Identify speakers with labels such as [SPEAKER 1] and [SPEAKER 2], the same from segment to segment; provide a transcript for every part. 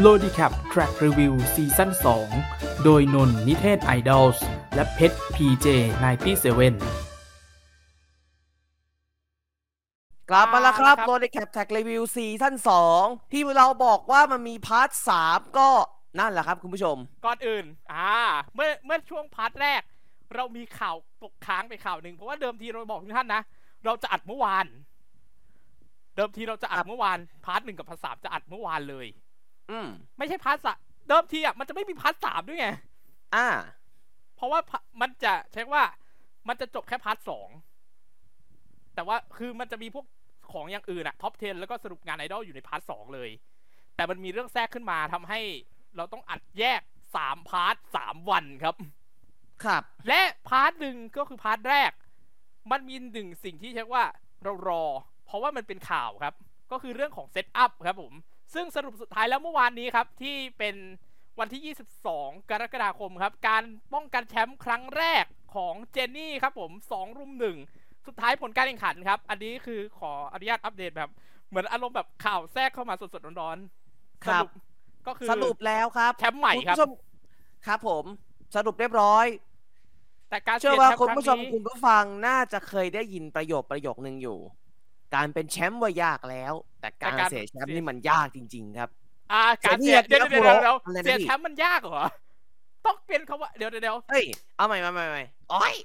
[SPEAKER 1] โลดีแคป Track Review ซีซั่น2 โดยนนท์นิเทศไอดอลส์และเพชร PJ 97
[SPEAKER 2] กลับมาแล้วครับ
[SPEAKER 3] ครับ
[SPEAKER 2] โรดแคปแท็กรีวิวซีซั่น2 ที่เราบอกว่ามันมีพาร์ท 3 ก็นั่นแหละครับคุณผู้ชม
[SPEAKER 3] ก่อนอื่น อ่า เมื่อ เมื่อช่วงพาร์ทแรก เรามีข่าวตกค้างไปข่าวหนึ่ง เพราะว่าเดิมทีเราบอกทุกท่านนะ เราจะอัดเมื่อวาน เดิมทีเราจะอั
[SPEAKER 2] ครั
[SPEAKER 3] ด
[SPEAKER 2] บ
[SPEAKER 3] เมื่อวาน พาร์ทหนึ่งกับพาร์ทสามจะอัดเมื่อวานเลย
[SPEAKER 2] อืม
[SPEAKER 3] ไม่ใช่พาร์ทสามเดิมทีอ่ะ มันจะไม่มีพาร์ทสามด้วยไง
[SPEAKER 2] อ่า
[SPEAKER 3] เพราะว่าพะมันจะเช็คว่า มันจะจบแค่พาร์ทสอง แต่ว่าคือมันจะมีพวกของอย่างอื่นอะท็อป 10 แล้วก็สรุปงานไอดอลอยู่ในพาร์ทสองเลย แต่มันมีเรื่องแทรกขึ้นมาทำให้เราต้องอัดแยกสามพาร์ทสามวันครับ
[SPEAKER 2] ครับ
[SPEAKER 3] และพาร์ทหนึ่งก็คือพาร์ทแรก มันมีหนึ่งสิ่งที่เช็คว่าเรารอ เพราะว่ามันเป็นข่าวครับ ก็คือเรื่องของเซตอัพครับผม ซึ่งสรุปสุดท้ายแล้วเมื่อวานนี้ครับ ที่เป็นวันที่ 22 กรกฎาคมครับ การป้องกันแชมป์ครั้งแรกของเจนนี่ครับผม2รุมหนึ่งสุดท้ายผลการแข่งขันครับ อันนี้คือขออนุญาตอัปเดตแบบ เหมือนอารมณ์แบบข่าวแทรกเข้ามาสดๆร้อนๆ
[SPEAKER 2] ครับ
[SPEAKER 3] สปก็คือ
[SPEAKER 2] สรุปแล้วครับ
[SPEAKER 3] แชมป์ใหม่
[SPEAKER 2] คุณ
[SPEAKER 3] ครับ
[SPEAKER 2] ผู้ชมครับผม สรุปเรียบร้อย
[SPEAKER 3] แต่การ
[SPEAKER 2] เชื่อ
[SPEAKER 3] ปลี่ยน
[SPEAKER 2] ว่า
[SPEAKER 3] แชป์
[SPEAKER 2] คุณ
[SPEAKER 3] รั้ง
[SPEAKER 2] ผู้ชม
[SPEAKER 3] นี้
[SPEAKER 2] คุณผู้ฟังน่าจะเคยได้ยินประโยคประโยคนึงอยู่ การเป็นแชมป์ว่ายากแล้ว แต่การ
[SPEAKER 3] แต่การ
[SPEAKER 2] เสียแชมป์นี่มันยากจริง ๆ ครับ
[SPEAKER 3] อ่าการ
[SPEAKER 2] เสี
[SPEAKER 3] เสี
[SPEAKER 2] ย
[SPEAKER 3] ย
[SPEAKER 2] เที่
[SPEAKER 3] เดี๋
[SPEAKER 2] ย
[SPEAKER 3] ยว ว
[SPEAKER 2] ที่
[SPEAKER 3] เดี๋ยว
[SPEAKER 2] แล้ว
[SPEAKER 3] เดี๋ยว
[SPEAKER 2] อะไรนะ
[SPEAKER 3] เสีย
[SPEAKER 2] พี่
[SPEAKER 3] แชมป์มันยากเหรอ ต้องเปลี่ยนคำว่าเดี๋ยวเดี๋ยวเดี๋ยว
[SPEAKER 2] เฮ้ยเอาใหม่เอาใหม่เอาใหม่โอ้ย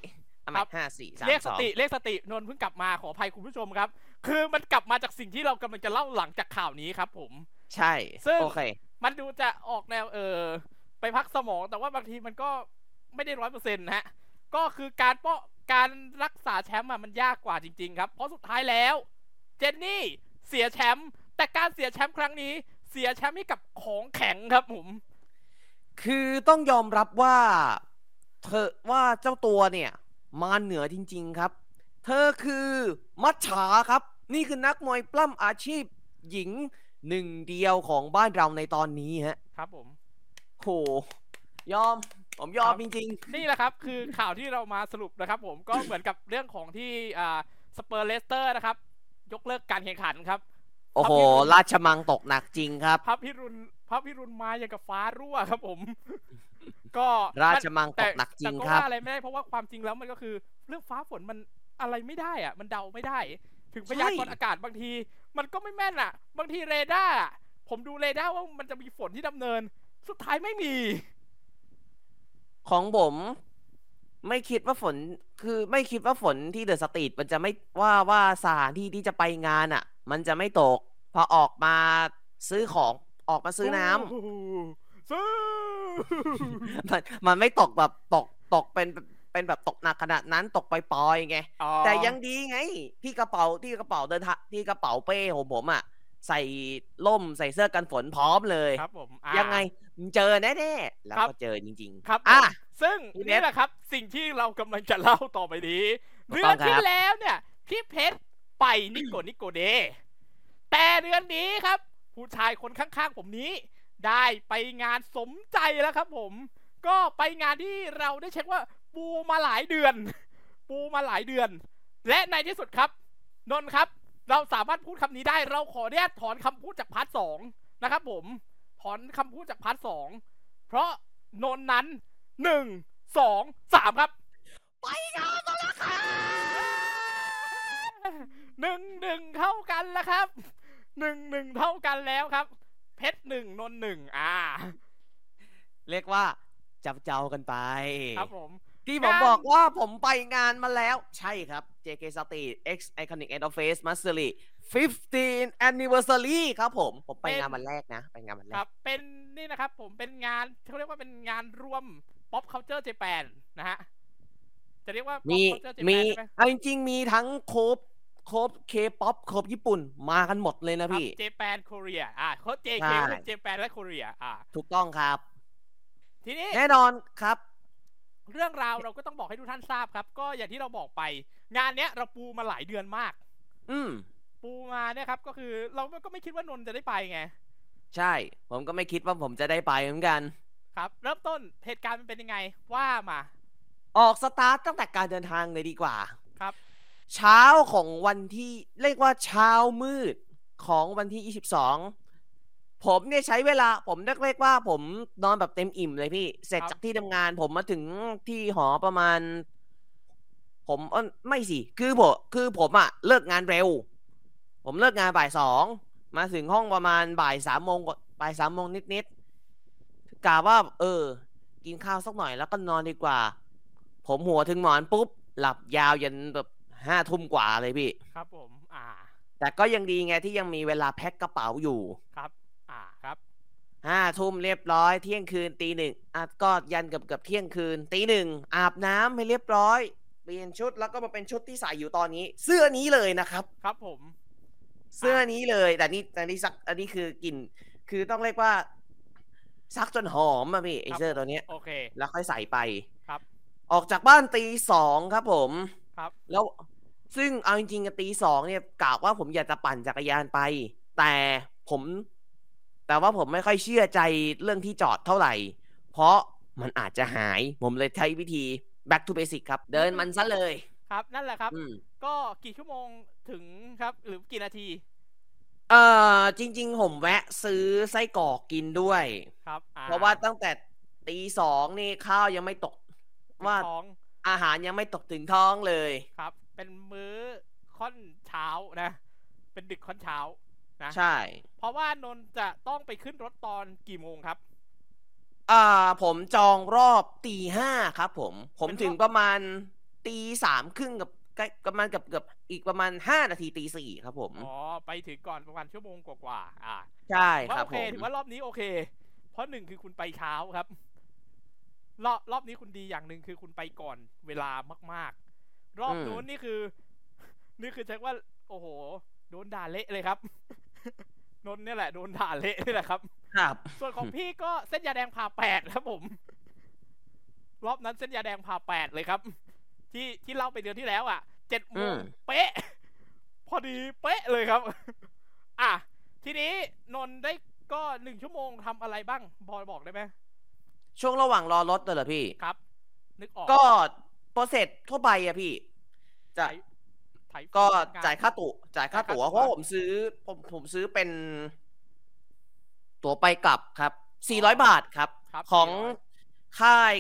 [SPEAKER 2] เอาใหม่
[SPEAKER 3] ครับ
[SPEAKER 2] ห้าสี่สาม
[SPEAKER 3] เรียก
[SPEAKER 2] ส
[SPEAKER 3] ส
[SPEAKER 2] อง
[SPEAKER 3] ติเรียกสตินนท์เพิ่งกลับมาขออภัยคุณผู้ชมครับ คือมันกลับมาจากสิ่งที่เรากำลังจะเล่าหลังจากข่าวนี้ครับผม
[SPEAKER 2] ใช่
[SPEAKER 3] ซึ่ง
[SPEAKER 2] โอเค
[SPEAKER 3] มันดูจะออกแนวเออไปพักสมองแต่ว่าบางทีมันก็ไม่ได้ร้อยเปอร์เซ็นต์นะฮะ ก็คือการป้อการรักษาแชมป์อะมันยากกว่าจริง ๆ ครับ เพราะสุดท้ายแล้ว เจนนี่เสียแชมป์แต่การเสียแชมป์ครั้งนี้เสียแชมป์ให้กับของแข็งครับผม
[SPEAKER 2] คือต้องยอมรับว่า เธอว่าเจ้าตัวเนี่ย มาเหนือจริง ๆครับ เธอคือมัชชาครับ นี่คือนักมวยปล้ำอาชีพหญิงหนึ่งเดียวของบ้านเราในตอนนี้ฮะ
[SPEAKER 3] ครับผม
[SPEAKER 2] โหยอม ผมยอม
[SPEAKER 3] ครับ
[SPEAKER 2] จริง
[SPEAKER 3] นี่แหละครับ คือข่าวที่เรามาสรุปนะครับ ผมก็เหมือนกับเรื่องของที่อ่าสเปอร์เลสเตอร์นะครับ ยกเลิกการแข่งขันครับ
[SPEAKER 2] ๆ โอ้โห
[SPEAKER 3] ครับพี่
[SPEAKER 2] ราชมังตกหนักจริงครับ
[SPEAKER 3] พระพิรุณพระพิรุณมาอย่างกับฟ้ารั่วครับผม ก็
[SPEAKER 2] ราชมังต
[SPEAKER 3] แต่
[SPEAKER 2] กหนักจริง
[SPEAKER 3] แต่ก็
[SPEAKER 2] ครับ
[SPEAKER 3] ว่าอะไรไม่ได้เพราะว่าความจริงแล้วมันก็คือ เรื่องฟ้าฝนมันอะไรไม่ได้อะมันเดาไม่ได้ ถึงพยากรณ์
[SPEAKER 2] ใช่
[SPEAKER 3] อากาศบางที มันก็ไม่แม่นอ่ะ บางทีเรดาร์อะผมดูเรดาร์ว่ามันจะมีฝนที่ดำเนิน สุดท้ายไม่มี
[SPEAKER 2] ของผม ไม่คิดว่าฝนคือไม่คิดว่าฝนที่เดอะสตรีทมันจะไม่ว่าว่าสถานที่ที่จะไปงานอ่ะ มันจะไม่ตก พอออกมาซื้อของออกมาซื้อน้ำ
[SPEAKER 3] โโหซื้อ
[SPEAKER 2] มันมันไม่ตกแบบตกตกเป็นเป็นแบบตกหนักขนาดนั้นตกปล่อยๆไง
[SPEAKER 3] อ๋อ
[SPEAKER 2] แต่ยังดีไง ที่กระเป๋าที่กระเป๋าเดินทางที่กระเป๋าเป้ของผมอ่ะใส่ล่มใส่เสื้อกันฝนพร้อมเลย
[SPEAKER 3] ครับผมอ่า
[SPEAKER 2] ยังไงเจอแน่ๆแล้ว
[SPEAKER 3] ครับ
[SPEAKER 2] ก็เจอจริง ๆ
[SPEAKER 3] ครับ
[SPEAKER 2] อ่ะ
[SPEAKER 3] ผมซึ่ง
[SPEAKER 2] พี่เพชร
[SPEAKER 3] นี่แหละครับ สิ่งที่เรากำลังจะเล่าต่อไปนี้
[SPEAKER 2] ถูก
[SPEAKER 3] เดื
[SPEAKER 2] ต้
[SPEAKER 3] อ
[SPEAKER 2] อน งครับ
[SPEAKER 3] ที่แล้วเนี่ยพี่เพชรไปนิโกนิโกเดย์แต่เดือนนี้ครับ ผู้ชายคนข้างๆผมนี้ ได้ไปงานสมใจแล้วครับผม ก็ไปงานที่เราได้เช็คว่า ปูมาหลายเดือน ปูมาหลายเดือน และในที่สุดครับ นนท์ครับ เราสามารถพูดคำนี้ได้เราขออนุญาตถอนคำพูดจากพาร์ทสองนะครับผม ถอนคำพูดจากพาร์ทสอง เพราะนนท์นั้นหนึ่งสองสามครับ
[SPEAKER 2] ไปงานมาแล้วค่ะ
[SPEAKER 3] หนึ่งหนึ่งเท่ากันแล้วครับหนึ่งหนึ่งเท่ากันแล้วครับ เพชรหนึ่งนนท์หนึ่งอ่า
[SPEAKER 2] เรียกว่าจับเจ้ากันไป
[SPEAKER 3] ครับผม
[SPEAKER 2] ที่ผม
[SPEAKER 3] งาน
[SPEAKER 2] บอกว่าผมไปงานมาแล้วใช่ครับ JK s t r e e t X Iconic End of Phase Mastery 15 Anniversary ครับผม ผมไปงานวันแรกนะ ไปงานวันแร
[SPEAKER 3] ครั
[SPEAKER 2] ก
[SPEAKER 3] บ เป็นนี่นะครับผมเป็นงานเขาเรียกว่าเป็นงานรวม pop culture Japan นะฮะ จะเรียกว่า pop
[SPEAKER 2] มี
[SPEAKER 3] culture Japan
[SPEAKER 2] มี
[SPEAKER 3] ใช่ไหม
[SPEAKER 2] เอาจริงๆ มีทั้งโคบโคบเคป๊อปโคบญี่ปุ่นมากันหมดเลยนะครับ พี่
[SPEAKER 3] Japan Korea อ่าเขา JK
[SPEAKER 2] ใช่
[SPEAKER 3] ก็เป็น Japan และ Korea อ่า
[SPEAKER 2] ถูกต้องครับ
[SPEAKER 3] ทีนี้
[SPEAKER 2] แน่นอนครับ
[SPEAKER 3] เรื่องราวเราก็ต้องบอกให้ทุกท่านทราบครับ ก็อย่างที่เราบอกไป งานเนี้ยเราปูมาหลายเดือนมาก
[SPEAKER 2] อืม
[SPEAKER 3] ปูมาเนี่ยครับ ก็คือเราก็ไม่คิดว่านนท์จะได้ไปไง
[SPEAKER 2] ใช่ ผมก็ไม่คิดว่าผมจะได้ไปเหมือนกัน
[SPEAKER 3] ครับ เริ่มต้นเหตุการณ์มันเป็นยังไงว่ามา
[SPEAKER 2] ออกสตาร์ทตั้งแต่การเดินทางเลยดีกว่า
[SPEAKER 3] ครับ
[SPEAKER 2] เช้าของวันที่เรียกว่าเช้ามืดของวันที่ 22 ผมเนี่ยใช้เวลาผมเรียกว่า ผมนอนแบบเต็มอิ่มเลยพี่ เสร็จจากที่ทำงาน ผมมาถึงที่หอประมาณ ผมเอ้ยไม่สิ คือผมคือผมอะเลิกงานเร็ว ผมเลิกงานบ่ายสองมาถึงห้องประมาณบ่ายสามโมงกว่าบ่ายสามโมงนิดๆกะว่า เออ กินข้าวสักหน่อยแล้วก็นอนดีกว่า ผมหัวถึงหมอนปุ๊บ หลับยาวยันแบบห้าทุ่มกว่าเลยพี่
[SPEAKER 3] ครับผม อ่า
[SPEAKER 2] แต่ก็ยังดีไงที่ยังมีเวลาแพ็คกระเป๋าอยู่
[SPEAKER 3] ครับ อ่า ครับ
[SPEAKER 2] ห้าทุ่มเรียบร้อยเที่ยงคืนตีหนึ่งอ่ะก็ยันเกือบเกือบเที่ยงคืนตีหนึ่งอาบน้ำให้เรียบร้อย เปลี่ยนชุดแล้วก็มาเป็นชุดที่ใส่อยู่ตอนนี้ เสื้อนี้เลยนะครับ
[SPEAKER 3] ครับผม
[SPEAKER 2] เสื้อนี้เลยแต่นี่แต่นี่ซักอันนี้คือกลิ่นคือต้องเรียกว่า ซักจนหอมอะพี่ไอ
[SPEAKER 3] ครับ
[SPEAKER 2] เสื้อตัวเนี้ย
[SPEAKER 3] โอเค
[SPEAKER 2] แล้วค่อยใส่ไป
[SPEAKER 3] ครับ
[SPEAKER 2] ออกจากบ้านตีสองครับผม
[SPEAKER 3] ครับ
[SPEAKER 2] แล้วซึ่งเอาจริงๆอะตีสองเนี่ยกะว่าผมอยากจะปั่นจักรยานไป แต่ผม แต่ว่าผมไม่ค่อยเชื่อใจเรื่องที่จอดเท่าไหร่ เพราะมันอาจจะหาย ผมเลยใช้วิธี back to basic ครับ เดินมันซะเลย
[SPEAKER 3] ครับ นั่นแหละครับ
[SPEAKER 2] อืม
[SPEAKER 3] ก็กี่ชั่วโมงถึงครับ หรือกี่นาที
[SPEAKER 2] เออจริง ๆ ผมแวะซื้อไส้กรอกกินด้วย
[SPEAKER 3] ครับอ่
[SPEAKER 2] เพราะว่าตั้งแต่ตีสองนี่ข้าวยังไม่ตก ว่า
[SPEAKER 3] ท้อง
[SPEAKER 2] อาหารยังไม่ตกถึงท้องเลย
[SPEAKER 3] ครับ เป็นมื้อค่อนเช้านะ เป็นดึกค่อนเช้านะ
[SPEAKER 2] ใช่
[SPEAKER 3] เพราะว่านนท์จะต้องไปขึ้นรถตอนกี่โมงครับ
[SPEAKER 2] อ่าผมจองรอบตีห้าครับผม ผม
[SPEAKER 3] เป็นรอบ
[SPEAKER 2] ถึงประมาณตีสามครึ่งกับใกล้ประมาณกับเกือบอีกประมาณห้านาทีตีสี่ครับผม
[SPEAKER 3] อ๋อ ไปถึงก่อนประมาณชั่วโมงกว่าๆอ่า
[SPEAKER 2] ใช่
[SPEAKER 3] ว่า
[SPEAKER 2] ครับ
[SPEAKER 3] โอ
[SPEAKER 2] ผ
[SPEAKER 3] เค
[SPEAKER 2] ม
[SPEAKER 3] ถือว่ารอบนี้โอเค เพราะหนึ่งคือคุณไปเช้าครับ รอบรอบนี้คุณดีอย่างหนึ่งคือคุณไปก่อนเวลามาก ๆ รอบ
[SPEAKER 2] อืม
[SPEAKER 3] นู้นนี่คือ นี่คือเช็คว่า โอ้โห โดนด่าเละเลยครับ นนท์เนี่ยแหละโดนด่าเละนี่แหละครับ
[SPEAKER 2] ครับ
[SPEAKER 3] ส่วนของพี่ก็เส้นยาแดงผ่าแปดครับผม รอบนั้นเส้นยาแดงผ่าแปดเลยครับ ที่ที่เล่าไปเดือนที่แล้วอ่ะเจ็ดโม
[SPEAKER 2] อื
[SPEAKER 3] ง
[SPEAKER 2] ม
[SPEAKER 3] เป๊ะ พอดีเป๊ะเลยครับ อ่ะ ทีนี้นนท์ได้ก็หนึ่งชั่วโมงทำอะไรบ้างพอบอกได้ไหม
[SPEAKER 2] ช่วงระหว่างรอรถเลยเหรอพี่
[SPEAKER 3] ครับ นึกออก
[SPEAKER 2] ก็โปรเซสทั่วไปอะพี่จะ
[SPEAKER 3] ไถไถ
[SPEAKER 2] ก็
[SPEAKER 3] งน
[SPEAKER 2] จ่ายค่าตั๋วจ่ายค่าตั๋ว
[SPEAKER 3] จ่าย
[SPEAKER 2] เพ
[SPEAKER 3] ค่าตั๋ว
[SPEAKER 2] ราะผมซื้อผมผมซื้อเป็น ตั๋วไปกลับครับ 400 บาทครับ
[SPEAKER 3] ครับ
[SPEAKER 2] ของ
[SPEAKER 3] 400
[SPEAKER 2] ค่าย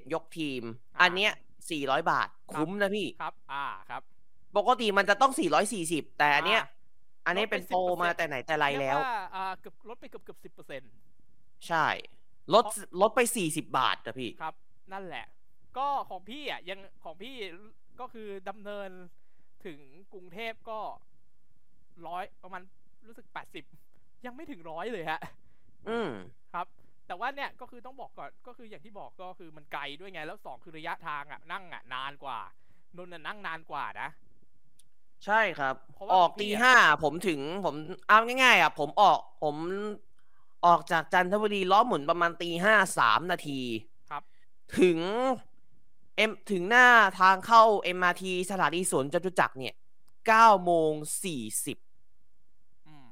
[SPEAKER 2] 9907 ยกทีม
[SPEAKER 3] อ่า
[SPEAKER 2] อันเนี้ย 400 บาท
[SPEAKER 3] ครับ
[SPEAKER 2] คุ้มนะพี่
[SPEAKER 3] ครับ อ่าครับ
[SPEAKER 2] ปกติมันจะต้อง 440 แต่อันเนี้ย
[SPEAKER 3] อ่
[SPEAKER 2] อันนี้เป็น
[SPEAKER 3] ลดไป
[SPEAKER 2] โปร
[SPEAKER 3] 10%
[SPEAKER 2] มาแต่ไหนแต่ไรแล้ว
[SPEAKER 3] เรียกาอ่าเกือบลดไปเกือบเกือบสิบเปอร์เซ็นต์
[SPEAKER 2] ใช่ ลด
[SPEAKER 3] เพราะ
[SPEAKER 2] ลดไป 40 บาทนะพี่
[SPEAKER 3] ครับ นั่นแหละ ก็ของพี่อ่ะยังของพี่ก็คือดำเนินถึงกรุงเทพก็ร้อยประมาณรู้สึกแปดสิบยังไม่ถึงร้อยเลยฮะ
[SPEAKER 2] อืม
[SPEAKER 3] ครับ แต่ว่าเนี่ยก็คือต้องบอกก่อนก็คืออย่างที่บอกก็คือมันไกลด้วยไงแล้วสองคือระยะทางอ่ะนั่งอ่ะนานกว่านนท์น่ะนั่งนานกว่านะ
[SPEAKER 2] ใช่ครับ
[SPEAKER 3] เพราะว่า
[SPEAKER 2] ออก
[SPEAKER 3] ของพี่
[SPEAKER 2] ตี
[SPEAKER 3] อะ
[SPEAKER 2] ห้าผมถึงผมเอาง่ายๆอ่ะ ผมออกผมออกจากจันทบุรีล้อหมุนประมาณตีห้าสามนาที
[SPEAKER 3] ครับ
[SPEAKER 2] ถึงเอ็มถึงหน้าทางเข้า MRT สถานีสวนจตุจักรเนี่ยเก้าโมงสี่สิบ
[SPEAKER 3] อืม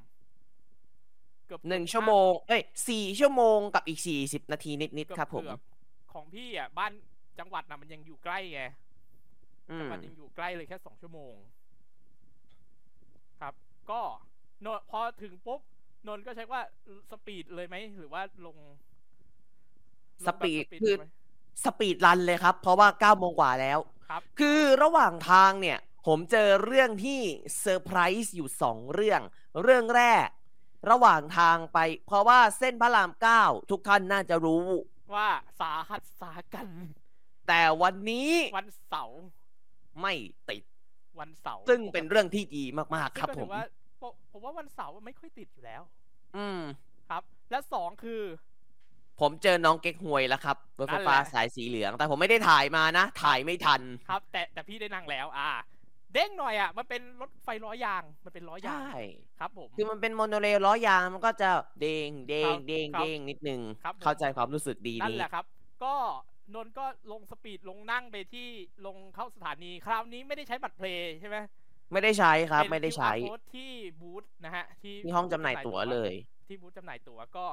[SPEAKER 3] เกือบ
[SPEAKER 2] หนึ่ง
[SPEAKER 3] เกือบ
[SPEAKER 2] ชั่วโมง เอ้ยสี่ชั่วโมงกับอีกสี่สิบนาทีนิด
[SPEAKER 3] เกือบ
[SPEAKER 2] ๆครับผม
[SPEAKER 3] เกือบของพี่อ่ะบ้านจังหวัดน่ะมันยังอยู่ใกล้ไง
[SPEAKER 2] อืม
[SPEAKER 3] มันยังอยู่ใกล้เลยแค่สองชั่วโมง ครับ ก็นนพอถึงปุ๊บ นนท์ก็เช็คว่าสปีดเลยไหม หรือว่าลง
[SPEAKER 2] ส
[SPEAKER 3] ลงแบบ
[SPEAKER 2] ปีด
[SPEAKER 3] ด
[SPEAKER 2] คือ
[SPEAKER 3] ไหม
[SPEAKER 2] สปีดรันเลยครับ เพราะว่าเก้าโมงกว่าแล้ว
[SPEAKER 3] ครับ
[SPEAKER 2] คือระหว่างทางเนี่ย ผมเจอเรื่องที่เซอร์ไพรส์อยู่สองเรื่อง เรื่องแรก ระหว่างทางไป เพราะว่าเส้นพระรามเก้าทุกท่านน่าจะรู้
[SPEAKER 3] ว่าสาหัสสากัน
[SPEAKER 2] แต่วันนี้
[SPEAKER 3] วันเสาร์
[SPEAKER 2] ไม่ติด
[SPEAKER 3] วันเสาร์
[SPEAKER 2] ซึ่งเป็นเรื่องที่ดีมากๆ ครับ
[SPEAKER 3] ซึ่ง
[SPEAKER 2] ผม
[SPEAKER 3] ก็ถือว่าปกผมว่าวันเสาร์ไม่ค่อยติดอยู่แล้ว
[SPEAKER 2] อืม
[SPEAKER 3] ครับ และสองคือ
[SPEAKER 2] ผมเจอน้องเก๊กฮวยแล้วครับรถไฟ
[SPEAKER 3] นั่นแหละ
[SPEAKER 2] ฟ้าสายสีเหลือง แต่ผมไม่ได้ถ่ายมานะ ถ่ายไม่ทัน
[SPEAKER 3] ครับ แต่แต่พี่ได้นั่งแล้ว อ่า เด้งหน่อยอ่ะ มันเป็นรถไฟล้อยาง มันเป็นล้อยาง
[SPEAKER 2] ใช่
[SPEAKER 3] ครับผม
[SPEAKER 2] คือมันเป็นโมโนเรลล้อยาง มันก็จะเด้งเด้
[SPEAKER 3] ครั
[SPEAKER 2] ง
[SPEAKER 3] บ
[SPEAKER 2] เด้ง
[SPEAKER 3] ครับ
[SPEAKER 2] เด้งนิดนึง
[SPEAKER 3] ครับผม
[SPEAKER 2] เข้าใจความรู้สึกดี
[SPEAKER 3] นั่น
[SPEAKER 2] นี้
[SPEAKER 3] แหละครับ ก็นนท์ก็ลงสปีดลงนั่งไปที่ลงเข้าสถานี คราวนี้ไม่ได้ใช้บัตรเพลย์ใช่ไหม
[SPEAKER 2] ไม่ได้ใช้ครับ
[SPEAKER 3] เป็น
[SPEAKER 2] ไม่ได้ใช้
[SPEAKER 3] QR code ที่บูธนะฮะ ที่
[SPEAKER 2] ที่ห้องจำหน่ายตั๋วเลย
[SPEAKER 3] ที่บูธจำหน่ายตั๋วก็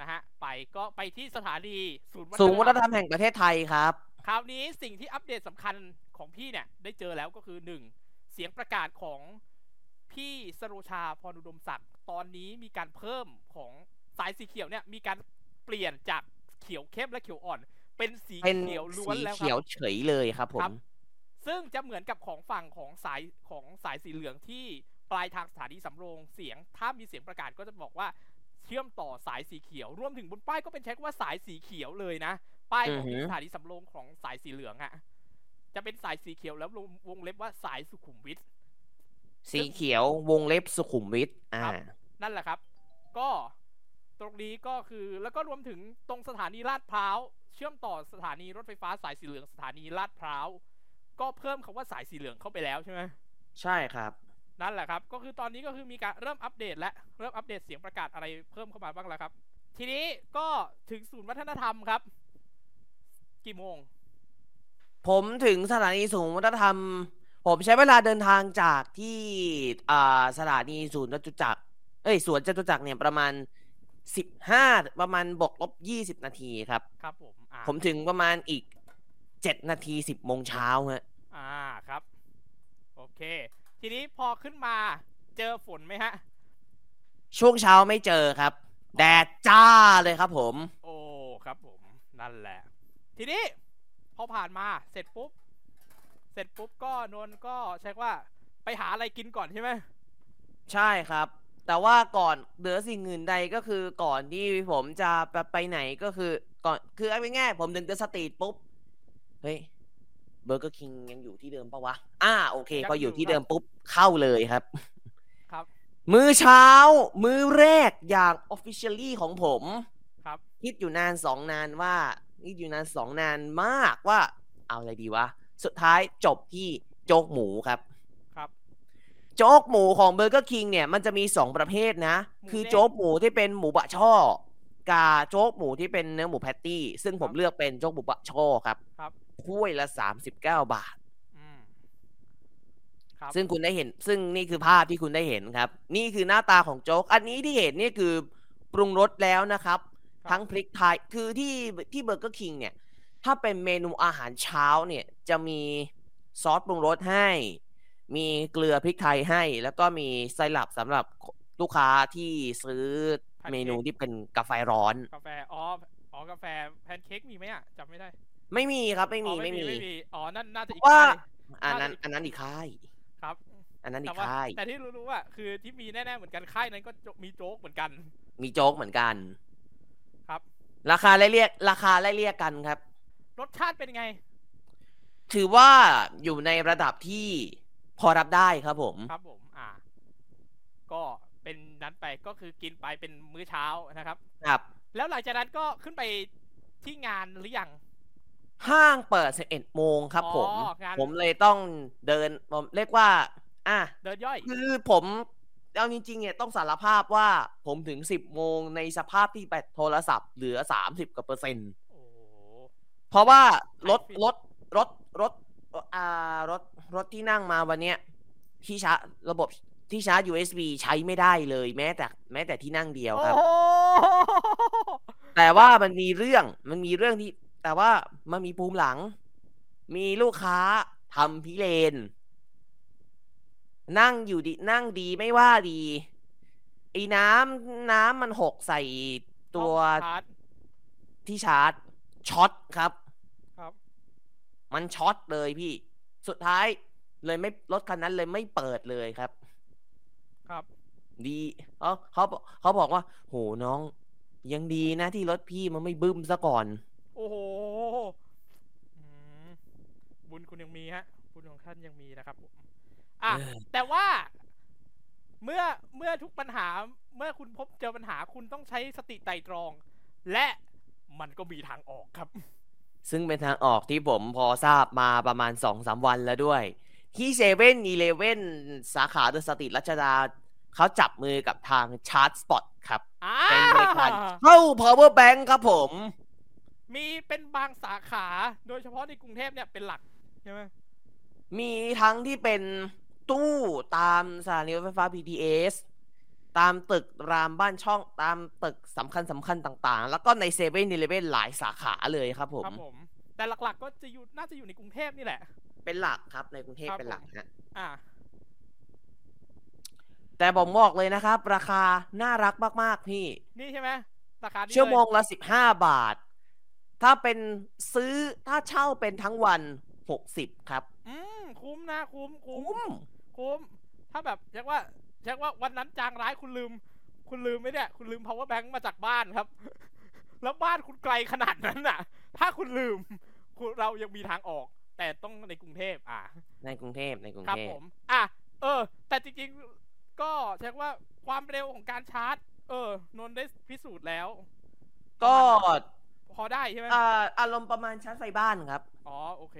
[SPEAKER 3] นะฮะ ไปก็ไปที่สถานีศูนย์
[SPEAKER 2] สูงวัฒนธรรมแห่งประเทศไทยครับ
[SPEAKER 3] คราวนี้สิ่งที่อัปเดตสำคัญของพี่เนี่ย ได้เจอแล้วก็คือหนึ่งเสียงประกาศของพี่สโรชาพรอุดมศักดิ์ ตอนนี้มีการเพิ่มของสายสีเขียวเนี่ยมีการเปลี่ยนจากเขียวเข้มและเขียวอ่อน เป็นสี
[SPEAKER 2] เป็น
[SPEAKER 3] เขียวล้วน
[SPEAKER 2] สี
[SPEAKER 3] แล้วค
[SPEAKER 2] เขี
[SPEAKER 3] รั
[SPEAKER 2] ยว
[SPEAKER 3] บ
[SPEAKER 2] เฉยเลยครับผ
[SPEAKER 3] ครั
[SPEAKER 2] ม
[SPEAKER 3] บ ซึ่งจะเหมือนกับของฝั่งของสายของสายสีเหลืองที่ปลายทางสถานีสำโรงเสียง ถ้ามีเสียงประกาศก็จะบอกว่าเชื่อมต่อสายสีเขียว รวมถึงบนป้ายก็เป็นใช้คำว่าสายสีเขียวเลยนะ ป้ายของ
[SPEAKER 2] อือหือ
[SPEAKER 3] สถานีสำโรงของสายสีเหลืองอะจะเป็นสายสีเขียวแล้ววงเล็บว่าสายสุขุมวิท
[SPEAKER 2] สีเขียววงเล็บสุขุมวิทอ่า
[SPEAKER 3] ครับ นั่นแหละครับ ก็ตรงนี้ก็คือแล้วก็รวมถึงตรงสถานีลาดพร้าว เชื่อมต่อสถานีรถไฟฟ้าสายสีเหลืองสถานีลาดพร้าว ก็เพิ่มคำว่าสายสีเหลืองเข้าไปแล้วใช่ไหม
[SPEAKER 2] ใช่ครับ
[SPEAKER 3] นั่นแหละครับ ก็คือตอนนี้ก็คือมีการเริ่มอัปเดตและเริ่มอัปเดตเสียงประกาศอะไรเพิ่มเข้ามาบ้างแล้วครับ ทีนี้ก็ถึงศูนย์วัฒนธรรมครับ กี่โมง
[SPEAKER 2] ผมถึงสถานีศูนย์วัฒนธรรม ผมใช้เวลาเดินทางจากที่อ่าสถานีศูนย์จตุจักรเอ้ยสวนจตุจักรเนี่ยประมาณสิบห้าประมาณบวกลบยี่สิบนาทีครับ
[SPEAKER 3] ครับผมอ่ะ
[SPEAKER 2] ผมถึงประมาณอีกเจ็ดนาทีสิบโมงเช้าฮะ
[SPEAKER 3] อ่าครับ โอเค ทีนี้พอขึ้นมาเจอฝนไหมฮะ
[SPEAKER 2] ช่วงเช้าไม่เจอครับ แดดจ้าเลยครับผม
[SPEAKER 3] โอ้ครับผม นั่นแหละ ทีนี้พอผ่านมาเสร็จปุ๊บ เสร็จปุ๊บก็นนท์ก็เช็คว่าไปหาอะไรกินก่อนใช่ไหม
[SPEAKER 2] ใช่ครับ แต่ว่าก่อนเหนือสิ่งอื่นใดก็คือก่อนที่ผมจะไปไปไหนก็คือก่อนคือเอาง่ายๆผมถึงจะสตรีทปุ๊บ เฮ้ยเบอร์เกอร์คิงยังอยู่ที่เดิมปะวะ อ่าโอเค
[SPEAKER 3] ยัง
[SPEAKER 2] พออยู่
[SPEAKER 3] อยู่
[SPEAKER 2] ที่
[SPEAKER 3] ครับ
[SPEAKER 2] เดิมปุ๊บเข้าเลยครับ
[SPEAKER 3] ครับ
[SPEAKER 2] มื้อเช้า มื้อแรกอย่าง officially ของผม
[SPEAKER 3] ครับ
[SPEAKER 2] คิดอยู่นานสองนานว่าคิดอยู่นานสองนานมากว่า เอาอะไรดีวะ สุดท้ายจบที่โจ๊กหมูครับ
[SPEAKER 3] ครับ
[SPEAKER 2] โจ๊กหมูของเบอร์เกอร์คิงเนี่ยมันจะมีสองประเภทนะ
[SPEAKER 3] หมู
[SPEAKER 2] คือ
[SPEAKER 3] แดง
[SPEAKER 2] โจ๊กหมูที่เป็นหมูบะช่อกับโจ๊กหมูที่เป็นเนื้อหมูแพตตี้ ซึ่งผมเลือกเป็นโจ๊กหมูบะช่อครับ
[SPEAKER 3] ครับ
[SPEAKER 2] ถ้วยละ 39 บาท
[SPEAKER 3] อืม ครับ
[SPEAKER 2] ซึ่งคุณได้เห็น ซึ่งนี่คือภาพที่คุณได้เห็นครับ นี่คือหน้าตาของโจ๊ก อันนี้ที่เห็นนี่คือปรุงรสแล้วนะครับ
[SPEAKER 3] ครับ
[SPEAKER 2] ทั้งพริกไทย คือที่ที่เบอร์เกอร์คิงเนี่ย ถ้าเป็นเมนูอาหารเช้าเนี่ย จะมีซอสปรุงรสให้ มีเกลือพริกไทยให้ แล้วก็มีไซรัปสำหรับลูกค้าที่ซื้อเมนูที่เป็นกาแฟร้อน
[SPEAKER 3] กาแฟ อ๋อ อ๋อ กาแฟแพนเค้กมีไหมอ่ะจำไม่ได้
[SPEAKER 2] ไม่มีครับไม่
[SPEAKER 3] อ๋
[SPEAKER 2] มี
[SPEAKER 3] อ
[SPEAKER 2] ไม่มี
[SPEAKER 3] ไม่มี อ๋อ นั่นน่าจะอีก
[SPEAKER 2] ว่า
[SPEAKER 3] ค่าย
[SPEAKER 2] อันนั้น
[SPEAKER 3] น่าจะ
[SPEAKER 2] อันนั้นอีกค่าย
[SPEAKER 3] ครับ
[SPEAKER 2] อันนั้นอี
[SPEAKER 3] แต่
[SPEAKER 2] ก
[SPEAKER 3] ว่า
[SPEAKER 2] ค่าย
[SPEAKER 3] แต่ที่รู้ๆว่าคือที่มีแน่ๆเหมือนกันค่ายนั้นก็โจมีโจ๊กเหมือนกัน
[SPEAKER 2] มีโจ๊กเหมือนกัน
[SPEAKER 3] ครับ
[SPEAKER 2] ราคาไล่เรียกราคาไล่เรียกกันครับ
[SPEAKER 3] รสชาติเป็นไง
[SPEAKER 2] ถือว่าอยู่ในระดับที่พอรับได้ครับผม
[SPEAKER 3] ครับผม อ่า ก็เป็นนั้นไปก็คือกินไปเป็นมื้อเช้านะครับ
[SPEAKER 2] ครับ
[SPEAKER 3] แล้วหลังจากนั้นก็ขึ้นไปที่งานหรือยัง
[SPEAKER 2] ห้างเปิด 11 โมงครับ
[SPEAKER 3] อ๋อ
[SPEAKER 2] ผม
[SPEAKER 3] งั้น
[SPEAKER 2] ผมเลยต้องเดิน ผมเรียกว่า อ่ะ
[SPEAKER 3] เดินย่อย
[SPEAKER 2] คือผมเอาจริงๆ เนี่ยต้องสารภาพว่าผมถึง 10 โมงในสภาพที่แบตโทรศัพท์เหลือ 30กว่าเปอร์เซ็นต์
[SPEAKER 3] โอ้โห
[SPEAKER 2] เพราะว่า รถ
[SPEAKER 3] ไอฟิต
[SPEAKER 2] รถรถรถอ่ารถรถที่นั่งมาวันเนี้ยที่ชาร์จระบบที่ชาร์จ USB ใช้ไม่ได้เลยแม้แต่แม้แต่ที่นั่งเดียวครับ
[SPEAKER 3] โอ้โห
[SPEAKER 2] แต่ว่ามันมีเรื่องมันมีเรื่องที่ แต่ว่ามันมีภูมิหลัง มีลูกค้าทำพิเรน นั่งอยู่ดีนั่งดีไม่ว่าดีไอ้น้ำน้ำมันหกใส่ตัว
[SPEAKER 3] ต้องชาร์จ
[SPEAKER 2] ที่ชาร์จช็อตครับ
[SPEAKER 3] ครับ
[SPEAKER 2] มันช็อตเลยพี่ สุดท้ายเลยไม่รถคันนั้นเลยไม่เปิดเลยครับ
[SPEAKER 3] ครับ
[SPEAKER 2] ดีเขาเขาเขาบอกว่า โหน้อง ยังดีนะที่รถพี่มันไม่บึ้มซะก่อน
[SPEAKER 3] โอ้โหอืมบุญคุณยังมีฮะ บุญของท่านยังมีนะครับผมอ่ะ
[SPEAKER 2] เออ
[SPEAKER 3] แต่ว่า เมื่อ เมื่อทุกปัญหา เมื่อคุณพบเจอปัญหา คุณต้องใช้สติไตร่ตรอง และมันก็มีทางออกครับ
[SPEAKER 2] ซึ่งเป็นทางออกที่ผมพอทราบมาประมาณสองสามวันแล้วด้วย ที่เซเว่นอีเลเว่นสาขาเดอะสตรีทรัชดาเขาจับมือกับทางชาร์จสปอตครับ
[SPEAKER 3] อ่า
[SPEAKER 2] เป็นบริการเข้า power bank ครับผม
[SPEAKER 3] มีเป็นบางสาขา โดยเฉพาะในกรุงเทพเนี่ยเป็นหลัก ใช่ไหม
[SPEAKER 2] มีทั้งที่เป็นตู้ตามสถานีรถไฟฟ้า BTS ตามตึกรามบ้านช่องตามตึกสำคัญสำคัญๆต่างๆ แล้วก็ในเซเว่นอีเลเว่นหลายสาขาเลยครับผม
[SPEAKER 3] ครับผม แต่หลักๆ ก็จะอยู่ น่าจะอยู่ในกรุงเทพนี่แหละ
[SPEAKER 2] เป็นหลักครับในกรุงเทพ
[SPEAKER 3] ครับ
[SPEAKER 2] เป็นหลักฮะ
[SPEAKER 3] อ่า
[SPEAKER 2] แต่ผมบอกเลยนะครับ ราคาน่ารักมากๆพี่
[SPEAKER 3] นี่ใช่ไหมราคานี้
[SPEAKER 2] ชั่วโมง
[SPEAKER 3] เลย
[SPEAKER 2] ละสิบห้าบาท ถ้าเป็นซื้อถ้าเช่าเป็นทั้งวันหกสิบครับ
[SPEAKER 3] อืมคุ้มนะคุ้มคุ้
[SPEAKER 2] คุ้
[SPEAKER 3] ม
[SPEAKER 2] ม
[SPEAKER 3] คุ้ม ถ้าแบบเรียกว่าเรียกว่าวันนั้นจางร้ายคุณลืม คุณลืมไหมเนี่ยคุณลืม power bank มาจากบ้านครับ แล้วบ้านคุณไกลขนาดนั้นน่ะ ถ้าคุณลืมคุณเรายังมีทางออก แต่ต้องในกรุงเทพอ่ะ
[SPEAKER 2] ในกรุงเทพในกรุง
[SPEAKER 3] ครับ
[SPEAKER 2] เทพ
[SPEAKER 3] ผม อ่ะ เออ แต่จริงๆ ก็เช็คว่าความเร็วของการชาร์จ เออ นนท์ได้พิสูจน์แล้ว
[SPEAKER 2] ก็
[SPEAKER 3] พอได้ใช่ไหม
[SPEAKER 2] อ่าอารมณ์ประมาณชาร์จไฟบ้านครับ
[SPEAKER 3] อ๋อ โอเค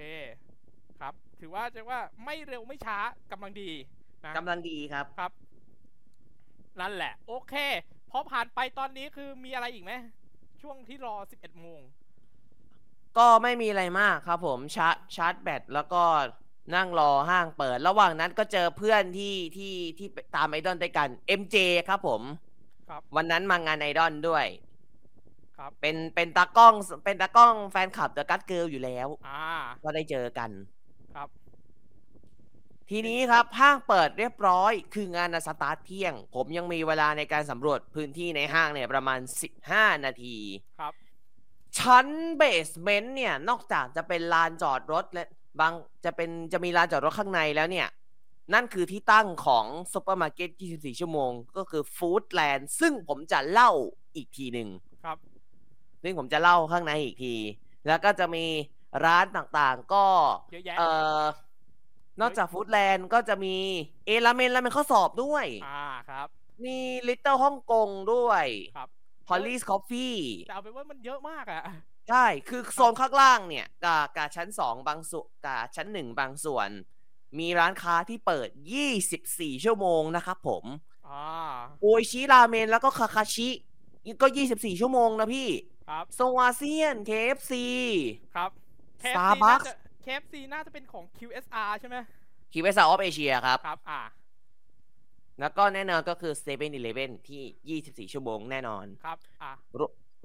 [SPEAKER 3] ครับ ถือว่าเช็คว่าไม่เร็วไม่ช้ากำลังดีนะ
[SPEAKER 2] กำลังดีครับ
[SPEAKER 3] ครับ นั่นแหละ โอเค พอผ่านไปตอนนี้คือมีอะไรอีกไหม ช่วงที่รอ 11โมง
[SPEAKER 2] ก็ไม่มีอะไรมากครับผมชาร์จชาร์จแบตแล้วก็นั่งรอห้างเปิด ระหว่างนั้นก็เจอเพื่อนที่ที่ที่ตามไอดอลด้วยกัน MJ ครับผม
[SPEAKER 3] ครับ
[SPEAKER 2] วันนั้นมางานไอดอลด้วย
[SPEAKER 3] ครับ
[SPEAKER 2] เป็นเป็นตากล้องเป็นตากล้องแฟนคลับเดอะกัตเกิลอยู่แล้ว
[SPEAKER 3] อ่า
[SPEAKER 2] ก็ได้เจอกัน
[SPEAKER 3] ครับ
[SPEAKER 2] ทีนี้ครับห้างเปิดเรียบร้อย คืองานน่ะสตาร์ทเที่ยง ผมยังมีเวลาในการสำรวจพื้นที่ในห้างเนี่ยประมาณ 15 นาที
[SPEAKER 3] ครับ
[SPEAKER 2] ชั้นเบสเมนต์เนี่ย นอกจากจะเป็นลานจอดรถและบางจะเป็นจะมีลานจอดรถข้างในแล้วเนี่ย นั่นคือที่ตั้งของซุปเปอร์มาร์เก็ต 24 ชั่วโมง ก็คือฟู้ดแลนด์ซึ่งผมจะเล่าอีกทีหนึ่ง
[SPEAKER 3] ครับ
[SPEAKER 2] ซึ่งผมจะเล่าข้างในอีกที แล้วก็จะมีร้านต่างๆ ก็
[SPEAKER 3] เยอะแยะ
[SPEAKER 2] เอ่อนอกจากฟู้ดแลนด์ก็จะมีเอลาเมนลาเมนข้อสอบด้วย
[SPEAKER 3] อ่า ครับ
[SPEAKER 2] มีลิตเติ้ลฮ่องกงด้วย
[SPEAKER 3] ครับ
[SPEAKER 2] ฮอลลี่คอฟฟี่
[SPEAKER 3] แต่เอาเป็นว่ามันเยอะมากอะ
[SPEAKER 2] ใช่ คือโซนข้างล่างเนี่ย กากับชั้นสองบางส่วนกาชั้นหนึ่งบางส่วน มีร้านค้าที่เปิด 24 ชั่วโมงนะครับผม
[SPEAKER 3] อ่า
[SPEAKER 2] โออิชิราเมนแล้วก็คาคาชิก็ 24 ชั่วโมงนะพี่
[SPEAKER 3] ครับ
[SPEAKER 2] โซวาเซียน KFC
[SPEAKER 3] ครับ KFC
[SPEAKER 2] Starbucks
[SPEAKER 3] น่าจะ KFC น่าจะเป็นของ QSR ใช่ไหม
[SPEAKER 2] คิวเอสอาออฟเอเชียครับ
[SPEAKER 3] ครับ อ่า
[SPEAKER 2] แล้วก็แน่นอนก็คือ7 e เ e ่ e อที่ 24 ชั่วโมงแน่นอน
[SPEAKER 3] ครับ อ่า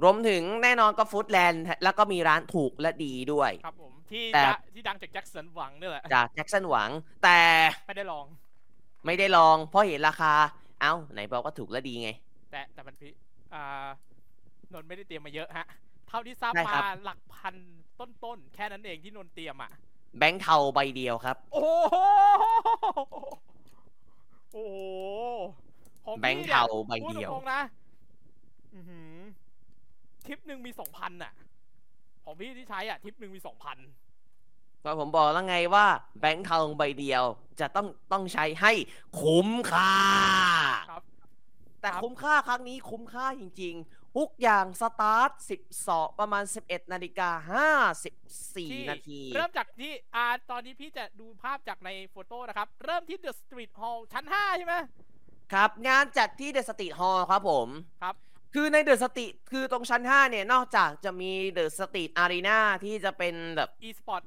[SPEAKER 2] รวมถึงแน่นอนก็ฟู้ดแลนด์แล้วก็มีร้านถูกและดีด้วย
[SPEAKER 3] ครับผม ที่
[SPEAKER 2] แต่
[SPEAKER 3] จะที่ดังจากแจ็คสันหวังนี่แหละ
[SPEAKER 2] จากแจ็คสันหวัง แต่
[SPEAKER 3] ไม่ได้ลอง
[SPEAKER 2] ไม่ได้ลอง เพราะเห็นราคา เอ้า ไหนบอกว่าถูกและดีไง
[SPEAKER 3] แต่แต่มันพี่อ่านนท์ไม่ได้เตรียมมาเยอะฮะ เท่าที่ทราบ
[SPEAKER 2] ใช่
[SPEAKER 3] มา
[SPEAKER 2] ครับ
[SPEAKER 3] หลักพันต้นๆ แค่นั้นเองที่นนท์เตรียมอ่ะ
[SPEAKER 2] แบงค์เทาใบเดียวครับ
[SPEAKER 3] โอ้โหโอ้โหของ
[SPEAKER 2] แบงค์
[SPEAKER 3] พี่นี่ย
[SPEAKER 2] เทาใบเดียว
[SPEAKER 3] พูตรงๆนะอื้อหือทริปหนึ่งมีสองพันอ่ะ ของพี่ที่ใช้อ่ะทริปหนึ่งมีสองพัน
[SPEAKER 2] ก็ผมบอกแล้วไงว่าแบงค์เทาใบเดียว จะต้องต้องใช้ให้คุ้มค่า
[SPEAKER 3] ครับ
[SPEAKER 2] แต่
[SPEAKER 3] ครับ
[SPEAKER 2] คุ้มค่าครั้งนี้คุ้มค่าจริงๆ ทุกอย่างสตาร์ท 12 ประมาณ 11 นาฬิกา 54 นาที
[SPEAKER 3] เริ่มจากที่อ่าตอนนี้พี่จะดูภาพจากในโฟโต้นะครับ เริ่มที่ The Street Hall ชั้น 5 ใช่ไหม
[SPEAKER 2] ครับ งานจัดที่เดอะสต e ีทฮอลล์ครับผม
[SPEAKER 3] ครับ
[SPEAKER 2] คือในเดอะสต e ีคือตรงชั้น 5 เนี่ย นอกจากจะมีเดอะสต e ีอารีนาที่จะเป็นแบบ
[SPEAKER 3] e-sport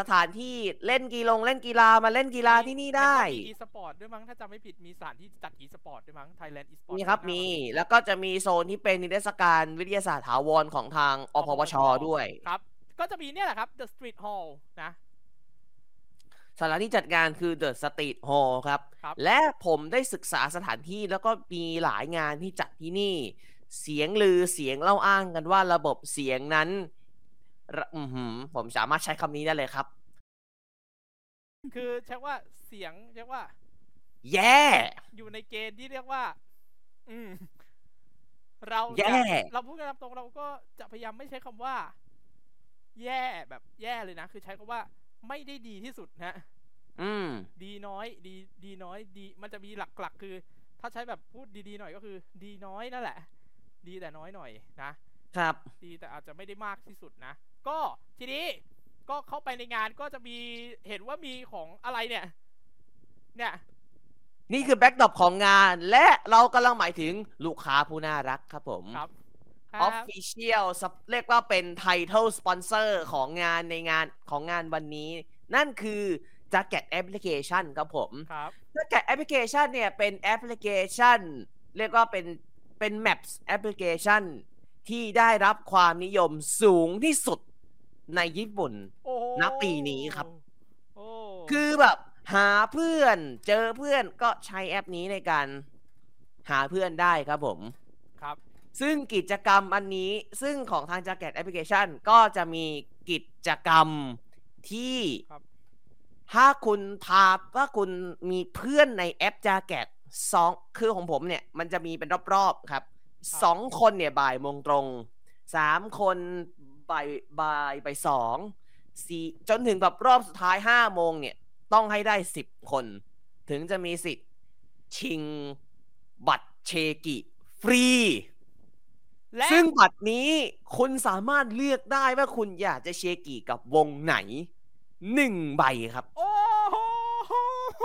[SPEAKER 2] สถานที่เล่นกีฬงเล่นกีฬามาเล่นกีฬาที่นี่ได้
[SPEAKER 3] มี e-sport ด้วยมั้ง ถ้าจำไม่ผิดมีสถานที่จัด e-sport ด้วยมั้ง Thailand e-sport
[SPEAKER 2] มีครับ
[SPEAKER 3] ชั้นห้า
[SPEAKER 2] มีแล้วก็จะมีโซนที่เป็นนิทรรศการวิทยาศาสตร์ถาวรของทางอพวชด้วย
[SPEAKER 3] ครับ ก็จะมีเนี่ยแหละครับ The Street Hall นะ
[SPEAKER 2] สถานที่จัดงานคือ The Street Hall ครับ
[SPEAKER 3] ครับ
[SPEAKER 2] และผมได้ศึกษาสถานที่แล้วก็มีหลายงานที่จัดที่นี่ เสียงลือเสียงเล่าอ้างกันว่าระบบเสียงนั้นระอือหือผมสามารถใช้คำนี้ได้เลยครับ
[SPEAKER 3] คือเช็คว่าเสียงเช็คว่า
[SPEAKER 2] แย่
[SPEAKER 3] อยู่ในเกณฑ์ที่เรียกว่า อืม เรา
[SPEAKER 2] แย่
[SPEAKER 3] จะเราพูดกันตามตรงเราก็จะพยายามไม่ใช้คำว่า แย่แบบแย่เลยนะ คือใช้คำว่า ไม่ได้ดีที่สุดนะ
[SPEAKER 2] อืม
[SPEAKER 3] ดีน้อย ดี ดีน้อย ดี มันจะมีหลักๆ คือ ถ้าใช้แบบพูดดีๆหน่อยก็คือ ดีน้อยนั่นแหละ ดีแต่น้อยหน่อยนะ
[SPEAKER 2] ครับ
[SPEAKER 3] ดีแต่อาจจะไม่ได้มากที่สุดนะ ก็ทีนี้ก็เข้าไปในงานก็จะมีเห็นว่ามีของอะไรเนี่ย เนี่ย
[SPEAKER 2] นี่คือแบ็กดอปของงาน และเรากำลังหมายถึงลูกค้าผู้น่ารักครับผม
[SPEAKER 3] ครับ
[SPEAKER 2] Official สับเรียกว่าเป็น Title Sponsor ของงานในงานของงานวันนี้ นั่นคือ Jacket Application ครับผม
[SPEAKER 3] ครับ
[SPEAKER 2] Jacket Application เนี่ยเป็นแอปพลิเคชัน เรียกว่าเป็นเป็น Maps Application ที่ได้รับความนิยมสูงที่สุดในญี่ปุ่น
[SPEAKER 3] โอ้โห
[SPEAKER 2] ณปีนี้ครับ
[SPEAKER 3] โอ้
[SPEAKER 2] คือแบบ หาเพื่อนเจอเพื่อนก็ใช้แอปนี้ในการหาเพื่อนได้ครับผม
[SPEAKER 3] ครับ
[SPEAKER 2] ซึ่งกิจกรรมอันนี้ซึ่งของทาง j a c k e t Application ก็จะมีกิจกรรมที่
[SPEAKER 3] ครับ
[SPEAKER 2] ถ้าคุณพาถ้าคุณมีเพื่อนในแอป j a c k e t สองคือของผมเนี่ย มันจะมีเป็นรอบๆครับสองคนเนี่ยบ่ายโมงตรงสามคนบ่ายบ่ายบ่ายสองสี่จนถึงแบบรอบสุดท้ายห้าโมงเนี่ย ต้องให้ได้สิบคน ถึงจะมีสิทธิ์ชิงบัตรเชกิฟรี
[SPEAKER 3] และ
[SPEAKER 2] ซึ่งบัตรนี้คุณสามารถเลือกได้ว่าคุณอยากจะเชียร์กี่กับวงไหนหนึ่งใบครับ
[SPEAKER 3] โอ้โห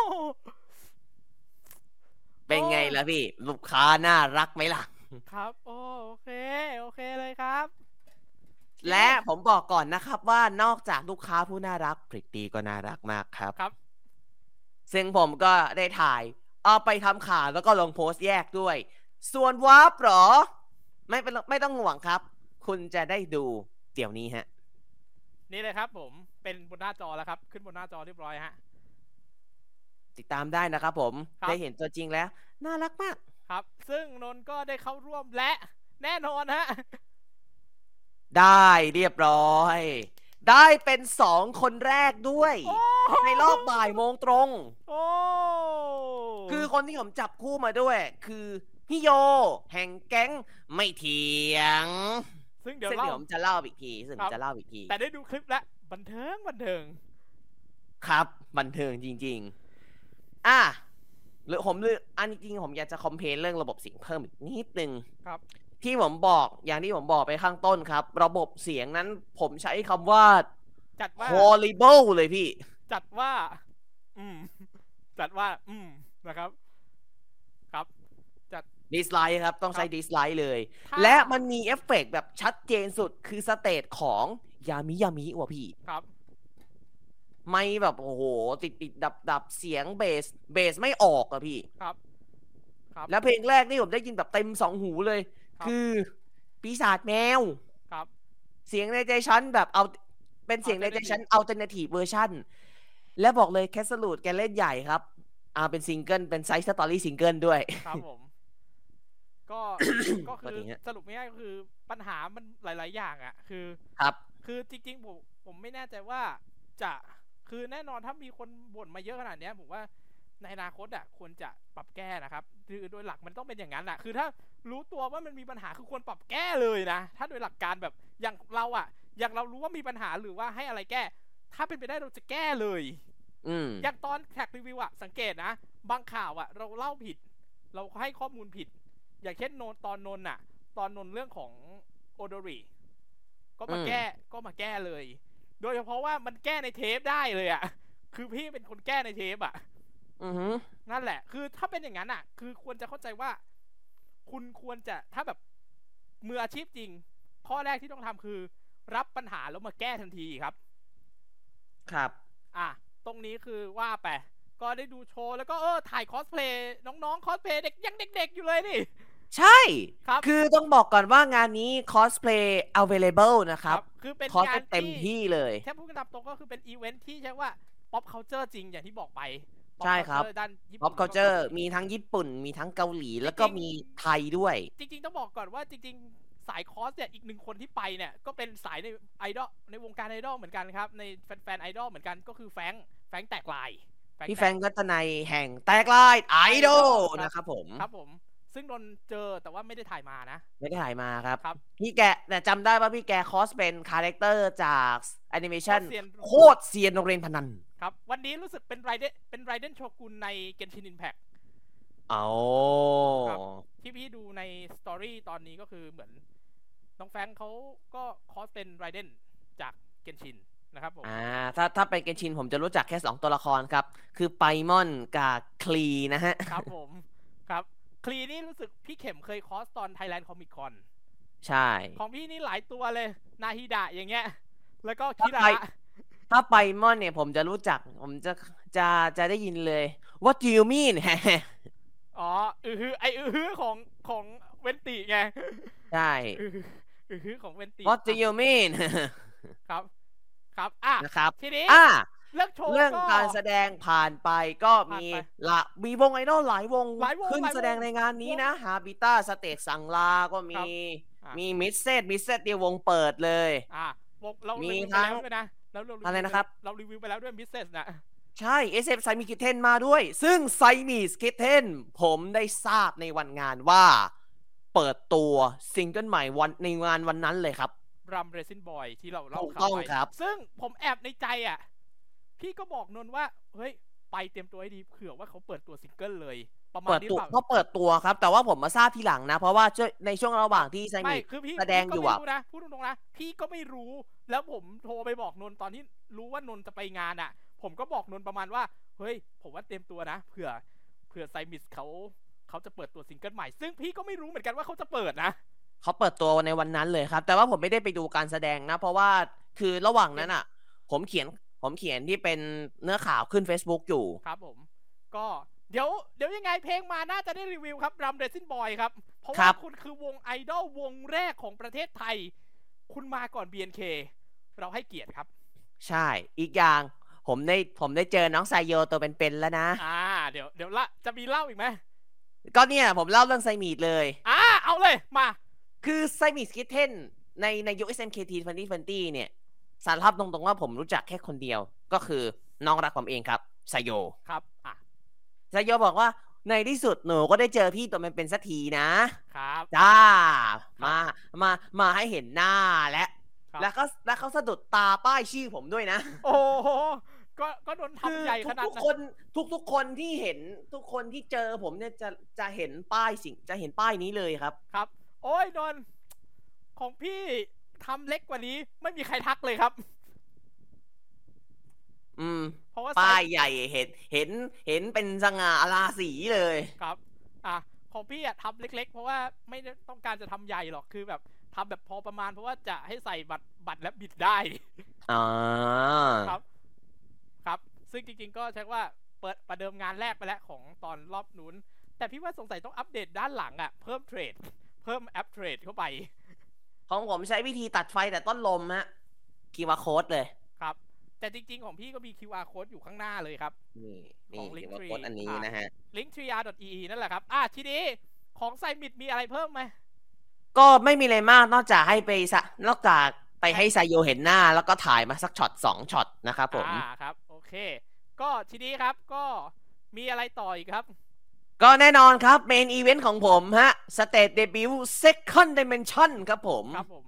[SPEAKER 2] เป็นไง
[SPEAKER 3] โอ้
[SPEAKER 2] ล่ะพี่ ลูกค้าน่ารักไหมล่ะ
[SPEAKER 3] ครับโอ้โอเค โอเคเลยครับ
[SPEAKER 2] และผมบอกก่อนนะครับว่านอกจากลูกค้าผู้น่ารักพริตตี้ก็น่ารักมากครับ
[SPEAKER 3] ครับ
[SPEAKER 2] ซึ่งผมก็ได้ถ่าย เอาไปทำข่าวแล้วก็ลงโพสต์แยกด้วย ส่วนวาร์ปเหรอ ไม่เป็นไม่ต้องห่วงครับ คุณจะได้ดูเดี๋ยวนี้ฮะ
[SPEAKER 3] นี่เลยครับผมเป็นบนหน้าจอแล้วครับ ขึ้นบนหน้าจอเรียบร้อยฮะ
[SPEAKER 2] ติดตามได้นะครับผม
[SPEAKER 3] ครับ
[SPEAKER 2] ได้เห็นตัวจริงแล้ว น่ารักมาก
[SPEAKER 3] ครับ ซึ่งนนท์ก็ได้เข้าร่วมและแน่นอนฮะ
[SPEAKER 2] ได้เรียบร้อย ได้เป็นสองคนแรกด้วย ในรอบบ่ายโมงตรง
[SPEAKER 3] โอ้
[SPEAKER 2] คือคนที่ผมจับคู่มาด้วย คือพี่โย แห่งแก๊งไม่เถียง
[SPEAKER 3] ซึ่งเดี๋ยว
[SPEAKER 2] ซึ่ง
[SPEAKER 3] เล่า
[SPEAKER 2] เดี๋ยวผมจะเล่าอีกทีซึ่งผ
[SPEAKER 3] ครั
[SPEAKER 2] ม
[SPEAKER 3] บ
[SPEAKER 2] จะเล่าอีกที
[SPEAKER 3] แต่ได้ดูคลิปแล้วบันเทิงบันเทิง
[SPEAKER 2] ครับ บันเทิงจริง ๆ อ่ะหรือผมลืมอันจริงๆผมอยากจะคอมเพลนเรื่องระบบเสียงเพิ่มอีกนิดนึง
[SPEAKER 3] ครับ
[SPEAKER 2] ที่ผมบอกอย่างที่ผมบอกไปข้างต้นครับ ระบบเสียงนั้นผมใช้คำว่า
[SPEAKER 3] จัดว่า
[SPEAKER 2] horrible เลยพี่
[SPEAKER 3] จัดว่า อืม จัดว่า อืมนะครับ ครับ จัด
[SPEAKER 2] ดิสไลด์ครับ ต้องใช้
[SPEAKER 3] ครับ
[SPEAKER 2] ดิสไลด์เลย
[SPEAKER 3] ถ้า
[SPEAKER 2] และมันมีเอฟเฟกต์แบบชัดเจนสุดคือสเตจของยามิยามิว่ะพี่
[SPEAKER 3] ครับ
[SPEAKER 2] ไม่แบบ โอ้โห ติดติดดับดับเสียงเบส เบสไม่ออกอะพี่
[SPEAKER 3] ครับ ครับ
[SPEAKER 2] แล้วเพลงแรกนี่ผมได้ยินแบบเต็มสองหูเลย
[SPEAKER 3] ครับ
[SPEAKER 2] คือปีศาจแมว
[SPEAKER 3] ครับ
[SPEAKER 2] เสียงในใจฉันแบบเอาเป็นเสียงในใจฉัน a l t e r n a t i v e version และบอกเลยแคสลูดแกเล่นใหญ่ครับอ่าเป็นซิงเกิลเป็นไซส์สตอรี่ซิงเกิลด้วย
[SPEAKER 3] ครับผม ก็ ก็
[SPEAKER 2] ปก
[SPEAKER 3] คือ
[SPEAKER 2] ติฮะ
[SPEAKER 3] สรุปง่ายๆก็คือปัญหามันหลาย ๆ อย่างอ่ะ คือ
[SPEAKER 2] ครับ
[SPEAKER 3] คือจริงๆผมผมไม่แน่ใจว่าจะคือแน่นอนถ้ามีคนบ่นมาเยอะขนาดเนี้ยผมว่าในอนาคตอ่ะควรจะปรับแก้นะครับคือโดยหลักมันต้องเป็นอย่างนั้นอ่ะ คือถ้ารู้ตัวว่ามันมีปัญหาคือควรปรับแก้เลยนะ ถ้าโดยหลักการแบบอย่างเราอ่ะ อย่างเรารู้ว่ามีปัญหาหรือว่าให้อะไรแก้ ถ้าเป็นไปได้เราจะแก้เลย
[SPEAKER 2] อืม
[SPEAKER 3] อย่างตอนแท็กรีวิวอะสังเกตนะ บางข่าวอะเราเล่าผิด เราให้ข้อมูลผิด อย่างเช่นโนนตอนนนท์อะตอนนนท์เรื่องของโอดริก็มาแก้ก็มาแก้เลย โดยเฉพาะว่ามันแก้ในเทปได้เลยอะคือพี่เป็นคนแก้ในเทปอะ
[SPEAKER 2] อือหือ
[SPEAKER 3] นั่นแหละ คือถ้าเป็นอย่างนั้นอะคือควรจะเข้าใจว่า คุณควรจะถ้าแบบมืออาชีพจริง ข้อแรกที่ต้องทำคือ รับปัญหาแล้วมาแก้ทันทีครับ
[SPEAKER 2] ครับ
[SPEAKER 3] อ่ะ ตรงนี้คือว่าไป ก็ได้ดูโชว์ แล้วก็เออถ่ายคอสเพลย์น้องๆคอสเพลย์เด็กยังเด็กๆอยู่เลยนี่
[SPEAKER 2] ใช่
[SPEAKER 3] ครับ
[SPEAKER 2] คือต้องบอกก่อนว่างานนี้ cosplay available นะครับ
[SPEAKER 3] คือเป็น
[SPEAKER 2] คอส
[SPEAKER 3] งาน
[SPEAKER 2] เต็มที่เลย
[SPEAKER 3] แค่พูดกันตามตรงก็คือเป็นอีเวนท์ที่ใช่ว่า pop culture จริงอย่างที่บอกไป pop
[SPEAKER 2] ใช่ครับ
[SPEAKER 3] culture ด้านญี่ปุ่น
[SPEAKER 2] pop culture มีทั้งญี่ปุ่น มีทั้งเกาหลี แล้วก็มีไทยด้วย
[SPEAKER 3] จริงๆ ต้องบอกก่อนว่าจริงๆ สายคอสเนี่ยอีกหนึ่งคนที่ไปเนี่ยก็เป็นสายในไอดอลในวงการไอดอลเหมือนกันครับในแฟนๆไอดอลเหมือนกันก็คือแฟรงค์แฟรงค์แตกลายรง
[SPEAKER 2] พี่
[SPEAKER 3] ตก
[SPEAKER 2] แฟงก็ตะในแห่งแตกลายไอดอลนะครับผม
[SPEAKER 3] ครับผม ซึ่งโดนเจอแต่ว่าไม่ได้ถ่ายมานะ
[SPEAKER 2] ไม่ได้ถ่ายมาครับ
[SPEAKER 3] ครับ
[SPEAKER 2] พี่แกแต่จำได้ว่าพี่แกคอสเป็นคาแรคเตอร์จากแอนิเมชัน
[SPEAKER 3] โคตร
[SPEAKER 2] โคตร
[SPEAKER 3] เซียน
[SPEAKER 2] เซียนโรงเรียนพนัน
[SPEAKER 3] ครับ วันนี้รู้สึกเป็นไรเดนเป็นไรเดนโชกุนในเกนชินอินแพค
[SPEAKER 2] เอา
[SPEAKER 3] ครับ ที่พี่ดูในสตอรี่ตอนนี้ก็คือเหมือนน้องแฟรงค์เขาก็คอสเป็นไรเดนจากเกนชินนะครับผม
[SPEAKER 2] อ่าถ้าถ้าเป็นเกนชินผมจะรู้จักแค่สองตัวละครครับ คือไปมอนกับคลีนะฮะ
[SPEAKER 3] ครับผม ครับ คลีนี่รู้สึกพี่เข็มเคยคอสตอนไทยแลนด์คอมิคอน
[SPEAKER 2] ใช่
[SPEAKER 3] ของพี่นี่หลายตัวเลย นาฮิดะอย่างเงี้ย แล้วก็คิระ
[SPEAKER 2] ไป ถ้าไปมอนเนี่ยผมจะรู้จัก ผมจะจะจะได้ยินเลย What do you mean
[SPEAKER 3] อ๋อ อือฮือไออือฮือของของเวนติไง
[SPEAKER 2] ใช่
[SPEAKER 3] อือฮืออือฮือของเวนติ
[SPEAKER 2] What do you mean
[SPEAKER 3] ครับ ครับ อ่ะ
[SPEAKER 2] นะครับ
[SPEAKER 3] ทีนี้
[SPEAKER 2] อ่ะ
[SPEAKER 3] เรื่องโชว์
[SPEAKER 2] เรื่อง
[SPEAKER 3] ก็
[SPEAKER 2] การแสดงผ่านไปก็มี
[SPEAKER 3] ผ่าน
[SPEAKER 2] ละมีวงไอดอลหลายวง
[SPEAKER 3] หลายวง
[SPEAKER 2] ขึ้น
[SPEAKER 3] หลายวง
[SPEAKER 2] แสดงในงานนี้นะฮาบิต้าสเตจสังลา ก็
[SPEAKER 3] ครั
[SPEAKER 2] มี
[SPEAKER 3] บ อ่ะ
[SPEAKER 2] มีมิสเซตมิสเซตเดียววงเปิดเลย
[SPEAKER 3] อ่ะวงเรามรีวิวไป
[SPEAKER 2] ทั้ง
[SPEAKER 3] แล้วด้วยนะแล้วเาวิว
[SPEAKER 2] อะไรนะครับ
[SPEAKER 3] เรารีวิวไปแล้วด้วยมิสเซสนะ
[SPEAKER 2] ใช่เอสเอฟไซมิคิเทนมาด้วย ซึ่งไซมีสคิเทนผมได้ทราบในวันงานว่า เปิดตัวซิงเกิลใหม่วันในงานวันนั้นเลยครับ
[SPEAKER 3] รัมเรซินบอยที่เราเล่า
[SPEAKER 2] ถูก
[SPEAKER 3] ข่าว
[SPEAKER 2] ต้อง
[SPEAKER 3] ไป
[SPEAKER 2] ครับ
[SPEAKER 3] ซึ่งผมแอบในใจอ่ะ พี่ก็บอกนนท์ว่า เฮ้ย ไปเตรียมตัวให้ดีเผื่อว่าเขาเปิดตัวซิงเกิลเลย ประมาณ
[SPEAKER 2] เปิด
[SPEAKER 3] นี้ห
[SPEAKER 2] ตัว
[SPEAKER 3] รือเปล่า
[SPEAKER 2] เขาเปิดตัวครับ แต่ว่าผมมาทราบทีหลังนะ เพราะว่าช่วยในช่วงระหว่างที่ไซ
[SPEAKER 3] ไม่
[SPEAKER 2] มิ
[SPEAKER 3] คือพี่
[SPEAKER 2] แสดงอยู่
[SPEAKER 3] พี่
[SPEAKER 2] อะ
[SPEAKER 3] ก็ไม่รู้นะพูดตรงๆนะ พี่ก็ไม่รู้ แล้วผมโทรไปบอกนนท์ตอนที่รู้ว่านนท์จะไปงานอ่ะ ผมก็บอกนนท์ประมาณว่า เฮ้ย ผมว่าเตรียมตัวนะเผื่อเผื่อไซมิสเขาเขาจะเปิดตัวซิงเกิลใหม่ ซึ่งพี่ก็ไม่รู้เหมือนกันว่าเขาจะเปิดนะ
[SPEAKER 2] เขาเปิดตัวในวันนั้นเลยครับ แต่ว่าผมไม่ได้ไปดูการแสดงนะ เพราะว่าคือระหว่างนั้นอ่ะ ผมเขียนผมเขียนที่เป็นเนื้อข่าวขึ้น Facebook อยู่
[SPEAKER 3] ครับผม ก็เดี๋ยวเดี๋ยวยังไงเพลงมาน่าจะได้รีวิวครับรัมเดซินบอยครับ เพราะ
[SPEAKER 2] ครั
[SPEAKER 3] ว่า
[SPEAKER 2] บ
[SPEAKER 3] คุณคือวงไอดอลวงแรกของประเทศไทย คุณมาก่อน BNK เราให้เกียรติครับ
[SPEAKER 2] ใช่ อีกอย่าง ผมได้ผมได้เจอน้องไซโยตัวเป็นๆแล้วนะ
[SPEAKER 3] อ่า เดี๋ยวเดี๋ยวละจะมีเล่าอีกไหม
[SPEAKER 2] ก็เนี่ยผมเล่าเรื่องไซมีดเลย
[SPEAKER 3] อ่า เอาเลยมา
[SPEAKER 2] คือไซมิสคิเทนในในยุค SMKT 2020 เนี่ย สารภาพตรงๆว่าผมรู้จักแค่คนเดียว ก็คือน้องรักผมเองครับไซโย
[SPEAKER 3] ครับ อ่ะ
[SPEAKER 2] ไซโยบอกว่าในที่สุดหนูก็ได้เจอพี่ตัวเป็นๆสักทีนะ
[SPEAKER 3] ครับ
[SPEAKER 2] จ้า มา มา มาให้เห็นหน้าและ
[SPEAKER 3] ครับ
[SPEAKER 2] แล้วก็แล้วเขาสะดุดตาป้ายชื่อผมด้วยนะ
[SPEAKER 3] โอ้โห ก็ก็โดน
[SPEAKER 2] คื
[SPEAKER 3] ทำใหญ่ขนาด
[SPEAKER 2] ทุก
[SPEAKER 3] นั้
[SPEAKER 2] ๆคน นทุกทุกๆคนที่เห็นทุกคนที่เจอผมเนี่ยจะจะเห็นป้ายสิ่งจะเห็นป้ายนี้เลยครับ
[SPEAKER 3] ครับ โอ้ยนนท์ของพี่ทำเล็กกว่านี้ ไม่มีใครทักเลยครับ
[SPEAKER 2] อืม
[SPEAKER 3] เพราะว่า
[SPEAKER 2] ป้ายใหญ่เห็นเห็นเห็นเป็นสง่าราศีเลย
[SPEAKER 3] ครับ อ่ะ ของพี่อะทำเล็ก ๆ เพราะว่าไม่ได้ต้องการจะทำใหญ่หรอก คือแบบทำแบบพอประมาณ เพราะว่าจะให้ใส่บัตรบัตรและบิดได้
[SPEAKER 2] อ่า
[SPEAKER 3] ครับ ครับ ซึ่งจริงๆ ก็ใช้ว่าเปิดประเดิมงานแรกไปแล้วของตอนรอบนู้น แต่พี่ว่าสงสัยต้องอัปเดตด้านหลังอะเพิ่มเทรด เพิ่มแอปเทรดเข้าไป
[SPEAKER 2] ของผมใช้วิธีตัดไฟแต่ต้นลมฮะคีย์วาร์โค้ดเลย
[SPEAKER 3] ครับ แต่จริงๆ ของพี่ก็มี QR code อยู่ข้างหน้าเลยครับ
[SPEAKER 2] นี่
[SPEAKER 3] ข
[SPEAKER 2] นี่
[SPEAKER 3] อง
[SPEAKER 2] คี
[SPEAKER 3] Linktree
[SPEAKER 2] ย์วาร์โค้ดอันนี้
[SPEAKER 3] อ่ะ
[SPEAKER 2] นะฮะ
[SPEAKER 3] link t r r e e นั่นแหละครับ อ่ะทีนี้ของไซมิดมีอะไรเพิ่มไหม
[SPEAKER 2] ก็ไม่มีอะไรมากนอกจากให้ไปสะนอกจากไปให้ไซโยเห็นหน้า แล้วก็ถ่ายมาสักช็อตสองช็อตนะครับผม
[SPEAKER 3] อ่า ครับ โอเค ก็ทีนี้ครับ ก็มีอะไรต่ออีกครับ
[SPEAKER 2] ก็แน่นอนครับเมนอีเวนต์ของผมฮะสเต e เดบิวต์ second dimension ครับผม
[SPEAKER 3] ครับผม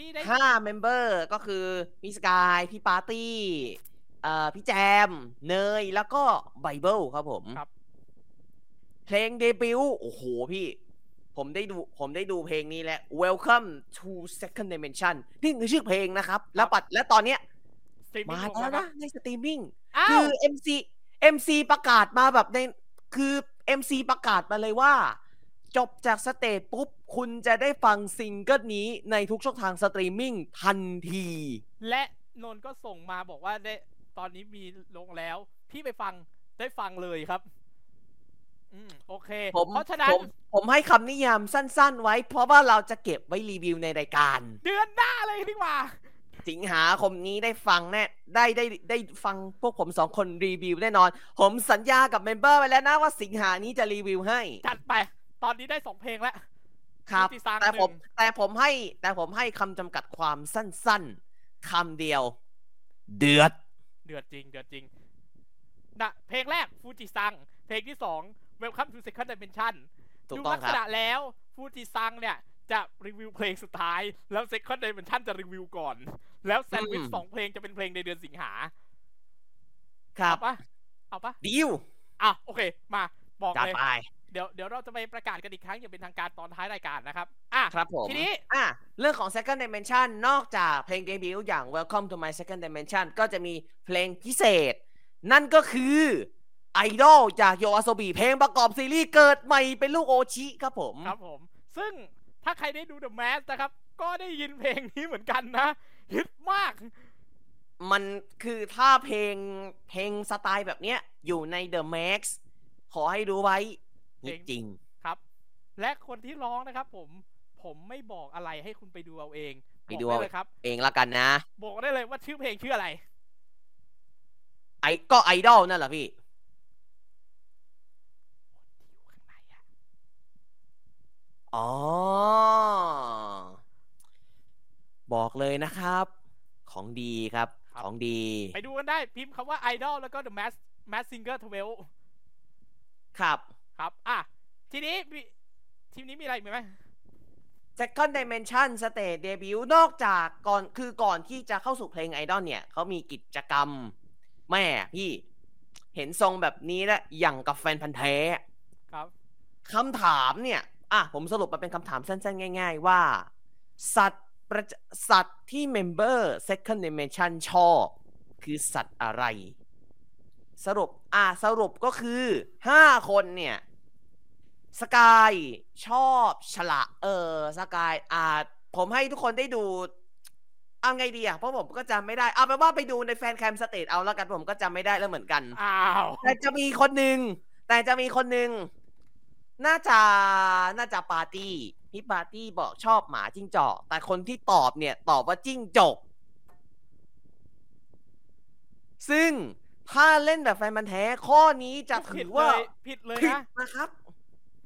[SPEAKER 3] ที่ได้
[SPEAKER 2] ห้าเมมเบอร์ก็คือพี่สกาย พี่ปาร์ตี้เอ่อพี่แจม เนย แล้วก็ไบเบิลครับผม
[SPEAKER 3] ครับ
[SPEAKER 2] เพลงเดบิวต์โอ้โหพี่ ผมได้ดูผมได้ดูเพลงนี้แหละ Welcome to Second Dimension นี่คือชื่อเพลงนะครับ แล้วปัดและตอนเนี้ย
[SPEAKER 3] streaming
[SPEAKER 2] มา
[SPEAKER 3] ของ
[SPEAKER 2] แล้ว
[SPEAKER 3] เรา
[SPEAKER 2] นะในสตรีมมิ่ง
[SPEAKER 3] อ้า
[SPEAKER 2] คื
[SPEAKER 3] ว
[SPEAKER 2] อ MC MC ประกาศมาแบบในคือ MC ประกาศมาเลยว่า จบจากสเตจปุ๊บ คุณจะได้ฟังซิงเกิลนี้ในทุกช่องทางสตรีมมิ่งทันที
[SPEAKER 3] และนนท์ก็ส่งมาบอกว่าได้ตอนนี้มีลงแล้ว พี่ไปฟังได้ฟังเลยครับ อืม โอเค
[SPEAKER 2] ผม
[SPEAKER 3] เพราะฉะนั้น
[SPEAKER 2] ผมผมให้คำนิยามสั้นๆไว้ เพราะว่าเราจะเก็บไว้รีวิวในรายการ
[SPEAKER 3] เดือนหน้าเลยดีกว่า
[SPEAKER 2] สิงหาคมนี้ได้ฟังแน่ได้ได้ได้ฟังพวกผมสองคนรีวิวแน่นอน ผมสัญญากับเมมเบอร์ไว้แล้วนะว่าสิงหานี้จะรีวิวให้
[SPEAKER 3] จัดไป ตอนนี้ได้สองเพลงแล้ว
[SPEAKER 2] ครับ
[SPEAKER 3] นิติศาสตร์
[SPEAKER 2] แต่ผม
[SPEAKER 3] หนึ่ง
[SPEAKER 2] แต่ผมให้แต่ผมให้คำจำกัดความสั้นๆคำเดียว เดือด
[SPEAKER 3] เดือดจริง เดือดจริงนะเพลงแรกฟูจิซัง เพลงที่สอง Welcome to Second Dimension
[SPEAKER 2] ถูก
[SPEAKER 3] ดู
[SPEAKER 2] ต้อง
[SPEAKER 3] ลัก
[SPEAKER 2] ค
[SPEAKER 3] ษ
[SPEAKER 2] รับ
[SPEAKER 3] ณะแล้วฟูจิซังเนี่ยจะรีวิวเพลงสุดท้าย แล้ว Second Dimension จะรีวิวก่อน แล้วแซนด์วิช
[SPEAKER 2] อืม
[SPEAKER 3] สองเพลงจะเป็นเพลงในเดือนสิงหา
[SPEAKER 2] ครับ
[SPEAKER 3] เอาปะเอาปะ
[SPEAKER 2] ดิว
[SPEAKER 3] อ่ะโอเค มาบอก
[SPEAKER 2] จัด
[SPEAKER 3] เลย
[SPEAKER 2] ไป
[SPEAKER 3] เดี๋ยวเดี๋ยวเราจะไปประกาศกันอีกครั้งอย่างเป็นทางการตอนท้ายรายการนะครับ อ่ะ
[SPEAKER 2] ครับผม
[SPEAKER 3] ทีนี้
[SPEAKER 2] อ่ะเรื่องของ Second Dimension นอกจากเพลงเดบิวต์อย่าง Welcome to My Second Dimension ก็จะมีเพลงพิเศษ นั่นก็คือไอดอลจากโยอาโซบีเพลงประกอบซีรีส์เกิดใหม่เป็นลูกโอชิครับผม
[SPEAKER 3] ครับผม ซึ่งถ้าใครได้ดู The Mask นะครับ ก็ได้ยินเพลงนี้เหมือนกันนะ ฮิตมาก
[SPEAKER 2] มันคือถ้าเพลงเพลงสไตล์แบบเนี้ย อยู่ใน The Max ขอให้รู้ไว้
[SPEAKER 3] เพลง
[SPEAKER 2] จริง
[SPEAKER 3] ครับ และคนที่ร้องนะครับผม ผมไม่บอกอะไรให้คุณไปดูเอาเอง
[SPEAKER 2] ไปดู
[SPEAKER 3] บอก
[SPEAKER 2] เอา
[SPEAKER 3] เลยครับ
[SPEAKER 2] เองละกันนะ
[SPEAKER 3] บอกได้เลยว่าชื่อเพลงชื่ออะไร
[SPEAKER 2] ไอก็ไอดอลนั่นแหละพี่
[SPEAKER 3] อยู่ข้างในอะ
[SPEAKER 2] อ๋อ บอกเลยนะครับ ของดีครับ ของดี
[SPEAKER 3] ไปดูกันได้พิมพ์คำว่า Idol แล้วก็ The Mask Mask Singer 12
[SPEAKER 2] ครับ
[SPEAKER 3] ครับ อ่ะ ทีนี้มีทีมนี้มีอะไรอีกไหม
[SPEAKER 2] Second Dimension Stage Debut นอกจากก่อนคือก่อนที่จะเข้าสู่เพลงไอดอลเนี่ย เขามีกิจกรรม แม่พี่ เห็นทรงแบบนี้แล้วอย่างกับแฟนพันธ์แท้
[SPEAKER 3] ครับ
[SPEAKER 2] คำถามเนี่ย อ่ะ ผมสรุปมาเป็นคำถามสั้นๆ ง่าย ๆ ว่า สัตว์ประจสัตว์ที่เมมเบอร์ Second Dimension ชอบ คือสัตว์อะไร สรุป อ่ะ สรุปก็คือ 5 คนเนี่ย สกายชอบฉละ เออ สกาย อ่ะ ผมให้ทุกคนได้ดู เอาไงดีอ่ะ เพราะผมก็จำไม่ได้ เอาไปนว่าไปดูในแฟนแคมสเตทเอาแล้วกัน ผมก็จำไม่ได้แล้วเหมือนกัน
[SPEAKER 3] อ้าว
[SPEAKER 2] แต่จะมีคนหนึ่งแต่จะมีคนหนึ่งน่าจะน่าจะปาร์ตี้พี่ปาร์ตี้บอกชอบหมาจิ้งจอก แต่คนที่ตอบเนี่ยตอบว่าจิ้งจก ซึ่งถ้าเล่นแบบแฟนมันธุ์แท้ข้อนี้จะถือว่า
[SPEAKER 3] ผิดเลย
[SPEAKER 2] ผิด
[SPEAKER 3] นะ
[SPEAKER 2] นะครับ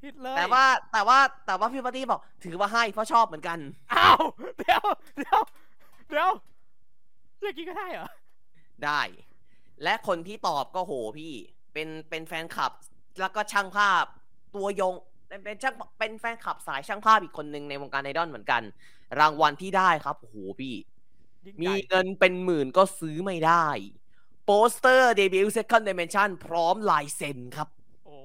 [SPEAKER 3] ผิดเลย
[SPEAKER 2] แต่ว่าแต่ว่าแต่ว่าพี่ปาร์ตี้บอกถือว่าให้เพราะชอบเหมือนกัน
[SPEAKER 3] อ้าว เดี๋ยว เดี๋ยว เดี๋ยวอย่างนี้ก็ได้เหรอ
[SPEAKER 2] ได้ และคนที่ตอบก็โหพี่ เป็นเป็นแฟนคลับ แล้วก็ช่างภาพตัวยง เป็นเป็นช่างเป็นแฟนคลับสายช่างภาพอีกคนหนึ่งในวงการไอดอลเหมือนกัน รางวัลที่ได้ครับโอ้โหพี่
[SPEAKER 3] ยิ่ง
[SPEAKER 2] มี
[SPEAKER 3] ใหญ่
[SPEAKER 2] เงินเป็นหมื่นก็ซื้อไม่ได้ โปสเตอร์เดบิวต์เซคันด์ดิเมนชันพร้อมลายเซ็นครับ
[SPEAKER 3] โอ้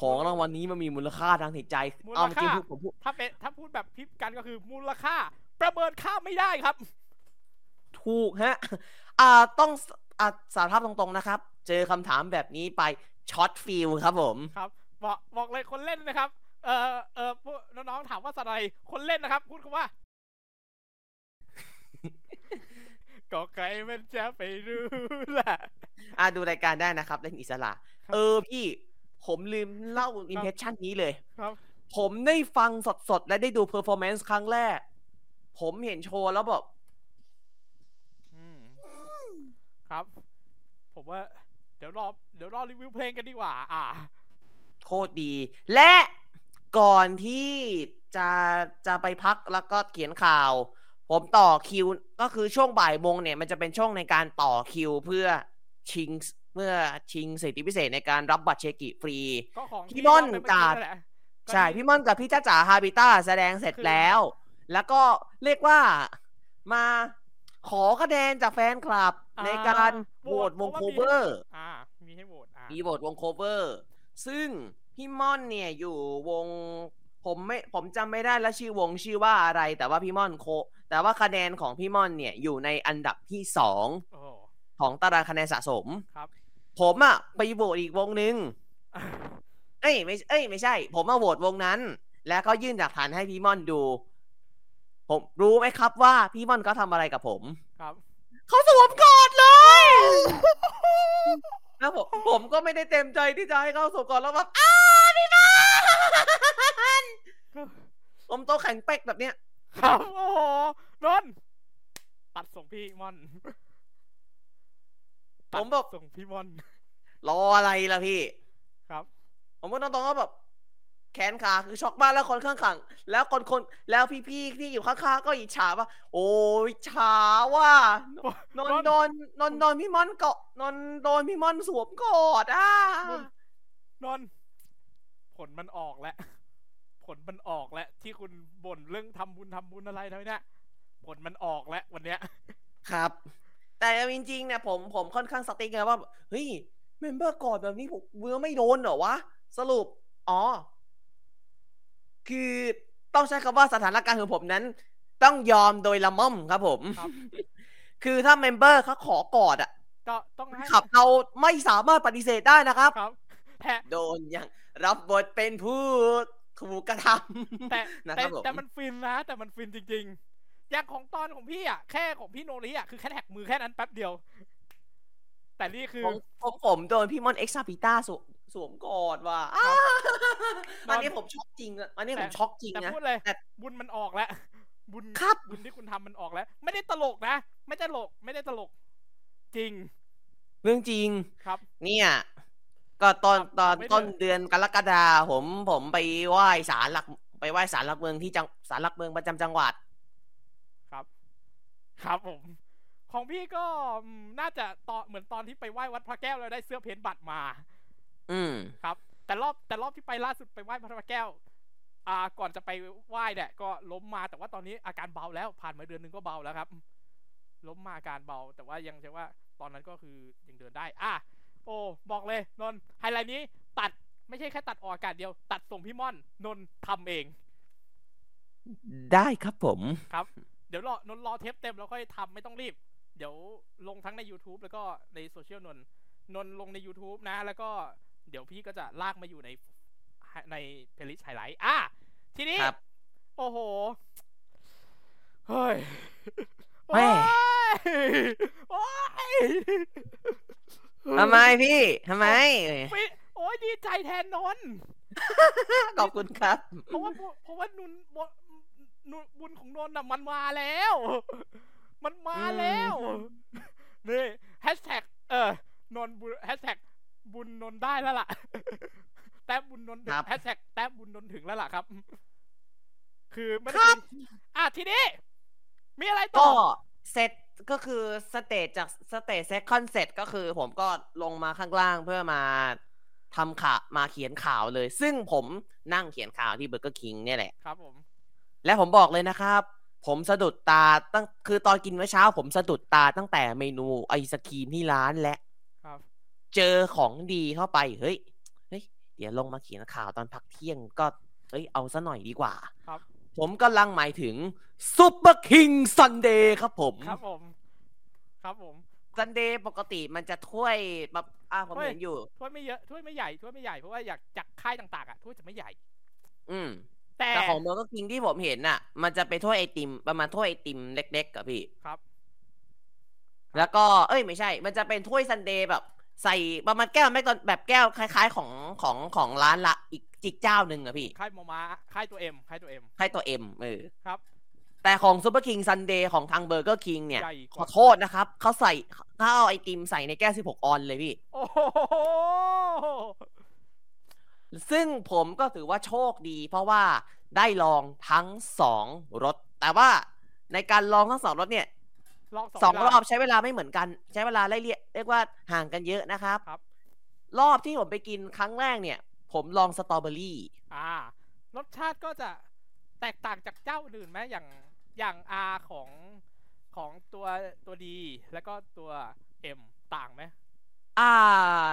[SPEAKER 2] ของรางวัลนี้มันมีมูลค่าทางจิตใจ
[SPEAKER 3] มูลค่า
[SPEAKER 2] เอาจริงๆผมพูด
[SPEAKER 3] ถ้าเป็นถ้าพูดแบบพิมพ์กันก็คือมูลค่า ประเมินค่าไม่ได้ครับ
[SPEAKER 2] ถูกฮะ อ่าต้องอ่าสารภาพตรงๆนะครับ เจอคำถามแบบนี้ไปช็อตฟิลครับผม
[SPEAKER 3] ครับ บอกบอกเลยคนเล่นนะครับ เออเออพวกน้องๆถามว่าสัตว์อะไร คนเล่นนะครับ พูดคำว่า ก็ใครมันจะไปรู้ล่ะ
[SPEAKER 2] อ่ะดูรายการได้นะครับ เล่นอิสระ
[SPEAKER 3] ครับ
[SPEAKER 2] เออพี่ผมลืมเล่าอิมเพรสชันนี้เลย
[SPEAKER 3] ครับ
[SPEAKER 2] ผมได้ฟังสดๆ และได้ดูเพอร์ฟอร์แมนซ์ครั้งแรก ผมเห็นโชว์แล้วแบบ
[SPEAKER 3] อืมครับ ผมว่า เดี๋ยวรอเดี๋ยวรอรีวิวเพลงกันดีกว่า อ่า
[SPEAKER 2] โคตรดี และก่อนที่จะจะไปพักแล้วก็เขียนข่าว ผมต่อคิว ก็คือช่วงบ่ายโมงเนี่ย มันจะเป็นช่วงในการต่อคิวเพื่อชิงเพื่อชิงสิทธิพิเศษในการรับบัตรเชกิฟรี
[SPEAKER 3] ก็ของ
[SPEAKER 2] พี่ม่อน
[SPEAKER 3] เล่ไปเมื่
[SPEAKER 2] จาก
[SPEAKER 3] นั่นแหละ
[SPEAKER 2] ใช่
[SPEAKER 3] ก็นี่
[SPEAKER 2] พี่ม่อนกับพี่จ้าจ๋าฮาบิต้าแสดงเสร็จแล้ว แล้วก็เรียกว่ามาขอคะแนนจากแฟนคลับ
[SPEAKER 3] อ่
[SPEAKER 2] ในการโหวตวงโคเวอร์
[SPEAKER 3] อ่า มีให้โหวตอ่า
[SPEAKER 2] มีโหวตวงโคเวอร์ ซึ่งพี่ม่อนเนี่ยอยู่วงผมไม่ผมจำไม่ได้แล้วชื่อวงชื่อว่าอะไร แต่ว่าพี่ม่อนโค แต่ว่าคะแนนของพี่ม่อนเนี่ยอยู่ในอันดับที่สอง
[SPEAKER 3] โอ้
[SPEAKER 2] ของตารางคะแนนสะสม
[SPEAKER 3] ครับ
[SPEAKER 2] ผมอะไปโหวตอีกวงหนึ่ง เอ้ยไม่เอ้ยไม่ใช่ ผมมาโหวตวงนั้น แล้วก็ยื่นหลักฐานให้พี่ม่อนดู ผมรู้ไหมครับว่าพี่ม่อนเขาทำอะไรกับผม
[SPEAKER 3] ครับ
[SPEAKER 2] เขาสวมกอดเลย แล้วผมผมก็ไม่ได้เต็มใจที่จะให้เขาสวมกอดแล้วแบบอ้าพี่ม่อนผมโตวแข็งเป๊กแบบเนี้ย
[SPEAKER 3] ครับโอ้โหนนท์ตัดส่งพี่ม่อน
[SPEAKER 2] ผมแบบ
[SPEAKER 3] ตัดส่งพี่ม่อน
[SPEAKER 2] รออะไรล่ะพี่
[SPEAKER 3] ครับ
[SPEAKER 2] ผมก็ตรงๆก็แบบแขนขาคือช็อกมากแล้วคนข้างๆแล้วคนคนๆแล้วพี่ๆที่อยู่ข้างๆก็อิจฉาว่า โอ้ยอิจฉาว่ะ นอนโดนนอนโดนพี่ม่อนเกาะนอนโดนพี่ม่อนสวมกอดอ่ะ
[SPEAKER 3] นนท์นนท์ผลมันออกแล้ว ผลมันออกแล้ว ที่คุณบ่นเรื่องทำบุญทำบุญอะไรทำไมเนี่ย ผลมันออกแล้ววันเนี้ย
[SPEAKER 2] ครับ แต่เอาจริงๆเนี่ยผมผมค่อนข้างสติ๊กนะว่าเฮ้ยเมมเบอร์กอดแบบนี้ผมเมื่อไม่โดนเหรอวะ สรุป อ๋อ คือต้องใช้คำว่าสถานการณ์ของผมนั้น ต้องยอมโดยละม่อมครับผม
[SPEAKER 3] ครับ
[SPEAKER 2] คือถ้าเมมเบอร์เขาขอกอดอ่ะ
[SPEAKER 3] ก็ต้องให้
[SPEAKER 2] ขับเราไม่สามารถปฏิเสธได้นะครับ
[SPEAKER 3] ครับแต่
[SPEAKER 2] โดนอย่างรับบทเป็นผู้ถูกกระทำ
[SPEAKER 3] แต่
[SPEAKER 2] นะค
[SPEAKER 3] แต่
[SPEAKER 2] รับผม
[SPEAKER 3] แต่มันฟินนะ แต่มันฟินจริง ๆ อย่างของตอนของพี่อ่ะแค่ของพี่โนริอ่ะคือแค่แท็กมือแค่นั้นแป๊บเดียว แต่นี่คือ
[SPEAKER 2] ผมผมผมโดนพี่มอนเอ็กซ์ซาปิต้าสวมสวมกอดว่ะอ้าอันนี้ผมช็อกจริงอะอันนี้ผมช็อกจริง
[SPEAKER 3] แต่
[SPEAKER 2] นะ
[SPEAKER 3] พูดเลย
[SPEAKER 2] แต่
[SPEAKER 3] บุญมันออกแล้ว บุญ
[SPEAKER 2] ครับ
[SPEAKER 3] บุญที่คุณทำมันออกแล้ว ไม่ได้ตลกนะ ไม่ได้ตลก ไม่ได้ตลก จริง
[SPEAKER 2] เรื่องจริง
[SPEAKER 3] ครับ
[SPEAKER 2] เนี่ย ก็ตอน
[SPEAKER 3] ครับ
[SPEAKER 2] ตอน
[SPEAKER 3] ไม่เดือด
[SPEAKER 2] ต้นเดือนกรกฎาผมผมไปไหว้ศาลหลัก ไปไหว้ศาลหลักเมืองที่จังศาลหลักเมืองประจำจังหวัด
[SPEAKER 3] ครับ ครับผม ของพี่ก็อืมน่าจะตอนเหมือนตอนที่ไปไหว้วัดพระแก้วแล้วได้เสื้อเพ้นท์บัตรมา
[SPEAKER 2] อืม
[SPEAKER 3] ครับ แต่รอบแต่รอบที่ไปล่าสุดไปไหว้พระแก้ว อ่า ก่อนจะไปไหว้เนี่ยก็ล้มมาแต่ว่าตอนนี้อาการเบาแล้ว ผ่านมาเดือนหนึงก็เบาแล้วครับ ล้มมาอาการเบา แต่ว่ายังใช่ว่าตอนนั้นก็คือยังเดินได้ อ่ะโอ้บอกเลยนนท์ไฮไลท์นี้ตัดไม่ใช่แค่ตัดออกอากาศเดียว ตัดส่งพี่ม่อนนนท์ทำเอง
[SPEAKER 2] ได้ครับผม
[SPEAKER 3] ครับ เดี๋ยวรอนนท์รอเทปเต็มแล้วค่อยทำไม่ต้องรีบ เดี๋ยวลงทั้งใน YouTube แล้วก็ในโซเชียลนนท์นนท์ลงใน YouTube นะ แล้วก็เดี๋ยวพี่ก็จะลากมาอยู่ในในเพล i ิสไฮไลท์อ่ะทีนี้
[SPEAKER 2] ครับ
[SPEAKER 3] โอ้โห เฮ้ย
[SPEAKER 2] แม่
[SPEAKER 3] โอ้ย โอ้ย
[SPEAKER 2] ทำไมพี่ทำไม
[SPEAKER 3] ปิโอ้ยดีใจแทนนนท์
[SPEAKER 2] ขอบคุณครับ
[SPEAKER 3] เพราะว่าบุเพราะว่านุนบุนุนบุญของนนท์น่ะมันมาแล้ว มันมาแล้วนี่แฮชแท็กเออนนท์บุแฮชแท็กบุญนนท์ได้แล้วล่ะ แต้มบุญนนท์ถึง
[SPEAKER 2] ครับ
[SPEAKER 3] แฮชแท็กแต้มบุญนนท์ถึงแล้วล่ะครับ คือไม่
[SPEAKER 2] ค
[SPEAKER 3] ได้
[SPEAKER 2] รับ
[SPEAKER 3] อ่ะทีนี้ มีอะไรต่
[SPEAKER 2] ก็
[SPEAKER 3] อ
[SPEAKER 2] เซตก็คือสเตจจากสเตจเซคอนเซตก็คือผมก็ลงมาข้างล่างเพื่อมาทำข่าวมาเขียนข่าวเลย ซึ่งผมนั่งเขียนข่าวที่เบอร์เกอร์คิงเนี่ยแหละ
[SPEAKER 3] ครับผม
[SPEAKER 2] และผมบอกเลยนะครับ ผมสะดุดตาตั้งคือตอนกินเมื่อเช้า ผมสะดุดตาตั้งแต่เมนูไอศครีมที่ร้านและ
[SPEAKER 3] ครับ
[SPEAKER 2] เจอของดีเข้าไปเฮ้ยเฮ้ย เดี๋ยวลงมาเขียนข่าวตอนพักเที่ยงก็เฮ้ยเอาซะหน่อยดีกว่า
[SPEAKER 3] ครับ
[SPEAKER 2] ผมกำลังหมายถึงซูเปอร์คิงซันเดย์ครับผม
[SPEAKER 3] ครับผม ครับผม
[SPEAKER 2] ซันเดย์ปกติมันจะถ้วยแบบอ่าผม
[SPEAKER 3] ถ้วย
[SPEAKER 2] เห็นอยู่
[SPEAKER 3] ถ้วยไม่เยอะถ้วยไม่ใหญ่ถ้วยไม่ใหญ่เพราะว่าอยากจากค่ายต่างๆอ่ะถ้วยจะไม่ใหญ่
[SPEAKER 2] อืม
[SPEAKER 3] แต่
[SPEAKER 2] แต่ของเบอร์เกอร์คิงที่ผมเห็นน่ะ มันจะเป็นถ้วยไอติมประมาณถ้วยไอติมเล็กๆกับพี่
[SPEAKER 3] ครับ
[SPEAKER 2] แล้วก็เอ้ยไม่ใช่ มันจะเป็นถ้วยซันเดย์แบบ ใส่ประมาณแก้วแม่ตอนแบบแก้วคล้าย ๆ ของของของร้านละอีกอีกเจ้าหนึ่งอะพี่
[SPEAKER 3] ค่ายมอมาค่ายตัวเอ็มค่ายตัวเอ็ม
[SPEAKER 2] ใช่ตัวเอ็มเออ
[SPEAKER 3] ครับ
[SPEAKER 2] แต่ของซูเปอร์คิงซันเดย์ของทางเบอร์เกอร์คิงเนี่ย
[SPEAKER 3] ใหญ่ก
[SPEAKER 2] ข
[SPEAKER 3] ว่า
[SPEAKER 2] อโทษนะครับเขาใส่เขาเอาไอติมใส่ในแก้ว16 ออนเลยพี่
[SPEAKER 3] โอ้โห
[SPEAKER 2] ซึ่งผมก็ถือว่าโชคดีเพราะว่าได้ลองทั้งสองรถ แต่ว่าในการลองทั้งสองรถเนี่ย
[SPEAKER 3] รอบ
[SPEAKER 2] สอง
[SPEAKER 3] เว
[SPEAKER 2] ร
[SPEAKER 3] ลา
[SPEAKER 2] อบใช้เวลาไม่เหมือนกัน ใช้เวลาไล่เรียกเรียกว่าห่างกันเยอะนะครับ
[SPEAKER 3] ครับ
[SPEAKER 2] รอบที่ผมไปกินครั้งแรกเนี่ย ผมลองสตรอเบอรี่
[SPEAKER 3] อ่ารสชาติก็จะแตกต่างจากเจ้าอื่นไหมอย่างอย่างอาของของตัวตัวดีแล้วก็ตัวเอ็มต่างไหม
[SPEAKER 2] อ่า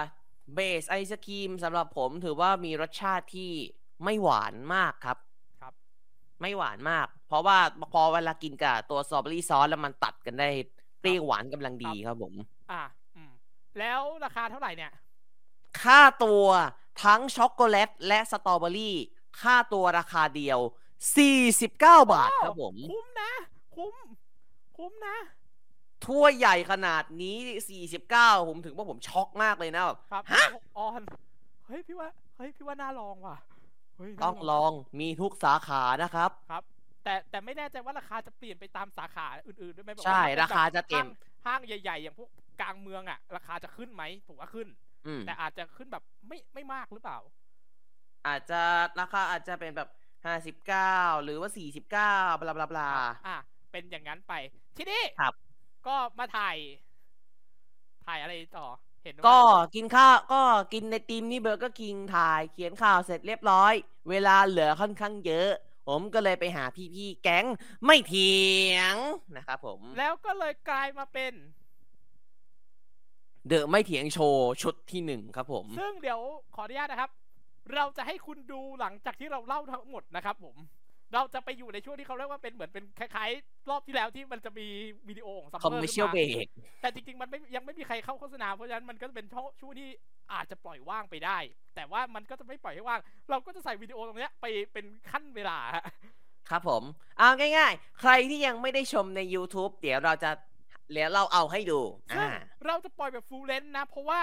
[SPEAKER 2] เบสไอศครีมสำหรับผมถือว่ามีรสชาติที่ไม่หวานมากครับ
[SPEAKER 3] ครับ
[SPEAKER 2] ไม่หวานมาก เพราะว่าพอเวลากินกับตัวสตรอเบอรี่ซอสแล้วมันตัดกันได้เปรี้ยวหวานกำลังดีครับผม
[SPEAKER 3] อ่าอืมแล้วราคาเท่าไหร่เนี่ย
[SPEAKER 2] ค่าตัวทั้งช็อกโกแลตและสตรอเบอรี่ ค่าตัวราคาเดียว 49 บาทครับผม
[SPEAKER 3] คุ้มนะ คุ้ม คุ้มนะ
[SPEAKER 2] ถ้วยใหญ่ขนาดนี้ 49 ผมถึงว่าผมช็อกมากเลยนะแบบ
[SPEAKER 3] ครับออนเฮ้ยพี่ว่าเฮ้ยพี่ว่าน่าลองว่ะเฮ้ยน่า
[SPEAKER 2] ต้องลองมีทุกสาขานะครับ
[SPEAKER 3] ครับ แต่แต่ไม่แน่ใจว่าราคาจะเปลี่ยนไปตามสาขาอื่นๆด้วยไหมแบบว่
[SPEAKER 2] ใช่
[SPEAKER 3] ถ้เป็น
[SPEAKER 2] ราคา
[SPEAKER 3] แบบ
[SPEAKER 2] จะเต็ม
[SPEAKER 3] ห้งห้างใหญ่ ๆ อย่างพวกกลางเมืองอ่ะ ราคาจะขึ้นไหมผมว่าขึ้น
[SPEAKER 2] อืม
[SPEAKER 3] แต่อาจจะขึ้นแบบไม่ไม่มากหรือเปล่า
[SPEAKER 2] อาจจะราคาอาจจะเป็นแบบ 59 หรือว่า 49 บลาบลาบลา
[SPEAKER 3] อ่ะเป็นอย่างนั้นไป ทีนี้
[SPEAKER 2] ครับ
[SPEAKER 3] ก็มาถ่าย ถ่ายอะไรต่อ เห็นว่า
[SPEAKER 2] ก็กินข้าวก็กินในทีมนี่เบอร์เกอร์คิงถ่าย เขียนข่าวเสร็จเรียบร้อย เวลาเหลือค่อนข้างเยอะ ผมก็เลยไปหาพี่ๆแก๊งไม่เถียงนะครับผม
[SPEAKER 3] แล้วก็เลยกลายมาเป็น
[SPEAKER 2] เดอะไม่เถียงโชว์ชุดที่หนึ่งครับผม
[SPEAKER 3] ซึ่งเดี๋ยวขออนุญาตนะครับ เราจะให้คุณดูหลังจากที่เราเล่าทั้งหมดนะครับผม เราจะไปอยู่ในช่วงที่เขาเรียกว่าเป็นเหมือนเป็นคล้ายๆ รอบที่แล้วที่มันจะมีวิดีโอของซัมเมอร์
[SPEAKER 2] commercial break
[SPEAKER 3] แต่จริงๆ มันไม่ยังไม่มีใครเข้าโฆษณา เพราะฉะนั้นมันก็เป็นช่วงช่วงที่อาจจะปล่อยว่างไปได้ แต่ว่ามันก็จะไม่ปล่อยให้ว่าง เราก็จะใส่วิดีโอตรงเนี้ยไปเป็นขั้นเวลาฮะ
[SPEAKER 2] ครับผม เอาง่ายๆ ใครที่ยังไม่ได้ชมใน YouTube เดี๋ยวเราจะเดี๋ยวเราเอาให้ดู
[SPEAKER 3] ซึ่ง
[SPEAKER 2] อ่า
[SPEAKER 3] เราจะปล่อยแบบฟูลเลนนะ เพราะว่า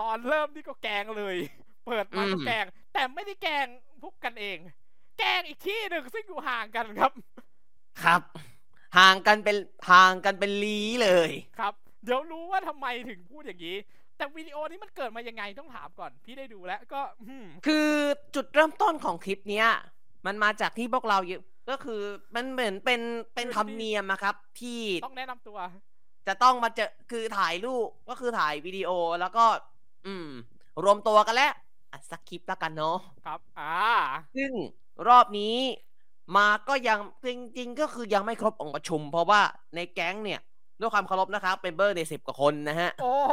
[SPEAKER 3] ตอนเริ่มนี่ก็แกล้งเลย เปิดมาก็
[SPEAKER 2] อืม
[SPEAKER 3] แกล้งแต่ไม่ได้แกล้งพวกกันเอง แกล้งอีกที่หนึ่งซึ่งอยู่ห่างกันครับ
[SPEAKER 2] ครับ ห่างกันเป็นห่างกันเป็นลีเลย
[SPEAKER 3] ครับ เดี๋ยวรู้ว่าทำไมถึงพูดอย่างนี้ แต่วิดีโอนี้มันเกิดมายังไงต้องถามก่อน พี่ได้ดูแล้วก็อืม
[SPEAKER 2] คือจุดเริ่มต้นของคลิปเนี้ย มันมาจากที่พวกเราเยอะก็คือมันเหมือนเป็นเป็นธรรมเนียมอะครับ ที่
[SPEAKER 3] ต้องแนะนำตัว
[SPEAKER 2] จะต้องมาเจอคือถ่ายรูปก็คือถ่ายวิดีโอแล้วก็ อืม รวมตัวกันแล้วอัดสักคลิปแล้วกันเนาะ
[SPEAKER 3] ครับ อ่า
[SPEAKER 2] ซึ่งรอบนี้มาก็ยังจริงๆ ก็คือยังไม่ครบองค์ประชุม เพราะว่าในแก๊งเนี่ยด้วยความเคารพนะครับเป็นเบอร์ในสิบกว่าคนนะฮะ
[SPEAKER 3] โอ้โห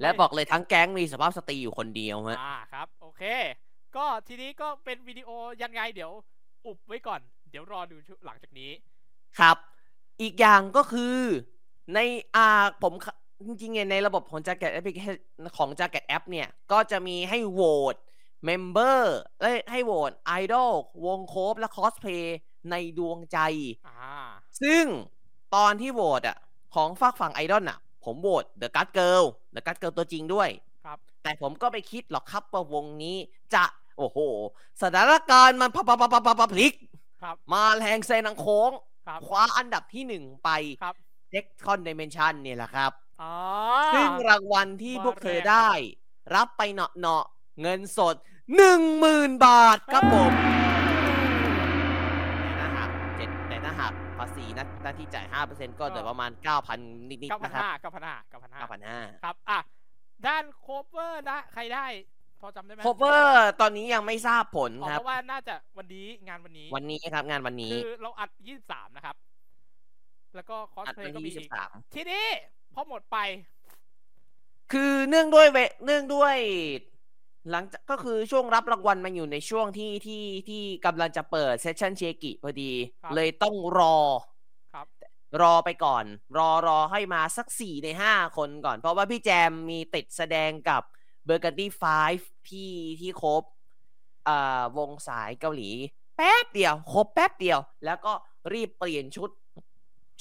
[SPEAKER 2] และบอกเลยทั้งแก๊งมีสภาพสตรีอยู่คนเดียวฮะ
[SPEAKER 3] อ่าครับ โอเค ก็ทีนี้ก็เป็นวิดีโอยังไงเดี๋ยว อุบไว้ก่อน เดี๋ยวรอดูช่วงหลังจากนี้
[SPEAKER 2] ครับ อีกอย่างก็คือในอ่าผมจริงๆเนี่ยในระบบของ Jacket แอปของ Jacket แอปเนี่ย ก็จะมีให้โหวตเมมเบอร์ให้โหวตไอดอลวงโคฟและคอสเพลย์ในดวงใจ
[SPEAKER 3] อ่า
[SPEAKER 2] ซึ่งตอนที่โหวตอ่ะ ของฝากฝั่งไอดอลอ่ะ ผมโหวตเดอะกัตเกิลเดอะกัตเกิลตัวจริงด้วย
[SPEAKER 3] ครับ
[SPEAKER 2] แต่ผมก็ไปคิดหรอกครับว่าวงนี้จะ โอ้โห สถานการณ์มันพะพะพะพะพะพะพลิก
[SPEAKER 3] ครับ
[SPEAKER 2] มาแรงแซงนังโค้ง
[SPEAKER 3] ครับ
[SPEAKER 2] คว้าอันดับที่หนึ่งไป
[SPEAKER 3] ครับ
[SPEAKER 2] เด็กคอนเดเมนชันเนี่ยแหละครับ
[SPEAKER 3] อ่า
[SPEAKER 2] ซึ่งรางวัลที่พวกเธอ
[SPEAKER 3] มาแรง
[SPEAKER 2] ได้ รับไปเนาะเนาะๆเงินสดหนึ่งหมื่นบาทครับผม แต่ถ้าหักเจ็ดแต่ถ้าหักภาษีนะหน้าที่จ่ายห้าเปอร์เซ็นต์ก็เหลือประมาณเก้าพันนิด
[SPEAKER 3] เก้า
[SPEAKER 2] ๆ
[SPEAKER 3] พัน
[SPEAKER 2] นะครับ
[SPEAKER 3] ห้าเก้าพันห้าเก้าพันห้า
[SPEAKER 2] เก้าพันห้า
[SPEAKER 3] ครับ อ่ะ ด้านโคเวอร์นะ ใครได้ พอจำได้ไหม
[SPEAKER 2] โคเวอร์ตอนนี้ยังไม่ทราบผล
[SPEAKER 3] อ๋อ
[SPEAKER 2] ค
[SPEAKER 3] เพ
[SPEAKER 2] รับ
[SPEAKER 3] ราะว่าน่าจะวันนี้งานวันนี้
[SPEAKER 2] วันนี้ครับงานวันนี้
[SPEAKER 3] คือเราอัดยี่สิบสามนะครับ แล้วก็คอส
[SPEAKER 2] อัด
[SPEAKER 3] เพล
[SPEAKER 2] วัน
[SPEAKER 3] ย์ก็
[SPEAKER 2] ที่
[SPEAKER 3] มี
[SPEAKER 2] ยี่สิ
[SPEAKER 3] อีก
[SPEAKER 2] บสาม
[SPEAKER 3] ทีนี้พอหมดไป
[SPEAKER 2] คือเนื่องด้วยเวเนื่องด้วย หลังจากก็คือช่วงรับรางวัลมันอยู่ในช่วงที่ที่ที่กำลังจะเปิดเซสชันเชกิพอดี
[SPEAKER 3] ครับ
[SPEAKER 2] เลยต้องรอ
[SPEAKER 3] ครับ
[SPEAKER 2] รอไปก่อน รอรอให้มาสักสี่ในห้าคนก่อน เพราะว่าพี่แจมมีติดแสดงกับเบอร์กันดี้ไฟที่ที่ครบเอ่อวงสายเกาหลี แป๊บเดียว ครบแป๊บเดียว แล้วก็รีบเปลี่ยนชุด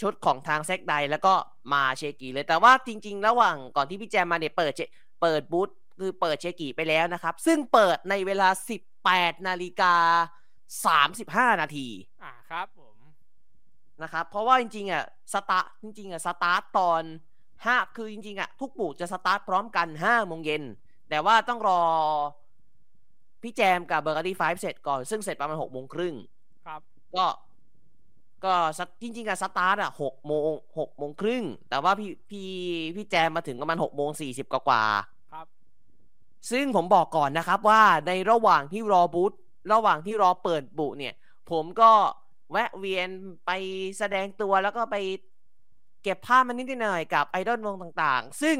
[SPEAKER 2] ชุดของทางแซกไดแล้วก็มาเชกีเลยแต่ว่าจริง ๆ ระหว่างก่อนที่พี่แจมมาเนี่ยเปิดเชเปิดบูธคือเปิดเชกีไปแล้วนะครับ ซึ่งเปิดในเวลา 18นาฬิกา35 นาที
[SPEAKER 3] อ่าครับผม
[SPEAKER 2] นะครับเพราะว่าจริงๆอ่ะสตาร์จริงๆอ่ะสตาร์ตตอนห้าคือจริงๆอ่ะทุกบูธจะสตาร์ทพร้อมกันห้าโมงเย็น แต่ว่าต้องรอ พี่แจมกับเบอร์กาดี้ไฟเสร็จก่อน ซึ่งเสร็จประมาณหกโมงครึ่ง
[SPEAKER 3] ครับ
[SPEAKER 2] ก็ก็สักจริงๆอ่ะสตาร์ทอ่ะหกโมงหกโมงครึ่ง แต่ว่าพี่พี่พี่แจมมาถึงประมาณหกโมงสี่สิบกว่าๆ
[SPEAKER 3] ครับ
[SPEAKER 2] ซึ่งผมบอกก่อนนะครับว่าในระหว่างที่รอบูธระหว่างที่รอเปิดบูธเนี่ย ผมก็แวะเวียนไปแสดงตัวแล้วก็ไปเก็บภาพมันนิดหน่อยกับไอดอลวงต่างๆ ซึ่ง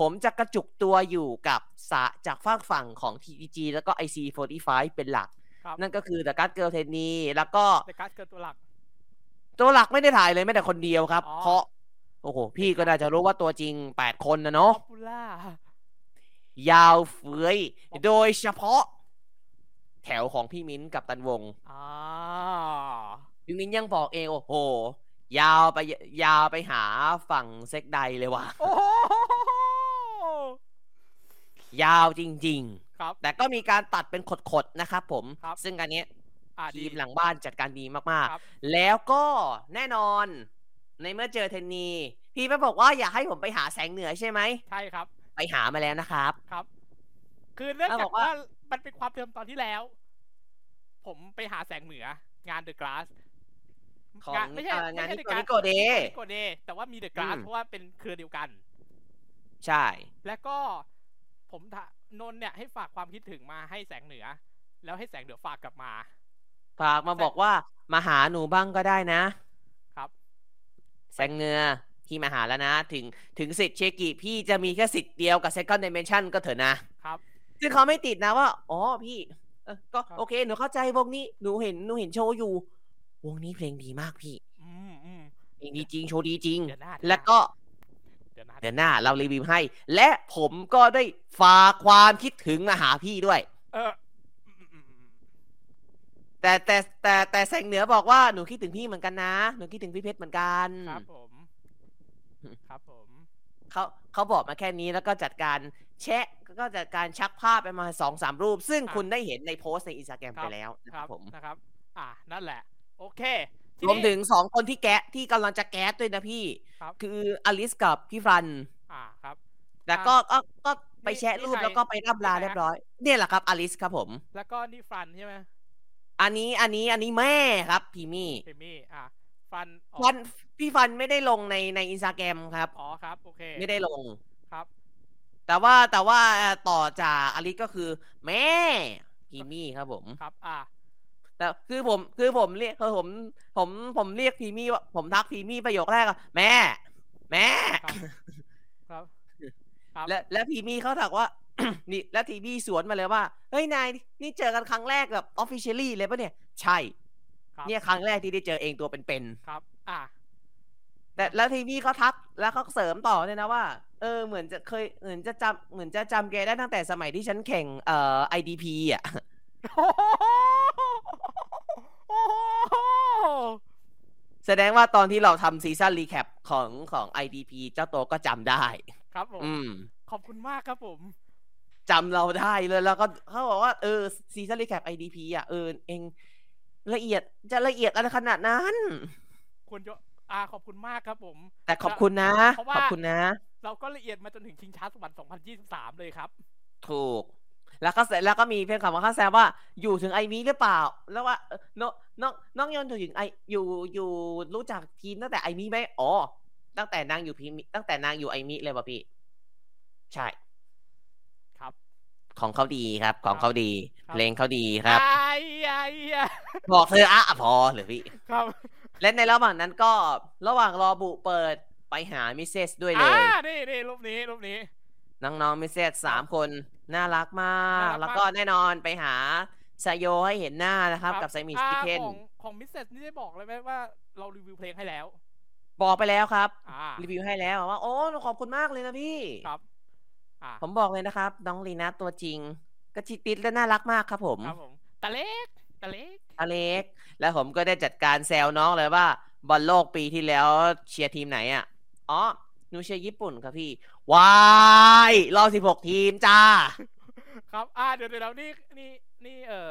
[SPEAKER 2] ผมจะกระจุกตัวอยู่กับสะจากฝากฝั่งของ TTG แล้วก็ IC45 เป็นหลัก
[SPEAKER 3] ครับ
[SPEAKER 2] นั่นก็คือ The Guard Girl t e n n i แล้วก็
[SPEAKER 3] ในการดเกิดตัวหลัก
[SPEAKER 2] ตัวหลักไม่ได้ถ่ายเลยแม้แต่คนเดียวครับ
[SPEAKER 3] อ๋อ
[SPEAKER 2] เพราะ โอ้โห พี่ก็น่าจะรู้ว่าตัวจริง 8 คนนะเนาะ
[SPEAKER 3] ป๊อปปูล่า
[SPEAKER 2] ยาวเฟือยโดยเฉพาะ แถวของพี่มิ้นท์กับตันวง
[SPEAKER 3] อ่า
[SPEAKER 2] ยูมินยังบอกเอง โอ้โห ยาวไปยาวไปหาฝั่งเซ็กไดเลยว่ะ
[SPEAKER 3] โอ้โห
[SPEAKER 2] ยาวจริง
[SPEAKER 3] ครับ
[SPEAKER 2] ๆ แต่ก็มีการตัดเป็นขดๆ นะครับผม
[SPEAKER 3] ครับ
[SPEAKER 2] ซึ่งอันเนี้ย
[SPEAKER 3] อ่า
[SPEAKER 2] ที
[SPEAKER 3] ดี
[SPEAKER 2] มหลังบ้านจัดการดีมาก
[SPEAKER 3] ครับ
[SPEAKER 2] ๆ แล้วก็แน่นอน ในเมื่อเจอเทนนี พี่ไปบอกว่าอยากให้ผมไปหาแสงเหนือใช่ไหม
[SPEAKER 3] ใช่ครับ
[SPEAKER 2] ไปหามาแล้วนะครับ
[SPEAKER 3] ครับ คือเนื่อง
[SPEAKER 2] อ่ะ
[SPEAKER 3] จา
[SPEAKER 2] บ
[SPEAKER 3] ก
[SPEAKER 2] อกว่า
[SPEAKER 3] ว่ามันเป็นความเดิมตอนที่แล้ว ผมไปหาแสงเหนือ งานเดอะก a s ส
[SPEAKER 2] ของ
[SPEAKER 3] ไม่ใช่
[SPEAKER 2] เอ่องาน
[SPEAKER 3] ไม่ใช่
[SPEAKER 2] นิ
[SPEAKER 3] The
[SPEAKER 2] โกนิ
[SPEAKER 3] Glass
[SPEAKER 2] โกเด
[SPEAKER 3] นิโกเดย์แต่ว่ามีเดอะก a s ส
[SPEAKER 2] อืม
[SPEAKER 3] เพราะว่าเป็นเครือเดียวกัน
[SPEAKER 2] ใช่
[SPEAKER 3] แล้วก็ผมถานนท์เนี่ยให้ฝากความคิดถึงมาให้แสงเหนือ แล้วให้แสงเหนือฝากกลับมา
[SPEAKER 2] ฝากมาบอกว่ามาหาหนูบ้างก็ได้นะ
[SPEAKER 3] ครับ
[SPEAKER 2] แซงเงือพี่มาหาแล้วนะ ถึงถึงสิทธิ์เชกิพี่จะมีแค่สิทธิ์เดียวกับ Second Dimension ก็เถอะนะครับ ซึ่งเขาไม่ติดนะว่า อ๋อพี่เออก็
[SPEAKER 3] ครับ
[SPEAKER 2] โอเค หนูเข้าใจวงนี้หนูเห็นหนูเห็นโชว์อยู่ วงนี้เพลงดีมากพี่
[SPEAKER 3] อืมอืม
[SPEAKER 2] เพลงดีจริงโชว์ดีจริง
[SPEAKER 3] เดือนหน้า
[SPEAKER 2] แล้วก็
[SPEAKER 3] เดือนหน้า
[SPEAKER 2] เดือนหน้าเรารีวิวให้ และผมก็ได้ฝากความคิดถึงมาหาพี่ด้วย
[SPEAKER 3] เอออืมอืมอืม
[SPEAKER 2] แต่แต่แต่แต่แสงเหนือบอกว่าหนูคิดถึงพี่เหมือนกันนะ หนูคิดถึงพี่เพชรเหมือนกัน
[SPEAKER 3] ครับผม
[SPEAKER 2] อืม
[SPEAKER 3] ครับผม
[SPEAKER 2] เขาเขาบอกมาแค่นี้แล้วก็จัดการแชะก็จัดการชักภาพไปมาสองสามรูป ซึ่งคุณได้เห็นในโพสต์ในอินสตาแกรมไปแล้วนะ
[SPEAKER 3] ค
[SPEAKER 2] ค
[SPEAKER 3] รั
[SPEAKER 2] รั
[SPEAKER 3] บบ
[SPEAKER 2] ผม
[SPEAKER 3] นะครับ อ่ะนั่นแหละ โอเคที
[SPEAKER 2] รวม
[SPEAKER 3] นี้
[SPEAKER 2] ถึงสองคนที่แกะที่กำลังจะแก๊สด้วยนะพี่
[SPEAKER 3] ครับ
[SPEAKER 2] คืออลิสกับพี่ฟรัน
[SPEAKER 3] อ่าครับ
[SPEAKER 2] แต่ก็ก็ก็ไปแชะรูป
[SPEAKER 3] นี่ใคร
[SPEAKER 2] แล้วก็ไปร่ำลา
[SPEAKER 3] นี่
[SPEAKER 2] เรียบ
[SPEAKER 3] ใครฮะ
[SPEAKER 2] ร้อย เนี่ยแหละครับอลิสครับผม
[SPEAKER 3] แล้วก็นี่ฟันใช่ไหม
[SPEAKER 2] อันนี้อันนี้อันนี้แม่ครับพีมี่
[SPEAKER 3] เอมี่อ่ะฟันออก
[SPEAKER 2] ฟันพี่ฟันไม่ได้ลงในในอินสตาแกรมครับ
[SPEAKER 3] อ๋อครับโอเค
[SPEAKER 2] ไม่ได้ลง
[SPEAKER 3] ครับ
[SPEAKER 2] แต่ว่าแต่ว่าเอ่อต่อจากอลิสก็คือ แม่พีมี่ครับผม
[SPEAKER 3] ครับ อ่ะ
[SPEAKER 2] แต่คือผมคือผมเรียกคือผมผมผมเรียกพีมี่ว่าผมทักพีมี่ประโยคแรกอะแม่ แม่
[SPEAKER 3] ครับครับ ครับ
[SPEAKER 2] และและพีมี่เขาถามว่า นี่และทีมี่สวนมาเลยว่า เฮ้ย นาย นี่เจอกันครั้งแรกแบบออฟฟิเชียลี่เลยปะเนี่ย ใช่
[SPEAKER 3] ครับ
[SPEAKER 2] เนี่ยครั้งแรกที่ได้เจอเองตัวเป็น
[SPEAKER 3] ครับ อ่ะ
[SPEAKER 2] ๆแต่แล้วทีมี่เขาทักแล้วเขาเสริมต่อเนี่ยนะว่า เออเหมือนจะเคยเหมือนจะจำเหมือนจะจำแกได้ตั้งแต่สมัยที่ฉันแข่งเอ่อ IDP อ่ะ
[SPEAKER 3] โอ้โหโอ้โห
[SPEAKER 2] แสดงว่าตอนที่เราทำซีซั่นรีแคปของของ IDP เจ้าตัวก็จำได้
[SPEAKER 3] ครับผม
[SPEAKER 2] อืม
[SPEAKER 3] ขอบคุณมากครับผม
[SPEAKER 2] จำเราได้เลยแล้วก็เขาบอกว่าเออซีซั่นรีแคป IDP อ่ะเออเองละเอียดจะละเอียดอะไรขนาดนั้น
[SPEAKER 3] คุณโยอ่าขอบคุณมากครับผม
[SPEAKER 2] แต่ขอบคุณนะ
[SPEAKER 3] เพราะว่า
[SPEAKER 2] ขอบคุณนะ
[SPEAKER 3] เราก็ละเอียดมาจนถึงชิงช้าสวรรค์2023 เลยครับ
[SPEAKER 2] ถูก แล้วก็เสร็จแล้วก็มีเพื่อนขับมาข้าแซวว่าอยู่ถึงไอมีหรือเปล่า แล้วว่าเอ่อน้องน้องน้องยอนอยู่ถึงไออยู่อยู่รู้จักทีมตั้งแต่ไอมีไหมอ๋อตั้งแต่นางอยู่พีมิตั้งแต่นางอยู่ไอมีเลยป่ะพี่ ใช่
[SPEAKER 3] ครับ
[SPEAKER 2] ของเขาดีครับ ของเขาดี
[SPEAKER 3] ครับ
[SPEAKER 2] เพลงเขาดีครับ
[SPEAKER 3] ไอ้ไอ้ไอ้
[SPEAKER 2] บอกเธออ่ะพอเหรือพี่
[SPEAKER 3] ครับ
[SPEAKER 2] และในระหว่างนั้นก็ระหว่างรอบุเปิดไปหามิเซสด้วยเล
[SPEAKER 3] อ่าย นี่นี่รูปนี้รูปนี้
[SPEAKER 2] น้องๆมิเซสสามคน น่ารักมา
[SPEAKER 3] น่าก รักมาก
[SPEAKER 2] แล้วก็แน่นอนไปหาไซโยให้เห็นหน้านะครับ กับไซมิส
[SPEAKER 3] อ่า
[SPEAKER 2] กิเทน
[SPEAKER 3] ของของมิสเซสนี่ได้บอกเลยไหมว่าเรารีวิวเพลงให้แล้ว
[SPEAKER 2] บอกไปแล้วครับ
[SPEAKER 3] อ่า
[SPEAKER 2] รีวิวให้แล้วว่า โอ้ขอบคุณมากเลยนะพี่
[SPEAKER 3] ครับ อ่า
[SPEAKER 2] ผมบอกเลยนะครับ น้องลีน่าตัวจริงกระชิดติดและน่ารักมากครับผม
[SPEAKER 3] ครับผมตะเล็กตะเล็ก
[SPEAKER 2] อเล็ก แล้วผมก็ได้จัดการแซวน้องเลยว่าบอลโลกปีที่แล้วเชียร์ทีมไหนอ่ะอ๋อหนูเชียร์ญี่ปุ่นครับพี่วายรอบสิบหกทีมจ้า
[SPEAKER 3] ครับ อ่า เดี๋ยวเดี๋ยวเดี๋ยวนี่ นี่ นี่ เออ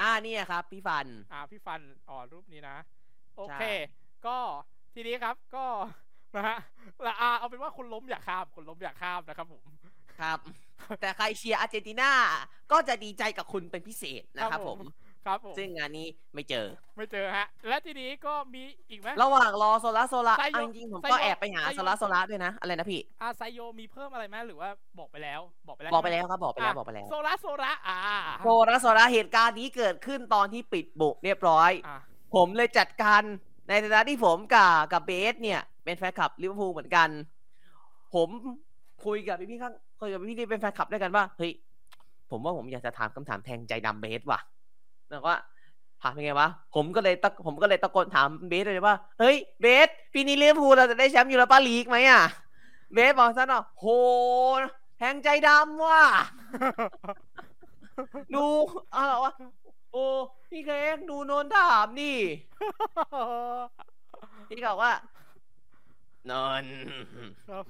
[SPEAKER 2] อ่าเนี่ยครับ พี่ฟัน
[SPEAKER 3] อ่า พี่ฟัน อ๋อ รูปนี้นะ โอเค
[SPEAKER 2] ใช่
[SPEAKER 3] ก็ ทีนี้ครับ ก็ นะฮะละอ่า เอาเป็นว่าคนล้มอย่าข้าม คนล้มอย่าข้ามนะครับผม
[SPEAKER 2] ครับ แต่ใครเชียร์อาร์เจนตินาก็จะดีใจกับคุณเป็นพิเศษนะครับผม
[SPEAKER 3] ครับผม
[SPEAKER 2] ซึ่งงานนี้ไม่เจอ
[SPEAKER 3] ไม่เจอฮะ และทีนี้ก็มีอีกไหม
[SPEAKER 2] ระหว่างรอโซล่าโซล่า
[SPEAKER 3] ไซโย
[SPEAKER 2] เอาจริงๆผม
[SPEAKER 3] ไซโย
[SPEAKER 2] ก็แอบไปหา
[SPEAKER 3] ไซโย
[SPEAKER 2] โซล่าโซล่าด้วยนะ อะไรนะพี่
[SPEAKER 3] อาไซโยมีเพิ่มอะไรไหมหรือว่าบอกไปแล้ว บอกไปแล้ว
[SPEAKER 2] บอกไปแล้วครับบอกไปแล้ว
[SPEAKER 3] ะ
[SPEAKER 2] บอกไปแล้ว
[SPEAKER 3] โซระโซระอ่า
[SPEAKER 2] โซล่าโซล่าเหตุการณ์นี้เกิดขึ้นตอนที่ปิดบุกเรียบร้อย
[SPEAKER 3] อ่า
[SPEAKER 2] ผมเลยจัดการในฐานะที่ผมกับกับเบสเนี่ย เป็นแฟนคลับลิเวอร์พูลเหมือนกัน ผมคุยกับพี่พี่ๆข้างคุยกับพี่ๆที่เป็นแฟนคลับด้วยกันว่าเฮ้ยผมว่าผมอยากจะถามคำถามแทงใจดำเบสว่ะแล้วก็ถามยังไงวะผมก็เลยตะผมก็เลยตะโกนถามเบสเลยว่าเฮ้ยเบสปีนี้ลิเวอร์พูลเราจะได้แชมป์ยูโรปาลีกไหมอ่ะเบสบอกซะหน่อยโหแทงใจดำว่ะ ดูอะไรวะโอ้พี่เค้กดูโนนถามนี่ พี่บอกว่านอน
[SPEAKER 3] ครับ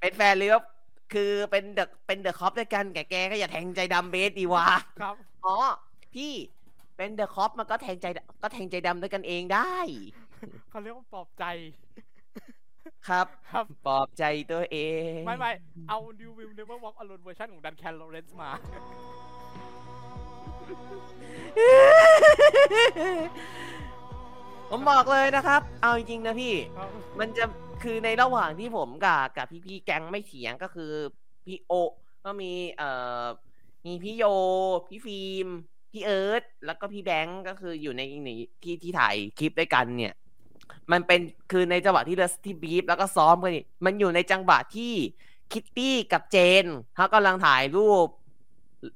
[SPEAKER 2] เป็นแฟนลิเวอร์คือเป็นเดอะเป็นเดอะคอปด้วยกันแกแกก็อย่าแทงใจดำเบสดีวะ
[SPEAKER 3] ครับ
[SPEAKER 2] อ๋อ พี่เป็นเดอะคอปมันก็แทงใจดก็แทงใจดำด้วยกันเองได้
[SPEAKER 3] เขาเรียกว่าปลอบใจ
[SPEAKER 2] ครับ
[SPEAKER 3] ครับ
[SPEAKER 2] ปลอบใจตัวเอง
[SPEAKER 3] ไม่ไม่เอา New Will Never Walk Alone เวอร์ชันของดันแคนโลเรนซ์มา
[SPEAKER 2] ผมบอกเลยนะครับ เอาจริงๆนะพี่
[SPEAKER 3] ครับ
[SPEAKER 2] มันจะคือในระหว่างที่ผมกับกับพี่พี่ๆแก๊งไม่เถียงก็คือพี่โอ ก็มีเอ่อมีพี่โย พี่ฟิล์มพี่เอิร์ธแล้วก็พี่แบงก์ก็คืออยู่ในในที่ที่ถ่ายคลิปด้วยกันเนี่ย มันเป็นคือในจังหวะที่เรสที่บีฟแล้วก็ซ้อมกันนี่มันอยู่ในจังหวะที่คิตตี้กับเจนเขากำลังถ่ายรูป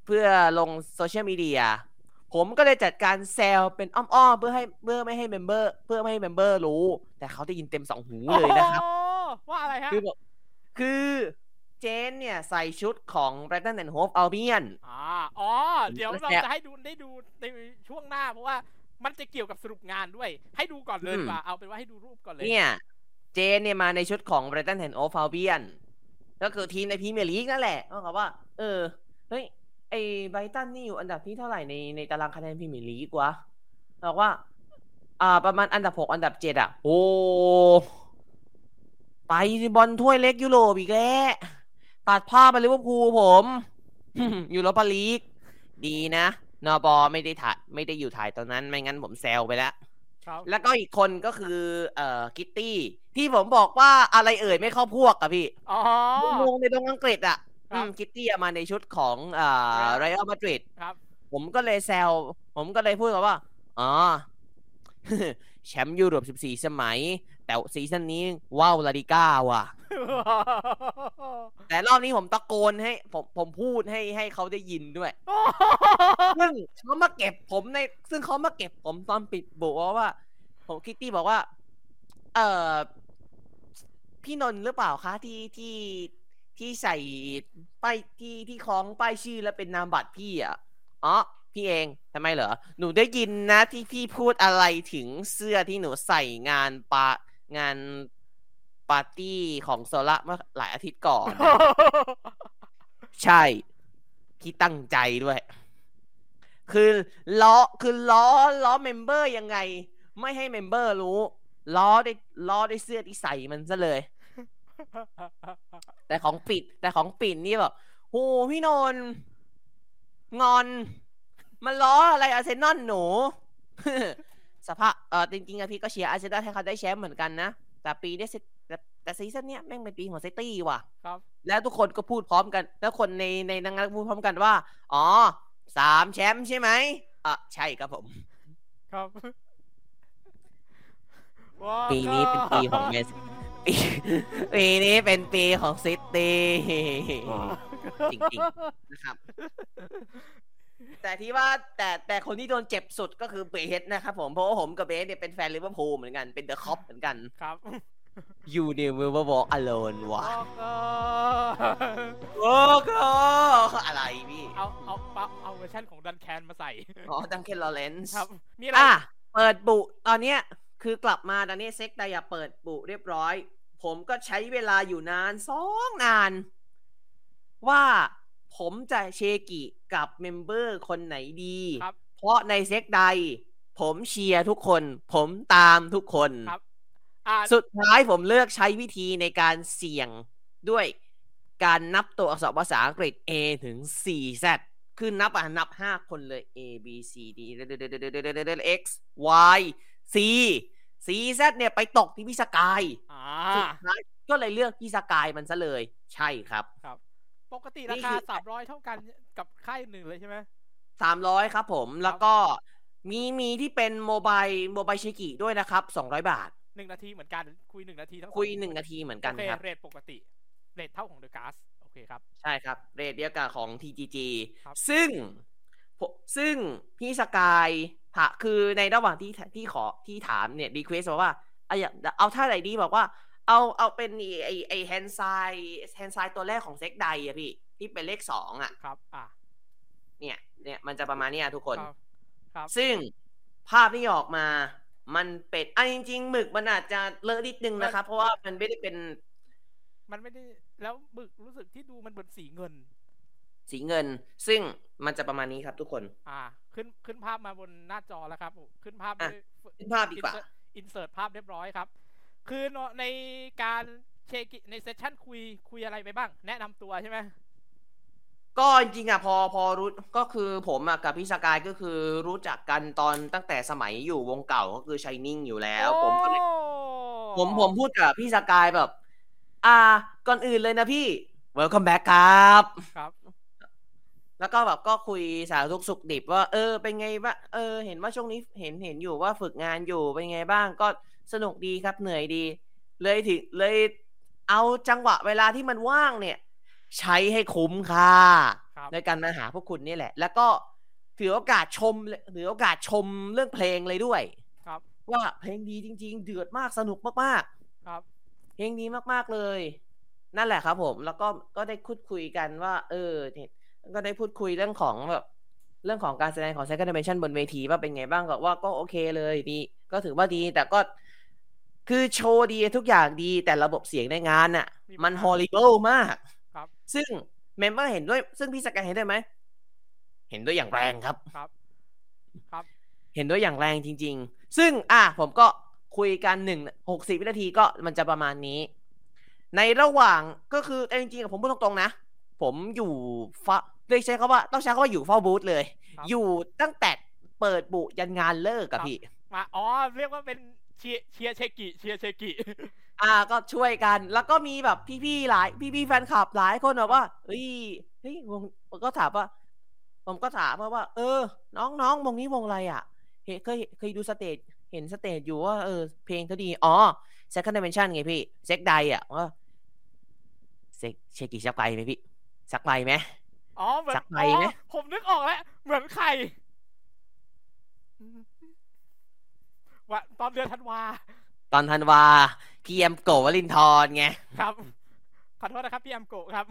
[SPEAKER 2] เพื่อลงโซเชียลมีเดียผมก็เลยจัดการแซลเป็นอ้อมๆเพื่อให้เพื่อไม่ให้เมมเบอร์ เพื่อไม่ให้เมมเบอร์รู้ แต่เขาได้ยินเต็มสองหูเลยนะครับ
[SPEAKER 3] โอ้ว่าอะไรฮะ
[SPEAKER 2] คือแบบคือเจนเนี่ยใส่ชุดของแบรตันแอนด์โฮฟอัลเบียน
[SPEAKER 3] อ่าอ๋อ เดี๋ยวเรา
[SPEAKER 2] แซ่บ
[SPEAKER 3] จะให้ดูได้ดูในช่วงหน้า เพราะว่ามันจะเกี่ยวกับสรุปงานด้วย ให้ดูก่อนเลย
[SPEAKER 2] อืม
[SPEAKER 3] ดีกว่า เอาเป็นว่าให้ดูรูปก่อนเลย
[SPEAKER 2] เนี่ย เจนเนี่ยมาในชุดของแบรตันแอนด์โฮฟอัลเบียนก็คือทีมในพรีเมียร์ลีกนั่นแหละก็เขาว่า เออ เฮ้ย ไอไบรตันนี่อยู่อันดับที่เท่าไหร่ในในตารางคะแนนพรีเมียร์ลีกวะ บอกว่า อ่า ประมาณอันดับหกอันดับเจ็ดอ่ะ โอ้ไปบอลถ้วยเล็กยุโรปอีกแล้วตัดภาพไปลิเวอร์พูลผม ยูโรปาลีก ดีนะนอบอไม่ได้ถ่ายไม่ได้อยู่ถ่ายตอนนั้นไม่งั้นผมแซวไปแล้ว
[SPEAKER 3] ครับ
[SPEAKER 2] แล้วก็อีกคนก็คือ เอ่อคิตตี้ ที่ผมบอกว่าอะไรเอ่ยไม่เข้าพวกอะพี่
[SPEAKER 3] อ๋อ
[SPEAKER 2] งงในตรงอังกฤษอะ
[SPEAKER 3] ครับ
[SPEAKER 2] อืมคิตตี้อะมาในชุดของเอ่อไรอัลมาดริด
[SPEAKER 3] ครับ
[SPEAKER 2] ผมก็เลยแซว ผมก็เลยพูดกับว่า อ๋ อ แชมป์ยุโรป 14 สมัย แต่ซีซั่นนี้ว้าวลาดิก้าว่ะ แต่รอบนี้ผมตะโกนให้ ผมผมพูดให้ให้เขาได้ยินด้วย ซึ่งเขามาเก็บผมใน ซึ่งเขามาเก็บผมตอนปิดโบว่าว่า ผมคิตตี้บอกว่า เออพี่นนท์หรือเปล่าคะที่ที่ที่ใส่ป้ายที่ที่คล้องป้ายชื่อแล้วเป็นนามบัตรพี่อ่ะอ๋อพี่เองทำไมเหรอ หนูได้ยินนะที่พี่พูดอะไรถึงเสื้อที่หนูใส่งานปางานปาร์ตี้ของโซละเมื่อหลายอาทิตย์ก่อน ใช่ พี่ตั้งใจด้วย คือล้อคือล้อล้อเมมเบอร์ยังไง ไม่ให้เมมเบอร์รู้ ล้อได้ล้อได้เสื้อที่ใส่มันซะเลย แต่ของปิด แต่ของปิดนี่แบบโหพี่นนท์งอน มันล้ออะไรอาร์เซนอลหนู สภาพเออจริงๆอะพี่ก็เชียร์อาร์เซนอลให้เขาได้แชมป์เหมือนกันนะ แต่ปีเนี้ยซิแต่แต่ซีซั่นเนี้ยแม่งเป็นปีของซิตี้ว่ะ
[SPEAKER 3] ครับ
[SPEAKER 2] แล้วทุกคนก็พูดพร้อมกัน แล้วคนในในนังงานก็พูดพร้อมกันว่า อ๋อสามแชมป์ใช่ไหมอ่ะใช่ครับผม
[SPEAKER 3] ครับว้าว
[SPEAKER 2] ปีนี้เป็นปีของเมส ปีปีนี้เป็นปีของซิตี้ จริง นะครับ แต่ที่ว่าแต่แต่คนที่โดนเจ็บสุดก็คือเบสนะครับผม เพราะว่าผมกับเบสเนี่ยเป็นแฟนลิเวอร์พูลเหมือนกัน เป็นเดอะคอปเหมือนกัน
[SPEAKER 3] ครับ
[SPEAKER 2] You never walk alone ว่ะ
[SPEAKER 3] บอกเออ
[SPEAKER 2] โอ้ก็อะไรพี่
[SPEAKER 3] เอาเอาเอาเอาเวอร์ชันของดันแคนมาใส่
[SPEAKER 2] อ๋อดังเคนลอเรนซ์
[SPEAKER 3] ครับ มีอะไร
[SPEAKER 2] อ่ะ เปิดบุตอนเนี้ยคือกลับมาตอนนี้เซ็กไดอะเปิดบุเรียบร้อย ผมก็ใช้เวลาอยู่นานสองนาน ว่าผมจะเชกิกับเมมเบอร์คนไหนดี
[SPEAKER 3] ครับ
[SPEAKER 2] เพราะในเซ็กไดผมเชียร์ทุกคน ผมตามทุกคน
[SPEAKER 3] ครับ อ่า
[SPEAKER 2] สุดท้ายผมเลือกใช้วิธีในการเสี่ยงด้วยการนับตัวอักษรภาษาอังกฤษ A ถึง 4Z คือนับอ่ะนับ 5 คนเลย A B C D X Y C C Z เนี่ยไปตกที่พี่สกาย
[SPEAKER 3] อ่า
[SPEAKER 2] สุดท้ายก็เลยเลือกพี่สกายมันซะเลย ใช่ครับ
[SPEAKER 3] ปกติรา
[SPEAKER 2] นี่
[SPEAKER 3] คา
[SPEAKER 2] คือ
[SPEAKER 3] สามร้อยเท่ากันกับค่ายหนึ่งเลยใช่ไหม
[SPEAKER 2] 300 ครับผมแล้วก็มีมีที่เป็นโมบายโมบายชิกิด้วยนะครับ 200 บาท
[SPEAKER 3] หนึ่งนาทีเหมือนกัน คุยหนึ่งนาทีทั้งสอง
[SPEAKER 2] คุย 1 นาทีเหมือนกัน
[SPEAKER 3] โอเค
[SPEAKER 2] ครับ
[SPEAKER 3] เรทปกติ เรทเท่าของเดอะก s สโอเคครับ
[SPEAKER 2] ใช่ครับ เรทเดียวกับของ TGG
[SPEAKER 3] ครับ
[SPEAKER 2] ซึ่งผมซึ่งพี่สกายถาคือในระหว่างที่ที่ขอที่ถามเนี่ยรีเควสบอกว่าเอาอยากเอาท่าไหนดีบอกว่า เอาเอาเป็นไอไอไอแฮนไซแฮนไซตัวแรกของเซ็กไดอะพี่ ที่เป็นเลขสองอะ
[SPEAKER 3] ครับ อ่ะ
[SPEAKER 2] เนี่ยเนี่ยมันจะประมาณเนี้ยทุกคน
[SPEAKER 3] ครับครับ
[SPEAKER 2] ซึ่งภาพที่ออกมา มันเป็นอ่ะจริง ๆ หมึกมันอาจจะเลอะนิดนึงนะครับ เพราะว่ามันไม่ได้เป็น
[SPEAKER 3] มันไม่ได้แล้วบึกรู้สึกที่ดูมันเหมือนสีเงิน
[SPEAKER 2] สีเงิน ซึ่งมันจะประมาณนี้ครับทุกคน
[SPEAKER 3] อ่า ขึ้นขึ้นภาพมาบนหน้าจอแล้วครับผมขึ้นภาพ
[SPEAKER 2] อ่ะ
[SPEAKER 3] ด้วย
[SPEAKER 2] ขึ้นภาพดีกว่า
[SPEAKER 3] อินเสิร์ตภาพเรียบร้อยครับ คือเนอะในการเชกิในเซสชั่นคุยคุยอะไรไปบ้าง แนะนำตัวใช่ไหม
[SPEAKER 2] ก็จริงๆอ่ะพอพอรู้ก็คือผมอ่ะกับพี่สกายก็คือรู้จักกันตอนตั้งแต่สมัยอยู่วงเก่าก็คือชายนิ่งอยู่แล้ว ผมก็เลย
[SPEAKER 3] โอ้
[SPEAKER 2] ผมผมพูดกับพี่สกายแบบ อ่า ก่อนอื่นเลยนะพี่ welcome back ครับ
[SPEAKER 3] ครับ
[SPEAKER 2] แล้วก็แบบก็คุยสารทุกข์สุขดิบว่า เออเป็นไงบ้างเออ เห็นว่าช่วงนี้เห็นเห็นอยู่ว่าฝึกงานอยู่เป็นไงบ้างก็สนุกดีครับเหนื่อยดี เลยถึงเลยเอาจังหวะเวลาที่มันว่างเนี่ย ใช้ให้คุ้มค่า
[SPEAKER 3] ครับ
[SPEAKER 2] ในการมาหาพวกคุณนี่แหละ แล้วก็ถือโอกาสชมเลยถือโอกาสชมเรื่องเพลงเลยด้วย
[SPEAKER 3] ครับ
[SPEAKER 2] ว่าเพลงดีจริง ๆ เดือดมากสนุกมาก
[SPEAKER 3] ครับ
[SPEAKER 2] ๆ เพลงดีมากๆเลย นั่นแหละครับผมแล้วก็ก็ได้พูดคุยกันว่า เออเนี่ยก็ได้พูดคุยเรื่องของแบบเรื่องของการแสดงของ Second Dimension บนเวทีว่าเป็นไงบ้างก็ว่าก็โอเคเลยดีก็ถือว่าดีแต่ก็คือโชว์ดีทุกอย่างดีแต่ระบบเสียงในงานน่ะ
[SPEAKER 3] มี
[SPEAKER 2] มัน
[SPEAKER 3] ปัญหา
[SPEAKER 2] horrible มาก
[SPEAKER 3] ครับ
[SPEAKER 2] ซึ่งเมมเบอร์เห็นด้วย ซึ่งพี่สกายเห็นด้วยไหม เห็นด้วยอย่างแรงครับ
[SPEAKER 3] ครับ ครับ
[SPEAKER 2] เห็นด้วยอย่างแรงจริง ๆ ซึ่งอ่ะผมก็คุยกันหนึ่งหกสิบวินาทีก็มันจะประมาณนี้ ในระหว่างก็คือเอาจริงๆอะผมพูดตรงๆนะ ผมอยู่ฟ้าเรียกใช้คำว่าต้องใช้คำว่าอยู่เฝ้าบูธเลย
[SPEAKER 3] ครับ
[SPEAKER 2] อยู่ตั้งแต่เปิดบุยันงานเลิกกับพี่
[SPEAKER 3] มาอ๋อเรียกว่าเป็นเชียร์เชียร์เชกิเชียร์เชกิ
[SPEAKER 2] อ่าก็ช่วยกัน แล้วก็มีแบบพี่ๆหลาย พี่ๆแฟนคลับหลายคนแบบว่าเฮ้ยเฮ้ยวงผมก็ถามว่า ผมก็ถามว่าว่า เออ น้องๆวงนี้วงอะไรอ่ะเห็นเคยเคยดูสเตจเห็นสเตจอยู่ว่าเออเพลงเขาดี อ๋อ second dimension ไงพี่เซ็กไดอ่ะว่าเซ็กเชกิสักไปไหมพี่สักไปไหม
[SPEAKER 3] อ๋อเหมือน
[SPEAKER 2] จักรไหม
[SPEAKER 3] อ๋อ
[SPEAKER 2] ไหม
[SPEAKER 3] ผมนึกออกแล้ว เหมือนไข่ ว่าตอนเดือนธันวา
[SPEAKER 2] ตอนธันวาพี่แอมโกะวลินทรไง
[SPEAKER 3] ครับ ขอโทษนะครับพี่แอมโกะครับ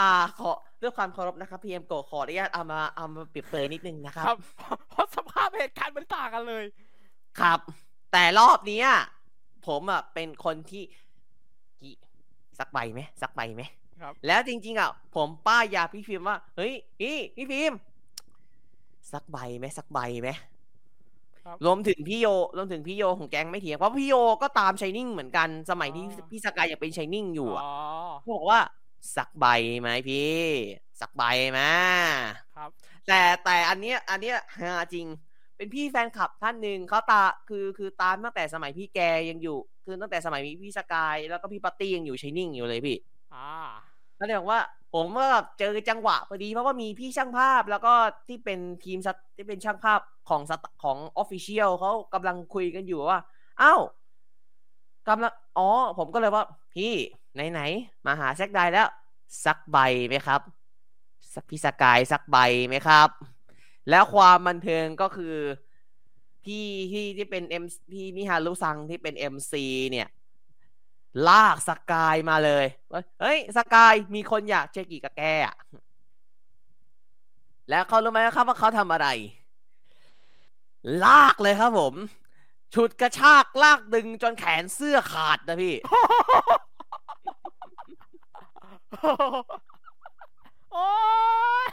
[SPEAKER 2] อ่าขอด้วยความเคารพนะครับพี่แอมโกะขออนุญาตเอามาเอามาเปรียบเปรยนิดนึงนะครับ
[SPEAKER 3] ครับ เพราะสภาพเหตุการณ์มันต่างกันเลย
[SPEAKER 2] ครับ แต่รอบเนี้ยผมอ่ะเป็นคนที่ที่สักใบไหมสักใบไหม
[SPEAKER 3] ครับ
[SPEAKER 2] แล้วจริง ๆอ่ะผมป้ายยาพี่พิมพ์ว่าเฮ้ยพี่พี่พิมพ์สักใบไหมสักใบไหม
[SPEAKER 3] ครับ
[SPEAKER 2] รวมถึงพี่โยรวมถึงพี่โยของแกงไม่เถียงเพราะพี่โยก็ตามชายนิ่งเหมือนกันสมัยที่
[SPEAKER 3] อ๋อ
[SPEAKER 2] พี่สกายยังเป็นชายนิ่งอยู่อ่ะ
[SPEAKER 3] อ๋อ
[SPEAKER 2] เขาบอกว่าสักใบไหมพี่ สักใบไหม
[SPEAKER 3] ครับ
[SPEAKER 2] แต่แต่อันเนี้ยอันเนี้ยฮาจริง เป็นพี่แฟนคลับท่านหนึ่งเขาตาคือคือตามตั้งแต่สมัยพี่แกยังอยู่ คือตั้งแต่สมัยพี่สกายแล้วก็พี่ปัตตี้ยังอยู่ชายนิ่งอยู่เลยพี่
[SPEAKER 3] อ่า
[SPEAKER 2] แล้วเลยบอกว่า ผมก็แบบเจอจังหวะพอดีเพราะว่ามีพี่ช่างภาพแล้วก็ที่เป็นทีมสตที่เป็นช่างภาพของสตของออฟฟิเชียลเขากำลังคุยกันอยู่ว่าอ้าวกำลังอ๋อ ผมก็เลยว่า พี่ไหนไหนๆมาหาแซกได้แล้ว สักใบไหมครับสักพี่สกายสักใบไหมครับ แล้วความบันเทิงก็คือพี่ที่ที่เป็นเอ็มพี่มิฮารุซังที่เป็นเอ็มซีเนี่ย ลากสกายมาเลยว่าเฮ้ยสกายมีคนอยากเชกิกับแกอะแล้วเขารู้ไหมครับว่าเขาทำอะไร ลากเลยครับผม ฉุดกระชากลากดึงจนแขนเสื้อขาดนะพี่
[SPEAKER 3] โอ้ย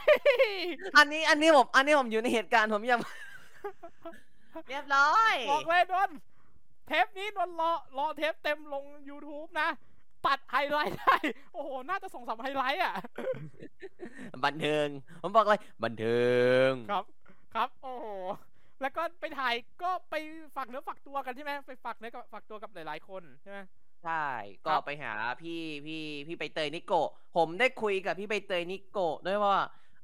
[SPEAKER 2] อันนี้อันนี้ผมอันนี้ผมอยู่ในเหตุการณ์ผมยัง เรียบร้อย
[SPEAKER 3] บอกเลยนนท์เทปนี้นนท์รอรอเทปเต็มลง YouTube นะ ตัดไฮไลท์ได้ โอ้โห น่าจะส่งสามไฮไลท์อ่ะ
[SPEAKER 2] บันเทิง ผมบอกเลยบันเทิง
[SPEAKER 3] ครับครับโอ้โหแล้วก็ไปถ่ายก็ไปฝากเนื้อฝากตัวกันใช่ไหมไปฝากเนื้อกับฝากตัวกับหลาย ๆ คนใช่ไหม
[SPEAKER 2] ใช่ ก็
[SPEAKER 3] ครับ
[SPEAKER 2] ไปหาพี่พี่พี่ใบเตยนิโกะผมได้คุยกับพี่ใบเตยนิโกะด้วยว่า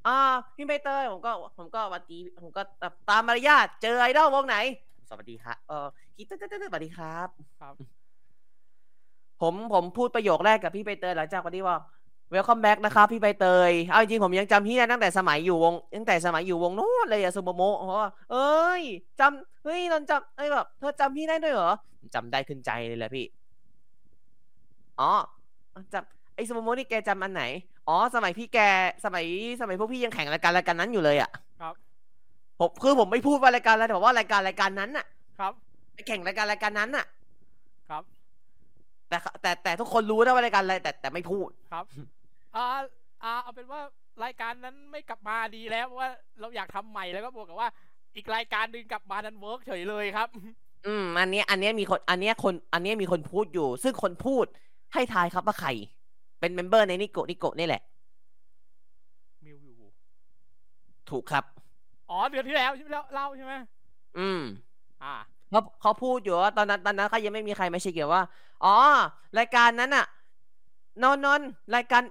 [SPEAKER 2] อ่า พี่ใบเตยผมก็ผมก็สวัสดีผมก็ตามตามมารยาทเจอไอดอลวงไหน สวัสดีครับเออคิดเต้นเต้นเต้นสวัสดีครับ
[SPEAKER 3] ครับ
[SPEAKER 2] ผมผมพูดประโยคแรกกับพี่ใบเตยหลังจากวันนี้ว่า welcome back นะครับพี่ใบเตย เอาจริงๆผมยังจำพี่ได้ตั้งแต่สมัยอยู่วงตั้งแต่สมัยอยู่วงนู้นเลยอะซูโมโมะเพราะว่าเอ้ยจำเฮ้ยนนท์จำเอ้ยแบบเธอจำพี่ได้ด้วยเหรอจำได้ขึ้นใจเลยแหละพี่ อ๋อจำไอ้ซูโมโมะนี่แกจำอันไหน อ๋อ สมัยพี่แกสมัยสมัยพวกพี่ยังแข่งรายการรายการนั้นอยู่เลยอะ
[SPEAKER 3] ครับ
[SPEAKER 2] ผมคือผมไม่พูดว่ารายการอะไรแต่ว่ารายการรายการนั้นอะ
[SPEAKER 3] ครับ
[SPEAKER 2] ไปแข่งรายการรายการนั้นอะ
[SPEAKER 3] ครับ
[SPEAKER 2] แต่เขาแต่แต่ทุกคนรู้นะว่ารายการอะไรแต่แต่ไม่พูด
[SPEAKER 3] ครับอ่าอ่าเอาเป็นว่ารายการนั้นไม่กลับมาดีแล้วเพราะว่าเราอยากทำใหม่แล้วก็บวกกับว่า อีกรายการหนึ่งกลับมานั้นเวิร์กเฉยเลยครับ
[SPEAKER 2] อืมอันเนี้ยอันเนี้ยมีคนอันเนี้ยคนอันเนี้ยมีคนพูดอยู่ ซึ่งคนพูดให้ทายครับว่าใคร เป็นเมมเบอร์ในนิโกะนิโกะนี่แหละ
[SPEAKER 3] มิวอยู่
[SPEAKER 2] ถูกครับ
[SPEAKER 3] อ๋อเดือนที่แล้วใช่ไหมแล้วเล่าใช่ไหม
[SPEAKER 2] อืม
[SPEAKER 3] อ่า
[SPEAKER 2] เขาเขาพูดอยู่ว่าตอนนั้นตอนนั้นเขายังไม่มีใครมาเช็คเกี่ยวว่า อ๋อ รายการนั้นน่ะนนนนรายการ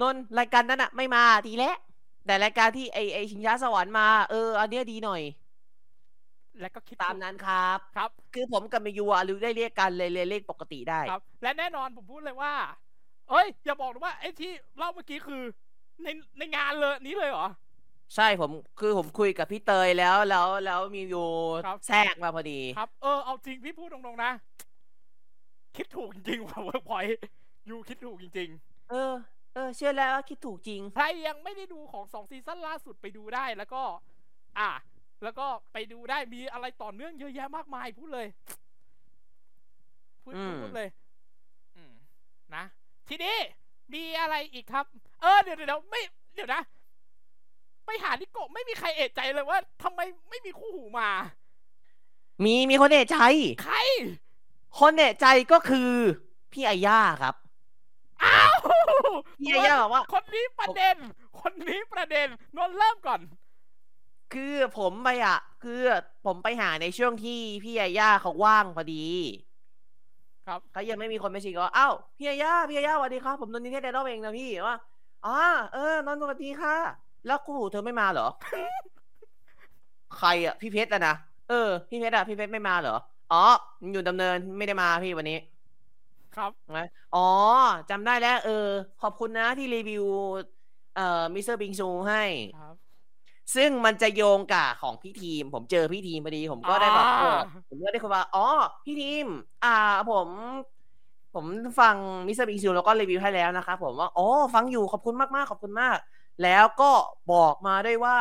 [SPEAKER 2] นนรายการนั้นน่ะ ไม่มาดีแล้วแต่รายการที่ไอไอชิงช้าสวรรค์มาเอออันเนี้ยดีหน่อย
[SPEAKER 3] แล้วก็คิด
[SPEAKER 2] ตามนั้นครับ
[SPEAKER 3] ครับ
[SPEAKER 2] คือผมกับมิยูอะรู้ได้เรียกกันเลยเลยเรียกปกติได้
[SPEAKER 3] ครับและแน่นอนผมพูดเลยว่า เอ้ย อย่าบอกนะว่าไอ้ที่เล่าเมื่อกี้คือ ในในงานเลยนี้เลยเหรอ
[SPEAKER 2] ใช่ผมคือผมคุยกับพี่เตยแล้วแล้วแล้วมีอยู่
[SPEAKER 3] ครับ
[SPEAKER 2] แทรกมาพอดี
[SPEAKER 3] ครับ เออ เอาจริงพี่พูดตรงๆนะ คิดถูกจริงๆว่ะ เวิร์กพอยต์ยูคิดถูกจริง
[SPEAKER 2] เออ เออ เชื่อแล้วว่าคิดถูกจริง
[SPEAKER 3] ๆ ใครยังไม่ได้ดูของสองซีซั่นล่าสุดไปดูได้แล้วก็ อ่ะแล้วก็ไปดูได้มีอะไรต่อเนื่องเยอะแยะมากมายพูดเลย พูด
[SPEAKER 2] อืม
[SPEAKER 3] พูดเลย อืมนะ ทีนี้มีอะไรอีกครับ เออเดี๋ยวเดี๋ยวเดี๋ยวไม่ เดี๋ยวนะ ไปหานิโกะไม่มีใครเอะใจเลยว่าทำไมไม่มีคู่หูมา
[SPEAKER 2] มีมีคนเอะใจ
[SPEAKER 3] ใคร
[SPEAKER 2] คนเอะใจก็คือพี่อาย่าครับ
[SPEAKER 3] อ้าว
[SPEAKER 2] พี่อาย่าบอกว่า
[SPEAKER 3] คนนี้ประเด็น คนนี้ประเด็นนนท์เริ่มก่อน
[SPEAKER 2] คือผมไปอ่ะ คือผมไปหาในช่วงที่พี่อาย่าเขาว่างพอดี
[SPEAKER 3] ครับ
[SPEAKER 2] เขายังไม่มีคนมาชิงก็ว่าเอ้าพี่อาย่าพี่อาย่าสวัสดีครับ ผมนนท์นิเทศไดรอบเองนะพี่ว่าอ๋อเออนนท์สวัสดีค่ะ แล้วกูเธอไม่มาเหรอ ใครอ่ะ พี่เพชรอะนะเออพี่เพชรอ่ะพี่เพชรไม่มาเหรออ๋ออยู่ดำเนินไม่ได้มาพี่วันนี้
[SPEAKER 3] ครับ
[SPEAKER 2] อ๋อจำได้แล้ว เออ ขอบคุณนะที่รีวิว เอ่อมิสเตอร์บิงซูให้
[SPEAKER 3] ครับ
[SPEAKER 2] ซึ่งมันจะโยงกับของพี่ทีม ผมเจอพี่ทีมพอดี ผมก็ได้แบบเออผมก็ได้คุยว่าอ๋อ พี่ทีม อ่า ผม ผมฟังมิสเตอร์บิงซูแล้วก็รีวิวให้แล้วนะครับผมว่า อ๋อ ฟังอยู่ขอบคุณมากๆ ขอบคุณมาก แล้วก็บอกมาด้วยว่า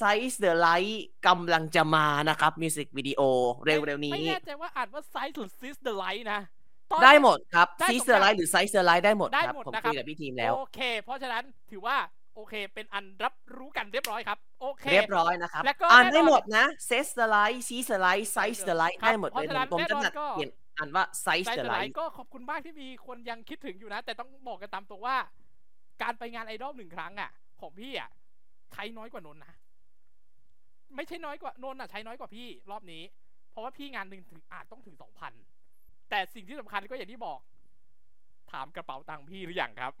[SPEAKER 2] Size the Light กำลังจะมานะครับมิวสิกวิดีโอเร็วๆนี้
[SPEAKER 3] ไม่แน่ใจว่าอ่านว่าไซส์หรือซิสเดอะไลท์นะตอน
[SPEAKER 2] ได้หมดครับ
[SPEAKER 3] ได้
[SPEAKER 2] Size the Light หรือ Size the Light ได้หมด
[SPEAKER 3] ได้
[SPEAKER 2] ครับ
[SPEAKER 3] หมด
[SPEAKER 2] ผม
[SPEAKER 3] นะครับ
[SPEAKER 2] คุยกับพี่ทีมแล้ว
[SPEAKER 3] โอเค เพราะฉะนั้นถือว่าโอเค เป็นอันรับรู้กันเรียบร้อยครับ โอเค
[SPEAKER 2] เรียบร้อยนะครับ
[SPEAKER 3] แล้วก็
[SPEAKER 2] อ่าน
[SPEAKER 3] แน่
[SPEAKER 2] ได้
[SPEAKER 3] นอน
[SPEAKER 2] หมดนะ size the light size the light size the light
[SPEAKER 3] ครับ
[SPEAKER 2] ได้หมด
[SPEAKER 3] เพราะ
[SPEAKER 2] เลย
[SPEAKER 3] ฉะนั้น
[SPEAKER 2] ผม
[SPEAKER 3] แน่น
[SPEAKER 2] จะ
[SPEAKER 3] อน
[SPEAKER 2] นัด
[SPEAKER 3] ก็
[SPEAKER 2] เปลี่ยนอ่านว่า size
[SPEAKER 3] ไซส์
[SPEAKER 2] the
[SPEAKER 3] เดอะไล
[SPEAKER 2] light
[SPEAKER 3] ท์ก็ขอบคุณมากที่มีคนยังคิดถึงอยู่นะ แต่ต้องบอกกันตามตัวว่า การไปงานไอดอลหนึ่งครั้งอ่ะ ของพี่อ่ะใช้น้อยกว่านนท์นะ ไม่ใช่น้อยกว่านนท์อ่ะใช้น้อยกว่าพี่รอบนี้ เพราะว่าพี่งานหนึ่งถึงอาจต้องถึงสองพันแต่สิ่งที่สำคัญก็อย่างที่บอก ถามกระเป๋าตังค์พี่หรือยังครับ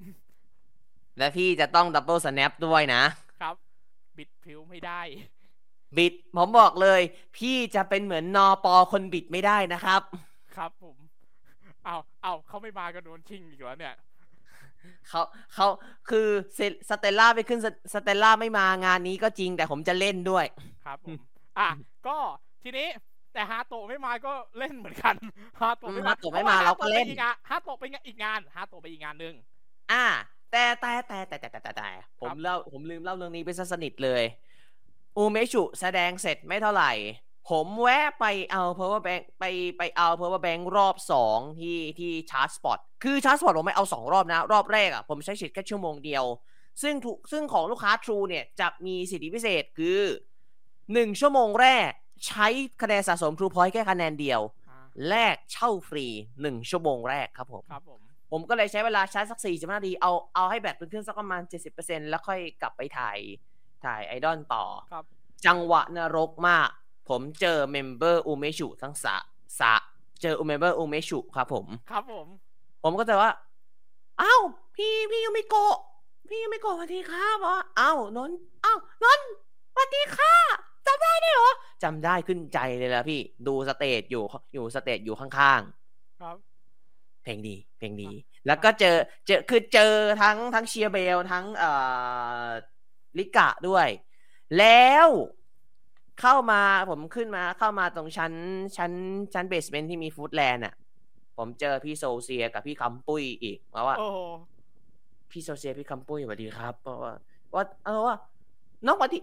[SPEAKER 2] และพี่จะต้อง double snap ด้วยนะครับ
[SPEAKER 3] บิดพริ้วไม่ได้
[SPEAKER 2] บิด ผมบอกเลย พี่จะเป็นเหมือนนอปอคนบิดไม่ได้นะครับ
[SPEAKER 3] ครับผม เอาเอาเขาไม่มากันโดนชิงอีกแล้วเนี่ย
[SPEAKER 2] เขาเขาคือสเตลล่าไปขึ้นสเตลล่าไม่มางานนี้ก็จริงแต่ผมจะเล่นด้วย
[SPEAKER 3] ครับผม อ่ะ ก็ทีนี้แต่ฮาโตะไม่มาก็เล่นเหมือน กัน ฮาโตะไม่มา
[SPEAKER 2] ฮาโตะไม่มาเราก็เล่น
[SPEAKER 3] พราะว่าฮาโตะไปอีกงานฮาโตะไปอีกงานฮาโตะไปอีกงานหนึ่ง
[SPEAKER 2] อ่า แต่แต่แต่แต่แต่แต่แต่แต่ผม
[SPEAKER 3] ครับ
[SPEAKER 2] เล่าผมลืมเล่าเรื่องนี้ไปซะสนิทเลย อูเมชุแสดงเสร็จไม่เท่าไหร่ ผมแวะไปเอา power bank ไปไปเอา power bank รอบสองที่ที่ชาร์จสปอตคือชาร์จสปอตผมไม่เอาสองรอบนะ รอบแรกอ่ะผมใช้สิทธิ์แค่ชั่วโมงเดียว ซึ่งถูกซึ่งของลูกค้า True เนี่ยจะมีสิทธิพิเศษคือ 1 ชั่วโมงแรกใช้คะแนนสะสม True Point แค่คะแนนเดียว
[SPEAKER 3] อ่า
[SPEAKER 2] แลกเช่าฟรี 1 ชั่วโมงแรกครับผม
[SPEAKER 3] ครับผม
[SPEAKER 2] ผมก็เลยใช้เวลาชาร์จสักสี่สิบนาทีเอาเอาให้แบตมันขึ้นสักประมาณเจ็ดสิบเปอร์เซ็นแล้วค่อยกลับไปถ่ายถ่ายไอดอลต่อ
[SPEAKER 3] ครับ
[SPEAKER 2] จังหวะนรกมาก ผมเจอเมมเบอร์อูเมชุทั้งสะสะเจออูเมมเบอร์อูเมชุครับผม
[SPEAKER 3] ครับผม
[SPEAKER 2] ผมก็จะว่า อ้าวพี่พี่ยูมิโกะพี่ยูมิโกะสวัสดีครับบอกว่าอ้าวนนท์อ้าวนนท์สวัสดีค่ะจำได้ได้วยเหรอจำได้ขึ้นใจเลยละพี่ดูสเตจอยู่อยู่สเตจอยู่ข้างๆ
[SPEAKER 3] ครับ
[SPEAKER 2] เพลงดี เพลงดี แล้วก็เจอเจอคือเจอทั้งทั้งเชียร์เบลทั้งเอ่อลิกะด้วย แล้วเข้ามาผมขึ้นมาเข้ามาตรงชั้นชั้นชั้นเบสเมนที่มีฟูดแลนด์อ่ะ ผมเจอพี่โซเซียกับพี่คำปุ้ยอีกมาว่า
[SPEAKER 3] โอ้โห
[SPEAKER 2] พี่โซเซียพี่คำปุ้ยสวัสดีครับเพราะว่าว่าเอาว่า น้องหวัดดี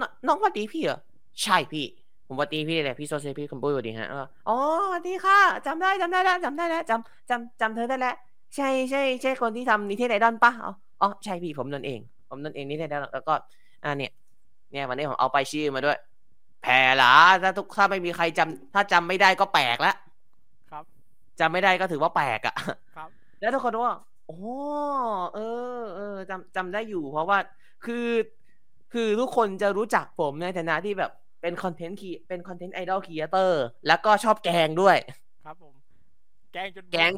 [SPEAKER 2] นน้องหวัดดีพี่เหรอใช่พี่ ผมหวัดดีพี่เลยพี่โซเซียพี่คำปุ้ยสวัสดีฮะแล้วก็อ๋อสวัสดีค่ะจำได้จำได้แล้วจำได้แล้วจำจำจำเธอได้แล้วใช่ใช่ใช่คนที่ทำนิเทศไอดอนปะอ๋ออ๋อใช่พี่ผมนนท์เอง ผมนนท์เองนิเทศไอดอนแล้วก็อ่าเนี่ย เนี่ยวันนี้ผมเอาไปชื่อมาด้วย แผ่หลาถ้าทุกถ้าไม่มีใครจำถ้าจำไม่ได้ก็แปลกแล้ว
[SPEAKER 3] ครับ
[SPEAKER 2] จำไม่ได้ก็ถือว่าแปลกอะ
[SPEAKER 3] ครับ
[SPEAKER 2] แล้วทุกคนก็ว่าโอ้เออ เออจำจำได้อยู่ เพราะว่า คือ คือทุกคนจะรู้จักผมในฐานะที่แบบ เป็นคอนเทนต์คีเป็นคอนเทนต์ไอดอลคีเตอร์ แล้วก็ชอบแกงด้วย
[SPEAKER 3] ครับผม แกงจนโดน
[SPEAKER 2] แกง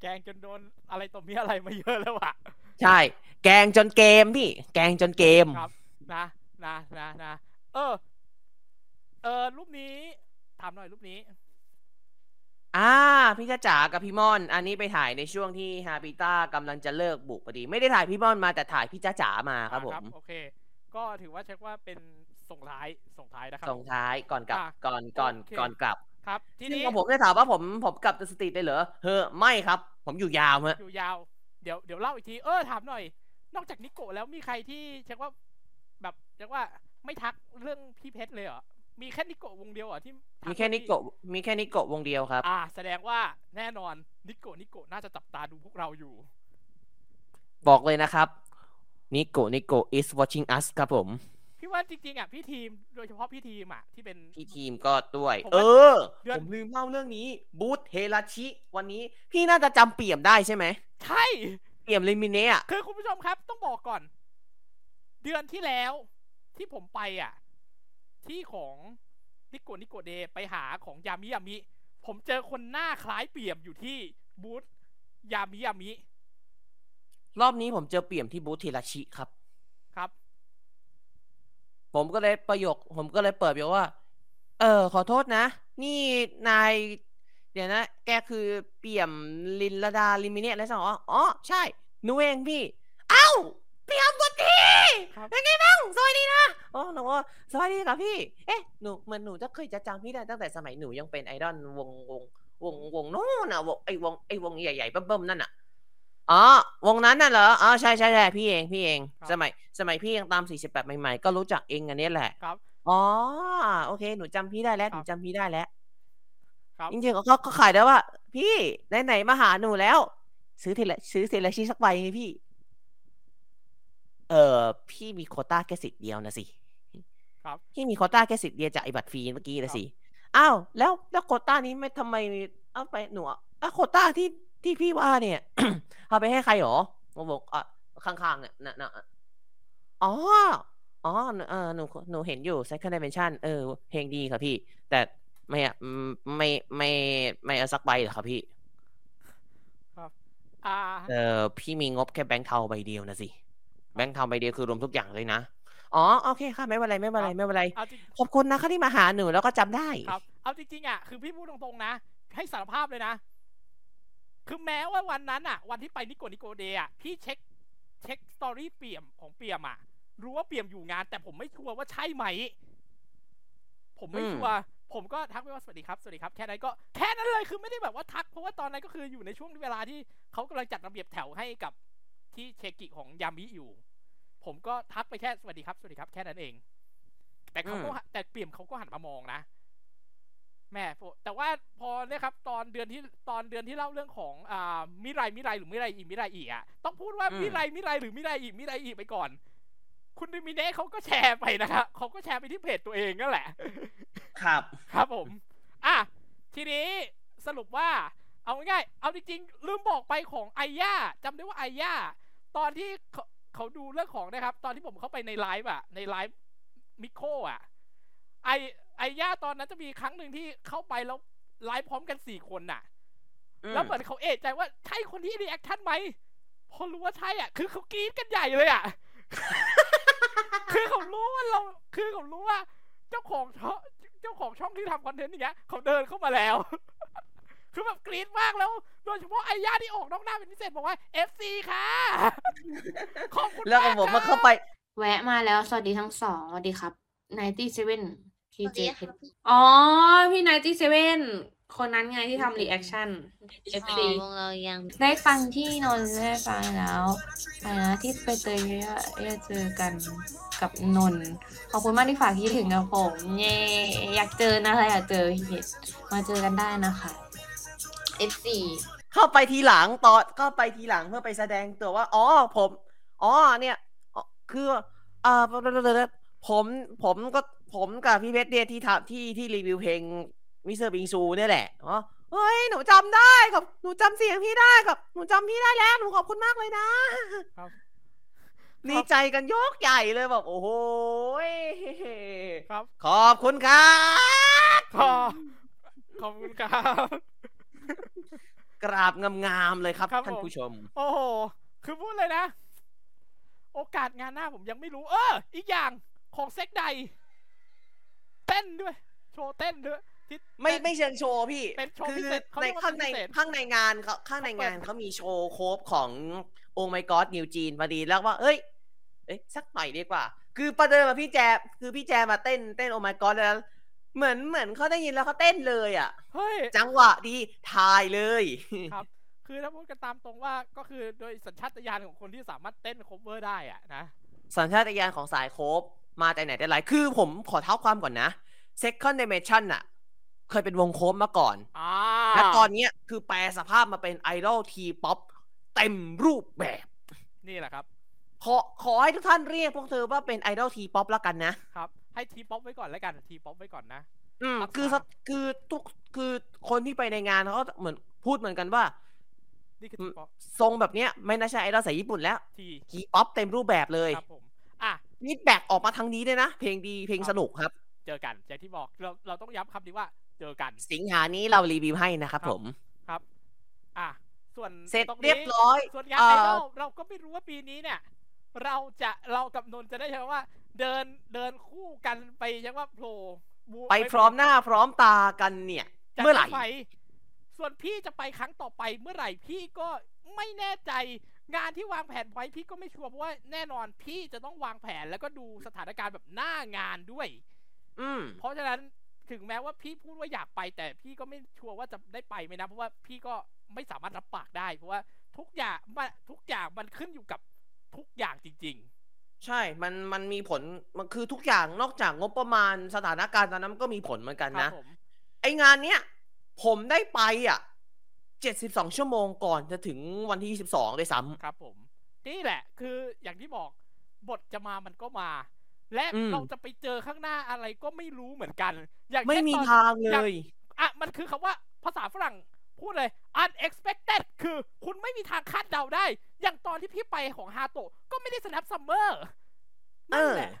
[SPEAKER 3] แกงจนโดนอะไรต่อมีอะไรมาเยอะแล้วอะ
[SPEAKER 2] ใช่ แกงจนเกมพี่ แกงจนเกม
[SPEAKER 3] ครับ นะ นะ นะ นะ เออ เออ รูปนี้ ถามหน่อยรูปนี้
[SPEAKER 2] อ่า พี่จ้าจ๋ากับพี่ม่อน อันนี้ไปถ่ายในช่วงที่ฮาปิต้ากำลังจะเลิกบุกพอดี ไม่ได้ถ่ายพี่ม่อนมาแต่ถ่ายพี่จ้าจ๋ามาครับผ
[SPEAKER 3] อ่ะ
[SPEAKER 2] ม
[SPEAKER 3] โอเค ก็ถือว่าเช็คว่าเป็นส่งท้าย ส่งท้ายนะครับ
[SPEAKER 2] ส่งท้ายก่อนกลับ
[SPEAKER 3] อ่ะ
[SPEAKER 2] ก่อน ก่อน
[SPEAKER 3] โอเค
[SPEAKER 2] ก่อนกลับ
[SPEAKER 3] ครับ ที
[SPEAKER 2] ซึ่ง
[SPEAKER 3] นี้
[SPEAKER 2] ผมได้ถามว่าผม ผมกลับสตรีทได้เหรอเฮ้อไม่ครับ ผมอยู่ยาวฮะ
[SPEAKER 3] อยู่ยาว เดี๋ยว เดี๋ยวเล่าอีกที เออ ถามหน่อย นอกจากนิโกะแล้วมีใครที่เช็คว่า แบบเช็คว่าไม่ทักเรื่องพี่เพชรเลยเหรอ มีแค่นิโกะวงเดียวเหรอที่ทั
[SPEAKER 2] มีแค่นิโกะ
[SPEAKER 3] พี่
[SPEAKER 2] มีแค่นิโกะวงเดียวครับ
[SPEAKER 3] อ่า แสดงว่าแน่นอน นิโกะนิโกะน่าจะจับตาดูพวกเราอยู่
[SPEAKER 2] บอกเลยนะครับ นิโกนิโก is watching us ครับผม
[SPEAKER 3] พี่ว่าจริงๆอ่ะพี่ทีมโดยเฉพาะพี่ทีมอ่ะที่เป็น
[SPEAKER 2] พี่ทีมก็ด้วย
[SPEAKER 3] ผมว่า
[SPEAKER 2] เออ
[SPEAKER 3] เดือน
[SPEAKER 2] ผมลืมเล่าเรื่องนี้บูธเฮราชิ วันนี้พี่น่าจะจำเปี่ยมได้ใช่ไหม
[SPEAKER 3] ใช่
[SPEAKER 2] เปี่ยมลิมิเนะอะ
[SPEAKER 3] คือคุณผู้ชมครับต้องบอกก่อน เดือนที่แล้วที่ผมไปอ่ะ ที่ของนิโกนิโกเดไปหาของยามิยามิ ผมเจอคนหน้าคล้ายเปี่ยมอยู่ที่บูธยามิยามิ
[SPEAKER 2] รอบนี้ผมเจอเปี่ยมที่บูธเฮราชิครับ
[SPEAKER 3] ครับ
[SPEAKER 2] ผมก็เลยประโยค ผมก็เลยเปิดประโยคว่า เออ ขอโทษนะ นี่นาย เดี๋ยวนะ แกคือเปี่ยมลินลดาลิมิเนะแล้วใช่ไหมอ๋อ ใช่หนูเองพี่ เอ้าเปี่ยมบุตรี
[SPEAKER 3] ครับ
[SPEAKER 2] เป็นไงบ้างสวัสดีนะ อ๋อ หนูว่าสวัสดีครับพี่ เอ๊ะ หนูเหมือนหนูจะเคยจะจำพี่ได้ตั้งแต่สมัยหนูยังเป็นไอดอลวงวงวงวงนู้นน่ะวงไอวงไอวงใหญ่ๆเบิ่มๆนั่นน่ะ อ๋อ วงนั้นน่ะเหรอ อ๋อ ใช่ใช่ใช่พี่เอง พี่เอง
[SPEAKER 3] ครับ
[SPEAKER 2] สมัย สมัยพี่ยังตาม 48 ใหม่ๆ ก็รู้จักเองอันเนี้ยแหละ
[SPEAKER 3] ครับ
[SPEAKER 2] อ๋อ โอเค หนูจำพี่ได้แล้ว
[SPEAKER 3] ครับ
[SPEAKER 2] หนูจำพี่ได้แล้ว
[SPEAKER 3] ครับ
[SPEAKER 2] จริงๆเขาก็ขายได้ว่า พี่ ไหนๆมาหาหนูแล้ว ซื้อทีละซื้อทีละชิ้นสักใบให้พี่ เออพี่มีโควต้าแค่สิบเดียวนะสิ
[SPEAKER 3] ครับ
[SPEAKER 2] พี่มีโควต้าแค่สิบเดียวจากไอ้บัตรฟรีเมื่อกี้
[SPEAKER 3] ครั
[SPEAKER 2] นะ
[SPEAKER 3] บ
[SPEAKER 2] สิ อ้าว แล้วแล้วโควต้านี้ไม่ทำไมเอาไปหนูอะอ่ะโควต้าที่ที่พี่ว่าเนี่ย เอาไปให้ใครหรอผมบอกอ่ะข้างๆเนี่ยน่ะน่ะอ๋อ อ๋อเออหนูหนูเห็นอยู่ second dimension เออ เพลงดีค่ะพี่ แต่ไม่อะอืมไม่ไม่ไม่เอาสักใบเหรอครับพี่
[SPEAKER 3] อ่า
[SPEAKER 2] เออพี่มีงบแค่แบงค์เทาใบเดียวนะสิ แบงค์เทาใบเดียวคือรวมทุกอย่างเลยนะ อ๋อ โอเคค่ะไม่เป็นไรไม่เป็นไรไม่เป็นไร
[SPEAKER 3] เอาจริง
[SPEAKER 2] ขอบคุณนะคะที่มาหาหนูแล้วก็จำได้
[SPEAKER 3] ครับ เอาจริงๆอ่ะ คือพี่พูดตรงๆนะ ให้สารภาพเลยนะ คือแม้ว่าวันนั้นอ่ะ วันที่ไปนิโกนิโกเดย์อ่ะ พี่เช็ค เช็คสตอรี่เปี่ยมของเปี่ยมอ่ะ รู้ว่าเปี่ยมอยู่งาน แต่ผมไม่ชัวร์ว่าใช่ไหม ผมไม่
[SPEAKER 2] อืม
[SPEAKER 3] ชัวร์ ผมก็ทักไปว่าสวัสดีครับ สวัสดีครับ แค่นั้นก็ แค่นั้นเลย คือไม่ได้แบบว่าทัก เพราะว่าตอนนั้นก็คืออยู่ในช่วงเวลาที่เขากำลังจัดระเบียบแถวให้กับที่เชกิของยามิอยู่ ผมก็ทักไปแค่สวัสดีครับ สวัสดีครับ แค่นั้นเอง แต่เขาก็
[SPEAKER 2] อืม
[SPEAKER 3] หันแต่เปี่ยมเขาก็หันมามองนะ แม่พวกแต่ว่าพอเนี่ยครับ ตอนเดือนที่ตอนเดือนที่เล่าเรื่องของอ่ามิไรมิไรหรือมิไรอีมิไรอีอ่ะต้องพูดว่า
[SPEAKER 2] อืม
[SPEAKER 3] มิไรมิไรหรือมิไรอีมิไรอีไปก่อน คุณดิมิเน่เขาก็แชร์ไปนะครับเขาก็แชร์ไปที่เพจตัวเองนั่นแหละ
[SPEAKER 2] ครับ
[SPEAKER 3] ครับผม อ่ะ ทีนี้สรุปว่า เอาง่ายๆ เอาจริงๆ ลืมบอกไปของไอย่าจำได้ว่าไอย่า ตอนที่เขาเขาดูเรื่องของนะครับ ตอนที่ผมเข้าไปในไลฟ์อะในไลฟ์มิโคอะไอไอย่าตอนนั้นจะมีครั้งหนึ่งที่เข้าไปแล้วไลฟ์พร้อมกันสี่คนน่ะ แล้วเหมือนเขาเอะใจว่าใช่คนที่รีแอคชั่นไหมพอรู้ว่าใช่อ่ะ คือเขากรี๊ดกันใหญ่เลยอ่ะ คือเขารู้ว่าเรา คือเขารู้ว่า เจ้าของ ช่องเจ้าของช่องที่ทำคอนเทนต์อย่างเงี้ยเขาเดินเข้ามาแล้ว คือแบบกรี๊ดมากแล้ว โดยเฉพาะไอ้ย่าที่ออกนอกหน้าเป็นพิเศษบอกว่า FC ค่ะ ขอบคุณ
[SPEAKER 2] แล้วก็
[SPEAKER 3] มาก
[SPEAKER 2] ผมมา
[SPEAKER 3] ค่ะ
[SPEAKER 2] เข้าไป
[SPEAKER 4] แวะมาแล้ว สวัสดีทั้งสองสวัสดีครับ97
[SPEAKER 5] สวัส
[SPEAKER 4] PJ
[SPEAKER 5] ดีครับ
[SPEAKER 4] อ๋อ พี่97 คนนั้นไงที่ทำรีแอคชั่น FC
[SPEAKER 5] วงเรายัง
[SPEAKER 4] ได้ฟังที่นนท์ได้ฟังแล้วอะไรนะที่ไปเจอเยอะๆเจอกันกับนนท์ขอบคุณมากที่ฝากคิดถึงกับผม เย่อยากเจอนะอะไรอยากเจอพี่มาเจอกันได้นะคะ F4
[SPEAKER 2] เข้าไปทีหลังตอนเข้าไปทีหลังเพื่อไปแสดงตัวว่า อ๋อผม อ๋อเนี่ยอ๋อคือเอ่อผมผมก็ผมกับพี่เพชรเนี่ยที่ทำที่ที่รีวิวเพลงมิสเตอร์บิงซูเนี่ยแหละอ๋อเฮ้ยหนูจำได้ครับหนูจำเสียงพี่ได้ครับหนูจำพี่ได้แล้วหนูขอบคุณมากเลยนะครับ ดีใจกันยกใหญ่เลยแบบโอ้โหย
[SPEAKER 3] ครับ
[SPEAKER 2] ขอบคุณครับ
[SPEAKER 3] ขอขอบคุณครับ
[SPEAKER 2] กราบงามๆเลยครับ
[SPEAKER 3] ครับ
[SPEAKER 2] ท่าน
[SPEAKER 3] ผม
[SPEAKER 2] ผู้ชม
[SPEAKER 3] โอ้โห คือพูดเลยนะ โอกาสงานหน้าผมยังไม่รู้ เออ อีกอย่างของเซ็กใด เต้นด้วย โชว์เต้นด้วยที่
[SPEAKER 2] ไม่
[SPEAKER 3] เต้น
[SPEAKER 2] ไม่เชิงโชว์พี่
[SPEAKER 3] เป็นโชว์
[SPEAKER 2] คือ
[SPEAKER 3] พิเศษเขา
[SPEAKER 2] ใน
[SPEAKER 3] เรียกว่า
[SPEAKER 2] ข้างใน
[SPEAKER 3] พิเศษ
[SPEAKER 2] ข้างในงานเขาข้างใน
[SPEAKER 3] เขาเปิด
[SPEAKER 2] งานเขามีโชว์โคฟของโอ my god นิวจีนพอดีแล้วว่าเอ้ยเอ้ยสักหน่อยดีกว่า คือประเดิมมาพี่แจคือพี่แจมาเต้นเต้นโอ my god แล้ว เหมือนเหมือนเขาได้ยินแล้วเขาเต้นเลยอ่ะ
[SPEAKER 3] เฮ้ย
[SPEAKER 2] จังหวะดีถ่ายเลย
[SPEAKER 3] ครับ คือถ้าพูดกันตามตรงว่าก็คือโดยสัญชาตญาณของคนที่สามารถเต้นค o เวอร์ได้อะนะ
[SPEAKER 2] สัญชาตญาณของสายโคฟมาแต่ไหนแต่ไรคือผมขอเท้าความก่อนนะ second dimension อะเคยเป็นวงโคฟมาก่อน
[SPEAKER 3] อ่า
[SPEAKER 2] และตอนเนี้ยคือแปลสภาพมาเป็นไอดอลทีป๊อปเต็มรูปแบบ
[SPEAKER 3] นี่แหละครับ
[SPEAKER 2] ขอขอให้ทุกท่านเรียกพวกเธอว่าเป็นไอดอลทีป๊อปละกันนะ
[SPEAKER 3] ครับ ให้ทีป๊อปไว้ก่อนแล้วกันทีป๊อปไว้ก่อนนะ
[SPEAKER 2] อืม
[SPEAKER 3] ครับ
[SPEAKER 2] คือ
[SPEAKER 3] ครับ
[SPEAKER 2] สคือทุกคือคนที่ไปในงานเขาก็เหมือนพูดเหมือนกันว่า
[SPEAKER 3] นี่คือ
[SPEAKER 2] อื
[SPEAKER 3] ที
[SPEAKER 2] ม
[SPEAKER 3] ป๊อป
[SPEAKER 2] ทรงแบบเนี้ยไม่น่าใช่ไอดอลสายญี่ปุ่นแล้ว
[SPEAKER 3] ที
[SPEAKER 2] ทีป๊อปเต็มรูปแบบเลย
[SPEAKER 3] ครับผมอ่ะ
[SPEAKER 2] ฟีดแบ็กออกมาทางนี้ด้วยนะ เพลงดีเพลง
[SPEAKER 3] ครับ
[SPEAKER 2] สนุกครับ
[SPEAKER 3] เจอกันอย่างที่บอกเราเราต้องย้ำคำนี้ว่าเจอกัน
[SPEAKER 2] สิงหานี้เรารีวิวให้นะครับ
[SPEAKER 3] ครับ
[SPEAKER 2] ผม
[SPEAKER 3] ครับ อ่ะ ส่วน
[SPEAKER 2] เสร็จ
[SPEAKER 3] ตงนี้
[SPEAKER 2] เรียบร้อย
[SPEAKER 3] ส่วนงาน
[SPEAKER 2] เอ่
[SPEAKER 3] ไอ
[SPEAKER 2] อ
[SPEAKER 3] ดอลเราก็ไม่รู้ว่าปีนี้เนี่ย เราจะเรากับนนท์จะได้ใช่ไหมว่า เดินเดินคู่กันไปใช่ว่าโผล่บู
[SPEAKER 2] ไปพร้อมหน้าพร้อมตากันเนี่ย
[SPEAKER 3] จะ
[SPEAKER 2] เมื่อไหร่
[SPEAKER 3] ปส่วนพี่จะไปครั้งต่อไปเมื่อไหร่พี่ก็ไม่แน่ใจงานที่วางแผนไว้พี่ก็ไม่ชัวร์เพราะว่าแน่นอนพี่จะต้องวางแผนแล้วก็ดูสถานการณ์แบบหน้างานด้วย
[SPEAKER 2] อืม
[SPEAKER 3] เพราะฉะนั้นถึงแม้ว่าพี่พูดว่าอยากไปแต่พี่ก็ไม่ชัวร์ว่าจะได้ไปไหมนะ เพราะว่าพี่ก็ไม่สามารถรับปากได้เพราะว่าทุกอย่างมันทุกอย่างมันขึ้นอยู่กับทุกอย่างจริง
[SPEAKER 2] ใช่ มัน มันมีผล มันคือทุกอย่างนอกจากงบประมาณสถานการณ์ตอนนั้นมันก็มีผลเหมือนกัน
[SPEAKER 3] ๆ ครั
[SPEAKER 2] นะ
[SPEAKER 3] บผม
[SPEAKER 2] ไองานเนี้ย ผมได้ไปอ่ะ 72 ชั่วโมงก่อนจะถึงวันที่ 22 ด้วยซ้
[SPEAKER 3] ครับผม นี่แหละคืออย่างที่บอกบทจะมามันก็มา และ
[SPEAKER 2] อืม
[SPEAKER 3] เราจะไปเจอข้างหน้าอะไรก็ไม่รู้เหมือนกัน อย่าง
[SPEAKER 2] ำ ไม่
[SPEAKER 3] เช่น
[SPEAKER 2] มี
[SPEAKER 3] ตอน
[SPEAKER 2] ทางเล
[SPEAKER 3] อยาก
[SPEAKER 2] ย
[SPEAKER 3] อ่ะมันคือคำว่าภาษาฝรั่งพูดเลย unexpected คือคุณไม่มีทางคาดเดาได้ อย่างตอนที่พี่ไปของฮาโตะก็ไม่ได้ snap summer นั่นแหละ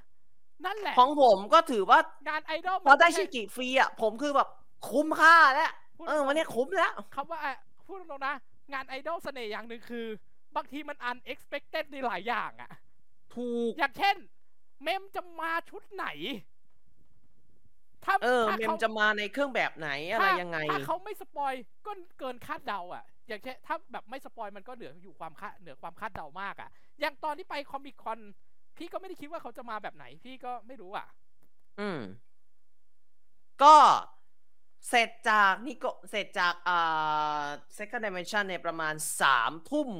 [SPEAKER 2] เอ
[SPEAKER 3] นั่นแหละ
[SPEAKER 2] ของผมก็ถือว่า
[SPEAKER 3] งานไอดอล
[SPEAKER 2] พอได้ชิกิฟรีอ่ะ ผมคือแบบคุ้มค่าแล้ว เออ วันเนี้ยคุ้มแล้ว
[SPEAKER 3] คำว่าอ่ะพูดตรงๆนะ งานไอดอลเสน่ห์อย่างหนึ่งคือ บางทีมัน unexpected ในหลายอย่างอะ
[SPEAKER 2] ถูก
[SPEAKER 3] อย่างเช่น เมมจะมาชุดไหน ถ้า
[SPEAKER 2] เออ
[SPEAKER 3] ถ้า
[SPEAKER 2] เม
[SPEAKER 3] ข
[SPEAKER 2] มจะมาในเครื่องแบบไหนอะไร
[SPEAKER 3] ถ้า
[SPEAKER 2] ยังไง
[SPEAKER 3] ถ้าเขาไม่สปอยก็เกินคาดเดาอ่ะ อย่างเช่นถ้าแบบไม่สปอยมันก็เหนืออยู่ความคาดเหนือความคาดเดามากอ่ะ อย่างตอนที่ไปคอมิคอนพี่ก็ไม่ได้คิดว่าเขาจะมาแบบไหน พี่ก็ไม่รู้อ่ะ
[SPEAKER 2] อืม ก็เสร็จจากนี่ก็เสร็จจากอ่า second dimension ในยประมาณสามทุ่ม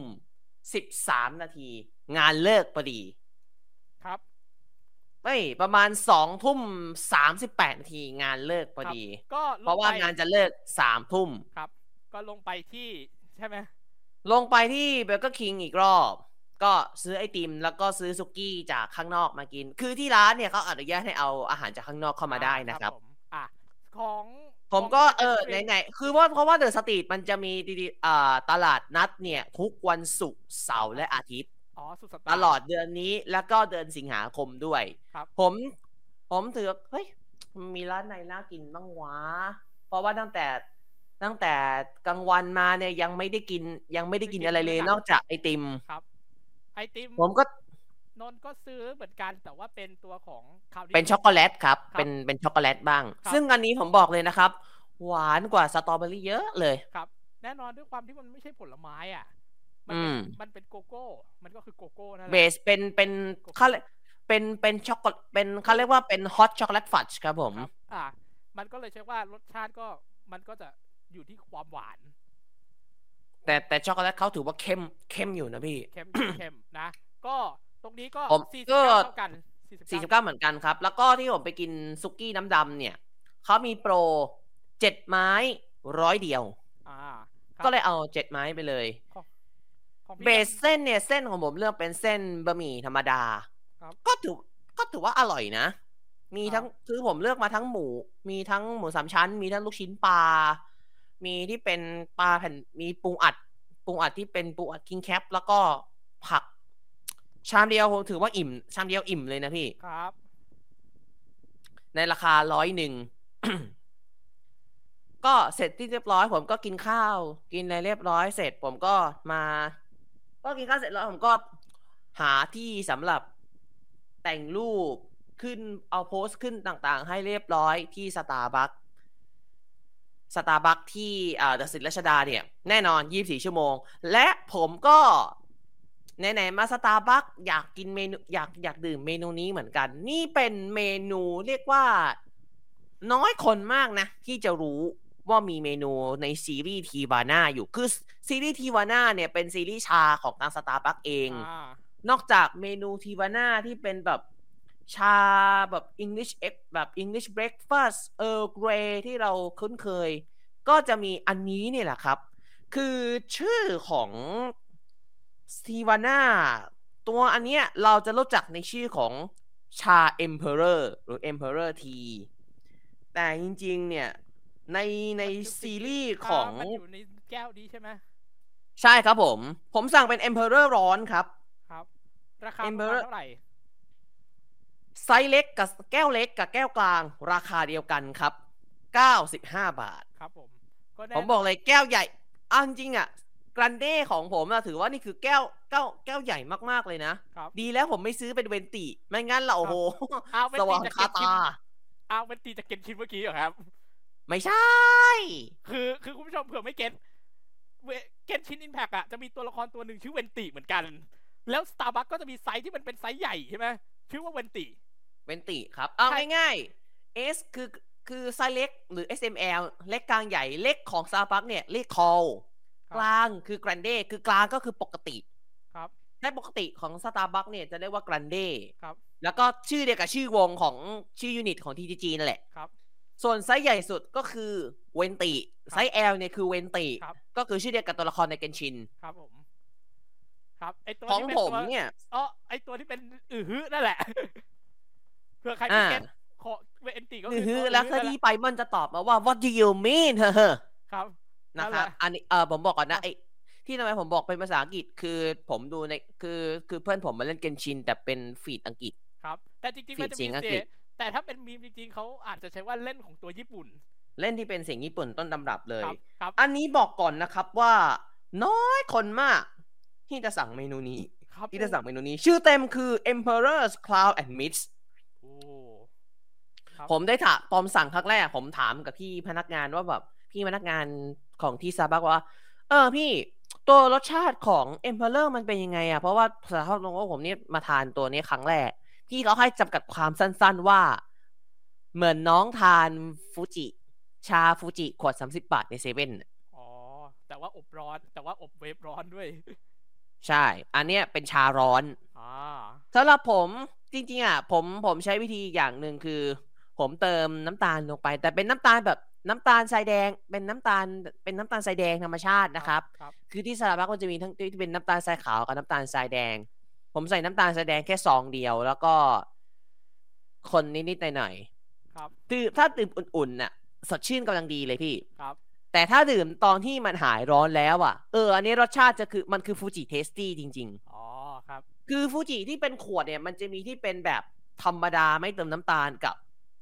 [SPEAKER 2] สิบสามนาที งานเลิกพอดี
[SPEAKER 3] ครับ
[SPEAKER 2] ไม่ประมาณสองทุ่มสามสิบแปดนาทีงานเลิกพอดี
[SPEAKER 3] ก็ล
[SPEAKER 2] เพราะ
[SPEAKER 3] ง
[SPEAKER 2] ว่า
[SPEAKER 3] ไป
[SPEAKER 2] งานจะเลิกสามทุ่ม
[SPEAKER 3] ครับ ก็ลงไปที่ใช่ไหม
[SPEAKER 2] ลงไปที่เบเกอร์คิงอีกรอบ ก็ซื้อไอติม แล้วก็ซื้อสุกี้จากข้างนอกมากิน คือที่ร้านเนี่ยเขาอนุญาตให้เอาอาหารจากข้างนอกเข้ามาได้นะครับ
[SPEAKER 3] ผมอ่ะของ
[SPEAKER 2] ผมก็
[SPEAKER 3] ขง
[SPEAKER 2] เออ
[SPEAKER 3] Netflix
[SPEAKER 2] ไหนๆคือว่าเพราะว่าเดอะสตรีทมันจะมีดีๆอ่าตลาดนัดเนี่ย ทุกวันศุกร์เสาร์และอาทิตย์
[SPEAKER 3] อ๋อสุดสัป
[SPEAKER 2] ต
[SPEAKER 3] ดาห์
[SPEAKER 2] ลอดเดือนนี้แล้วก็เดือนสิงหาคมด้วย
[SPEAKER 3] ครับ
[SPEAKER 2] ผมผมถือเฮ้ยมันมีร้านไหนน่ากินบ้างวะ เพราะว่าตั้งแต่ตั้งแต่กลางวันมาเนี่ยยังไม่ได้กินยังไม่ได้กินอะไรเลย นอกจากไอติม
[SPEAKER 3] ครับ ไอติม
[SPEAKER 2] ผมก็
[SPEAKER 3] นนท์ก็ซื้อเหมือนกันแต่ว่าเป็นตัวของคราวนี้
[SPEAKER 2] เป็นช็อกโกแลตครับ
[SPEAKER 3] ครับ
[SPEAKER 2] เป็นเป็นช็อกโกแลตบ้าง
[SPEAKER 3] ครับ
[SPEAKER 2] ซึ่งอันนี้ผมบอกเลยนะครับ หวานกว่าสตรอเบอรี่เยอะเลย
[SPEAKER 3] ครับแน่นอนด้วยความที่มันไม่ใช่ผลไม้อ่ะ มันเป็น
[SPEAKER 2] อืม
[SPEAKER 3] มันเป็นโกโก้ มันก็คือโกโก้นั่นแหละ
[SPEAKER 2] เบสเป็นเป็นเขาเรียกเป็นเป็นช็อกโกเป็นเขาเรียกว่าเป็นฮอตช็อกโกแลตฟัดครับผม
[SPEAKER 3] ครับอ่ะมันก็เลยใช่ว่ารสชาติก็มันก็จะอยู่ที่ความหวาน
[SPEAKER 2] แต่แต่ช็อกโกแลตเขาถือว่าเข้มเข้มอยู่นะพี่
[SPEAKER 3] เค็ม เค็มนะ ก็ตรงนี้ก็
[SPEAKER 2] ผม
[SPEAKER 3] สี่สิบ
[SPEAKER 2] ก็
[SPEAKER 3] เก้าเท่ากันสี่สิบ
[SPEAKER 2] 49 เหมือนกันครับ แล้วก็ที่ผมไปกินซุกี้น้ำดำเนี่ย เขามีโปรเจ็ดไม้ร้อยเดียว
[SPEAKER 3] อ่าครับ
[SPEAKER 2] ก็เลยเอาเจ็ดไม้ไปเลย
[SPEAKER 3] ของพี่
[SPEAKER 2] เบส
[SPEAKER 3] ก็
[SPEAKER 2] เส้นเนี่ย เส้นของผมเลือกเป็นเส้นบะหมี่ธรรมดา
[SPEAKER 3] ครับ
[SPEAKER 2] ก็ถือก็ถือว่าอร่อยนะ มี
[SPEAKER 3] ครับ
[SPEAKER 2] ทั้งคือผมเลือกมาทั้งหมู มีทั้งหมูสามชั้น มีทั้งลูกชิ้นปลา มีที่เป็นปลาแผ่น มีปูอัด ปูอัดที่เป็นปูอัดคิงแคป แล้วก็ผัก ชามเดียวผมถือว่าอิ่ม ชามเดียวอิ่มเลยนะพี่
[SPEAKER 3] ครับ
[SPEAKER 2] ในราคาร้อยหนึ่ง ก็เสร็จที่เรียบร้อย ผมก็กินข้าว กินอะไรเรียบร้อยเสร็จ ผมก็มา ก็กินข้าวเสร็จแล้วผมก็หาที่สำหรับแต่งรูปขึ้นเอาโพสต์ขึ้นต่างๆ ให้เรียบร้อยที่สตาร์บัคสตาร์บัคที่อ่าดัสิตรัชดาเนี่ย แน่นอน 24 ชั่วโมง และผมก็ไหนๆมาสตาร์บัคอยากกินเมนูอยากอยากดื่มเมนูนี้เหมือนกัน นี่เป็นเมนูเรียกว่าน้อยคนมากนะ ที่จะรู้ว่ามีเมนูในซีรีส์ทีวาน่าอยู่คือซีรีส์ทีวาน่าเนี่ยเป็นซีรีส์ชาของทางสตาร์บัคเอง
[SPEAKER 3] อ่า
[SPEAKER 2] นอกจากเมนูทีวาน่าที่เป็นแบบชาแบบ English egg แบบ English breakfast Earl Grey ที่เราคุ้นเคย ก็จะมีอันนี้เนี่ยแหละครับ คือชื่อของทีวาน่า ตัวอันเนี้ยเราจะรู้จักในชื่อของชา Emperor หรือ Emperor T แต่จริงๆ เนี่ย ในในซีรีส์ของ
[SPEAKER 3] มันอยู่ในแก้วดีใช่ไหม
[SPEAKER 2] ใช่ครับผม ผมสั่งเป็น Emperor ร้อนครับ
[SPEAKER 3] ครับ ราคาประมาณ
[SPEAKER 2] Emperor
[SPEAKER 3] เท่าไหร่
[SPEAKER 2] ไซส์เล็กกับแก้วเล็กกับแก้วกลาง ราคาเดียวกันครับ 95 บาท
[SPEAKER 3] ครับผมก็แน่
[SPEAKER 2] ผมบอกเลยแก้วใหญ่อันจริงๆอะกรันเด้ของผมอะถือว่านี่คือแก้วแก้วแก้วใหญ่มากๆเลยนะ
[SPEAKER 3] ครับ
[SPEAKER 2] ดีแล้วผมไม่ซื้อเป็นเวนติ ไม่งั้นเราโอ้โห
[SPEAKER 3] เอาเวน
[SPEAKER 2] ส
[SPEAKER 3] ตี
[SPEAKER 2] ว่าง
[SPEAKER 3] จาก
[SPEAKER 2] คา
[SPEAKER 3] เก็บคิม
[SPEAKER 2] ตา
[SPEAKER 3] เอาเวนตีจากเก็บคิมเมื่อกี้เหรอครับ
[SPEAKER 2] ไม่ใช่
[SPEAKER 3] คือคือคุณผู้ชมเผื่อไม่เก็ตเวเก็ตชิ้นอินแพกอะจะมีตัวละครตัวหนึ่งชื่อเวนติเหมือนกัน แล้วสตาร์บัคก็จะมีไซส์ที่มันเป็นไซส์ใหญ่ใช่ไหมชื่อว่าเวนติ
[SPEAKER 2] เวนติครับ เอา
[SPEAKER 3] ใช่
[SPEAKER 2] ง่ายๆ S คือคือไซส์เล็กหรือ SML เล็กกลางใหญ่เล็กของซาบักเนี่ยเล็กคอลกลางคือ g r a n d e คือกลางก็คือปกติ
[SPEAKER 3] ครับ
[SPEAKER 2] ในปกติของสตาร์บัคเนี่ยจะเรียกว่า g r a n d e
[SPEAKER 3] ครับ
[SPEAKER 2] แล้วก็ชื่อเดียวกับชื่อวงของชื่อยูนิตของ TGG นั่นแหละ
[SPEAKER 3] ครับ
[SPEAKER 2] ส่วนไซส์ใหญ่สุดก็คือเวนติไซส์ L เนี่ยคือเวนติ
[SPEAKER 3] ครับ
[SPEAKER 2] ก็คือชื่อเดียวกับตัวละครในเกนชิน
[SPEAKER 3] ครับผม ครับไอตัว
[SPEAKER 2] ของ
[SPEAKER 3] ที่เป็น
[SPEAKER 2] ผม
[SPEAKER 3] ตัว
[SPEAKER 2] เนี่ย
[SPEAKER 3] อ๋อไอตัวที่เป็นอือฮึนั่นแหละ เผื่อใครไม่เก็ต
[SPEAKER 2] อ่า
[SPEAKER 3] ขอเวนติก็
[SPEAKER 2] อื
[SPEAKER 3] คือ อ
[SPEAKER 2] ฮึ
[SPEAKER 3] ตัว
[SPEAKER 2] แล้วถ้า
[SPEAKER 3] นั่นหะ
[SPEAKER 2] ที่ไปมันจะตอบมาว่า what do you mean เฮ้อ
[SPEAKER 3] ครับ
[SPEAKER 2] นะค
[SPEAKER 3] นั่นแห
[SPEAKER 2] รับ
[SPEAKER 3] ละ
[SPEAKER 2] อันนี้เออผมบอกก่อน
[SPEAKER 3] ครั
[SPEAKER 2] นะ
[SPEAKER 3] บ
[SPEAKER 2] ไอ้ที่ทำไมผมบอกเป็นภาษาอังกฤษคือผมดูในคือคือเพื่อนผมมาเล่นเกนชิน แต่เป็นฟีดอังกฤษ
[SPEAKER 3] ครับ แต่จริงๆมันจะ
[SPEAKER 2] จริ
[SPEAKER 3] มี
[SPEAKER 2] งๆก็
[SPEAKER 3] เจ
[SPEAKER 2] คือ
[SPEAKER 3] แต่ถ้าเป็นมีมจริงๆเขาอาจจะใช้ว่าเล่นของตัวญี่ปุ่น
[SPEAKER 2] เล่นที่เป็นเสียงญี่ปุ่นต้นตำรับเลย
[SPEAKER 3] ครับ ครับ
[SPEAKER 2] อันนี้บอกก่อนนะครับว่า น้อยคนมาก ที่จะสั่งเมนูนี้
[SPEAKER 3] ครับ
[SPEAKER 2] ที่จะสั่งเมนูนี้ ชื่อเต็มคือ Emperor's Cloud and Mist
[SPEAKER 3] โอ้ ครับ
[SPEAKER 2] ผมได้ถามปอมสั่งครั้งแรก ผมถามกับพี่พนักงานว่าแบบพี่พนักงานของที่ซาบักว่า เออพี่ตัวรสชาติของเอ็มเพลเลอร์มันเป็นยังไงอะเพราะว่าสารภาพตรงว่าผมเนี่ยมาทานตัวนี้ครั้งแรก พี่เขาให้จำกัดความสั้นๆว่า เหมือนน้องทานฟูจิ ชาฟูจิ ขวด 30 บาทในเซเว่นน่ะ
[SPEAKER 3] อ๋อ แต่ว่าอบร้อน แต่ว่าอบเวฟร้อนด้วย
[SPEAKER 2] ใช่ อันเนี้ยเป็นชาร้อน
[SPEAKER 3] อ่า
[SPEAKER 2] สำหรับผมจริงๆอ่ะผมผมใช้วิธีอย่างหนึ่งคือ ผมเติมน้ำตาลลงไป แต่เป็นน้ำตาลแบบน้ำตาลทรายแดง เป็นน้ำตาลเป็นน้ำตาลทรายแดงธรรมชาตินะครับ
[SPEAKER 3] ครับ
[SPEAKER 2] คือที่สาราบัคก็จะมีทั้งที่เป็นน้ำตาลทรายขาวกับน้ำตาลทรายแดง ผมใส่น้ำตาลทรายแดงแค่ซองเดียว แล้วก็คนนิดๆหน่อย
[SPEAKER 3] ครับ
[SPEAKER 2] ๆดื่มถ้าดื่มอุ่นๆน่ะสดชื่นกำลังดีเลยพี่
[SPEAKER 3] ครับ
[SPEAKER 2] แต่ถ้าดื่มตอนที่มันหายร้อนแล้วอ่ะเอออันนี้รสชาติจะคือมันคือฟูจิเทสตี้จริง ๆ
[SPEAKER 3] อ๋อ ครับ
[SPEAKER 2] คือฟูจิที่เป็นขวดเนี่ยมันจะมีที่เป็นแบบธรรมดาไม่เติมน้ำตาลกับ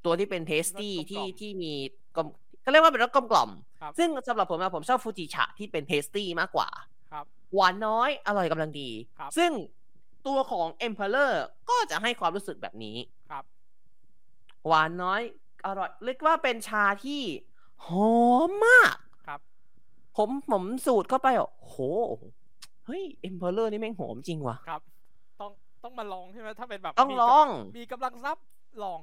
[SPEAKER 2] ตัวที่เป็นเทสตี้
[SPEAKER 3] รสกล
[SPEAKER 2] ที่
[SPEAKER 3] มๆ
[SPEAKER 2] ที่มีกลมก็เรียกว่าเป็นรสกลมกล่อมๆ
[SPEAKER 3] ครับ
[SPEAKER 2] ซึ่งสำหรับผมอะผมชอบฟูจิฉะที่เป็นเทสตี้มากกว่า
[SPEAKER 3] ครับ
[SPEAKER 2] หวานน้อยอร่อยกำลังดี
[SPEAKER 3] ครับ
[SPEAKER 2] ซึ่งตัวของ Emperor ก็จะให้ความรู้สึกแบบนี้
[SPEAKER 3] ครับ
[SPEAKER 2] หวานน้อยอร่อยเรียกว่าเป็นชาที่หอมมาก
[SPEAKER 3] ครับ
[SPEAKER 2] ผมผมสูตรเข้าไปอ่ะโหเฮ้ย Emperor นี่แม่งหอมจริงว่ะ
[SPEAKER 3] ครับ ต้อง ต้องมาลองใช่ไหม ถ้าเป็นแบบ
[SPEAKER 2] ต้อง
[SPEAKER 3] มี
[SPEAKER 2] ล
[SPEAKER 3] กำ
[SPEAKER 2] อง
[SPEAKER 3] มีกำลังทรัพย์ลอง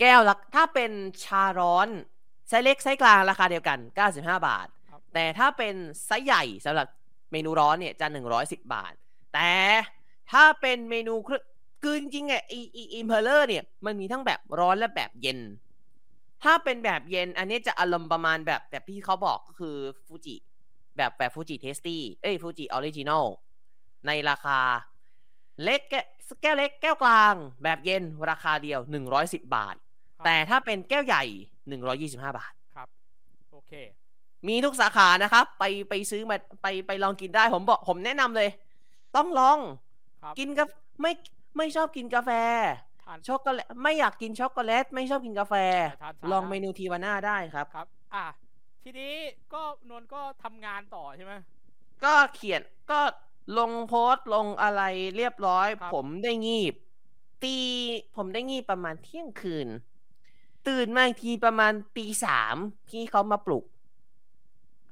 [SPEAKER 2] แก้วละถ้าเป็นชาร้อนไซส์เล็กไซส์กลางราคาเดียวกัน 95 บาท
[SPEAKER 3] ครับ
[SPEAKER 2] แต่ถ้าเป็นไซส์ใหญ่สำหรับเมนูร้อนเนี่ยจะ110 บาท แต่ถ้าเป็นเมนูเครื่องคือจริงๆอ่ะอีอีอิมเพลเลอร์เนี่ยมันมีทั้งแบบร้อนและแบบเย็น ถ้าเป็นแบบเย็นอันนี้จะอารมณ์ประมาณแบบแบบที่เขาบอกก็คือฟูจิแบบแบบฟูจิเทสตี้เอ้ยฟูจิออริจินอลในราคา เล็กแก้วแก้วเล็กแก้วกลางแบบเย็นราคาเดียว 110 บาท
[SPEAKER 3] ครับ
[SPEAKER 2] แต่ถ้าเป็นแก้วใหญ่ 125 บาท
[SPEAKER 3] ครับ โอเค
[SPEAKER 2] มีทุกสาขานะครับ ไปไปซื้อมาไปไปลองกินได้ผมบอกผมแนะนำเลย ต้องลอง
[SPEAKER 3] ครับ
[SPEAKER 2] กินกับไม่ไม่ชอบกินกาแฟ
[SPEAKER 3] ทาน
[SPEAKER 2] ช็อกโกแลตไม่อยากกินช็อกโกแลต ไม่ชอบกินกาแฟ
[SPEAKER 3] ทานชา
[SPEAKER 2] ลอง
[SPEAKER 3] ได้
[SPEAKER 2] เมนูทีวาน่าได้ครับ
[SPEAKER 3] ครับ อ่ะ ทีนี้ก็นวลก็ทำงานต่อใช่ไหม
[SPEAKER 2] ก็เขียนก็ลงโพสต์ลงอะไรเรียบร้อย
[SPEAKER 3] ครับ
[SPEAKER 2] ผมได้งีบ ตีผมได้งีบประมาณเที่ยงคืน ตื่นมาอีกทีประมาณตีสามพี่เขามาปลุก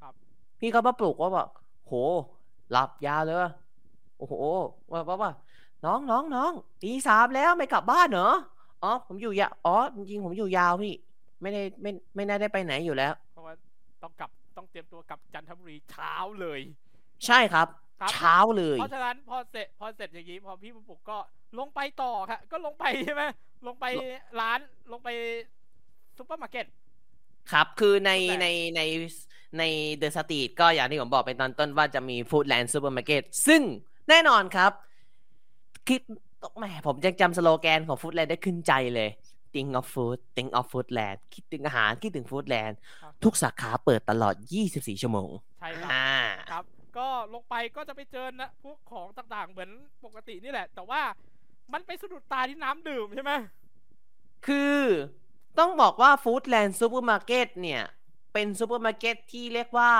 [SPEAKER 3] ครับ
[SPEAKER 2] พี่เขามาปลุกว่าบอกโห หลับยาวเลยว่ะโอ้โหว่าว่าว่าน้องน้องน้องตีสามแล้วไม่กลับบ้านเหรออ๋อผมอยู่ยาวอ๋อจริงๆผมอยู่ยาวพี่ ไม่ได้ไม่ไม่น่าได้ไปไหนอยู่แล้ว
[SPEAKER 3] เพราะว่าต้องกลับ ต้องเตรียมตัวกลับจันทบุรีเช้าเลย
[SPEAKER 2] ใช่ครับ
[SPEAKER 3] ครับ
[SPEAKER 2] เช้าเลย
[SPEAKER 3] เพราะฉะนั้นพอเสร็จพอเสร็จอย่างนี้พอพี่ปุ๊กปุ๊กก็ลงไปต่อครับก็ลงไปใช่ไหมลงไปร้านลงไปซุปเปอร์มาร์เก็ต
[SPEAKER 2] ครับ คือใน
[SPEAKER 3] แต่
[SPEAKER 2] ในในในเดอะสตรีทก็อย่างที่ผมบอกไปตอนต้นว่าจะมีฟู้ดแลนด์ซูเปอร์มาร์เก็ตซึ่งแน่นอนครับ คิดแหมผมยังจำสโลแกนของฟู้ดแลนด์ได้ขึ้นใจเลย Think of food Think of Foodland คิดถึงอาหาร คิดถึงฟู้ดแลนด์
[SPEAKER 3] ครับ
[SPEAKER 2] ทุกสาขาเปิดตลอด 24 ชั่วโมง
[SPEAKER 3] ใช่ครับ
[SPEAKER 2] อ่า
[SPEAKER 3] ครับ ก็ลงไปก็จะไปเจอนะพวกของต่างๆ เหมือนปกตินี่แหละ แต่ว่ามันไปสะดุดตาที่น้ำดื่มใช่ไหม
[SPEAKER 2] คือต้องบอกว่าฟู้ดแลนด์ซูเปอร์มาร์เก็ตเนี่ย เป็นซูเปอร์มาร์เก็ตที่เรียกว่า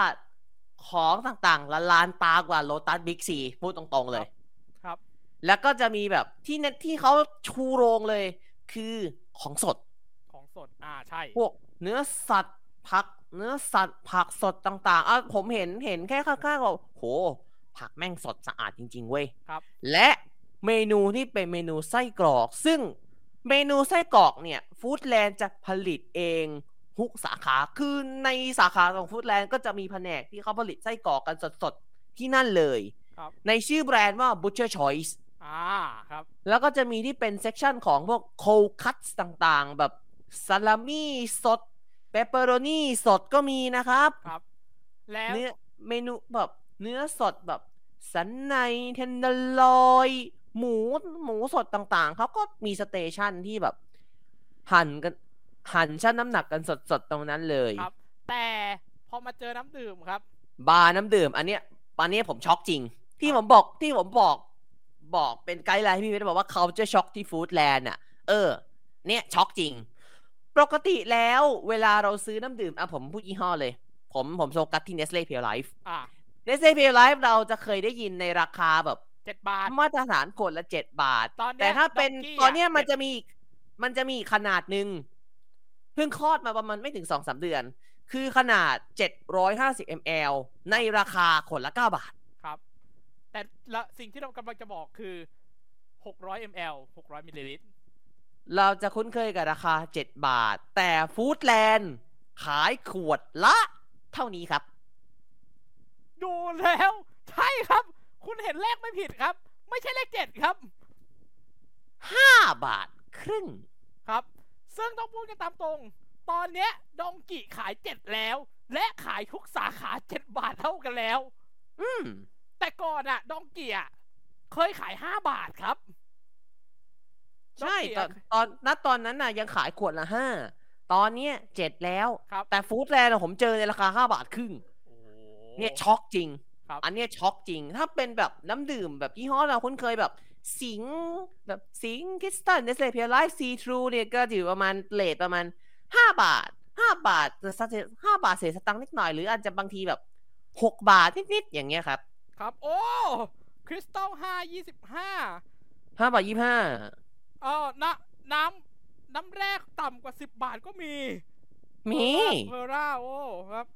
[SPEAKER 2] ของต่างๆละลานตากว่าโ o ตัสบิ๊กซีพูดตรงๆเลย
[SPEAKER 3] ครับ
[SPEAKER 2] แล้วก็จะมีแบบที่เนนที่เขาชูโรงเลย คือของสด
[SPEAKER 3] ของสด อ่า ใช่
[SPEAKER 2] พวกเนื้อสัตว์ผัก เนื้อสัตว์ผักสดต่างๆอ่ะผมเห็นเห็นแค่ข้างๆก็โห ผักแม่งสดสะอาดจริงๆเว้ย
[SPEAKER 3] ครับ
[SPEAKER 2] และเมนูที่เป็นเมนูไส้กรอก ซึ่งเมนูไส้กรอกเนี่ยฟู้ดแลนด์จะผลิตเองทุกสาขาคือในสาขาของฟู้ดแลนด์ก็จะมีแผนกที่เขาผลิตไส้กรอกกันสดๆ ที่นั่นเลย
[SPEAKER 3] ครับ
[SPEAKER 2] ในชื่อแบรนด์ว่า Butcher Choice
[SPEAKER 3] อ่า ครับ
[SPEAKER 2] แล้วก็จะมีที่เป็นเซกชันของพวกโคคัตต่างๆ แบบซาลามี่สดเปปเปอโรนีสดก็มีนะครับ
[SPEAKER 3] ครับ แล้ว
[SPEAKER 2] เนื้อเมนูแบบเนื้อสดแบบ สันในเทนเดอร์ลอยหมูหมูสดต่างๆ เขาก็มีสเตชันที่แบบ หั่นกันหั่นชั่นน้ำหนักกันสดๆ ตรงนั้นเลย
[SPEAKER 3] ครับ แต่พอมาเจอน้ำดื่มครับ
[SPEAKER 2] บาร์น้ำดื่ม อันเนี้ยอันเนี้ยผมช็อกจริง ที่ผมบอกที่ผมบอกบอกเป็นไกด์ไลน์ให้พี่เวทบอกว่าเขาจะช็อกที่ฟู้ดแลนด์อ่ะ เออ เนี่ยช็อกจริง ปกติแล้วเวลาเราซื้อน้ำดื่มอ่ะผมพูดยี่ห้อเลย ผมผมโฟกัสที่ Nestle Pure Life
[SPEAKER 3] อ่า
[SPEAKER 2] Nestle Pure Life เราจะเคยได้ยินในราคาแบบ
[SPEAKER 3] เจ็ดบาท
[SPEAKER 2] มาตรฐานขวดละเจ็ดบาท
[SPEAKER 3] ตอนเนี้ย
[SPEAKER 2] แต่ถ้าเป็น
[SPEAKER 3] ดอกกี้
[SPEAKER 2] ตอนเนี้ย
[SPEAKER 3] อะ
[SPEAKER 2] มัน
[SPEAKER 3] เจ็ด
[SPEAKER 2] จะมีอีกมันจะมีอีกขนาดหนึ่งเพิ่งคลอดมาประมาณไม่ถึงสองสามเดือน คือขนาด 750 ml ในราคาขวดละ 9 บาท
[SPEAKER 3] ครับ แต่ละสิ่งที่เรากำลังจะบอกคือ 600 ml 600มิลลิลิตร
[SPEAKER 2] เราจะคุ้นเคยกับราคา 7 บาท แต่ฟู้ดแลนด์ขายขวดละ เท่านี้ครับ
[SPEAKER 3] ดูแล้ว ใช่ครับ คุณเห็นเลขไม่ผิดครับ ไม่ใช่เลขเจ็ดครับ
[SPEAKER 2] 5 บาทครึ่ง
[SPEAKER 3] ครับ ซึ่งต้องพูดกันตามตรง ตอนเนี้ยดองกิขายเจ็ดแล้ว และขายทุกสาขาเจ็ดบาทเท่ากันแล้ว
[SPEAKER 2] อืม
[SPEAKER 3] แต่ก่อนอะดองกิอะเคยขายห้าบาทครับ
[SPEAKER 2] ใช่ตอ
[SPEAKER 3] ดอน กกี้อะ
[SPEAKER 2] ตอนณตอนนั้นน่ะยังขายขวดละ 5 ตอนเนี้ย7แล้ว
[SPEAKER 3] ครับ
[SPEAKER 2] แต่ฟู้ดแลนด์อะผมเจอในราคา 5 บาทครึ่ง
[SPEAKER 3] โอ้
[SPEAKER 2] เนี่ยช็อกจริง
[SPEAKER 3] ครับ
[SPEAKER 2] อันเนี้ยช็อกจริง ถ้าเป็นแบบน้ำดื่มแบบยี่ห้อเราคุ้นเคยแบบสิงแบบสิงคิสตันเนสเลเพียไลฟ์ซีทรูเนี่ยก็อยู่ประมาณเลทประมาณห้าบาทห้าบาทห้าบาทเศษสตังค์นิดหน่อยหรืออาจจะบางทีแบบหกบาทนิดๆอย่างเงี้ยครับ
[SPEAKER 3] ครับ โอ้คริสตัลห้ายี่สิบห้า
[SPEAKER 2] ห้าบาทยี่ห้า
[SPEAKER 3] เออน้ำน้ำน้ำแรกต่ำกว่าสิบบาทก็มี
[SPEAKER 2] มี
[SPEAKER 3] เพอร่าโอ้ครับ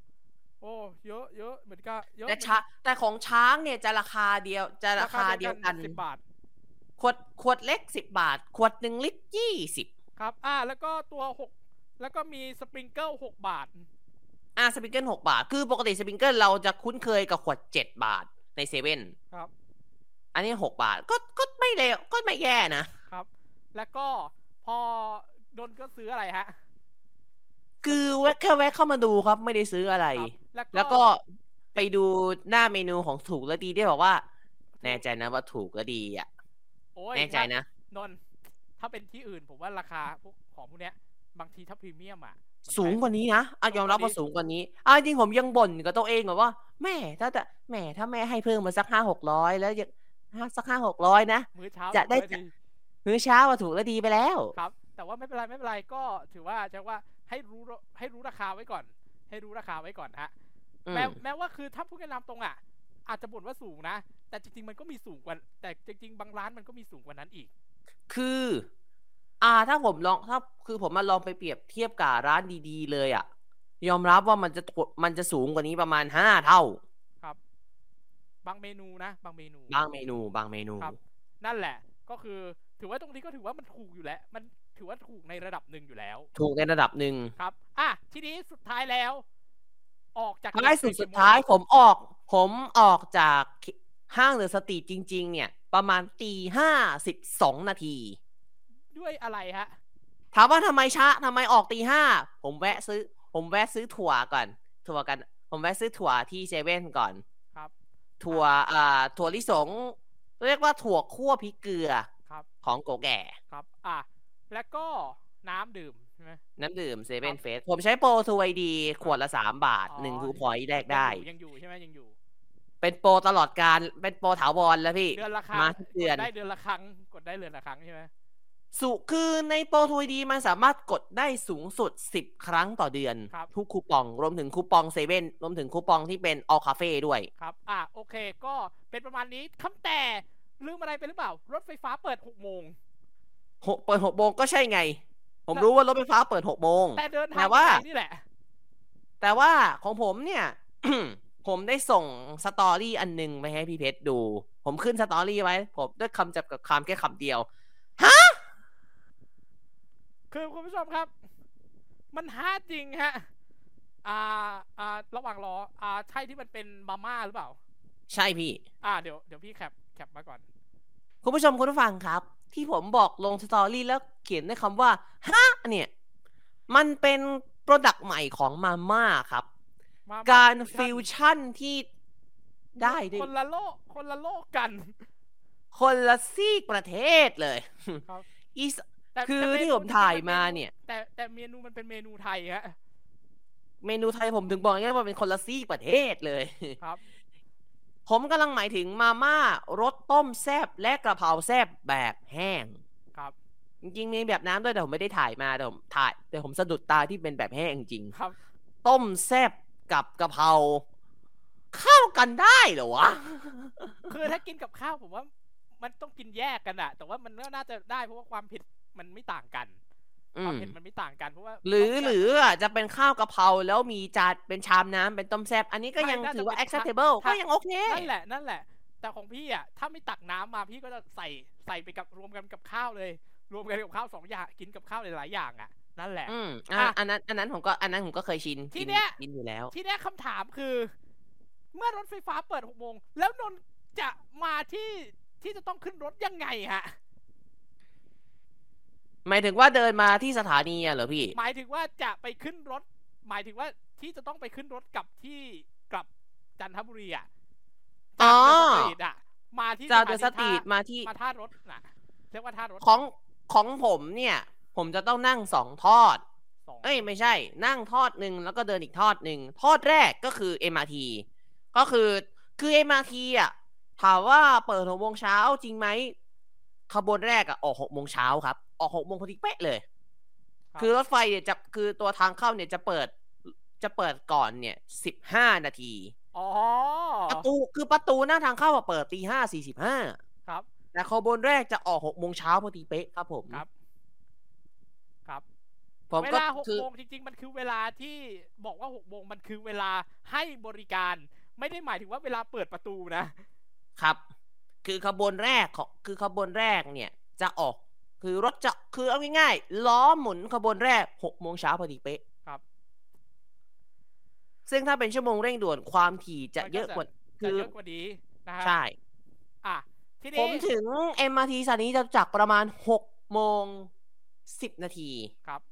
[SPEAKER 3] โอ้เยอะเยอะเหมือนกันเยอะ
[SPEAKER 2] แต่ช้าแต่ของช้างเนี่ยจะราคาเดียวจะราคาเดียวกัน
[SPEAKER 3] สิบบาท
[SPEAKER 2] ขวดขวดเล็กสิบบาท ขวดหนึ่งลิตรยี่สิบ
[SPEAKER 3] ครับ อ่า แล้วก็ตัวหก แล้วก็มีสปริงเกิลหกบาท
[SPEAKER 2] อ่าสปริงเกิลหกบาท คือปกติสปริงเกิลเราจะคุ้นเคยกับขวดเจ็ดบาทในเซเว่น
[SPEAKER 3] ครับ
[SPEAKER 2] อันนี้หกบาทก็ก็ไม่เลวก็ไม่แย่นะครับ
[SPEAKER 3] แล้วก็พอโดนก็ซื้ออะไรฮะ
[SPEAKER 2] คือแวะแค่แวะเข้ามาดูครับไม่ได้ซื้ออะไร
[SPEAKER 3] ครับแล้วก็
[SPEAKER 2] แล้วก็ไปดูหน้าเมนูของถูกและดีได้บอกว่า แน่ใจนะว่าถูกและดีอ่ะ
[SPEAKER 3] โอ้ย
[SPEAKER 2] แน่ใจนะ
[SPEAKER 3] นนท์ถ้าเป็นที่อื่นผมว่าราคาพวกของพวกเนี้ย บางทีถ้าพรีเมียมอ่ะมัน
[SPEAKER 2] สูงกว่านี้นะอ่ะยอมรับว่า
[SPEAKER 3] สู
[SPEAKER 2] สู
[SPEAKER 3] ง
[SPEAKER 2] ง
[SPEAKER 3] ก
[SPEAKER 2] ก
[SPEAKER 3] ว่า
[SPEAKER 2] ว่า
[SPEAKER 3] นี้
[SPEAKER 2] นี้อ่ะจริงๆผมยังบ่นกับตัวเองแบบว่าแม่ถ้าแต่แม่ถ้าแม่ให้เพิ่มมาสักห้าหกร้อยแล้วยังห้าสักห้าหกร้อยนะ
[SPEAKER 3] มื้อเช้า
[SPEAKER 2] จะได้
[SPEAKER 3] ถือว่า
[SPEAKER 2] มื้อเช้าว่าถูกและดีไปแล้ว
[SPEAKER 3] ครับ แต่ว่าไม่เป็นไรไม่เป็นไรก็ถือว่าจะว่าให้รู้ให้รู้ราคาไว้ก่อน ให้รู้ราคาไว้ก่อนฮะ
[SPEAKER 2] อืม
[SPEAKER 3] แม้แม้ว่าคือถ้าพูดกันตามตรงอ่ะ อาจจะบ่นว่าสูงนะ แต่จริงๆมันก็มีสูงกว่า แต่จริงๆ บางร้านมันก็มีสูงกว่านั้นอีก
[SPEAKER 2] คือ อ่าถ้าผมลองถ้าคือผมมาลองไปเปรียบเทียบกับร้านดีๆ เลยอ่ะ ยอมรับว่ามันจะถูกมันจะสูงกว่านี้ประมาณห้าเท่า
[SPEAKER 3] บางเมนูนะ บางเมนู
[SPEAKER 2] บางเมนูบางเมนู
[SPEAKER 3] ครับ นั่นแหละ ก็คือถือว่าตรงนี้ก็ถือว่ามันถูกอยู่แล้ว มันถือว่าถูกในระดับหนึ่งอยู่แล้ว
[SPEAKER 2] ถูกในระดับหนึ่ง
[SPEAKER 3] ครับ อ่ะ ทีนี้สุดท้ายแล้ว ออกจาก
[SPEAKER 2] ท้ายสุด
[SPEAKER 3] เกี่
[SPEAKER 2] สุด
[SPEAKER 3] โมง
[SPEAKER 2] ท้ายผมออก ผมออกจากห้างเดอะสตรีทจริง ๆ เนี่ย ประมาณตีห้าสิบสองนาที
[SPEAKER 3] ด้วยอะไรฮะ
[SPEAKER 2] ถามว่าทำไมช้าทำไมออกตีห้าผมแวะซื้อ ผมแวะซื้อถั่วก่อน ถั่วกัน ผมแวะซื้อถั่วที่เซเว่นก่อน
[SPEAKER 3] ครับ
[SPEAKER 2] ถั่วอ่าถั่วลิสง เรียกว่าถั่วคั่วพริกเกลือ
[SPEAKER 3] ครับ
[SPEAKER 2] ของโกแก่
[SPEAKER 3] ครับ อ่ะ แล้วก็น้ำดื่มใช่ไหม
[SPEAKER 2] น้ำดื่มเซเว่น
[SPEAKER 3] ครับ
[SPEAKER 2] เฟส ผมใช้โปรสวยดี ขวดละ 3 บาท
[SPEAKER 3] อ๋อ
[SPEAKER 2] หนึ่งคูพอยต์แลกได้
[SPEAKER 3] ยังอยู่ยังอยู่ใช่ไหมยังอยู่
[SPEAKER 2] เป็นโปรตลอดการ เป็นโปรถาวรแล้วพี่
[SPEAKER 3] เดือนละครั้ง
[SPEAKER 2] มาทุกเดือน
[SPEAKER 3] กดได้เดือนละครั้ง กดได้เดือนละครั้งใช่ไหม
[SPEAKER 2] สุคือในโปรทวยดีมันสามารถกดได้สูงสุด 10 ครั้งต่อเดือน
[SPEAKER 3] ครับ
[SPEAKER 2] ทุกคูปอง รวมถึงคูปองเซเว่นรวมถึงคูปองที่เป็นออลคาเฟ่ด้วย
[SPEAKER 3] ครับ อ่ะ โอเค ก็เป็นประมาณนี้คำแต่ลืมอะไรไปหรือเปล่า รถไฟฟ้าเปิดหกโมง
[SPEAKER 2] หกเปิดหกโมงก็ใช่ไง ผมรู้ว่ารถไฟฟ้าเปิดหกโมง
[SPEAKER 3] แต่เดินทา
[SPEAKER 2] แต่
[SPEAKER 3] ง
[SPEAKER 2] ว่า
[SPEAKER 3] ไปนี่แหละ
[SPEAKER 2] แต่ว่าของผมเนี่ย ผมได้ส่งสตอรี่อันหนึงไปให้พี่เพชรดู ผมขึ้นสตอรี่ไว้ ผมด้วยคำจับกับความแค่คำเดียว
[SPEAKER 3] คือคุณผู้ชมครับ มันฮาจริงฮะ อ่า อ่า ระหว่างรอ อ่า ใช่ที่มันเป็นมาม่าหรือเปล่า
[SPEAKER 2] ใช่พี่
[SPEAKER 3] อ่า เดี๋ยว เดี๋ยวพี่แคป แคปมาก่อน
[SPEAKER 2] คุณผู้ชมคุณผู้ฟังครับ ที่ผมบอกลงสตอรี่แล้วเขียนด้วยคำว่าฮะเนี่ย มันเป็นโปรดักต์ใหม่ของมาม่าครับ
[SPEAKER 3] มาม่
[SPEAKER 2] การฟิวชั่นที่ได้ด้วย
[SPEAKER 3] คนละโลก คนละโลกกัน
[SPEAKER 2] คนละซีกประเทศเลย
[SPEAKER 3] ครับ
[SPEAKER 2] อีส
[SPEAKER 3] แต่
[SPEAKER 2] คือ
[SPEAKER 3] แต่เนู
[SPEAKER 2] ที่ผมถ่ายมาเนี่ย
[SPEAKER 3] แต่แต่เมนูมันเป็นเมนูไทยฮะ
[SPEAKER 2] เมนูไทยผมถึงบอกไงว่าเป็นคนละซีกประเทศเลย
[SPEAKER 3] ครับ
[SPEAKER 2] ผมกำลังหมายถึงมาม่ารสต้มแซบและกระเพราแซบแบบแห้ง
[SPEAKER 3] ครับ
[SPEAKER 2] จริงๆมีแบบน้ำด้วยแต่ผมไม่ได้ถ่ายมาแต่ผมถ่ายแต่ผมสะดุดตาที่เป็นแบบแห้งจริง
[SPEAKER 3] ครับ
[SPEAKER 2] ต้มแซบกับกะเพราเข้ากันได้เหรอวะ
[SPEAKER 3] คือถ้ากินกับข้าวผมว่า มันต้องกินแยกกันอะแต่ว่ามันก็น่าจะได้เพราะว่าความเผ็ดมันไม่ต่างกัน
[SPEAKER 2] อื
[SPEAKER 3] ความ
[SPEAKER 2] ม
[SPEAKER 3] เผ็ดมันไม่ต่างกันเพราะว่า
[SPEAKER 2] หรือ
[SPEAKER 3] ต้
[SPEAKER 2] ห
[SPEAKER 3] งเลื
[SPEAKER 2] รื
[SPEAKER 3] ก
[SPEAKER 2] ออ่ะจะเป็นข้าวกะเพราแล้วมีจานเป็นชามน้ำเป็นต้มแซบอันนี้ก็
[SPEAKER 3] ไม่
[SPEAKER 2] ยัง
[SPEAKER 3] น่าจะ
[SPEAKER 2] ถือว่า
[SPEAKER 3] เป็น
[SPEAKER 2] acceptable ก็ยังโอเค
[SPEAKER 3] นั่นแหละนั่นแหละ แต่ของพี่อะถ้าไม่ตักน้ำมาพี่ก็จะใส่ใส่ไปกับรวมกันกับข้าวเลย รวมกันกับข้าวสองอย่างกินกับข้าวหลายๆอย่างอะนั่นแหละ
[SPEAKER 2] อืมอ่ะ
[SPEAKER 3] อ่ะ
[SPEAKER 2] อันนั้นอันนั้นผมก็อันนั้นผมก็เคยชิน
[SPEAKER 3] ที
[SPEAKER 2] กิน
[SPEAKER 3] เนี้ย
[SPEAKER 2] กินอยู่แล้ว
[SPEAKER 3] ที่แน่คำถามคือ เมื่อรถไฟฟ้าเปิดหกโมงแล้วนนท์จะมาที่ที่จะต้องขึ้นรถยังไงฮะ
[SPEAKER 2] หมายถึงว่าเดินมาที่สถานีอะเหรอพี่
[SPEAKER 3] หมายถึงว่าจะไปขึ้นรถ หมายถึงว่าที่จะต้องไปขึ้นรถกลับที่กลับจันทบุรีอ่ะ
[SPEAKER 2] อ๋อ
[SPEAKER 3] จากเดอะสตรีทอ่ะ มาที่
[SPEAKER 2] จากเดอะสตรีทมาที่
[SPEAKER 3] ถานีท่มาท่ารถน่ะเรียกว่าท่ารถ
[SPEAKER 2] ของของผมเนี่ย ผมจะต้องนั่งสองทอด
[SPEAKER 3] สอง
[SPEAKER 2] เอ้ยไม่ใช่นั่งทอดหนึ่งแล้วก็เดินอีกทอดหนึ่งทอดแรกก็คือ MRT ก็คือคือ MRT อ่ะถามว่าเปิดหกโมงเช้าจริงไหมขบวนแรกอ่ะออกหกโมงเช้าครับ ออกหกโมงพอดีเป๊ะเลย คือรถไฟเนี่ยจะคือตัวทางเข้าเนี่ยจะเปิดจะเปิดก่อนเนี่ยสิบห้านาที
[SPEAKER 3] อ๋อ
[SPEAKER 2] ประตูคือประตูหน้าทางเข้าอะเปิดตีห้าสี่สิบห้า
[SPEAKER 3] ครับ
[SPEAKER 2] แต่ขบวนแรกจะออกหกโมงเช้าพอดีเป๊ะครับผม
[SPEAKER 3] ครับ ครับ
[SPEAKER 2] ผม
[SPEAKER 3] เว
[SPEAKER 2] ก็
[SPEAKER 3] ลาหก
[SPEAKER 2] คือ
[SPEAKER 3] โมงจริง ๆ มันคือเวลาที่บอกว่าหกโมงมันคือเวลาให้บริการ ไม่ได้หมายถึงว่าเวลาเปิดประตูนะ
[SPEAKER 2] ครับ คือขบวนแรกของคือขบวนแรกเนี่ยจะออก คือรถจะคือเอาง่ายๆล้อหมุนขบวนแรกหกโมงเช้าพอดีเป๊ะ
[SPEAKER 3] ครับ
[SPEAKER 2] ซึ่งถ้าเป็นชั่วโมงเร่งด่วนความถี่จะ
[SPEAKER 3] มันก็
[SPEAKER 2] เยอะ
[SPEAKER 3] จะ
[SPEAKER 2] กว่า
[SPEAKER 3] จะ
[SPEAKER 2] คือ
[SPEAKER 3] เยอะกว่านี้นะฮะ
[SPEAKER 2] ใช่
[SPEAKER 3] อ่ะที
[SPEAKER 2] ผ
[SPEAKER 3] นี้
[SPEAKER 2] มถึง MRT สถานีจตุจักรประมาณหกโมงสิบนาที
[SPEAKER 3] ครับ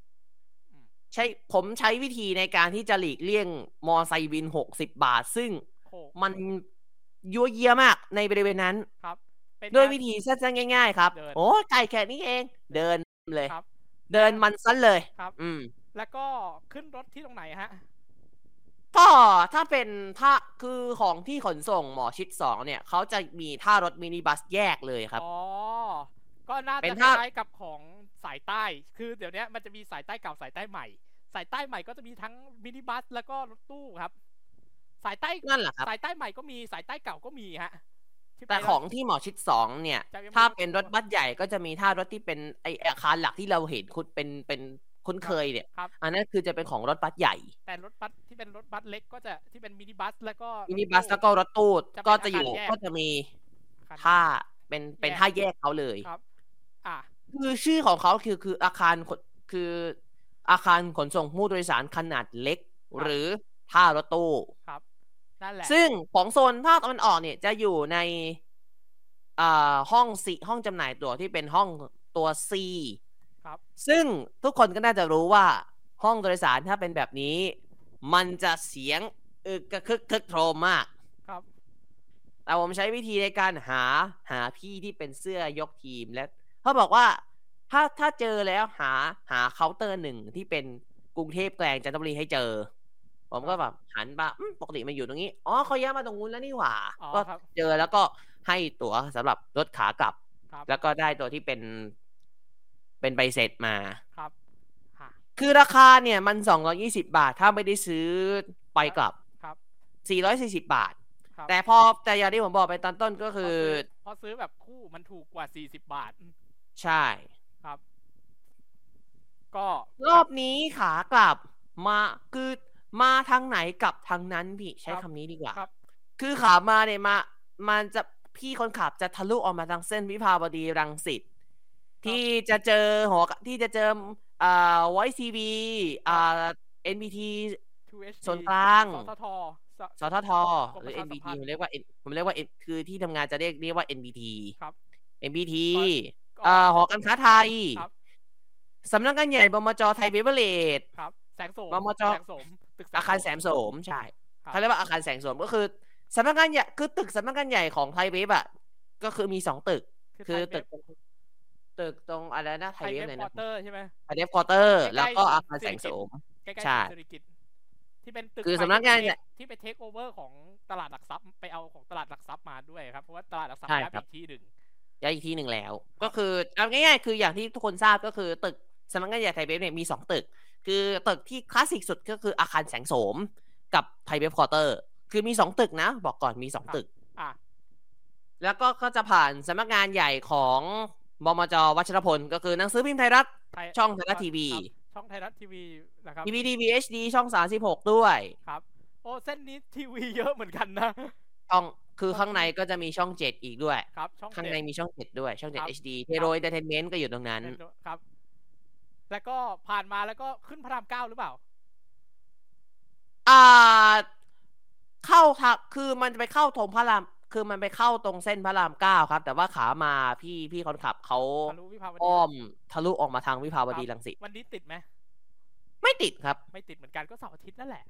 [SPEAKER 2] ใช้ผมใช้วิธีในการที่จะหลีกเลี่ยงมอไซค์วินหกสิบบาท ซึ่ง
[SPEAKER 3] โห
[SPEAKER 2] มันยั่วเยียมากในบริเวณนั้น
[SPEAKER 3] ครับ เป็น
[SPEAKER 2] ด้วย
[SPEAKER 3] การ
[SPEAKER 2] วิธีสั้นๆง่ายๆครับ
[SPEAKER 3] เดิน
[SPEAKER 2] โอ้ไก่แค่นี้เอง เดินเลย
[SPEAKER 3] ครับ
[SPEAKER 2] เดินมันสั้นเลย
[SPEAKER 3] ครับ
[SPEAKER 2] อืม
[SPEAKER 3] แล้วก็ขึ้นรถที่ตรงไหนฮะ
[SPEAKER 2] ก็ถ้าเป็นถ้าคือของที่ขนส่งหมอชิดสองเนี่ย เขาจะมีท่ารถมินิบัสแยกเลยครับ
[SPEAKER 3] อ๋อ ก็น่า
[SPEAKER 2] เป็
[SPEAKER 3] จะ
[SPEAKER 2] น
[SPEAKER 3] ค
[SPEAKER 2] ภาพ
[SPEAKER 3] ล้ายกับของสายใต้ คือเดี๋ยวเนี้ยมันจะมีสายใต้เก่าสายใต้ใหม่ สายใต้ใหม่ก็จะมีทั้งมินิบัสแล้วก็รถตู้ครับ สายใต้
[SPEAKER 2] นั่นแหละครับ
[SPEAKER 3] สายใต้ใหม่ก็มีสายใต้เก่าก็มีฮะที่ไป
[SPEAKER 2] แต่
[SPEAKER 3] ล่า
[SPEAKER 2] ของ
[SPEAKER 3] สุด
[SPEAKER 2] ที่หมอชิดสองเนี่ย
[SPEAKER 3] จำยังไม่
[SPEAKER 2] ถ้าเป็นรถบัสใหญ่ก็จะมีท่ารถที่เป็นไออาคารหลักที่เราเห็นคุณเป็นเป็นคุ้นเคยเนี่ย
[SPEAKER 3] ครับ
[SPEAKER 2] อันนั้นคือจะเป็นของรถบัสใหญ่
[SPEAKER 3] แต่รถบัสที่เป็นรถบัสเล็กก็จะที่เป็นมินิบัสแล้วก็รถ
[SPEAKER 2] มิ
[SPEAKER 3] ตู้
[SPEAKER 2] นิบัสแล้วก็รถตู้
[SPEAKER 3] จะเป็น
[SPEAKER 2] ก็จะอยู่
[SPEAKER 3] อาคารแยก
[SPEAKER 2] ก็จะมี
[SPEAKER 3] คัน
[SPEAKER 2] ท่าเป็นเป็น
[SPEAKER 3] แยก
[SPEAKER 2] ท่าแยกเขาเลย
[SPEAKER 3] ครับ อ่ะ
[SPEAKER 2] คือชื่อของเขาคือคืออาคารขนคืออาคารขนส่งผู้โดยสารขนาดเล็ก
[SPEAKER 3] ครับ
[SPEAKER 2] หรือท่ารถตู้
[SPEAKER 3] ครับ นั่นแหละ
[SPEAKER 2] ซึ่งของโซนภาคตะวันออกเนี่ยจะอยู่ในอ่าห้องสีห้องจำหน่ายตั๋วที่เป็นห้องตัว C
[SPEAKER 3] ครับ
[SPEAKER 2] ซึ่งทุกคนก็น่าจะรู้ว่าห้องโดยสารถ้าเป็นแบบนี้ มันจะเสียงอึกกระคึกทึกโทรมมาก
[SPEAKER 3] ครับ
[SPEAKER 2] แต่ผมใช้วิธีในการหาหาพี่ที่เป็นเสื้อยกทีมและเขาบอกว่า ถ้าถ้าเจอแล้วหาหาเคาน์เตอร์หนึ่งที่เป็นกรุงเทพแกลงจันทบุรีให้เจอ ผมก็แบบหันมาอืมปกติมันอยู่ตรงนี้อ๋อเขาย้ายมาตรงนู้นแล้วนี่หว่า
[SPEAKER 3] อ๋อ
[SPEAKER 2] ก็
[SPEAKER 3] ครับ
[SPEAKER 2] เจอแล้วก็ให้ตั๋วสำหรับรถขากลับ
[SPEAKER 3] ครับ
[SPEAKER 2] แล้วก็ได้ตัวที่เป็น เป็นใบเสร็จมา
[SPEAKER 3] ครับอ่ะ
[SPEAKER 2] คือราคาเนี่ยมัน 220 บาท ถ้าไม่ได้ซื้อไปกลับ
[SPEAKER 3] ครับ
[SPEAKER 2] 440 บาท
[SPEAKER 3] ครับ
[SPEAKER 2] แต่พอแต่อย่างที่ผมบอกไปตอนต้นก็คือ
[SPEAKER 3] เพอซื้อแบบคู่มันถูกกว่า 40 บาทอืม
[SPEAKER 2] ใช่
[SPEAKER 3] ครับ ก็
[SPEAKER 2] รอบนี้ขากลับมาคือมาทางไหนกลับทางนั้นพี่ใช้
[SPEAKER 3] ครับ
[SPEAKER 2] คำนี้ดีกว่า
[SPEAKER 3] ครับ
[SPEAKER 2] คือขามาเนี่ยมา มันจะพี่คนขับจะทะลุออกมาทางเส้นวิภาวดีรังสิตที่จะเจอหอที่จะเจออ่าไวซีบีอ่า NBT
[SPEAKER 3] 2H
[SPEAKER 2] ส่วนกลาง
[SPEAKER 3] สทท
[SPEAKER 2] สทท
[SPEAKER 3] กม
[SPEAKER 2] หรือ
[SPEAKER 3] ปะชาสัม
[SPEAKER 2] NBT
[SPEAKER 3] พัน
[SPEAKER 2] ผ
[SPEAKER 3] ธ์
[SPEAKER 2] มเรียกว่า N- ผมเรียกว่า N- คือที่ทำงานจะเรียกเรียกว่า NBT
[SPEAKER 3] ครับ
[SPEAKER 2] NBT
[SPEAKER 3] ก็
[SPEAKER 2] เอ่อหอการค้าไทย
[SPEAKER 3] ครับ
[SPEAKER 2] สำนักงานใหญ่บมจไทยเบเวอร์เลด
[SPEAKER 3] ครับ แสงโสม
[SPEAKER 2] มมจ
[SPEAKER 3] แสงโสมตึก
[SPEAKER 2] อาคารแสมโสมใช่
[SPEAKER 3] ครับ
[SPEAKER 2] เขาเรียกว่าอาคารแสงโสมก็คือสำนักงานใหญ่คือตึกสำนักงานใหญ่ของไทยเวฟอ่ะก็คือมีสองตึก คือตึก ตึกตรงอะไรนะไท
[SPEAKER 3] ไท
[SPEAKER 2] ย
[SPEAKER 3] ย
[SPEAKER 2] เวฟ
[SPEAKER 3] เวฟ
[SPEAKER 2] เลย
[SPEAKER 3] ควอ
[SPEAKER 2] นะ
[SPEAKER 3] เตอร์ใช่ไหม
[SPEAKER 2] ไทยเวฟควอเตอร์
[SPEAKER 3] ใกล้
[SPEAKER 2] แล้
[SPEAKER 3] ๆ
[SPEAKER 2] วก็อาคาร
[SPEAKER 3] เศ
[SPEAKER 2] แส
[SPEAKER 3] รษฐ
[SPEAKER 2] ง
[SPEAKER 3] กิจ
[SPEAKER 2] โสม
[SPEAKER 3] ใกล้
[SPEAKER 2] ใช่
[SPEAKER 3] ๆเศรษฐกิจที่เป็นตึก
[SPEAKER 2] คือ
[SPEAKER 3] ใหม่
[SPEAKER 2] สำนักงาน
[SPEAKER 3] ที่
[SPEAKER 2] ใหญ่
[SPEAKER 3] ไปที่ไปเทคโอเวอร์ของตลาดหลักทรัพย์ไปเอาของตลาดหลักทรัพย์มาด้วยครับ เพราะว่าตลาดหลักทรัพย์
[SPEAKER 2] ใช่
[SPEAKER 3] ย้ายไป
[SPEAKER 2] ครับ
[SPEAKER 3] อีกที่หนึ่ง
[SPEAKER 2] ย้ายอีกที่หนึ่งแล้ว ก็คือเอาง่ายๆ คืออย่างที่ทุกคนทราบก็คือตึกสำนักงานใหญ่ไทยเบฟเนี่ยมีสองตึก คือตึกที่คลาสสิกสุดก็คืออาคารแสงโสมกับไทยเบฟควอเตอร์คือมีสองตึกนะ บอกก่อนมีสอง
[SPEAKER 3] ครับ
[SPEAKER 2] ตึก
[SPEAKER 3] อ่ะ
[SPEAKER 2] แล้วก็ก็จะผ่านสำนักงานใหญ่ของบมจวัชรพล ก็คือหนังสือพิมพ์ไทยรัฐ
[SPEAKER 3] ไทย
[SPEAKER 2] ช่องไทยรัฐทีวี
[SPEAKER 3] ครับช่องไทยรัฐทีวีนะครับ
[SPEAKER 2] ทีวีดีวีเอชดีช่องสามสิบหกด้วย
[SPEAKER 3] ครับ โอ้เส้นนี้ทีวีเยอะเหมือนกันนะ
[SPEAKER 2] ช่องคือข้างในก็จะมีช่องเจ็ดอีกด้วย
[SPEAKER 3] ครับ ช่อง
[SPEAKER 2] ข้าง
[SPEAKER 3] เจ็ด
[SPEAKER 2] ในมีช่องเจ็ดด้วย ช่องเจ็ด
[SPEAKER 3] ครับ
[SPEAKER 2] เอชดี
[SPEAKER 3] ครับ
[SPEAKER 2] เทโรเอนเตอร์เทนเมนต์ก็อยู่ตรงนั้น
[SPEAKER 3] เป็นครับ แล้วก็ผ่านมาแล้วก็ขึ้นพระรามเก้าหรือเปล่า
[SPEAKER 2] อ่า เข้าทางคือมันจะไปเข้าตรงพระราม คือมันไปเข้าตรงเส้นพระรามเก้าครับ แต่ว่าขามาพี่พี่คนขับเขา
[SPEAKER 3] ทะลุวิภาวดี
[SPEAKER 2] อ้อมทะลุออกมาทางวิภาวดี
[SPEAKER 3] ครับ
[SPEAKER 2] รังสิต
[SPEAKER 3] วันนี้ติดไหม
[SPEAKER 2] ไม่ติดครับ
[SPEAKER 3] ไม่ติดเหมือนกันก็เสาร์อาทิตย์นั่นแหละ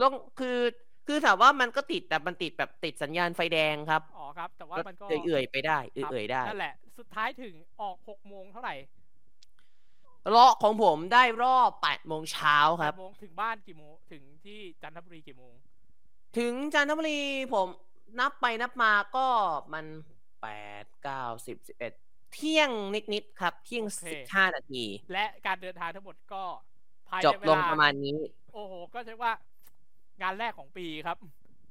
[SPEAKER 2] ลงคือคือถามว่ามันก็ติดแต่มันติดแบบติดสัญญาณไฟแดงครับ
[SPEAKER 3] อ๋อครับ แต่ว่ามันก็
[SPEAKER 2] เอื่อยๆไปได้เอื่อยๆได้
[SPEAKER 3] นั่นแหละ สุดท้ายถึงออกหกโมงเท่าไหร่
[SPEAKER 2] เลาะของผมได้รอบแปดโมงเช้าครับ
[SPEAKER 3] แปดโมงถึงบ้านกี่โมง ถึงที่จันทบุรีกี่โมง
[SPEAKER 2] ถึงจันทบุรีผมนับไปนับมาก็มันแปดเก้าสิบสิบเอ็ดเที่ยงนิดๆครับ เที่ยง
[SPEAKER 3] โอ
[SPEAKER 2] สิบ
[SPEAKER 3] เค
[SPEAKER 2] ห้านาที
[SPEAKER 3] และการเดินทางทั้งหมดก็ภาย
[SPEAKER 2] จบ
[SPEAKER 3] ในเว
[SPEAKER 2] ลง
[SPEAKER 3] ลา
[SPEAKER 2] ประมาณนี้
[SPEAKER 3] โอ้โห ก็ใช่ว่างานแรกของปีครับ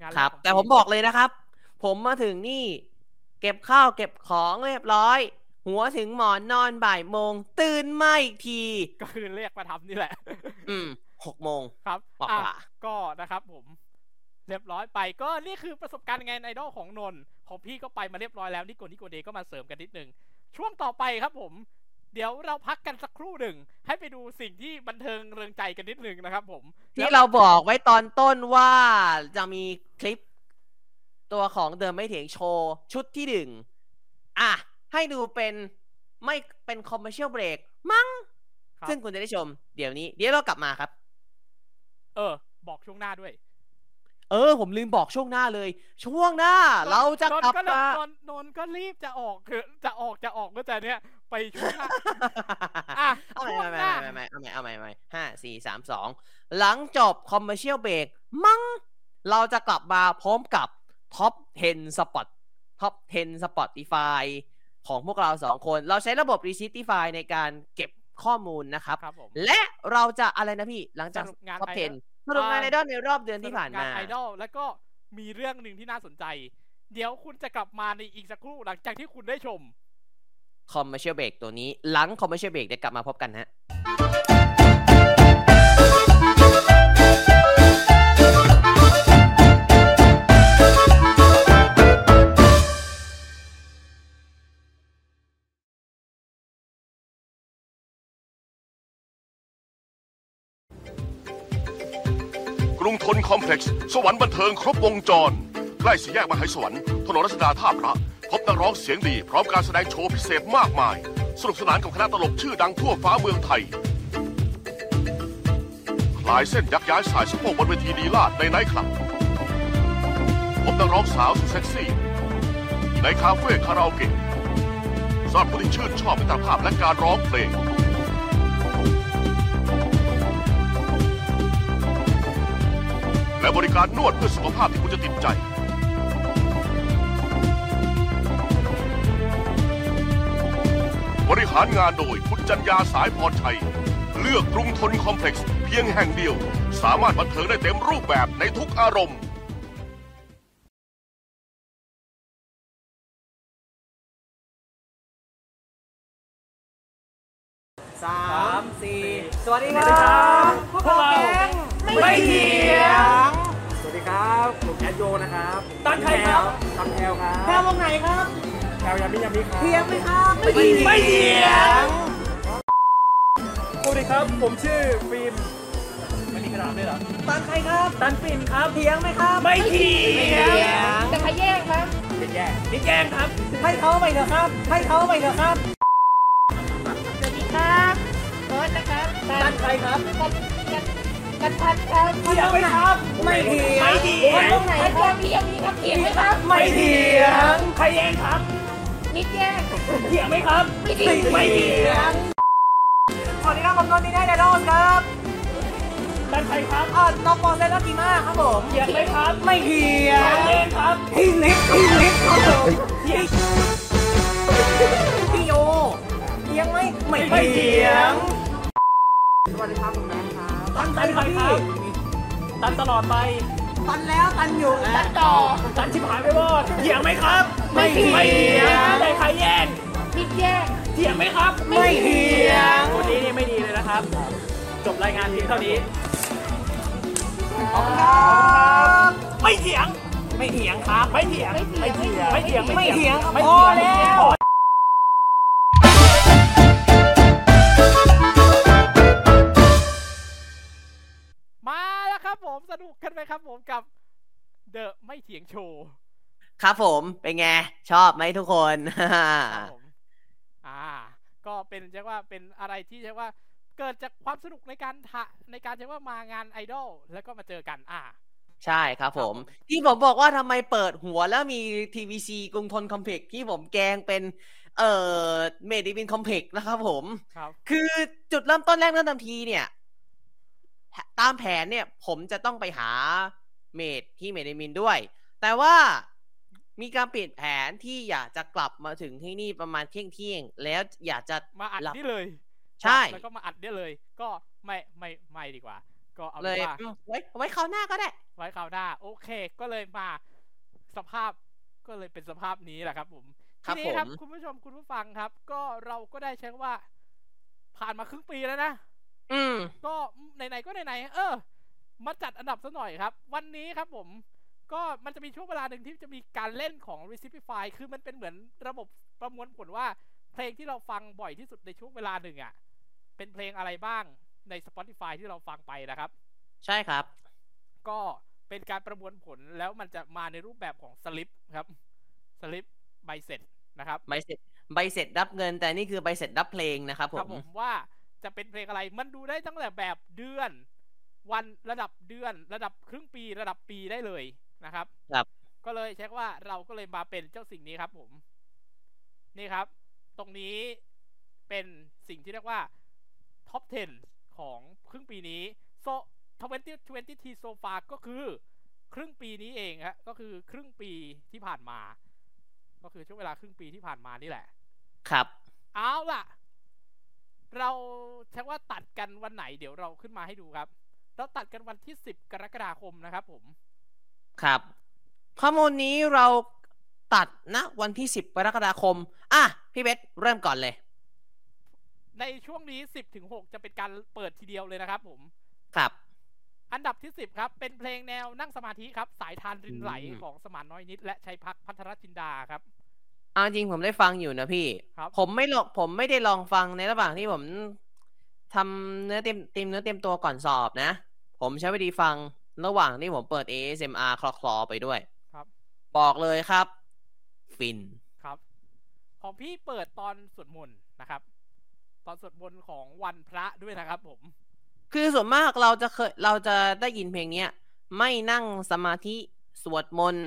[SPEAKER 3] งานแร
[SPEAKER 2] ค
[SPEAKER 3] ก
[SPEAKER 2] รับ
[SPEAKER 3] ของ
[SPEAKER 2] แต่
[SPEAKER 3] ปี
[SPEAKER 2] ผมบอกเลยนะครับ ผมมาถึงนี่ เก็บข้าวเก็บของเรียบร้อย หัวถึงหมอนนอนบ่ายโมง ตื่นมาอีกที
[SPEAKER 3] ก็คือเรียกมาทำนี่แหละ
[SPEAKER 2] อืมหกโมง
[SPEAKER 3] ครับ
[SPEAKER 2] บอก
[SPEAKER 3] อ่ะ
[SPEAKER 2] ว่า
[SPEAKER 3] ก็นะครับผม เรียบร้อยไป ก็นี่คือประสบการณ์ไงในดอลของนนท์ของพี่ก็ไปมาเรียบร้อยแล้วนิโกนิโกเดก็มาเสริมกันนิดนึง ช่วงต่อไปครับผม เดี๋ยวเราพักกันสักครู่หนึ่ง ให้ไปดูสิ่งที่บันเทิงเริงใจกันนิดนึงนะครับผม
[SPEAKER 2] ที่เราบอกไว้ตอนต้นว่าจะมีคลิปตัวของเดิมไม่เถียงโชว์ ชุดที่หนึ่งอ่ะ ให้ดูเป็นไม่เป็นคอมเมอร์เชียลเบรกมั้ง
[SPEAKER 3] ครับ
[SPEAKER 2] ซึ่งคุณจะได้ชม เดี๋ยวนี้ เดี๋ยวเรากลับมาครับ
[SPEAKER 3] เออ บอกช่วงหน้าด้วย
[SPEAKER 2] เออ ผมลืมบอกช่วงหน้าเลย ช่วงหน้า เราจะกลับ
[SPEAKER 3] นนท์ก็
[SPEAKER 2] มา
[SPEAKER 3] นนท์นนท์ก็รีบจะออกคือจะออกจะออกก็จะเนี้ยไปช่วงหน้า อ่ะ
[SPEAKER 2] เอาใหม่
[SPEAKER 3] ช่วง
[SPEAKER 2] เอาใหม่
[SPEAKER 3] หน้า
[SPEAKER 2] เอาใหม่เอาใหม่เอาใหม่เอาใหม่ห้าสี่สามสองหลังจบคอมเมอร์เชียลเบรกมั้งเราจะกลับมาพร้อมกับท็อป 10 สปอตท็อป 10 สปอต i f y ของพวกเราสองคน เราใช้ระบบ r e c i t i f y ในการเก็บข้อมูลนะครับ
[SPEAKER 3] ครับผม
[SPEAKER 2] และเราจะอะไรนะพี่ หลังจาก
[SPEAKER 3] สรุปงาน
[SPEAKER 2] ท็อป
[SPEAKER 3] ไอดอล
[SPEAKER 2] 10สรุปงานไอดอลในรอบเดือนที่ผ่านมา
[SPEAKER 3] สรุปงไอดอลแล้วก็มีเรื่องหนึ่งที่น่าสนใจ เดี๋ยวคุณจะกลับมาในอีกสักครู่หลังจากที่คุณได้ชม
[SPEAKER 2] คอมเมอร์เชียลเบรกตัวนี้ หลังคอมเมอร์เชียลเบรกเดี๋ยวกลับมาพบกันฮะ
[SPEAKER 5] กรุงทนคอมเพล็กซ์สวรรค์บันเทิงครบวงจร ใกล้สี่แยกมหาสวรรค์ถนนรัชดาท่าพระ พบนักร้องเสียงดี พร้อมการแสดงโชว์พิเศษมากมาย สนุกสนานกับคณะตลกชื่อดังทั่วฟ้าเมืองไทย คลายเส้นยักย้ายสายสะโพกบนเวทีดีลาดในไนท์คลับ พบนักร้องสาวสุดเซ็กซี่ ในคาเฟ่คาราโอเกะสำหรับผู้ที่ชื่นชอบมิตรภาพและการร้องเพลง และบริการนวดเพื่อสุขภาพที่คุณจะติดใจ บริหารงานโดยคุณจัญญาสายพรชัย เลือกกรุงทนคอมเพล็กซ์เพียงแห่งเดียว สามารถบันเทิงได้เต็มรูปแบบในทุกอารมณ์
[SPEAKER 2] สามสี่สวัสดีครับพวกเราไม่เถียง
[SPEAKER 6] สวัสดีครับผมแอดโยนะครับ
[SPEAKER 2] ตันใครครับ
[SPEAKER 6] ตันแพลวครับ
[SPEAKER 2] แค่วงไหนครับ
[SPEAKER 6] แพลวยามิยามิครับ
[SPEAKER 2] เถียงไหมครับ ไม่เถียง
[SPEAKER 6] สวัสดีครับ ผมชื่อฟิล์มไม่มีกระดาษด้วยเหรอ
[SPEAKER 2] ตันใครครับ
[SPEAKER 6] ตันฟิล์มครับ
[SPEAKER 2] เถียงไหมครับ ไม่เถียง
[SPEAKER 4] แต่ขยแย่งครับ
[SPEAKER 6] เป็นแย่นี่แย่งครับ
[SPEAKER 2] ให้เขาไปเถอะครับ ให้เขาไปเถอะครับ
[SPEAKER 4] สวัสดีครับโค้ชนะครับ
[SPEAKER 2] ตันใครครับ
[SPEAKER 4] กันกันกันพัดครับ
[SPEAKER 2] เถียงไหมครับ ไม่เถียง ไม่เถียง
[SPEAKER 4] ตรงไหนครับพี่อันนี้ครับเขียนไหมครับ
[SPEAKER 2] ไม่เถียง
[SPEAKER 6] ใครแย่งครับ
[SPEAKER 4] นิดแย่ง
[SPEAKER 6] เถียงไหมครับ
[SPEAKER 4] ไม่ดี
[SPEAKER 6] ไม่เถียง
[SPEAKER 2] สวัสดีครับผมนนท์ดีได้ไดโดนครับ
[SPEAKER 6] ตันใครครับ
[SPEAKER 2] อ่าน้องปอนเซนและทีมาครับผม
[SPEAKER 6] เถียงไหมครับ
[SPEAKER 2] ไม่เถียง
[SPEAKER 6] แย่งครับ
[SPEAKER 2] พี่เล็กพี่เล็กครับผมพี่โยเถียงไหมไม่เถียง
[SPEAKER 6] สวัสดีครับผมแมนครับ
[SPEAKER 2] ตันตันครับพี่
[SPEAKER 6] ตันตลอดไป
[SPEAKER 2] ตันแล้วตันอยู่
[SPEAKER 6] ตันต่อ ตันชิบหายไปวอดเถียงไหมครับ
[SPEAKER 4] ไม่ดี
[SPEAKER 6] ไม่เถียงแต่ใครแย่ง
[SPEAKER 4] นิดแย่ง
[SPEAKER 6] เถียงไหมครับ
[SPEAKER 2] ไม่เถียง
[SPEAKER 6] วันนี้นี่ไม่ดีเลยนะครับ จบรายงานเพียงเท่านี้ ไม่เถียง ไม่เถียงครับ ไม่เถียง ไม่เถียง ไม่เถียง
[SPEAKER 2] ไม่เถียงพอแล้ว
[SPEAKER 3] มาแล้วครับผมสนุกกันไหมครับผมกับเดอะไม่เถียงโชว์
[SPEAKER 2] ครับผม เป็นไง ชอบไหมทุกคน
[SPEAKER 3] ครับผมอ่า ก็เป็นเรียกว่าเป็นอะไรที่เรียกว่าเกิดจากความสนุกในการทะในการเรียกว่ามางานไอดอลแล้วก็มาเจอกัน อ่า
[SPEAKER 2] ใช่ครับผม ที่ผมบอกว่าทำไมเปิดหัวแล้วมี TVC กรุงทนคอมเพล็กซ์ที่ผมแกงเป็น เอ่อเมดิวินคอมเพล็กซ์นะครับผม
[SPEAKER 3] ครับ
[SPEAKER 2] คือจุดเริ่มต้นแรกเริ่มทันทีเนี่ย ตามแผนเนี่ยผมจะต้องไปหาเมดที่เมดมินด้วย แต่ว่ามีการเปลี่ยนแผนที่อยากจะกลับมาถึงที่นี่ประมาณเที่ยงเที่ยงๆแล้วอยากจะ
[SPEAKER 3] มาอัด
[SPEAKER 2] หลับ
[SPEAKER 3] นี่เลย
[SPEAKER 2] ใช่
[SPEAKER 3] แล้วก็มาอัดเนี่ยเลย ก็ไม่ไม่ไม่ดีกว่า ก็เอา
[SPEAKER 2] เล
[SPEAKER 3] เป็
[SPEAKER 2] ย
[SPEAKER 3] นว่า
[SPEAKER 2] อืมไว้ไว้คราวหน้าก็ได้
[SPEAKER 3] ไว้คราวหน้า โอเค ก็เลยมาสภาพก็เลยเป็นสภาพนี้แหละครับผม
[SPEAKER 2] ครับ
[SPEAKER 3] ทีนี้ครับ
[SPEAKER 2] ผม
[SPEAKER 3] คุณผู้ชมคุณผู้ฟังครับ ก็เราก็ได้เช็คว่า ผ่านมาครึ่งปีแล้วนะ
[SPEAKER 2] อืม
[SPEAKER 3] ก็ไหนๆก็ไหนๆเออ มาจัดอันดับซะหน่อยครับ วันนี้ครับผม ก็มันจะมีช่วงเวลาหนึ่งที่จะมีการเล่นของ r e c i p i f y คือมันเป็นเหมือนระบบประมวลผลว่า เพลงที่เราฟังบ่อยที่สุดในช่วงเวลาหนึ่งอะ่ะ เป็นเพลงอะไรบ้างใน Spotify ที่เราฟังไปนะครับ
[SPEAKER 2] ใช่ครับ
[SPEAKER 3] ก็เป็นการประมวลผลแล้วมันจะมาในรูปแบบของสลิปครับสลิปใบเสร็จนะครับ
[SPEAKER 2] ใบเสร็จใบเสร็จรับเงิน แต่นี่คือใบเสร็จรับเพลงนะครับผ
[SPEAKER 3] ครับ
[SPEAKER 2] ม
[SPEAKER 3] ผมว่าจะเป็นเพลงอะไรมันดูได้ตั้งแต่แบบเดือน วันระดับเดือน ระดับครึ่งปีระดับปีได้เลยนะครับ
[SPEAKER 2] ครับ
[SPEAKER 3] ก็เลยเช็คว่าเราก็เลยมาเป็นเจ้าสิ่งนี้ครับผม นี่ครับ ตรงนี้เป็นสิ่งที่เรียกว่าท็อป 10 ของครึ่งปีนี้โซ20 20 ทีโซฟาก็คือครึ่งปีนี้เองฮะก็คือครึ่งปีที่ผ่านมา ก็คือช่วงเวลาครึ่งปีที่ผ่านมานี่แหละ
[SPEAKER 2] ครับ
[SPEAKER 3] เอาล่ะ เราแช่ว่าตัดกันวันไหนเดี๋ยวเราขึ้นมาให้ดูครับ เราตัดกันวันที่ 10 กรกฎาคมนะครับผม
[SPEAKER 2] ครับ ข้อมูลนี้เราตัดนะวันที่ 10กรกฎาคม อ่ะ พี่เบสเริ่มก่อนเลย
[SPEAKER 3] ในช่วงนี้ 10ถึง6จะเป็นการเปิดทีเดียวเลยนะครับผม
[SPEAKER 2] ครับ
[SPEAKER 3] อันดับที่ 10 ครับ เป็นเพลงแนวนั่งสมาธิครับ สายทานรินไหล
[SPEAKER 2] อืม
[SPEAKER 3] ของสมานน้อยนิด และชัยพักพัทรจินดาครับ
[SPEAKER 2] เอาจริงผมได้ฟังอยู่นะพี่
[SPEAKER 3] ครับ
[SPEAKER 2] ผมไม่ลองผมไม่ได้ลองฟังในระหว่างที่ผมทำเนื้อเต็มเต็มเนื้อเต็มตัวก่อนสอบนะ ผมใช้วิธีฟังระหว่างที่ผมเปิด ASMR คลอคลอๆไปด้วย
[SPEAKER 3] ครับ
[SPEAKER 2] บอกเลยครับ ฟิน
[SPEAKER 3] ครับ ของพี่เปิดตอนสวดมนต์นะครับ ตอนสวดมนต์ของวันพระด้วยนะครับผม
[SPEAKER 2] คือส่วนมากเราจะเคยเราจะได้ยินเพลงเนี้ย ไม่นั่งสมาธิสวดมนต์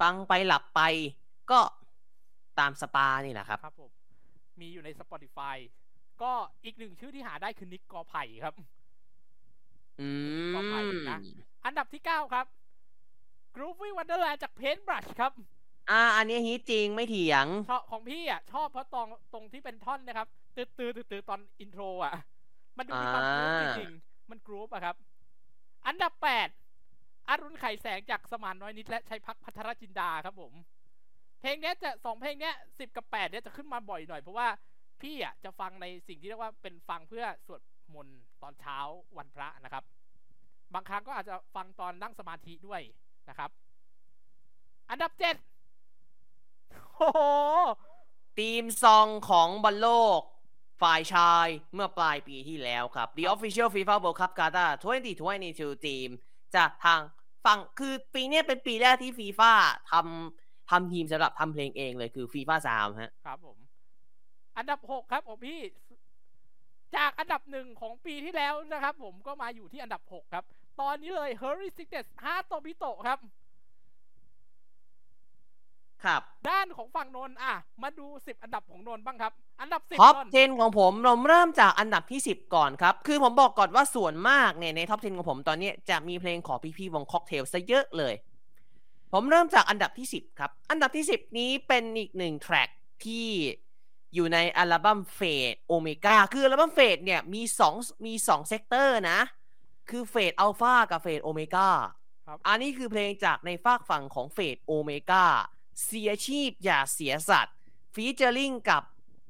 [SPEAKER 2] ฟังไปหลับไป ก็ตามสปานี่แหละครับ
[SPEAKER 3] ครับผมมีอยู่ใน Spotify ก็อีกหนึ่งชื่อที่หาได้คือนิกกอไผ่ครับ
[SPEAKER 2] อื
[SPEAKER 3] ต่อไป
[SPEAKER 2] ม
[SPEAKER 3] นะ อันดับที่ 9 ครับ Groovy Wonderland จาก Paintbrush ครับ
[SPEAKER 2] อ่า อันนี้ฮิตจริงไม่เถียง
[SPEAKER 3] ชอบของพี่อ่ะ ชอบเพราะตรงตรงที่เป็นท่อนนะครับ ตื้อตื้อตื้อตื้อตอนอินโทรอ่ะ มันดูมีความกรู๊ป
[SPEAKER 2] อ่า
[SPEAKER 3] จริงๆมันกรู๊ปอะครับ อันดับ 8อรุณไข่แสงจากสมานน้อยนิดและชัยพักพัทรจินดาครับผม เพลงเนี้ยจะสองเพลงเนี้ยสิบกับแปดเนี้ยจะขึ้นมาบ่อยหน่อยเพราะว่าพี่อ่ะจะฟังในสิ่งที่เรียกว่าเป็นฟังเพื่อสวดมนต์ตอนเช้าวันพระนะครับ บางครั้งก็อาจจะฟังตอนนั่งสมาธิด้วยนะครับ อันดับเจ็ดโอ้โห
[SPEAKER 2] ทีมซองของบอลโลก ฝ่ายชายเมื่อปลายปีที่แล้วครับ The Official FIFA World Cup Qatar 2022 ทีมจากทางฝั่งคือปีเนี้ยเป็นปีแรกที่ฟีฟ่าทำทำทีมสำหรับทำเพลงเองเลยคือฟีฟ่าสามฮะ
[SPEAKER 3] ครับผม อันดับหกครับของพี่ จากอันดับหนึ่งของปีที่แล้วนะครับผมก็มาอยู่ที่อันดับหกครับ ตอนนี้เลย Hurry s i c k e s 5โตบิโตะครับ
[SPEAKER 2] ครับ
[SPEAKER 3] ด้านของฝั่งนนท์อ่ะ มาดู 10 อันดับของนนท์บ้างครับ อันดับ 10
[SPEAKER 2] ท็อป
[SPEAKER 3] นนท์
[SPEAKER 2] 10ของผมเราเริ่มจากอันดับที่ 10 ก่อนครับ คือผมบอกก่อนว่าส่วนมากเนี่ยในท็อป10 ของผมตอนเนี้ยจะมีเพลงของพี่ๆวงค็อกเทลซะเยอะเลย ผมเริ่มจากอันดับที่ 10 ครับ อันดับที่ 10 นี้เป็นอีกหนึ่งแทร็กที่อยู่ในอัลบั้มเฟดโอเมก้าคืออัลบั้มเฟดเนี่ยมี2มี2เซกเตอร์นะ คือเฟดอัลฟากับเฟดโอเมก้า
[SPEAKER 3] ครับ
[SPEAKER 2] อันนี้คือเพลงจากในฝากฝั่งของเฟดโอเมก้าเสียชีพอย่าเสียสัตว์ฟีเจอริงกับ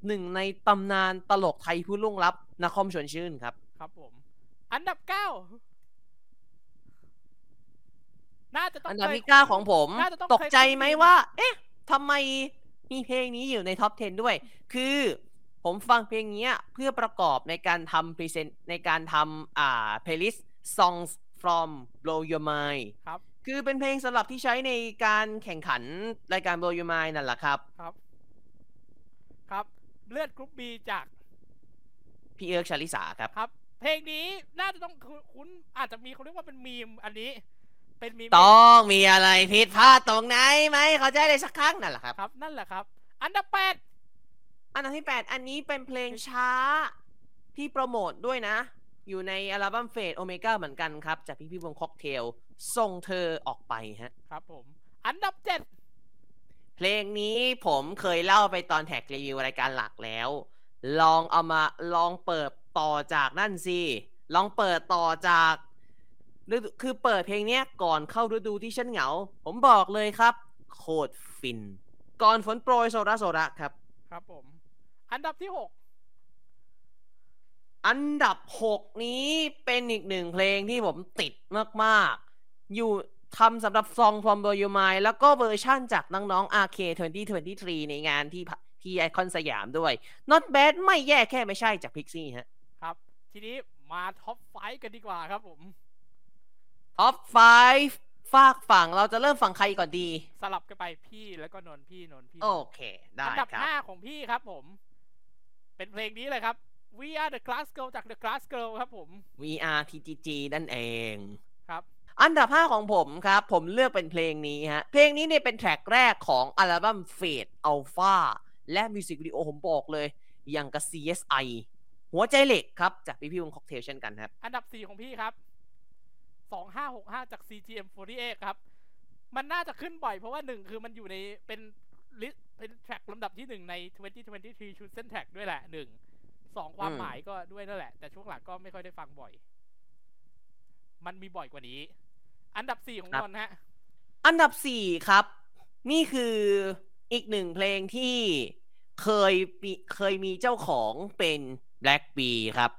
[SPEAKER 2] หนึ่งในตำนานตลกไทยผู้ล่วงลับนครชวนชื่นครับ
[SPEAKER 3] ครับผม อันดับ 9 น่าจะต้อง
[SPEAKER 2] อันดับ
[SPEAKER 3] เคย
[SPEAKER 2] ที่เก้าของผม
[SPEAKER 3] น่าจะต้อง
[SPEAKER 2] ตกใจ
[SPEAKER 3] เคยคุ้น
[SPEAKER 2] ไหม
[SPEAKER 3] ชิน
[SPEAKER 2] ว่า เอ๊ะทำไมมีเพลงนี้อยู่ในท็อป 10 ด้วย คือผมฟังเพลงเนี้ยเพื่อประกอบในการทำพรีเซนต์ในการทำอ่า playlist songs from blow your mind
[SPEAKER 3] ครับ
[SPEAKER 2] คือเป็นเพลงสำหรับที่ใช้ในการแข่งขันรายการ blow your mind นั่นแหละครับ
[SPEAKER 3] ครับ ครับ เลือดกรุ๊ปบีจาก
[SPEAKER 2] พี่เอิร์กชาลิสาครับ
[SPEAKER 3] ครับ เพลงนี้น่าจะต้องคุ้นคุ้นอาจจะมีเขาเรียกว่าเป็นมีมอันนี้ เป็นมีม
[SPEAKER 2] ต้องมีอะไรผิดพลาดตรงไหนไหมเขาใจะได้สักครั้งนั่นแหละครับ
[SPEAKER 3] ครับ นั่นแหละครับ อันดับแปด
[SPEAKER 2] อันดับที่ 8 อันนี้เป็นเพลงช้าที่โปรโมทด้วยนะ อยู่ในอัลบั้มเฟดโอเมก้าเหมือนกันครับ จากพี่พี่วงค็อกเทล ส่งเธอออกไปฮะ
[SPEAKER 3] ครับผม อันดับเจ็ด
[SPEAKER 2] เพลงนี้ผมเคยเล่าไปตอนแท็กรีวิวรายการหลักแล้ว ลองเอามาลองเปิดต่อจากนั่นสิ ลองเปิดต่อจากฤดูคือเปิดเพลงเนี้ยก่อนเข้าฤดูที่ฉันเหงา ผมบอกเลยครับ โคตรฟิน ก่อนฝนโปรยโซระโซระครับ
[SPEAKER 3] ครับผม อันดับที่หก
[SPEAKER 2] อันดับ 6 นี้เป็นอีกหนึ่งเพลงที่ผมติดมาก ๆ อยู่ทำสำหรับซองพรอมโดย u มายแล้วก็เวอร์ชั่นจากน้อง ๆ RK 2023 ในงานที่พะที่ไอคอนสยามด้วย Not Bad ไม่แย่แค่ไม่ใช่จาก Pixie ฮะ
[SPEAKER 3] ครับ ทีนี้มาท็อปไฟกันดีกว่าครับผม
[SPEAKER 2] Top 5 ฝากฝั่งเราจะเริ่มฝั่งใครก่อนดี
[SPEAKER 3] สลับกันไปพี่แล้วก็นนท์พี่นนท์พี่
[SPEAKER 2] โอเค ได้
[SPEAKER 3] อัดับ
[SPEAKER 2] ครับ
[SPEAKER 3] ห้าของพี่ครับผม เป็นเพลงนี้เลยครับ We Are the Class Girl จาก The Class Girl ครับผม
[SPEAKER 2] VR TGG นั่นเอง
[SPEAKER 3] ครับ
[SPEAKER 2] อันดับ 5 ของผมครับ ผมเลือกเป็นเพลงนี้ฮะ เพลงนี้เนี่ยเป็นแทร็กแรกของอัลบั้ม Fade Alpha และมิวสิกวิดีโอผมบอกเลยอย่างกับ CSI หัวใจเหล็กครับ จากพี่พี่วงค็อกเทลเช่นกันครับ
[SPEAKER 3] อันดับสี่ของพี่ครับสองห้าหกห้าจาก CGM48 ครับ มันน่าจะขึ้นบ่อยเพราะว่าหนึ่งคือมันอยู่ในเป็นลิสเป็นแทร็กลำดับที่หนึ่งใน 2023 ชุดเส้นแทร็กด้วยแหละหนึ่งสองความ
[SPEAKER 2] อืม
[SPEAKER 3] หมายก็ด้วยนั่นแหละ แต่ช่วงหลังก็ไม่ค่อยได้ฟังบ่อย มันมีบ่อยกว่านี้ อันดับสี่ของนนท์ฮะ
[SPEAKER 2] อันดับ 4 ครับ นี่คืออีกหนึ่งเพลงที่เคยมีเคยมีเจ้าของเป็น Black b e ครับ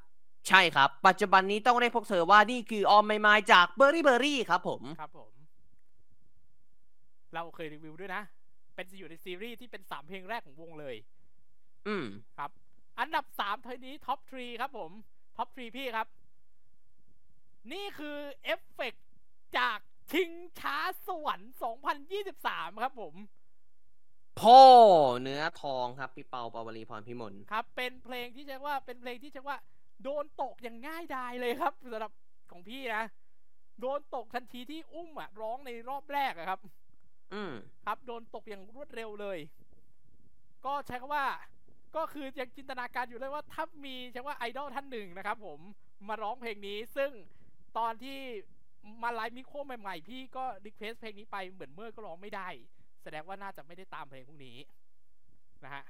[SPEAKER 2] ใช่ครับ ปัจจุบันนี้ต้องเรียกพวกเธอว่านี่คือออมไม่ไมายจากเบอร์รี่เบอร์รี่ครับผม
[SPEAKER 3] ครับผม เราเคยรีวิวด้วยนะ เป็นอยู่ในซีรีส์ที่เป็นสามเพลงแรกของวงเลย
[SPEAKER 2] อืม
[SPEAKER 3] ครับ อันดับสามเทยนี้ท็อปทรีครับผม ท็อปทรีพี่ครับ นี่คือเอฟเฟกต์จากชิงช้าสวรรค์ 2023 ครับผม
[SPEAKER 2] พ่อเนื้อทองครับ พี่เปาปาวลีพรพิมล
[SPEAKER 3] ครับ เป็นเพลงที่เรียกว่าเป็นเพลงที่เรียกว่า โดนตกอย่างง่ายดายเลยครับสำหรับของพี่นะ โดนตกทันทีที่อุ้มอะร้องในรอบแรกอะครับ
[SPEAKER 2] อืม
[SPEAKER 3] ครับโดนตกอย่างรวดเร็วเลย ก็ใช้คำว่า ก็คือยังจินตนาการอยู่เลยว่าถ้ามีใช้คำว่าไอดอลท่านหนึ่งนะครับผมมาร้องเพลงนี้ ซึ่งตอนที่มาไลฟ์มิโครใหม่ๆ พี่ก็รีเควสเพลงนี้ไปเหมือนเมื่อก็ร้องไม่ได้ แสดงว่าน่าจะไม่ได้ตามเพลงพวกนี้นะฮะ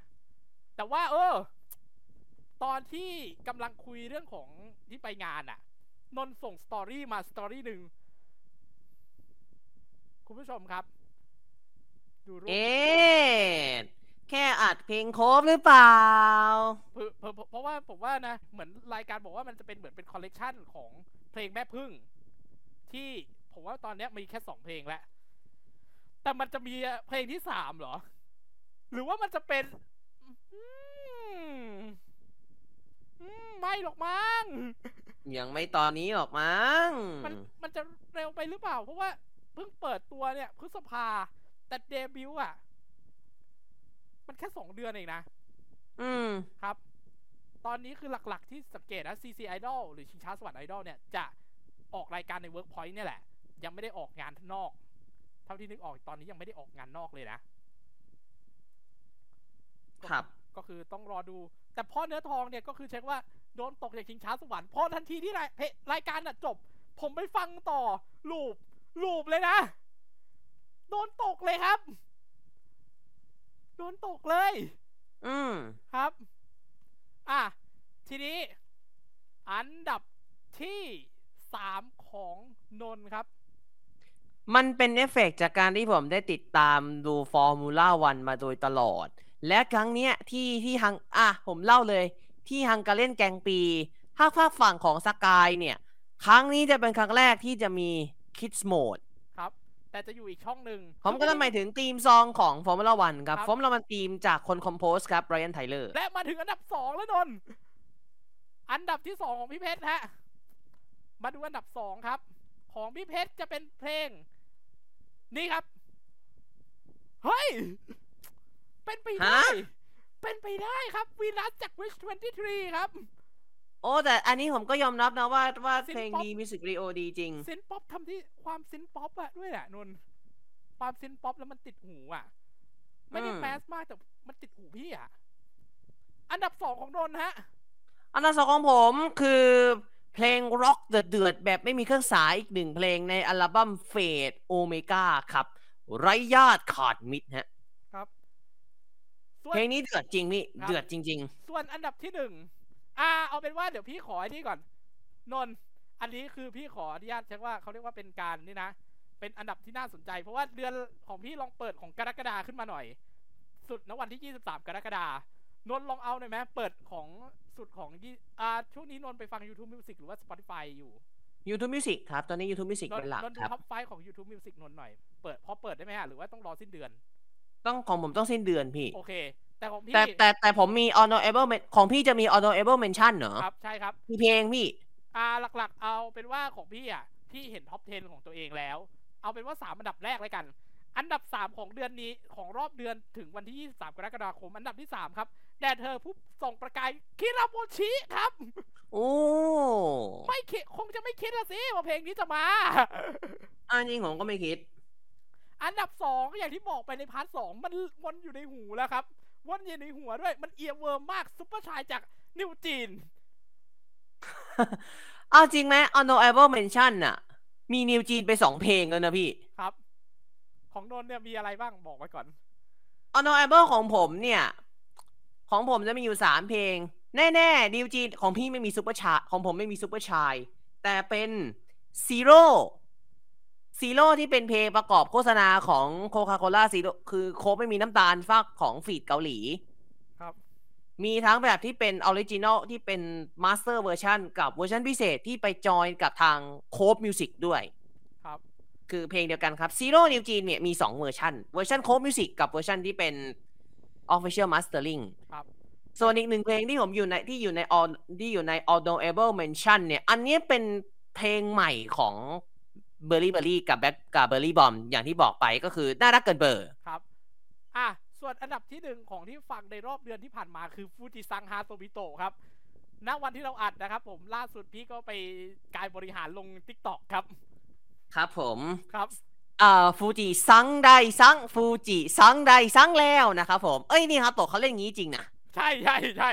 [SPEAKER 3] แต่ว่า เออ ตอนที่กำลังคุยเรื่องของที่ไปงานอะนนท์ส่งสตอรี่มาสตอรี่หนึ่งคุณผู้ชมครับ ดูรูป
[SPEAKER 2] เอ๊ะแค่อัดเพลงโคฟหรือเปล่า
[SPEAKER 3] เพราะเพราะเพราะว่าผมว่านะ เหมือนรายการบอกว่ามันจะเป็นเหมือนเป็นคอลเลกชันของเพลงแม่พึ่ง ที่ผมว่าตอนเนี้ยมีแค่สองเพลงแล้ว แต่มันจะมีเพลงที่สามเหรอ หรือว่ามันจะเป็นอืมอืมไม่หรอกมั้ง
[SPEAKER 2] ยังไม่ตอนนี้หรอกมั้ง
[SPEAKER 3] มันมันจะเร็วไปหรือเปล่า เพราะว่าเพิ่งเปิดตัวเนี่ยพฤษภา แต่เดบิวต์อ่ะ มันแค่สองเดือนเองนะ
[SPEAKER 2] อืม
[SPEAKER 3] ครับ ตอนนี้คือหลักๆที่สังเกตนะ CC Idol หรือชิงช้าสวรรค์ Idol เนี่ย จะออกรายการใน Workpoint เนี่ยแหละ ยังไม่ได้ออกงานนอก เท่าที่นึกออกตอนนี้ยังไม่ได้ออกงานนอกเลยนะ
[SPEAKER 2] ครับ
[SPEAKER 3] ก็คือต้องรอดู แต่พ่อเนื้อทองเนี่ยก็คือเช็คว่าโดนตกจากชิงช้าสวรรค์เพอทันทีที่รายเพจรายการน่ะจบ ผมไปฟังต่อ ลูบลูบเลยนะ โดนตกเลยครับ โดนตกเลย
[SPEAKER 2] อืม
[SPEAKER 3] ครับ อ่ะ ทีนี้ อันดับที่สามของนนท์ครับ
[SPEAKER 2] มันเป็นเอฟเฟกต์จากการที่ผมได้ติดตามดูฟอร์มูล่าวันมาโดยตลอด และครั้งเนี้ยที่ที่ฮังอ่ะผมเล่าเลย ที่ฮังการเล่นแกงปีถ้าภาคฝั่งของสกายเนี่ย ครั้งนี้จะเป็นครั้งแรกที่จะมีคิดสโหมด
[SPEAKER 3] ครับ แต่จะอยู่อีกช่องหนึ่ง
[SPEAKER 2] ผมก็ต้องหมายถึงทีมซองของฟอร์มูล่าวันครับ
[SPEAKER 3] ครับ
[SPEAKER 2] ฟอร์มูล่าวันทีมจากคนคอมโพสครับไรอันไทเลอร์
[SPEAKER 3] และมาถึงอันดับสองแล้วนนท์อันดับที่สองของพี่เพชรฮะ มาดูอันดับสองครับ ของพี่เพชรจะเป็นเพลง นี่ครับ เฮ้ย เป็นไปได้
[SPEAKER 2] ฮะ
[SPEAKER 3] เป็นไปได้ครับวีนัสจากวิช23 ครับ
[SPEAKER 2] โอ้ แต่อันนี้ผมก็ยอมรับนะว่าว่า
[SPEAKER 3] ซิน
[SPEAKER 2] เพลง
[SPEAKER 3] ป๊อป
[SPEAKER 2] ดีมิวสิกวิดีโอดีจริง
[SPEAKER 3] ซินป๊อปทำที่ความซินป๊อปอะด้วยแหละนนท์ความซินป๊อปแล้วมันติดหูอะไม่ได้
[SPEAKER 2] อืม
[SPEAKER 3] แมสมากแต่มันติดหูพี่อะอันดับสองของนนท์ฮะ
[SPEAKER 2] อันดับสองของผมคือเพลงร็อกเดือดๆแบบไม่มีเครื่องสายอีกหนึ่งเพลงในอัลบั้มเฟดโอเมกาครับ ไรญาติขาดมิตรฮะ
[SPEAKER 3] ครับส่วน
[SPEAKER 2] เพลงนี้เดือดจริงพี่
[SPEAKER 3] ครับ
[SPEAKER 2] เดือดจริง
[SPEAKER 3] ส่วนอันดับที่หนึ่งอ่า เอาเป็นว่าเดี๋ยวพี่ขอไอ้นี่ก่อน นนท์อันนี้คือพี่ขออนุญาตเช็คว่าเขาเรียกว่าเป็นการนี่นะ เป็นอันดับที่น่าสนใจ เพราะว่าเดือนของพี่ลองเปิดของกรกฎาขึ้นมาหน่อย สุดณวันที่ 23 กรกฎานนท์ลองเอาหน่อยไหมเปิดของสุดของยี่อ่าช่วงนี้นนท์ไปฟัง YouTube Music หรือว่า Spotify อยู่
[SPEAKER 2] ๆ YouTube Music ครับ ตอนนี้ YouTube Music
[SPEAKER 3] นน
[SPEAKER 2] เป็นหลัก
[SPEAKER 3] ท์นนท์ดู
[SPEAKER 2] ครับ
[SPEAKER 3] ท็อปไฟของ YouTube Music นนท์หน่อย เปิดพอเปิดได้ไหมฮะหรือว่าต้องรอสิ้นเดือน
[SPEAKER 2] ต้องของผมต้องสิ้นเดือนพี่
[SPEAKER 3] โอเค แต่ของพี่
[SPEAKER 2] แต่แต่แต่ผมมี honorable men- ของพี่จะมี honorable mention เหรอ
[SPEAKER 3] ครับใช่ครับ
[SPEAKER 2] มีเพลงพี่
[SPEAKER 3] อ่าหลักๆ เอาเป็นว่าของพี่อ่ะ พี่เห็นท็อป 10 ของตัวเองแล้ว เอาเป็นว่าสามอันดับแรกเลยกัน อันดับ 3 ของเดือนนี้ของรอบเดือนถึงวันที่ 23 กรกฎาคม อันดับที่ 3 ครับ แด่เธอผู้ส่องประกายคิราโมชิครับ
[SPEAKER 2] โอ้
[SPEAKER 3] ไม่คิดคงจะไม่คิดละสิว่าเพลงนี้จะมา
[SPEAKER 2] อันจริงผมก็ไม่คิด
[SPEAKER 3] อันดับ 2 อย่างที่บอกไปในพาร์ทสองมันวนอยู่ในหูแล้วครับวนอยู่ในหัวด้วยมันเอียเวิร์มมากซุปเปอร์ชายจากนิวจีน
[SPEAKER 2] เอาจริงไหม honorable mention น่ะ มีนิวจีนไปสองเพลงแล้วนะพี่
[SPEAKER 3] ครับ ของนนท์เนี่ยมีอะไรบ้างบอกไว้ก่อน
[SPEAKER 2] honorable ของผมเนี่ย ของผมจะมีอยู่สามเพลง แน่ๆนิวจีนของพี่ไม่มีซูเปอร์ชายของผมไม่มีซูเปอร์ชาย แต่เป็นซีโร่ซีโร่ที่เป็นเพลงประกอบโฆษณาของโคคาโคล่าซีโร่คือโคกไม่มีน้ำตาลฟากของฟีดเกาหลี
[SPEAKER 3] ครับ
[SPEAKER 2] มีทั้งแบบที่เป็นออริจินอลที่เป็นมาสเตอร์เวอร์ชันกับเวอร์ชันพิเศษที่ไปจอยกับทางโคฟมิวสิกด้วย
[SPEAKER 3] ครับ
[SPEAKER 2] คือเพลงเดียวกันครับ Zero New Jean เนี่ยมี 2 เวอร์ชันเวอร์ชันโค้ดมิวสิกกับเวอร์ชันที่เป็น Official Mastering
[SPEAKER 3] ครับ
[SPEAKER 2] ส่วนอีกหนึ่งเพลงที่ผมอยู่ในที่อยู่ใน on ที่อยู่ใน Honorable Mention เนี่ย อันนี้เป็นเพลงใหม่ของ b u r r y b u r r y กับ Black กับ b u r r y Bomb อย่างที่บอกไปก็คือน่ารักเกินเบอร์
[SPEAKER 3] ครับ อ่ะ ส่วนอันดับที่หนึ่งของที่ฟังในรอบเดือนที่ผ่านมาคือฟูจิซังฮาโซบิโตะครับ ณ วันที่เราอัดนะครับผม ล่าสุดพี่ก็ไปกายบริหารลง t ิ k t o k ครับ
[SPEAKER 2] ครับผม
[SPEAKER 3] ครับ
[SPEAKER 2] เอ่อฟูจิซังได้ซังฟูจิซังได้ซังแล้วนะครับผม เอ้ยนี่ครับตกเขาเล่นงี้จริงนะ
[SPEAKER 3] ใช่ใช่ใช่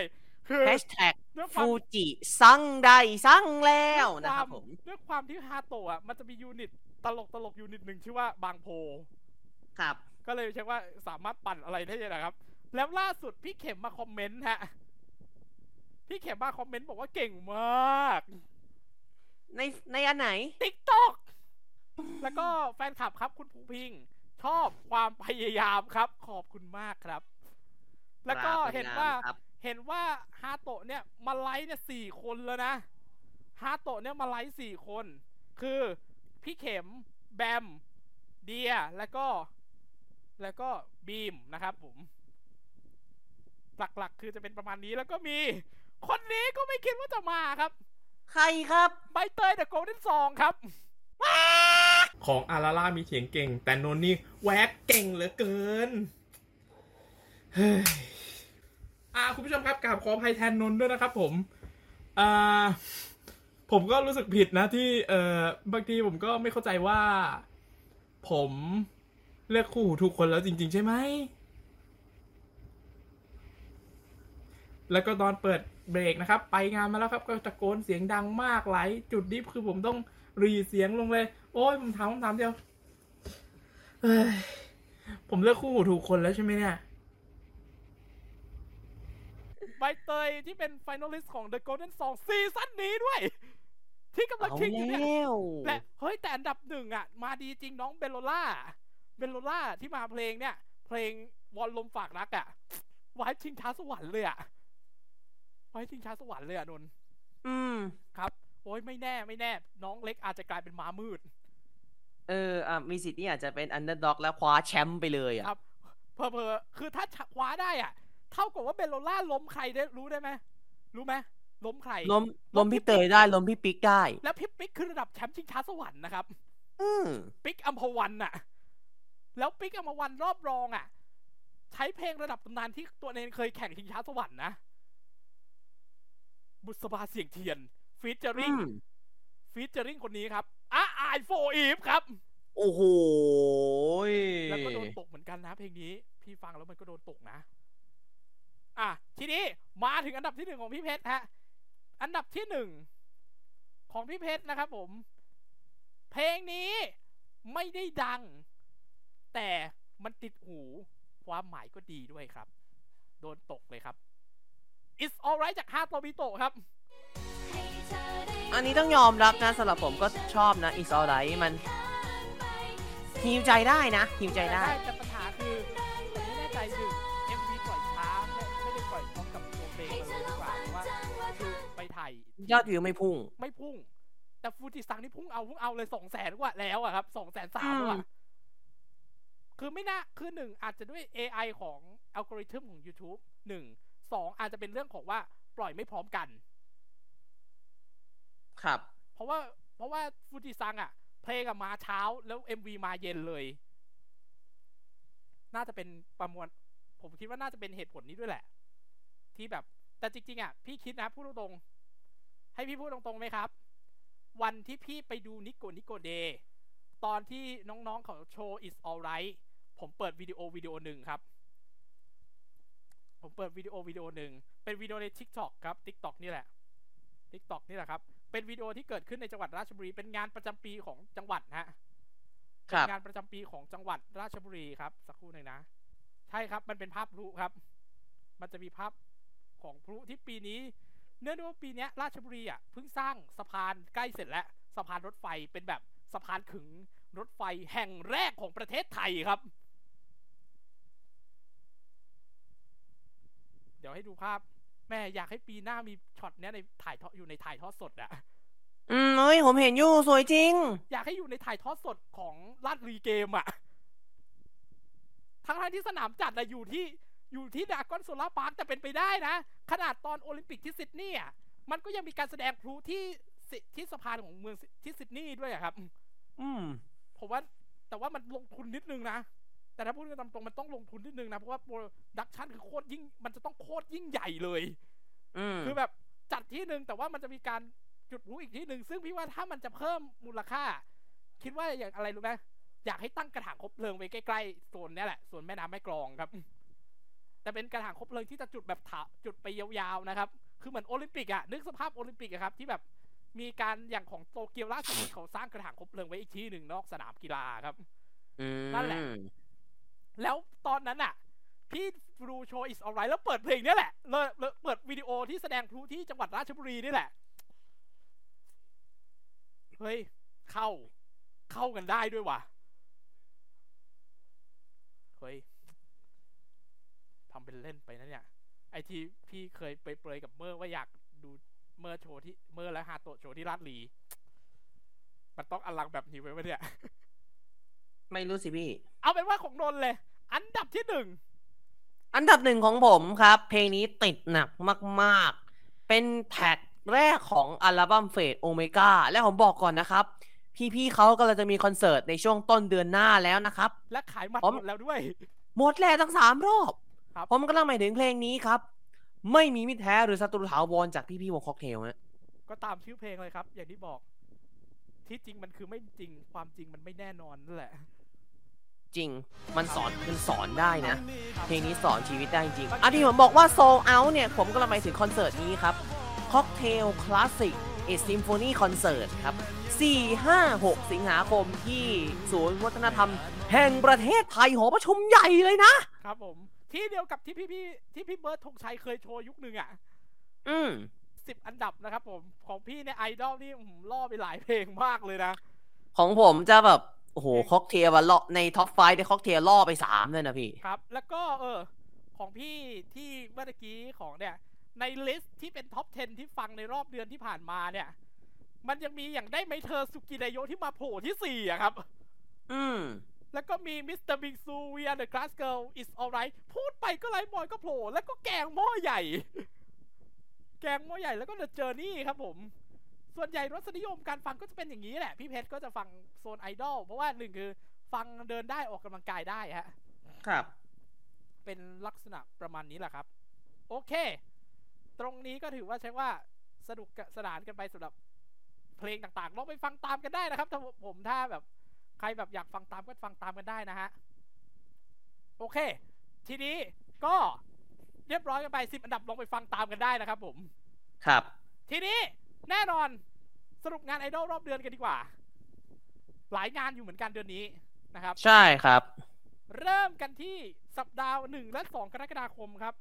[SPEAKER 3] คือ
[SPEAKER 2] แฮชแท็ก
[SPEAKER 3] ด้วยความ
[SPEAKER 2] ฟูจิซังได้ซังแล้วนะครับผม
[SPEAKER 3] ด้วยความที่ฮาโตะอ่ะมันจะมียูนิตตลกตลกยูนิตหนึ่งชื่อว่าบางโพ
[SPEAKER 2] ครับ
[SPEAKER 3] ก็เลยเช็คว่าสามารถปั่นอะไรได้เลยนะครับ แล้วล่าสุดพี่เข็มมาคอมเมนต์ฮะ พี่เข็มมาคอมเมนต์บอกว่าเก่งมาก
[SPEAKER 2] ในในอันไหน
[SPEAKER 3] ติ๊กตอก แล้วก็แฟนคลับครับคุณผูพิง ชอบความพยายามครับ ขอบคุณมากครับ แล้วก็เห็นว่า
[SPEAKER 2] ครับ
[SPEAKER 3] เห็นว่าฮาโตะเนี่ยมาไลฟ์เนี่ยสี่คนแล้วนะ ฮาโตะเนี่ยมาไลฟ์สี่คน คือพี่เข็ม แบม เดีย แล้วก็ แล้วก็บีมนะครับผม หลักๆ คือจะเป็นประมาณนี้แล้วก็มี คนนี้ก็ไม่คิดว่าจะมาครับ
[SPEAKER 2] ใครครับ
[SPEAKER 3] ใบเตยเดอะโกลเด้นซองครับ
[SPEAKER 7] ของอาราล่ามีเถียงเก่ง แต่นนนี่แวกเก่งเหลือเกินเฮ้ยอ่าคุณผู้ชมครับกราบขออภัยแทนนนด้วยนะครับผมอ่าผมก็รู้สึกผิดนะที่เออบางทีผมก็ไม่เข้าใจว่า ผมเลือกคู่หูถูกคนแล้วจริง ๆ ใช่ไหม แล้วก็ตอนเปิดเบรกนะครับ ไปงานมาแล้วครับก็ตะโกนเสียงดังมากหลายจุดดิฟคือผมต้องรีเสียงลงเลย โอ้ยผมถามคำถามเดียวเอ้ยผมเลือกคู่หูถูกคนแล้วใช่ไหมเนี่ย
[SPEAKER 3] ใบเตยที่เป็นไฟนอลิสต์ของ The Golden Song ซีซั่นนี้ด้วย ที่กำลั
[SPEAKER 2] เอา
[SPEAKER 3] งคิงอยู่เนี่ย
[SPEAKER 2] แล้ว
[SPEAKER 3] และเฮ้ยแต่อันดับหนึ่งอ่ะ มาดีจริงน้องเบลโลล่า เบลโลล่าที่มาเพลงเนี่ย เพลงวอนลมฝากรักอ่ะไว้ชิงช้าสวรรค์เลยอ่ะไว้ชิงช้าสวรรค์เลยอ่ะนนท์
[SPEAKER 2] อืม
[SPEAKER 3] ครับโอ้ยไม่แน่ไม่แน่ น้องเล็กอาจจะกลายเป็นม้ามืด
[SPEAKER 2] เอออ่ะมีสิทธิ์ที่อาจจะเป็นอันเดอร์ด็อกแล้วคว้าแชมป์ไปเลยอ่ะ
[SPEAKER 3] ครับ เพอเพอๆคือถ้าคว้าได้อ่ะ เท่ากับว่าเบลโลล่าล้มใครได้รู้ได้ไหมรู้ไหมล้มใคร
[SPEAKER 2] ล้มล้มพี่เตยได้ ล้มพี่ปิ๊กได้
[SPEAKER 3] แล้วพี่ปิ๊กคือระดับแชมป์ชิงช้าสวรรค์นะครับ
[SPEAKER 2] อืม
[SPEAKER 3] ปิ๊กอัมพวันน่ะ แล้วปิ๊กอัมพวันรอบรองอ่ะ ใช้เพลงระดับตำนานที่ตัวเองเคยแข่งชิงช้าสวรรค์นะ บุษบาเสียงเทียนฟีเจอริง
[SPEAKER 2] อืม
[SPEAKER 3] ฟีเจอริงคนนี้ครับอ่ะอายโฟอีฟครับ
[SPEAKER 2] โอ้โหย
[SPEAKER 3] แล้วก็โดนตกเหมือนกันนะเพลงนี้ พี่ฟังแล้วมันก็โดนตกนะ อ่ะ ทีนี้มาถึงอันดับที่หนึ่งของพี่เพชรฮะ อันดับที่หนึ่งของพี่เพชรนะครับผม เพลงนี้ไม่ได้ดัง แต่มันติดหู ความหมายก็ดีด้วยครับ โดนตกเลยครับ It's alright จากฮาโตบิโตะครับ
[SPEAKER 2] อันนี้ต้องยอมรับนะสำหรับผมก็ชอบนะอีซอลไ h มันหิวใจได้นะหิวใจได้
[SPEAKER 3] แต่ปัญหาคือผมไม่แน่ใจคือ MV ปล่อยช้าไม่ไม่ได้ปล่อยพร้อมกับตัวเพลงมาเลยดีกว่าเพราะว่าคือไปถ่าย
[SPEAKER 2] ยอดวิวไม่พุ่ง
[SPEAKER 3] ไม่พุ่ง แต่ฟูจิซังนี่พุ่งเอาพุ่งเอาเลยสองแสนกว่าแล้วอะครับสองแสนสามแล้ว
[SPEAKER 2] อื
[SPEAKER 3] อะ
[SPEAKER 2] ม
[SPEAKER 3] คือไม่น่าคือหนึ่งอาจจะด้วย AI ของอัลกอริทึมของ YouTube หนึ่งสองอาจจะเป็นเรื่องของว่าปล่อยไม่พร้อมกัน
[SPEAKER 2] ครับ
[SPEAKER 3] เพราะว่าเพราะว่าฟูจิซังอะเพลงอะมาเช้าแล้ว MV มาเย็นเลย น่าจะเป็นประมวล ผมคิดว่าน่าจะเป็นเหตุผลนี้ด้วยแหละ ที่แบบ แต่จริงๆอะพี่คิดนะพูดตรงๆให้พี่พูดตรงๆไหมครับ วันที่พี่ไปดูนิโกนิโกเดตอนที่น้องๆเขาโชว์ is alright ผมเปิดวิดีโอวิดีโอหนึ่งครับ ผมเปิดวิดีโอวิดีโอหนึ่งเป็นวิดีโอใน TikTok ครับ TikTok นี่แหละ TikTok นี่แหละครับ เป็นวิดีโอที่เกิดขึ้นในจังหวัดราชบุรี เป็นงานประจำปีของจังหวัดนะฮะ
[SPEAKER 2] ครับ
[SPEAKER 3] เป็นงานประจำปีของจังหวัดราชบุรีครับ สักครู่หนึ่งนะ ใช่ครับ มันเป็นภาพพลุครับ มันจะมีภาพของพลุที่ปีนี้ เนื่องด้วยว่าปีเนี้ยราชบุรีอ่ะเพิ่งสร้างสะพานใกล้เสร็จแล้วสะพานรถไฟเป็นแบบสะพานขึงรถไฟแห่งแรกของประเทศไทยครับ เดี๋ยวให้ดูภาพ แม่อยากให้ปีหน้ามีช็อตเนี้ยในถ่ายทอดอยู่ในถ่ายทอดสดอะ
[SPEAKER 2] อืมเฮ้ยผมเห็นอยู่สวยจริง
[SPEAKER 3] อยากให้อยู่ในถ่ายทอดสดของลาดรีเกมอะทั้งทที่สนามจัดอะอยู่ที่อยู่ที่ดากอนโซลาร์พาร์คแต่เป็นไปได้นะ ขนาดตอนโอลิมปิกที่ซิดนีย์อะมันก็ยังมีการแสดงพลุที่สิที่สะพานของเมืองซิที่ซิดนีย์ด้วยอะครับ
[SPEAKER 2] อืม
[SPEAKER 3] ผมว่าแต่ว่ามันลงทุนนิดนึงนะ แต่ถ้าพูดกันตามตรงมันต้องลงทุนนิดนึงนะ เพราะว่าโปรดักชันคือโคตรยิ่ง มันจะต้องโคตรยิ่งใหญ่เลย
[SPEAKER 2] อืม
[SPEAKER 3] คือแบบจัดที่หนึ่งแต่ว่ามันจะมีการจุดพลุอีกที่หนึ่งซึ่งพี่ว่าถ้ามันจะเพิ่มมูลค่า คิดว่าอย่างอะไรรู้ไหม อยากให้ตั้งกระถางคบเพลิงไว้ใกล้ๆโซนเนี้ยแหละโซนแม่น้ำแม่กลองครับ แต่เป็นกระถางคบเพลิงที่จะจุดแบบถาจุดไปยาวๆนะครับ คือเหมือนโอลิมปิกอะนึกสภาพโอลิมปิกอะครับที่แบบมีการอย่างของโตเกียวล่าสุดที่เขาสร้างกระถางคบเพลิงไว้อีกที่หนึ่งนอกสนามกีฬาครับ
[SPEAKER 8] อืม
[SPEAKER 3] นั่นแหละ แล้วตอนนั้นอะพี่ฟลูโชอิสออนไลน์แล้วเปิดเพลงเนี่ยแหละเลยเลยเปิดวิดีโอที่แสดงพลุที่จังหวัดราชบุรีนี่แหละ เฮ้ย เข้า เข้ากันได้ด้วยว่ะ เฮ้ยทำเป็นเล่นไปนะเนี่ย ไอที่พี่เคยไปเปรยกับเมอร์ว่าอยากดูเมอร์โชว์ที่เมอร์และฮาโตะโชว์ที่ราชลีมันต้องอลังแบบนี้ไว้ไหมเนี่ย
[SPEAKER 2] ไม่รู้สิพี่
[SPEAKER 3] เอาเป็นว่าของนนท์เลย อันดับที่หนึ่ง
[SPEAKER 2] อันดับหนึ่งของผมครับ เพลงนี้ติดหนักมาก ๆ เป็นแท็กแรกของอัลบั้มเฟดโอเมก้าและผมบอกก่อนนะครับ พี่ ๆเขากำลังจะมีคอนเสิร์ตในช่วงต้นเดือนหน้าแล้วนะครับ
[SPEAKER 3] และขายหมัด
[SPEAKER 2] ผม
[SPEAKER 3] หมดแล้วด้วย
[SPEAKER 2] หมดแล้วทั้งสามรอบ
[SPEAKER 3] ครับ
[SPEAKER 2] ผมกำลังหมายถึงเพลงนี้ครับ ไม่มีมิตรแท้หรือศัตรูถาวรจากพี่ ๆ วงค็อกเทลนะ
[SPEAKER 3] ก็ตามชื่อเพลงเลยครับ อย่างที่บอก ที่จริงมันคือไม่จริง ความจริงมันไม่แน่นอนนั่นแหละ
[SPEAKER 2] จริงมันสอนมันสอนได้นะ
[SPEAKER 3] ครับ
[SPEAKER 2] เพลงนี้สอนชีวิตได้จริงอันที่ผมบอกว่า Soul Out เนี่ย ผมกำลังไปถึงคอนเสิร์ตนี้ครับ Cocktail Classic A Symphony Concert ครับ 4 5 6 สิงหาคมที่ศูนย์วัฒนธรรม แห่งประเทศไทยหอประชุมใหญ่เลยนะ
[SPEAKER 3] ครับผม ที่เดียวกับที่พี่พี่ที่พี่เบิร์ดธงชัยเคยโชว์ยุคหนึ่งอ่ะ
[SPEAKER 2] อืม
[SPEAKER 3] สิบอันดับนะครับผม ของพี่ในไอดอลนี่อื้อหือล่อไปหลายเพลงมากเลยนะ
[SPEAKER 2] ของผมจะแบบ โอ้โหค็อกเทลอะล่อในท็อปไฟได้ค็อกเทลล่อไป3เลยนะพี่
[SPEAKER 3] ครับ แล้วก็เออ ของพี่ที่เมื่อกี้ของเนี่ย ในลิสต์ที่เป็นท็อป 10 ที่ฟังในรอบเดือนที่ผ่านมาเนี่ย มันยังมีอย่างได้ไหมเธอสุกิไดโยที่มาโผล่ที่สี่อะครับ
[SPEAKER 2] อืม แล้ว
[SPEAKER 3] แล้วก็มีมิสเตอร์บิงซูวีอาร์เดอะกลาสเกิลอิสออไรพูดไปก็ไรบอยก็โผล่แล้วก็แกงหม้อใหญ่ แกงหม้อใหญ่แล้วก็เดอะเจอร์นี่ครับผม ส่วนใหญ่รสนิยมการฟังก็จะเป็นอย่างนี้แหละ พี่เพชรก็จะฟังโซนไอดอลเพราะว่าหนึ่งคือฟังเดินได้ออกกำลังกายได้ฮะ
[SPEAKER 2] ครับ
[SPEAKER 3] เป็นลักษณะประมาณนี้แหละครับ โอเค ตรงนี้ก็ถือว่าใช้ว่าสนุกกะสนานกันไปสำหรับเพลงต่างๆลองไปฟังตามกันได้นะครับ ถ้าผมถ้าแบบใครแบบอยากฟังตามก็ฟังตามกันได้นะฮะ โอเค ทีนี้ก็เรียบร้อยกันไปสิบอันดับลองไปฟังตามกันได้นะครับผม
[SPEAKER 2] ครับ
[SPEAKER 3] ทีนี้แน่นอนสรุปงานไอดอลรอบเดือนกันดีกว่า หลายงานอยู่เหมือนกันเดือนนี้นะครับ
[SPEAKER 2] ใช่ครับ
[SPEAKER 3] เริ่มกันที่สัปดาห์หนึ่งและสองกรกฎาคมครับ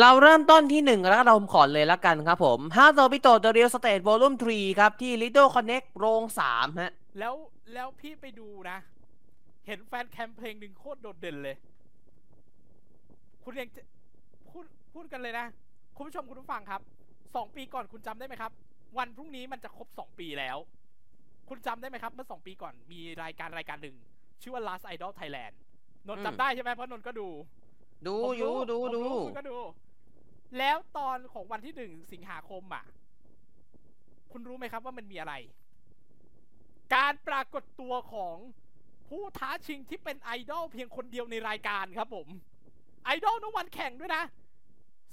[SPEAKER 2] เราเริ่มต้นที่หนึ่งแล้วเราขอนเลยละกันครับผมฮาโตบิโตเดเรียลสเตท v o l ุ m ม3ครับ ที่ Little Connect โรงสามฮะ
[SPEAKER 3] แล้วแล้วพี่ไปดูนะ เห็นแฟนแคมเพลงหนึ่งโคตรโดดเด่นเลย คุณยังจะพูดพูดกันเลยนะ คุณผู้ชมคุณผู้ฟังครับสองปีก่อนคุณจำได้ไหมครับ วันพรุ่งนี้มันจะครบสองปีแล้ว คุณจำได้ไหมครับ เมื่อสองปีก่อนมีรายการรายการหนึ่ง ชื่อว่า Last Idol Thailand นน
[SPEAKER 2] อื
[SPEAKER 3] ท์
[SPEAKER 2] ม
[SPEAKER 3] จำได้ใช่ไหมเพราะนนท์ก็ดู
[SPEAKER 2] ดู
[SPEAKER 3] ผม
[SPEAKER 2] อยู่ดู
[SPEAKER 3] ผม
[SPEAKER 2] ดู
[SPEAKER 3] คุณก็ดู แล้วตอนของวันที่หนึ่งสิงหาคมอ่ะ คุณรู้ไหมครับว่ามันมีอะไร การปรากฏตัวของผู้ท้าชิงที่เป็นไอดอลเพียงคนเดียวในรายการครับผม ไอดอลน้องวันแข่งด้วยนะ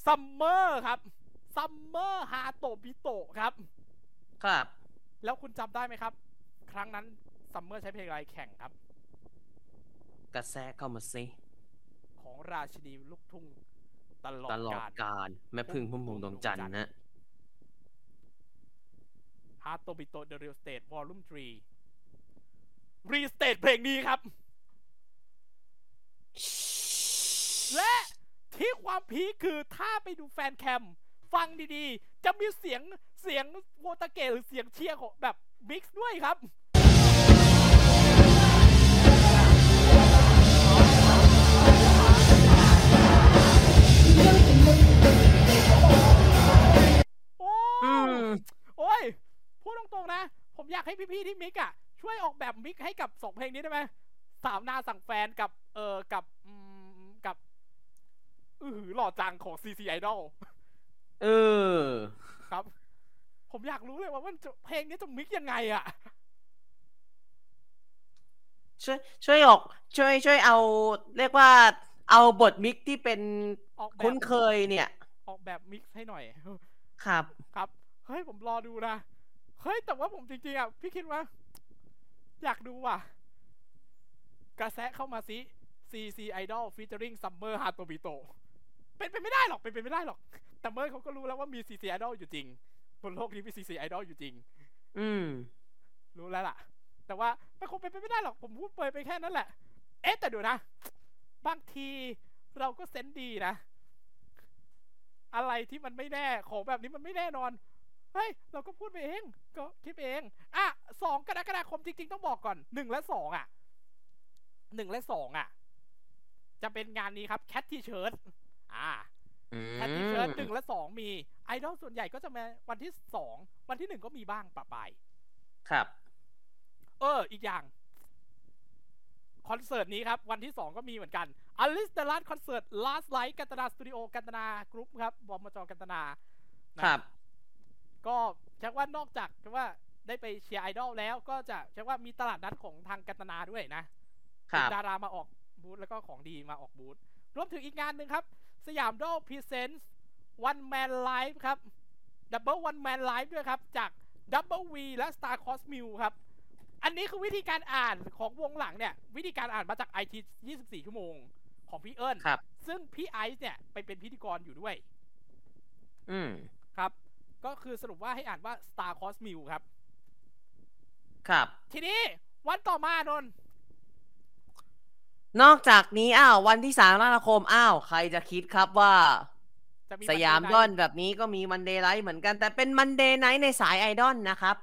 [SPEAKER 3] ซัมเมอร์ครับ ซัมเมอร์ฮาโตบิโตะครับ
[SPEAKER 2] ครับ
[SPEAKER 3] แล้วคุณจำได้ไหมครับ ครั้งนั้นซัมเมอร์ใช้เพลงอะไรแข่งครับ
[SPEAKER 2] กระแสเข้ามาสิ
[SPEAKER 3] ของราชินีลูกทุ่งตลอด
[SPEAKER 2] ตลอด
[SPEAKER 3] กาล
[SPEAKER 2] การ แม่พึ่งพุ่มพวงดวงจันทร์นะ
[SPEAKER 3] ฮาร์ตโตบิโตเดอะเรียลสเตทวอลลุ่ม3รีสเตทเพลงนี้ครับ และที่ความพีคคือถ้าไปดูแฟนแคม ฟังดีๆ จะมีเสียงเสียงโวตาเกะหรือเสียงเชียร์ของแบบมิกซ์ด้วยครับ โอ้ย
[SPEAKER 2] อืม
[SPEAKER 3] โอ้ย พูดตรงๆนะ ผมอยากให้พี่ๆที่มิกอะช่วยออกแบบมิกให้กับสองเพลงนี้ได้ไหมสามนาสั่งแฟนกับ เออกับอืมกับอือหือหล่อจังของ CC Idol
[SPEAKER 2] เออ
[SPEAKER 3] ครับ ผมอยากรู้เลยว่ามันจะเพลงนี้จะมิกยังไงอะ
[SPEAKER 2] ช่วยช่วยออก ช่วยช่วยเอา เรียกว่า เอาบทมิกที่เป็น
[SPEAKER 3] ออกแบบ
[SPEAKER 2] คุ้นเคยเนี่ย
[SPEAKER 3] ออกแบบมิกให้หน่อย
[SPEAKER 2] ครับ
[SPEAKER 3] ครับ เฮ้ย ผมรอดูนะ เฮ้ย แต่ว่าผมจริงๆอ่ะ พี่คิดว่า อยากดูว่ะ กระแสเข้ามาซิ CC Idol featuring Summer h a t o b i t o เป็นไปไม่ได้หรอก เป็นไปไม่ได้หรอก แต่เมื่อเขาก็รู้แล้วว่ามี CC Idol อยู่จริง บนโลกนี้มี CC Idol อยู่จริง
[SPEAKER 2] อืม
[SPEAKER 3] รู้แล้วล่ะ แต่ว่ามันคงเป็นไปไม่ได้หรอก ผมพูดเปรยไปแค่นั้นแหละ เอ๊ะแต่เดูนะ บางทีเราก็เซนส์ดีนะ อะไรที่มันไม่แน่ ของแบบนี้มันไม่แน่นอน เฮ้ย เราก็พูดไปเอง ก็คิดเอง อ่ะสองกรกฎาคมจริง ๆ ต้องบอกก่อนหนึ่งและสองอ่ะหนึ่งและสองอ่ะ จะเป็นงานนี้ครับแคททีเชิร์ตอ่า แพทติเชิร์ตหนึ่งและสองมีไอดอลส่วนใหญ่ก็จะมาวันที่สองวันที่หนึ่งก็มีบ้างปะปาย
[SPEAKER 2] ครับ
[SPEAKER 3] เออ อีกอย่าง คอนเสิร์ตนี้ครับ วันที่สองก็มีเหมือนกันอลิสเดลัสคอนเสิร์ต last light กันตนาสตูดิโอกันตนากรุ๊ปครับ บอมจกันตนานะ
[SPEAKER 2] ครับ
[SPEAKER 3] ก็เชักว่านอกจากว่าได้ไปเชียร์ไอดอลแล้วก็จะเชักว่ามีตลาดนัดของทางกันตนาด้วยนะครับ มีดารามาออกบูธแล้วก็ของดีมาออกบูธรวมถึงอีกงานหนึ่งครับ สยามดอลพรีเซนต์วันแมนไลฟ์ครับดับเบิลวันแมนไลฟ์ด้วยครับ จากดับเบิลวีและ Star c o s m i l ครับ อันนี้คือวิธีการอ่านของวงหลังเนี่ย วิธีการอ่านมาจากไอที24 ชั่วโมงของพี่เอิญ
[SPEAKER 2] ครับ
[SPEAKER 3] ซึ่งพี่ไอซ์เนี่ยไปเป็นพิธีกรอยู่ด้วย
[SPEAKER 2] อืม
[SPEAKER 3] ครับ ก็คือสรุปว่าให้อ่านว่า Star c o s m i l ครับ
[SPEAKER 2] ครับ
[SPEAKER 3] ทีนี้วันต่อมานนท์
[SPEAKER 2] นอกจากนี้อ้าววันที่สามนาคมอ้าว ใครจะคิดครับว่า
[SPEAKER 3] จะมี
[SPEAKER 2] สยาม
[SPEAKER 3] ป
[SPEAKER 2] ย่
[SPEAKER 3] ฏิ
[SPEAKER 2] อนแบบนี้ก็มีมันเดย์ไ g ท์เหมือนกัน แต่เป็นมันเดย์ไนท์ในสายไอดอลนะครับ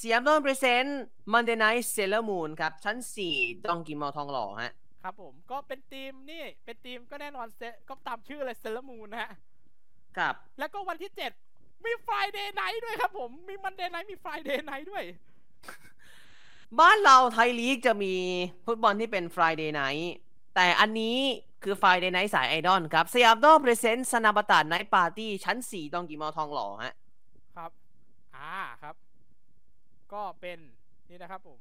[SPEAKER 2] สยามย่อนพรีเซนต์มันเดย์ไนท์เซเลอร์มูนครับ ชั้นสี่ดองกิมมอลทองหล่อฮะ
[SPEAKER 3] ครับผมก็เป็นทีมนี่ เป็นทีมก็แน่นอนเซก็ตามชื่อเลยเซเลมูนนะฮะ
[SPEAKER 2] ครับ
[SPEAKER 3] แล้วก็วันที่ 7 มีฟ r i เดย์ไน h t ด้วยครับผม มีมันเดย์ไน h t มีฟ r i เดย์ไน h t ด้วย
[SPEAKER 2] บ้านเราไทยลีกจะมีฟุตบอลที่เป็น Friday Night แต่อันนี้คือ Friday Night สายไอดอลครับสยามดอลพรีเซนต์สนาบตาไนท์ปาร์ตี้ชั้น 4 ตองกี่มอลทองหล่อฮะ
[SPEAKER 3] ครับ อ่าครับ ก็เป็นนี่นะครับผม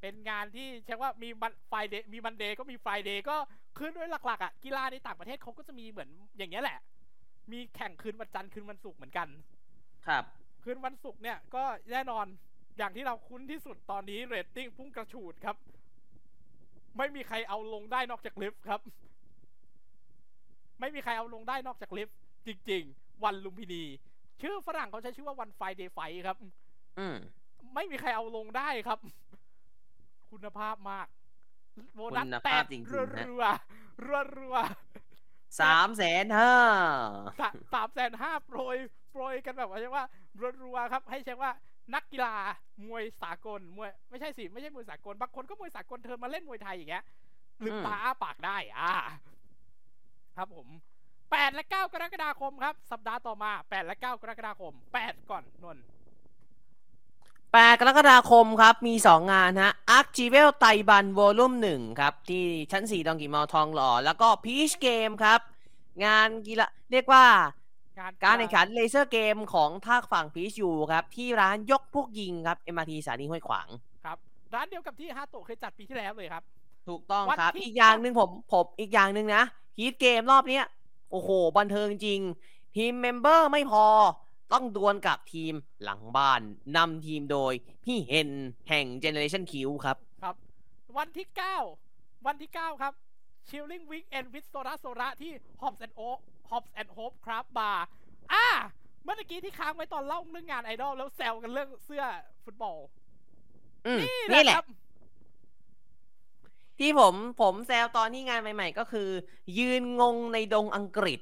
[SPEAKER 3] เป็นงานที่เช็คว่ามีมันไฟเดมีมันเดย์ก็มีไฟเดย์ก็คืนด้วยหลักๆอ่ะกีฬาในต่างประเทศเขาก็จะมีเหมือนอย่างเงี้ยแหละ มีแข่งคืนวันจันทร์คืนวันศุกร์เหมือนกัน
[SPEAKER 2] ครับ
[SPEAKER 3] คืนวันศุกร์เนี่ยก็แน่นอนอย่างที่เราคุ้นที่สุดตอนนี้เรตติ้งพุ่งกระฉูดครับ ไม่มีใครเอาลงได้นอกจากลิฟต์ครับ ไม่มีใครเอาลงได้นอกจากลิฟต์จริง ๆ วันลุมพินี ชื่อฝรั่งเขาใช้ชื่อว่าวันไฟเดย์ไฟครับ
[SPEAKER 2] อืม
[SPEAKER 3] ไม่มีใครเอาลงได้ครับ คุณภาพมากโบนัส
[SPEAKER 2] คุณ
[SPEAKER 3] แต
[SPEAKER 2] ภาพ
[SPEAKER 3] ก
[SPEAKER 2] จริงๆ
[SPEAKER 3] รัว
[SPEAKER 2] ฮะ
[SPEAKER 3] รัวรัวรัวๆ
[SPEAKER 2] สามแสนห้า
[SPEAKER 3] สะสามแสนห้าโปรยโปรยกันแบบว่าเรียกว่ารัวๆครับ ให้เช็คว่านักกีฬามวยสากลมวยไม่ใช่สิไม่ใช่มวยสากลบางคนก็มวยสากลเทิร์นมาเล่นมวยไทยอย่างเงี้ยลืม
[SPEAKER 2] อืม
[SPEAKER 3] ตาอ้าปากได้อ่าครับผมแปดและเก้ากรกฎาคมครับ สัปดาห์ต่อมาแปดและเก้ากรกฎาคมแปดก่อนนนท์
[SPEAKER 2] แปดกรกฎาคมครับ มี 2 งานฮะอาร์คจีเวลไตบันวอลุ่มหนึ่งครับ ที่ชั้น 4 ดองกีมอลทองหล่อ แล้วก็พีชเกมครับ งานกีฬาเรียกว่า
[SPEAKER 3] งาน
[SPEAKER 2] การแข่งขันเลเซอร์เกมของภาคฝั่งพีชยูครับ ที่ร้านยกพวกยิงครับ MRT สถานีห้วยขวาง
[SPEAKER 3] ครับ ร้านเดียวกับที่ฮาโตะเคยจัดปีที่แล้วเลยครับ
[SPEAKER 2] ถูกต้อง
[SPEAKER 3] วัน
[SPEAKER 2] ครับ
[SPEAKER 3] ที่
[SPEAKER 2] อีกอย่าง
[SPEAKER 3] เก้า
[SPEAKER 2] หนึ่งผมผมอีกอย่างหนึ่งนะฮีทเกมรอบเนี้ยโอ้โห บันเทิงจริง ทีมเมมเบอร์ไม่พอ ต้องดวลกับทีมหลังบ้านนำทีมโดย พี่เฮนแห่ง Generation Q ครับ
[SPEAKER 3] ครับ วันที่ 9 วันที่ 9 ครับ Chilling Weekend with Sora Sora ที่ Hops and o Hops and Hope Craft Bar อ่า เมื่อตะกี้ที่ค้างไว้ตอนเล่าเรื่องงานไอดอลแล้วแซวกันเรื่องเสื้อฟุตบอล
[SPEAKER 2] อืมนี่แหละ
[SPEAKER 3] ครับ
[SPEAKER 2] ที่ผมผมแซวตอนที่งานใหม่ ๆ ก็คือ ยืนงงในดงอังกฤษ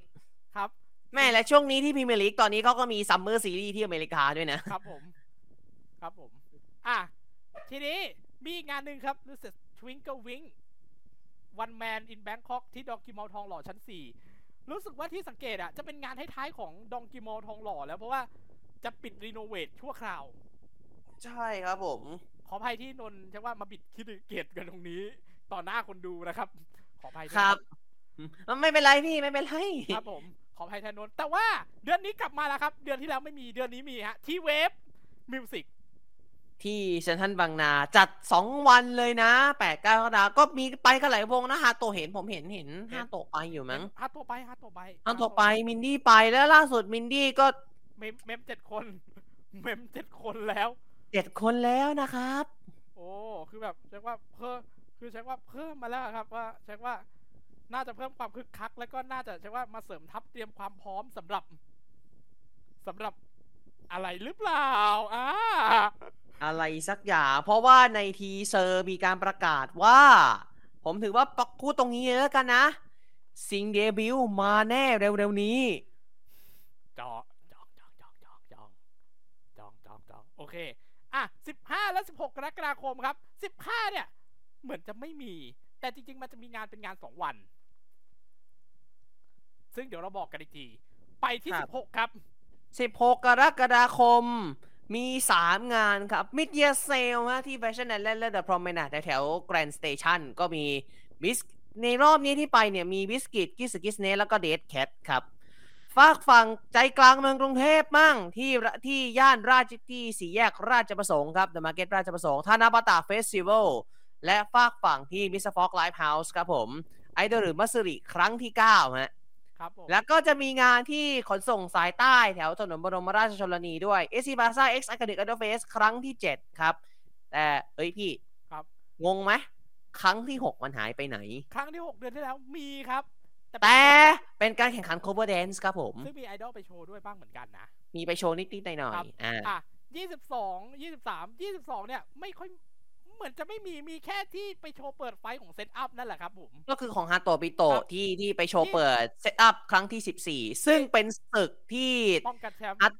[SPEAKER 3] ครับ
[SPEAKER 2] แม่และช่วงนี้ที่พรีเมียร์ลีกตอนนี้เขาก็มีซัมเมอร์ซีรีส์ที่อเมริกาด้วยนะ
[SPEAKER 3] ครับผม ครับผม อ่ะ ทีนี้มีอีกงานหนึ่งครับรู้สึก Twinkle Wing One Man in Bangkok ที่ดองกิมอลทองหล่อชั้น 4 รู้สึกว่าที่สังเกตอ่ะ จะเป็นงานท้ายๆของดองกิมอลทองหล่อแล้วเพราะว่าจะปิดรีโนเวทชั่วคราว
[SPEAKER 2] ใช่ครับผม
[SPEAKER 3] ขออภัยที่นนท์ใช่ว่ามาบิดคิดเกียดกันตรงนี้ ต่อหน้าคนดูนะครับ ขออภัยด้วย
[SPEAKER 2] ครับ ไม่เป็นไรพี่ไม่เป็นไร
[SPEAKER 3] ครับผม ขออภัยแทนนนท์แต่ว่าเดือนนี้กลับมาแล้วครับ เดือนที่แล้วไม่มีเดือนนี้มีฮะ ที่เวฟมิวสิก
[SPEAKER 2] ที่เซนทรันบางนาจัดสองวันเลยนะแปดเก้ากรกฎาคมก็มีไปกันหลายวงนะฮาโตะเห็นผมเห็นเห็นฮาโตะไปอยู่มั้ง
[SPEAKER 3] ฮาร์ดตัวไปฮาร์ดตัวไป
[SPEAKER 2] ฮาโตะไปมินดี้ไปแล้วล่าสุดมินดี้ก็
[SPEAKER 3] เมมเมมเจ็ดคน เมมเจ็ดคนแล้ว
[SPEAKER 2] เจ็ดคนแล้วนะครับ
[SPEAKER 3] โอ้ คือแบบเรียกว่าเพิ่ม
[SPEAKER 1] คือเช็คว่าเพิ่มมาแล้วครับว่าเช็คว่าน่าจะเพิ่มความคึกคัก แล้วก็น่าจะเช็คว่ามาเสริมทัพเตรียมความพร้อมสำหรับสำหรับอะไรหรือเปล่าอ่า
[SPEAKER 2] อะไรสักอย่าง เพราะว่าในทีเซอร์มีการประกาศว่า ผมถือว่าปักพูดตรงนี้เลยแล้วกันนะ สิงเดบิวมาแน่เร็วๆนี้
[SPEAKER 1] จองจองจองจองจองจองจองจองจองโอเค อ่ะสิบห้าและสิบหกกรกฎาคมครับสิบห้าเนี่ย เหมือนจะไม่มี แต่จริง ๆ มันจะมีงานเป็นงานสองวัน ซึ่งเดี๋ยวเราบอกกันอีกที ไปที่
[SPEAKER 2] ครั
[SPEAKER 1] สิ
[SPEAKER 2] บ
[SPEAKER 1] บหกครับ
[SPEAKER 2] 16 กรกฎาคมมี 3 งานครับ Mid Year Sale ฮะที่ Fashion Island และ The Promenade แถวๆ Grand Station ก็มีบิสในรอบนี้ที่ไปเนี่ยมีบิสกิตกิสกิสเนแล้วก็เดทแคทครับฝากฝั่งใจกลางเมืองกรุงเทพมั่งที่ระที่ย่านราชที่สี่แยกราชประสงค์ครับ The Market ราชประสงค์ท่านาบาตาเฟสติวัลและฝากฝั่งที่ Mr. Fox Live House ครับผมไอดอลหรือมัสริครั้งที่9ฮะ
[SPEAKER 1] ครับผม
[SPEAKER 2] แล้วก็จะมีงานที่ขนส่งสายใต้แถวถนนบรมราชชนนีด้วย s อ b a z a X Academic Idol Fest ครั้งที่ 7 ครับ แต่เอ้ยพี่
[SPEAKER 1] ครับ
[SPEAKER 2] งงไหมครั้งที่ 6 มันหายไปไหน
[SPEAKER 1] ครั้งที่หกเดือนที่แล้วมีครับ
[SPEAKER 2] แต่เป็นการแข่งขัน cover dance ครับผม
[SPEAKER 1] ซึ่งมีไอดอลไปโชว์ด้วยบ้างเหมือนกันนะ
[SPEAKER 2] มีไปโชว์นิดๆหน่อ
[SPEAKER 1] ครั
[SPEAKER 2] ย
[SPEAKER 1] บ
[SPEAKER 2] ๆอ่า
[SPEAKER 1] อ่ะยี่สิบสองยี่สิบสามยี่สิบสองเนี่ย ไม่ค่อยเหมือนจะไม่มีมีแค่ที่ไปโชว์เปิดไฟของเซตอัพนั่นแหละครับผม
[SPEAKER 2] ก็คือของฮาโตะปิโตะ
[SPEAKER 1] ครับ
[SPEAKER 2] ที่ที่ไปโช
[SPEAKER 1] ที่
[SPEAKER 2] ว์เปิดเซตอัพครั้งที่ 14 ซึ่งเป็นศึกที่
[SPEAKER 1] ป้องกันแชมป์
[SPEAKER 2] อัด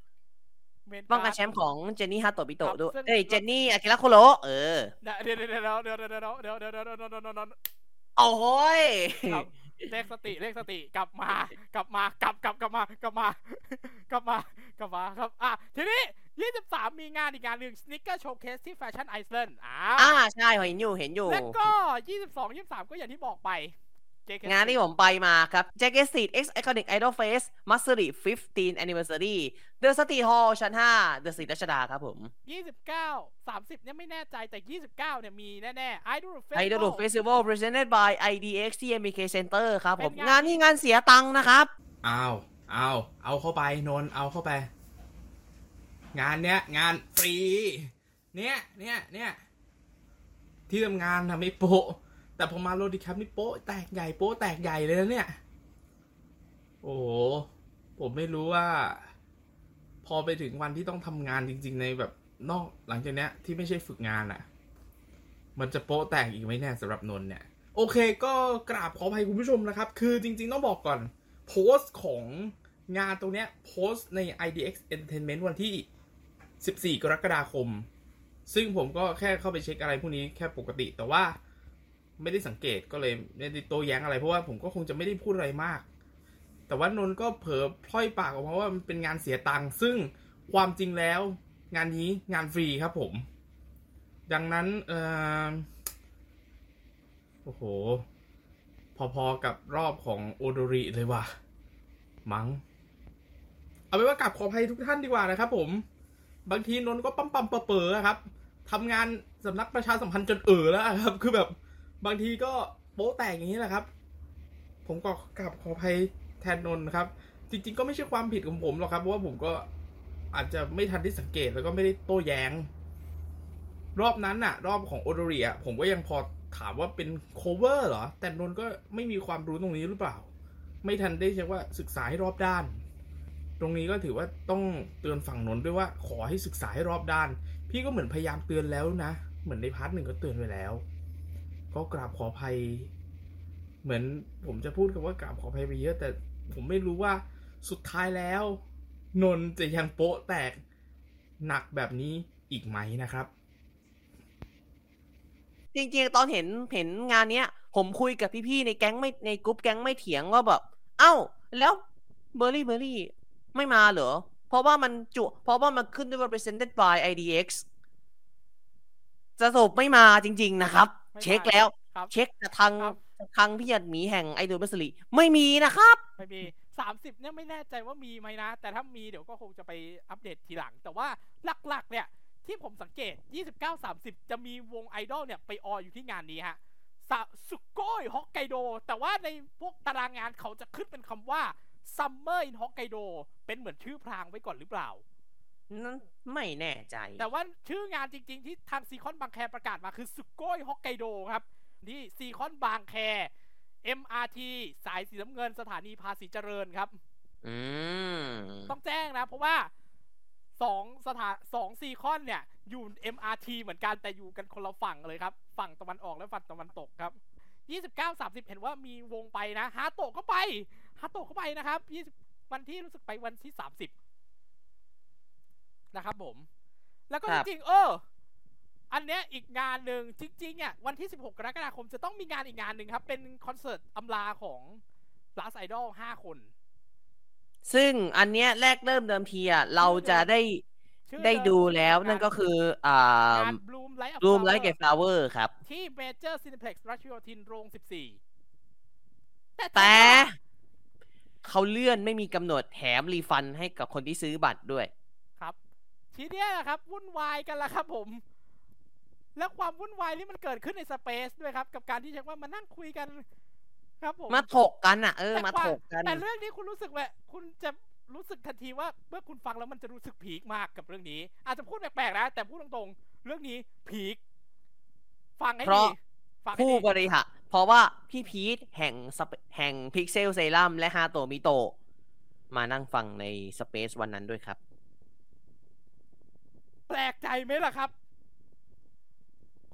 [SPEAKER 1] เมน
[SPEAKER 2] ป้องกัน
[SPEAKER 1] าร์ด
[SPEAKER 2] แชมป์ของเจนนี่ฮาโตะปิ
[SPEAKER 1] ค
[SPEAKER 2] โตะ
[SPEAKER 1] รับ
[SPEAKER 2] ด้วย
[SPEAKER 1] ซึ่ง
[SPEAKER 2] เอ้ยเจนนี่อากิระโคโรเออ
[SPEAKER 1] เดี๋ยวเดี๋ยวเดี๋ยวเดี๋ยวเดี๋ยวเดี๋ยวเดี๋ยวเดี๋ยวเดี๋ยวเดี๋ยวเดี๋ยวเดี๋ยวเดี๋ยว
[SPEAKER 2] โอ้ย
[SPEAKER 1] ครับเรียกสติเรียกสติกลับมากลับมากลับกลับกลับมากลับมากลับมากลับมาครับอ่ะทีนี้ 23 มีงานอีกงานหนึ่ง Sneaker Showcase ที่ Fashion Iceland อ่า
[SPEAKER 2] อ่าใช่เห็นอยู่เห็นอยู่
[SPEAKER 1] แล้วก็ 22 23 ก็อย่างที่บอกไป JK
[SPEAKER 2] งานที่ผมไปมาครับ j a c k e t Street X Iconic Idol Fest m a s u r i 15 Anniversary The City Hall ชั้น 5 The City รัชดาครับผม
[SPEAKER 1] 29 30 เนี่ยไม่แน่ใจแต่ 29 เนี่ยมีแน่ๆ Idol Festival
[SPEAKER 2] Idol Festival presented by IDX TMK Center ครับผม
[SPEAKER 1] เป็นไง
[SPEAKER 2] งานนี้งานเสียตังค์นะครับ
[SPEAKER 3] อ้าวอ้าวเอาเข้าไปนนท์เอาเข้าไป งานเนี้ย งานฟรี เนี้ยเนี้ยเนี้ยที่ทำงานทำไม่โปะแต่ผมมาโลดิแคปนี่โปะแตกใหญ่โปะแตกใหญ่เลยนะเนี่ย โอ้โห ผมไม่รู้ว่า พอไปถึงวันที่ต้องทำงานจริง ๆ ในแบบนอกหลังจากเนี้ย ที่ไม่ใช่ฝึกงานอะ่ะ มันจะโป๊ะแตกอีกไหมเนี่ยสำหรับนนท์เนี่ย โอเคก็กราบขออภัยคุณผู้ชมนะครับ คือจริง ๆ ต้องบอกก่อน โพสต์ของงานตรงเนี้ยโพสต์ใน IDX Entertainment วันที่ 14 กรกฎาคม ซึ่งผมก็แค่เข้าไปเช็คอะไรพวกนี้แค่ปกติ แต่ว่าไม่ได้สังเกตก็เลยไม่ได้โตัวแย้งอะไรเพราะว่าผมก็คงจะไม่ได้พูดอะไรมาก แต่ว่านนท์ก็เผลอพล่อยปากออกมาว่ามันเป็นงานเสียตังค์ซึ่งความจริงแล้วงานนี้งานฟรีครับผม ดังนั้นเออโอ้โห พอๆกับรอบของโอโดริเลยว่ะ มัง้งเอาเป็นว่ากลับขออภัยทุกท่านดีกว่านะครับผม บางทีนนท์ก็ปั๊มปั๊มๆเป๋อๆอะครับทำงานสำนักประชาสัมพันธ์จนเอ๋อแล้วอะครับ คือแบบบางทีก็โป๊ะแตกอย่างนี้แหละครับ ผมก็กลับขออภัยแทนนนท์นะครับ จริง ๆ ก็ไม่ใช่ความผิดของผมหรอกครับเพราะว่าผมก็อาจจะไม่ทันได้สังเกตแล้วก็ไม่ได้โต้แย้ง รอบนั้นอะรอบของโอโดริอะผมก็ยังพอถามว่าเป็นโคเวอร์เหรอ แต่นนท์ก็ไม่มีความรู้ตรงนี้หรือเปล่า ไม่ทันได้ใช้ว่าศึกษาให้รอบด้าน ตรงนี้ก็ถือว่าต้องเตือนฝั่งนนท์ด้วยว่าขอให้ศึกษาให้รอบด้าน พี่ก็เหมือนพยายามเตือนแล้วนะ เหมือนในพาร์ทหนึ่งก็เตือนไปแล้ว ก็กราบขออภัย เหมือนผมจะพูดคำว่ากราบขออภัยไปเยอะ แต่ผมไม่รู้ว่าสุดท้ายแล้ว นนท์จะยังโป๊ะแตกหนักแบบนี้อีกไหมนะครับ
[SPEAKER 2] จริงๆ ตอนเห็นเห็นงานเนี้ย ผมคุยกับพี่ๆ ในแก๊งไม่ในกรุ๊ปแก๊งไม่เถียงว่าแบบ เอ้า แล้วเบอร์รี่เบอร์รี่ไม่มาเหรอ เพราะว่ามันจุ เพราะว่ามันขึ้นด้วย represented by IDX สรุปไม่มาจริง ๆ นะครับ
[SPEAKER 1] ไม่มา
[SPEAKER 2] เช็คแล้ว
[SPEAKER 1] ครับ
[SPEAKER 2] เช็คกับทาง
[SPEAKER 1] ครับ
[SPEAKER 2] ทางพี่หยัดหมีแห่งไอดอลบัสลีไม่มีนะครับ
[SPEAKER 1] ไม่มี 30 เนี่ยไม่แน่ใจว่ามีไหมนะ แต่ถ้ามีเดี๋ยวก็คงจะไปอัปเดตทีหลัง แต่ว่าหลักๆ เนี่ย ที่ผมสังเกต 29 30 จะมีวงไอดอลเนี่ย ไปอออยู่ที่งานนี้ฮะซาสุโกยฮอกไกโด แต่ว่าในพวกตารางงานเขาจะขึ้นเป็นคำว่า Summer in Hokkaido เป็นเหมือนชื่อพรางไว้ก่อนหรือเปล่า
[SPEAKER 2] นั่นไม่แน่ใจ
[SPEAKER 1] แต่ว่าชื่องานจริงๆ ที่ทางซีคอนบางแคประกาศมาคือสุโกยฮอกไกโดครับ
[SPEAKER 3] ที่ซีคอนบางแค MRT สายสีน้ำเงินสถานีภาษีเจริญครับ
[SPEAKER 2] อืม
[SPEAKER 3] ต้องแจ้งนะ เพราะว่าสองสถานสองซีคอนเนี่ย อยู่ MRT เหมือนกันแต่อยู่กันคนละฝั่งเลยครับ ฝั่งตะวันออกและฝั่งตะวันตกครับ 29 30 เห็นว่ามีวงไปนะฮาโตะก็ไปฮาโตะก็ไปนะครับ20วันที่รู้สึกไปวันที่ 30 นะครับผม แล้วก็
[SPEAKER 2] ค
[SPEAKER 3] จ
[SPEAKER 2] รับ
[SPEAKER 3] ริงๆเออ อันเนี้ยอีกงานหนึ่งจริงๆอ่ะวันที่ 16 กรกฎาคมจะต้องมีงานอีกงานหนึ่งครับ เป็นคอนเสิร์ตอำลาของ Last Idol 5 คน
[SPEAKER 2] ซึ่งอันเนี้ยแรกเริ่มเดิมทีอ่ะเราจะได้
[SPEAKER 3] ชื่อ
[SPEAKER 2] ได้
[SPEAKER 3] เม
[SPEAKER 2] ดูแล้วนั่นก็คืออ่าง
[SPEAKER 3] าน Bloom Light of
[SPEAKER 2] รูมไลท์
[SPEAKER 3] Flower
[SPEAKER 2] เก็บฟลาเวอร์ครับ
[SPEAKER 3] ที่เมเจอร์ซินเพล็กซ์รัชโยธินโรง 14 แต่
[SPEAKER 2] แต่ เขาเลื่อนไม่มีกำหนดแถมรีฟันให้กับคนที่ซื้อบัตรด้วย
[SPEAKER 3] ครับ ทีเนี้ยครับ วุ่นวายกันละครับผม แล้วความวุ่นวายนี่มันเกิดขึ้นในสเปซด้วยครับ กับการที่เช็คว่ามานั่งคุยกัน ครับผม
[SPEAKER 2] มาถกกันอ่ะ เออ
[SPEAKER 3] แต่
[SPEAKER 2] มาถกกัน
[SPEAKER 3] แต่เรื่องนี้คุณรู้สึกว่าคุณจะรู้สึกทันทีว่าเมื่อคุณฟังแล้วมันจะรู้สึกพีคมากกับเรื่องนี้ อาจจะพูดแปลกๆนะ แต่พูดตรงๆ เรื่องนี้พีคฟังให้
[SPEAKER 2] เพราะ
[SPEAKER 3] ดีฟังให้
[SPEAKER 2] ผู้
[SPEAKER 3] ดี
[SPEAKER 2] บริหารเพราะว่าพี่พีทแห่งสเปแห่งพิกเซลเซรั่มและฮาโตมิโตะมานั่งฟังในสเปซวันนั้นด้วยครับ
[SPEAKER 3] แปลกใจไหมล่ะครับ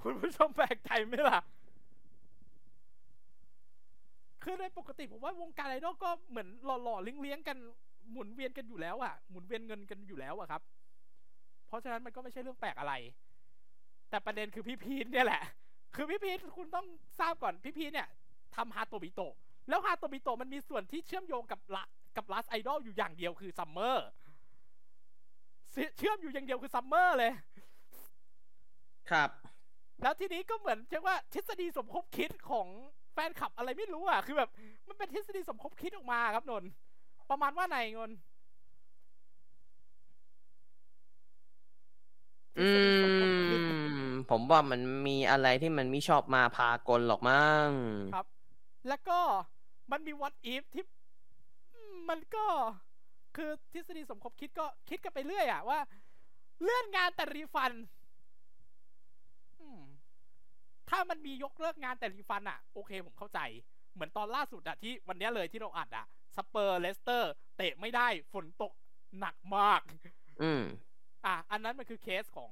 [SPEAKER 3] คุณผู้ชมแปลกใจไหมล่ะ คือในปกติผมว่าวงการไอดอลก็เหมือนหล่อๆเลี้ยงๆกันหมุนเวียนกันอยู่แล้วอะหมุนเวียนเงินกันอยู่แล้วอะครับ เพราะฉะนั้นมันก็ไม่ใช่เรื่องแปลกอะไร แต่ประเด็นคือพี่พีทเนี่ยแหละ คือพี่พีทคุณต้องทราบก่อนพี่พีทเนี่ยทำฮาโตบิโตะแล้วฮาโตบิโตะมันมีส่วนที่เชื่อมโยงกับละกับลัสไอดอลอยู่อย่างเดียวคือซัมเมอร์เชื่อมอยู่อย่างเดียวคือซัมเมอร์เลย
[SPEAKER 2] ครับ
[SPEAKER 3] แล้วทีนี้ก็เหมือนเรียกว่าทฤษฎีสมคบคิดของแฟนคลับอะไรไม่รู้อ่ะ คือแบบ มันเป็นทฤษฎีสมคบคิดออกมาครับนนท์ประมาณว่าไหนงน
[SPEAKER 2] อืม ผมว่ามันมีอะไรที่มันไม่ชอบมาพากลหรอกมั้ง
[SPEAKER 3] ครับ แล้วก็มันมี what if ที่อืมมันก็คือทฤษฎีสมคบคิดก็คิดกันไปเรื่อยอ่ะว่า เลื่อนงานแต่รีฟันอืมถ้ามันมียกเลิกงานแต่รีฟันอ่ะ โอเคผมเข้าใจ เหมือนตอนล่าสุดอะที่วันเนี้ยเลยที่เราอัดอะสเปอร์เลสเตอร์ เตะไม่ได้ฝนตกหนักมาก
[SPEAKER 2] อืม
[SPEAKER 3] อ่ะ อันนั้นมันคือเคสของ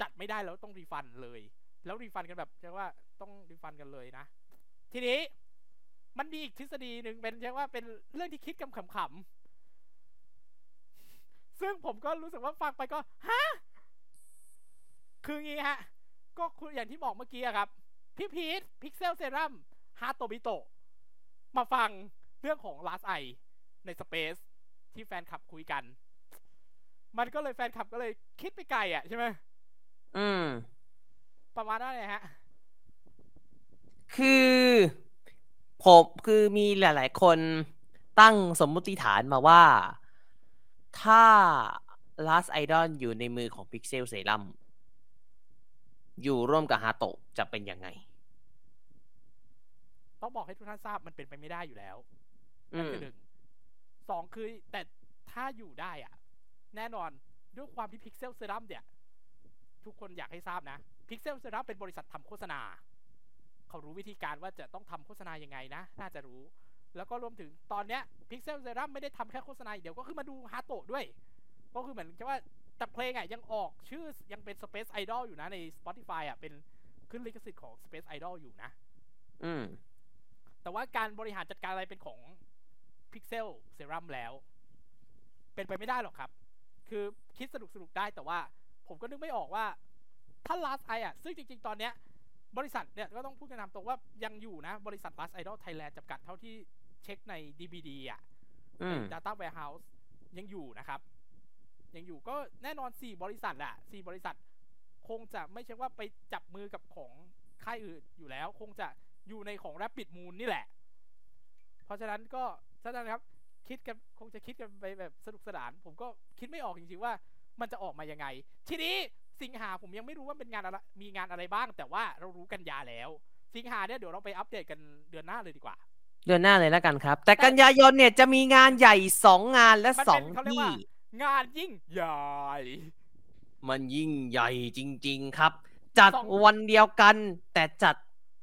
[SPEAKER 3] จัดไม่ได้แล้วต้องรีฟันเลย แล้วรีฟันกันแบบเรียกว่าต้องรีฟันกันเลยนะ ทีนี้มันมีอีกทฤษฎีหนึ่งเป็นเรียกว่าเป็นเรื่องที่คิดกันขำๆซึ่งผมก็รู้สึกว่าฟังไปก็ฮะคืองี้ฮะ ก็คืออย่างที่บอกเมื่อกี้อะครับ พี่พีทพิกเซลเซรั่มฮาโตบิโตมาฟังเรื่องของลาสไอในสเปซที่แฟนคลับคุยกัน มันก็เลยแฟนคลับก็เลยคิดไปไกลอ่ะใช่ไหม
[SPEAKER 2] อืม
[SPEAKER 3] ประมาณนั้นเลยฮะ
[SPEAKER 2] คือผมคือมีหลาย ๆ คนตั้งสมมุติฐานมาว่า ถ้า Last Idol อยู่ในมือของ Pixel Serum อยู่ร่วมกับฮาโตะจะเป็นยังไง
[SPEAKER 3] ต้องบอกให้ทุกท่านทราบมันเป็นไปไม่ได้อยู่แล้ว
[SPEAKER 2] อืม
[SPEAKER 3] คือหนึ่งสองคือแต่ถ้าอยู่ได้อ่ะ แน่นอนด้วยความที่พิกเซลเซรั่มเนี่ย ทุกคนอยากให้ทราบนะพิกเซลเซรั่มเป็นบริษัททำโฆษณา เขารู้วิธีการว่าจะต้องทำโฆษณายังไงนะ น่าจะรู้ แล้วก็รวมถึงตอนเนี้ยพิกเซลเซรั่มไม่ได้ทำแค่โฆษณาอย่างเดียวก็คือมาดูฮาโตะด้วย ก็คือเหมือนกับว่าแต่เพลงอ่ะยังออกชื่อยังเป็น Space Idol อยู่นะใน Spotify อ่ะเป็นขึ้นลิขสิทธิ์ของ Space Idol อยู่นะ
[SPEAKER 2] อืม
[SPEAKER 3] แต่ว่าการบริหารจัดการอะไรเป็นของพิกเซลเซรั่มแล้ว เป็นไปไม่ได้หรอกครับ คือคิดสนุกสนุกๆได้แต่ว่า ผมก็นึกไม่ออกว่า ถ้า Last Eye อ่ะ ซึ่งจริง ๆ ตอนเนี้ย บริษัทเนี่ยก็ต้องพูดกันตามตรงว่ายังอยู่นะ บริษัท Last Idol Thailand จำกัดเท่าที่เช็คใน DVD อ่ะ
[SPEAKER 2] อืม
[SPEAKER 3] ใน Data Warehouse ยังอยู่นะครับ ยังอยู่ก็แน่นอน 4 บริษัทแหละ4บริษัท คงจะไม่ใช่ว่าไปจับมือกับของค่ายอื่นอยู่แล้ว คงจะอยู่ในของ Rapid Moon นี่แหละ เพราะฉะนั้นก็ฉะนั้นครับ คิดกันคงจะคิดกันไปแบบสนุกสนาน ผมก็คิดไม่ออกจริงๆว่ามันจะออกมายังไง ทีนี้สิงหาผมยังไม่รู้ว่าเป็นงานอะไรมีงานอะไรบ้าง แต่ว่าเรารู้กันยาแล้ว สิงหาเนี่ยเดี๋ยวเราไปอัปเดตกันเดือนหน้าเลยดีกว่า
[SPEAKER 2] เดือนหน้าเลยแล้วกันครับ แต่กันยายนเนี่ยจะมีงานใหญ่สองงานและ
[SPEAKER 3] มัน
[SPEAKER 2] ส
[SPEAKER 3] เป็
[SPEAKER 2] อน ง
[SPEAKER 3] เขาเรียก
[SPEAKER 2] ที่
[SPEAKER 3] ว่างานยิ่งใหญ่
[SPEAKER 2] มันยิ่งใหญ่จริง ๆ ครับ จัด
[SPEAKER 3] สอง
[SPEAKER 2] วันเดียวกัน แต่จัด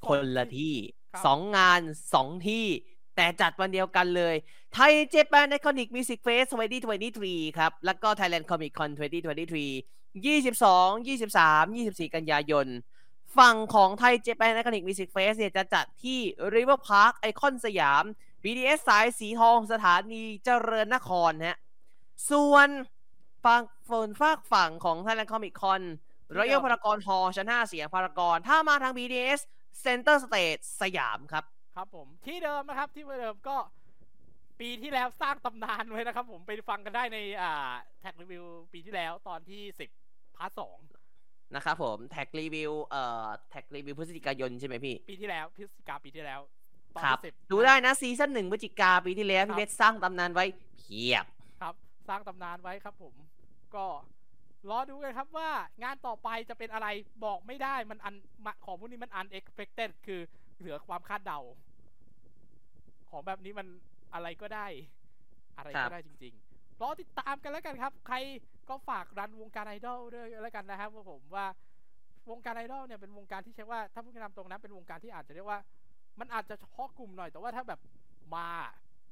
[SPEAKER 2] คนละที่
[SPEAKER 3] ครับ
[SPEAKER 2] สองงานสองที่ แต่จัดวันเดียวกันเลย ไทยเจแปนไอคอนิกมิวสิกเฟส2023 ครับ แล้วก็ Thailand Comic Con 2023 22 23 24 กันยายน ฝั่งของไทยเจแปนไอคอนิกมิวสิกเฟสเนี่ยจะจัดที่ River Park ไอคอนสยาม BDS สายสีทองสถานีเจริญนครฮะ ส่วนฝั่งฝนฝากฝั่งของ Thailand Comic Con รอยัลพารากอนฮอลชั้น 5 เสียงพารากอน ถ้ามาทาง BDS Center Stage สยามครับ
[SPEAKER 3] ครับผมที่เดิมนะครับที่เดิมก็ปีที่แล้วสร้างตำนานไว้นะครับผมไปฟังกันได้ในอ่าแท็กรีวิวปีที่แล้วตอนที่ 10พาร์ทสอง
[SPEAKER 2] นะครับผมแท็กรีวิวเอ่อแท็กรีวิวพฤศจิกายนใช่ไหมพี่
[SPEAKER 3] ปีที่แล้วพฤศจิกาปีที่แล้วตอน
[SPEAKER 2] ครับ
[SPEAKER 3] ที่ 10
[SPEAKER 2] ดูได้นะซีซั่นหนึ่งพฤศจิกาปีที่แล้ว
[SPEAKER 3] ครั
[SPEAKER 2] พี่
[SPEAKER 3] บ
[SPEAKER 2] เวทสร้างตำนานไว้เพียบ
[SPEAKER 3] ครับสร้างตำนานไว้ครับผมก็รอดูกันครับว่างานต่อไปจะเป็นอะไรบอกไม่ได้มันอันมะของพวกนี้มัน unexpected คือเหลือความคาดเดา ของแบบนี้มันอะไรก็ได้ อะไร
[SPEAKER 2] ครั
[SPEAKER 3] ก็
[SPEAKER 2] บ
[SPEAKER 3] ได้จริงๆรอติดตามกันแล้วกันครับ ใครก็ฝากรันวงการไอดอลด้วยแล้วกันนะครับว่าผมว่าวงการไอดอลเนี่ยเป็นวงการที่ใช้ว่าถ้าพูดกันตามตรงนะเป็นวงการที่อาจจะเรียกว่า มันอาจจะเฉพาะกลุ่มหน่อยแต่ว่าถ้าแบบมา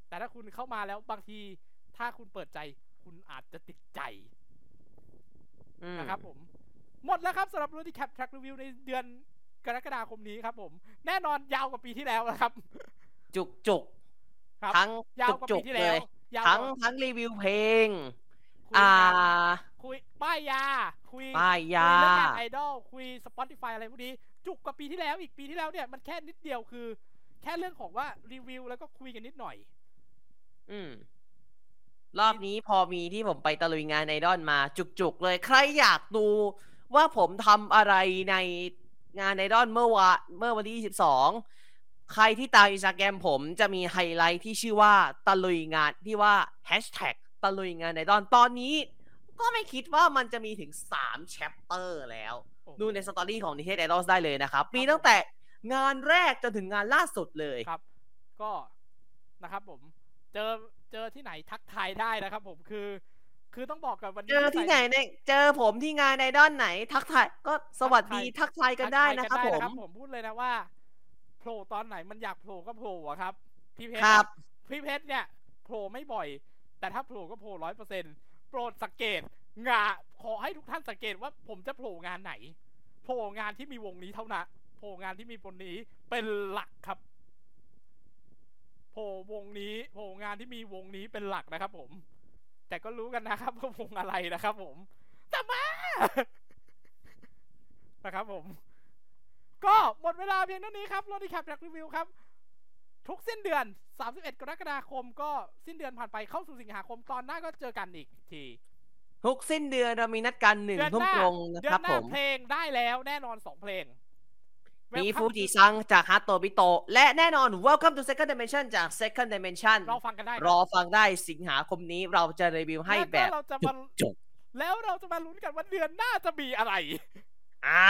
[SPEAKER 3] แต่ถ้าคุณเข้ามาแล้วบางทีถ้าคุณเปิดใจ คุณอาจจะติดใจ
[SPEAKER 2] อืม
[SPEAKER 3] นะครับผม หมดแล้วครับสำหรับรูที่แคปแทร็กรีวิวในเดือนกรกฎาคมนี้ครับผม แน่นอนยาวกว่าปีที่แล้วนะครับ
[SPEAKER 2] จุกจุก
[SPEAKER 3] ครับ
[SPEAKER 2] ทั้ง
[SPEAKER 3] ยาว
[SPEAKER 2] จุก
[SPEAKER 3] กว่า
[SPEAKER 2] จุ
[SPEAKER 3] ปี
[SPEAKER 2] ก
[SPEAKER 3] ที่
[SPEAKER 2] เล
[SPEAKER 3] แล้ว
[SPEAKER 2] ย
[SPEAKER 3] ยาว
[SPEAKER 2] ทั้ง
[SPEAKER 3] กว่า
[SPEAKER 2] ทั้งรีวิวเพลง
[SPEAKER 3] คุย
[SPEAKER 2] อ่า
[SPEAKER 3] คุยป้ายยา คุย
[SPEAKER 2] ป้ายยา
[SPEAKER 3] คุเรื่องการไอดอลคุย Spotify อะไรพวกนี้ จุกกว่าปีที่แล้วอีกปีที่แล้วเนี่ยมันแค่นิดเดียวคือ แค่เรื่องของว่ารีวิวแล้วก็คุยกันนิดหน่อย
[SPEAKER 2] อืมรอบนี้พอมีที่ผมไปตะลุยงานไอดอลมาจุกๆเลย ใครอยากดูว่าผมทำอะไรในงานไอดอลเมื่อวานเมื่อวันที่ 22 ใครที่ตามอินสตาแกรมผมจะมีไฮไลท์ที่ชื่อว่าตะลุยงานที่ว่าแฮชแท็กตะลุยงานไอดอลตอนนี้ ก็ไม่คิดว่ามันจะมีถึง 3 แชปเตอร์แล้ว
[SPEAKER 3] โอ้โห
[SPEAKER 2] ดูในสตอรี่ของนิเทศไอดอลได้เลยนะครับ มีตั้งแต่งานแรกจนถึงงานล่าสุดเลย
[SPEAKER 3] ครับ ก็นะครับผม เจอเจอที่ไหนทักทายได้นะครับผมคือ คือต้องบอกกันวันนี้
[SPEAKER 2] เจอที่ไหน
[SPEAKER 3] ใส่
[SPEAKER 2] เนี่ยเจอผมที่งานไอดอลไหน ทักทายก็สวัสดี
[SPEAKER 3] ทักทา
[SPEAKER 2] ทักทาย
[SPEAKER 3] ย
[SPEAKER 2] กันได้นะครับ
[SPEAKER 3] ทั
[SPEAKER 2] ผ
[SPEAKER 3] กทา
[SPEAKER 2] ม
[SPEAKER 3] ยกัผมพูดเลยนะว่าโผล่ตอนไหนมันอยากโผล่ก็โผล่อะครับ พี่เพชร
[SPEAKER 2] ครับ
[SPEAKER 3] พี่เพชรเนี่ยโผล่ไม่บ่อย แต่ถ้าโผล่ก็โผล่ร้อยเปอร์เซ็นโปรดสังเกตงาขอให้ทุกท่านสังเกตว่าผมจะโผล่งานไหนโผล่งานที่มีวงนี้เท่านั้นโผล่งานที่มีวงนี้เป็นหลักครับโผล่วงนี้โผล่งานที่มีวงนี้เป็นหลักนะครับ ผม แต่ก็รู้กันนะครับว่าว งอะไรนะครับผมแต่มา นะครับผม ก็หมดเวลาเพียงเท่านี้ครับรถดีแคปแร็กรีวิวครับ ทุกสิ้นเดือน 31 กรกฎาคม ก็สิ้นเดือนผ่านไปเข้าสู่สิงหาคมตอนหน้าก็เจอกันอีกที
[SPEAKER 2] ทุกสิ้นเดือนเรามีนัดกันหนึ่ง
[SPEAKER 3] เดือน
[SPEAKER 2] ทุ่
[SPEAKER 3] ห
[SPEAKER 2] ม
[SPEAKER 3] น้า
[SPEAKER 2] ตรงนะ
[SPEAKER 3] เดือ
[SPEAKER 2] ครับ
[SPEAKER 3] นหน้า
[SPEAKER 2] ผม
[SPEAKER 3] เพลงได้แล้วแน่นอน 2 เพลง
[SPEAKER 2] มี
[SPEAKER 3] Welcome
[SPEAKER 2] ฟูจิ
[SPEAKER 3] to-
[SPEAKER 2] ซังจากฮัตโตบิโตะและแน่นอน Welcome to Second Dimension จาก Second Dimension
[SPEAKER 3] เราฟังกันได้คบ
[SPEAKER 2] รอฟังได้สิงหาคมนี้เราจะรีวิวให้แบ
[SPEAKER 3] ล้ว
[SPEAKER 2] บ
[SPEAKER 3] ก็เราจะมา
[SPEAKER 2] จุก
[SPEAKER 3] แล้วเราจะมาลุ้นกันว่าเดือนหน้าจะมีอะไร
[SPEAKER 2] อ่า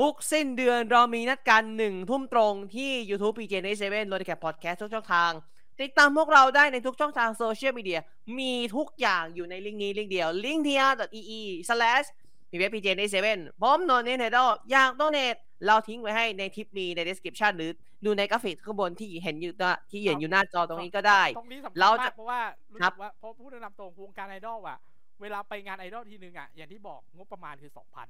[SPEAKER 2] ทุกสิ้นเดือนเรามีนัดกันหนึ่งทุ่มตรงที่ YouTube PJ n i g h t 7 r o d i c a p Podcast ทุกช่องทาง ติดตามพวกเราได้ในทุกช่องทางโซเชียลมีเดีย มีทุกอย่างอยู่ในลิงก์นี้ลิงก์เดียว ลิงก์ tr.ee slash พีเว็บพีเจในเซเว่นผมนนท์เนเธอร์อยากโดเนทเราทิ้งไว้ให้ในทิปมีใน description หรือดูในกราฟิกข้างบนที่เห็นอยู่หน้าที่เห็นอยู่หน้าจอตรงนี้ก็ได้
[SPEAKER 3] ตรงนี้สำคัญ
[SPEAKER 2] เรา
[SPEAKER 3] มา
[SPEAKER 2] จะ
[SPEAKER 3] กเพราะว่ารู้
[SPEAKER 2] ครับ
[SPEAKER 3] สึกว่าเพราะพูดนำตรงวงการไอดอลอะเวลาไปงานไอดอลทีนึงอะอย่างที่บอกงบประมาณคือสองพัน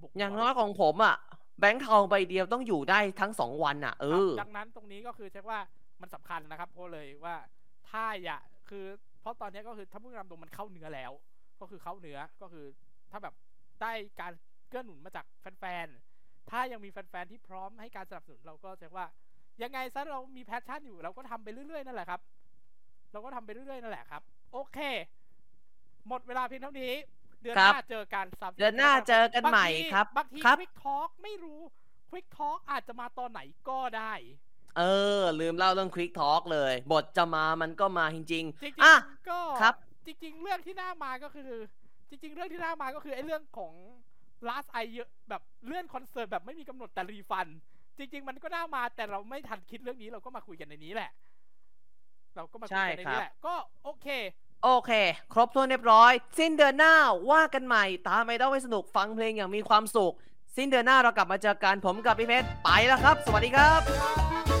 [SPEAKER 3] บุก
[SPEAKER 2] อย่างน้อยของผมอ่ะแบงค์ทองใบเดียวต้องอยู่ได้ทั้งสองวันอ่ะ เอ
[SPEAKER 3] ค
[SPEAKER 2] อ
[SPEAKER 3] รับดังนั้นตรงนี้ก็คือเช็คว่ามันสำคัญนะครับเพราะเลยว่าถ้าอยากคือเพราะตอนนี้ก็คือถ้าพูดนำตรงมันเข้าเนื้อแล้ว ก็คือเข้าเนื้อก็คือถ้าแบบได้การเกื้อหนุนมาจากแฟนๆถ้ายังมีแฟนๆที่พร้อมให้การสนับสนุนเราก็เช็คว่า ยังไงซะเรามีแพชชั่นอยู่เราก็ทำไปเรื่อยๆ นั่นแหละครับ เราก็ทำไปเรื่อยๆ นั่นแหละครับ โอเค หมดเวลาเพียงเท่านี้ เดือน
[SPEAKER 2] ค
[SPEAKER 3] ห
[SPEAKER 2] รับ
[SPEAKER 3] น้าเจอกันสาม
[SPEAKER 2] เดือนหน้าเจอกันใหม่ครับ
[SPEAKER 3] บางที
[SPEAKER 2] ครับ
[SPEAKER 3] ควิกทอล์กไม่รู้ควิกทอล์กอาจจะมาตอนไหนก็ได้
[SPEAKER 2] เออ ลืมเล่าเรื่องควิกทอ l k เลย บทจะมามันก็มาจริง
[SPEAKER 3] จริง
[SPEAKER 2] อ่ะ
[SPEAKER 3] ๆก็
[SPEAKER 2] ครับ
[SPEAKER 3] จริง ๆ เรื่องที่น่ามาก็คือ จริง ๆ เรื่องที่น่ามาก็คือไอ้เรื่องของ last i เยอะแบบเลื่อนคอนเสิร์ตแบบไม่มีกำหนดแต่รีฟัน จริง ๆ มันก็น่ามาแต่เราไม่ทันคิดเรื่องนี้เราก็มาคุยกันในนี้แหละ เราก็มาคุยกันในนี้แหละ ก็โอเค
[SPEAKER 2] ๆ โอเค ครบถ้วนเรียบร้อย สิ้นเดือนหน้าว่ากันใหม่ ตามไอดอลให้สนุกฟังเพลงอย่างมีความสุข สิ้นเดือนหน้าเรากลับมาเจอกันผมกับพี่เพชรไปแล้วครับ สวัสดีครับ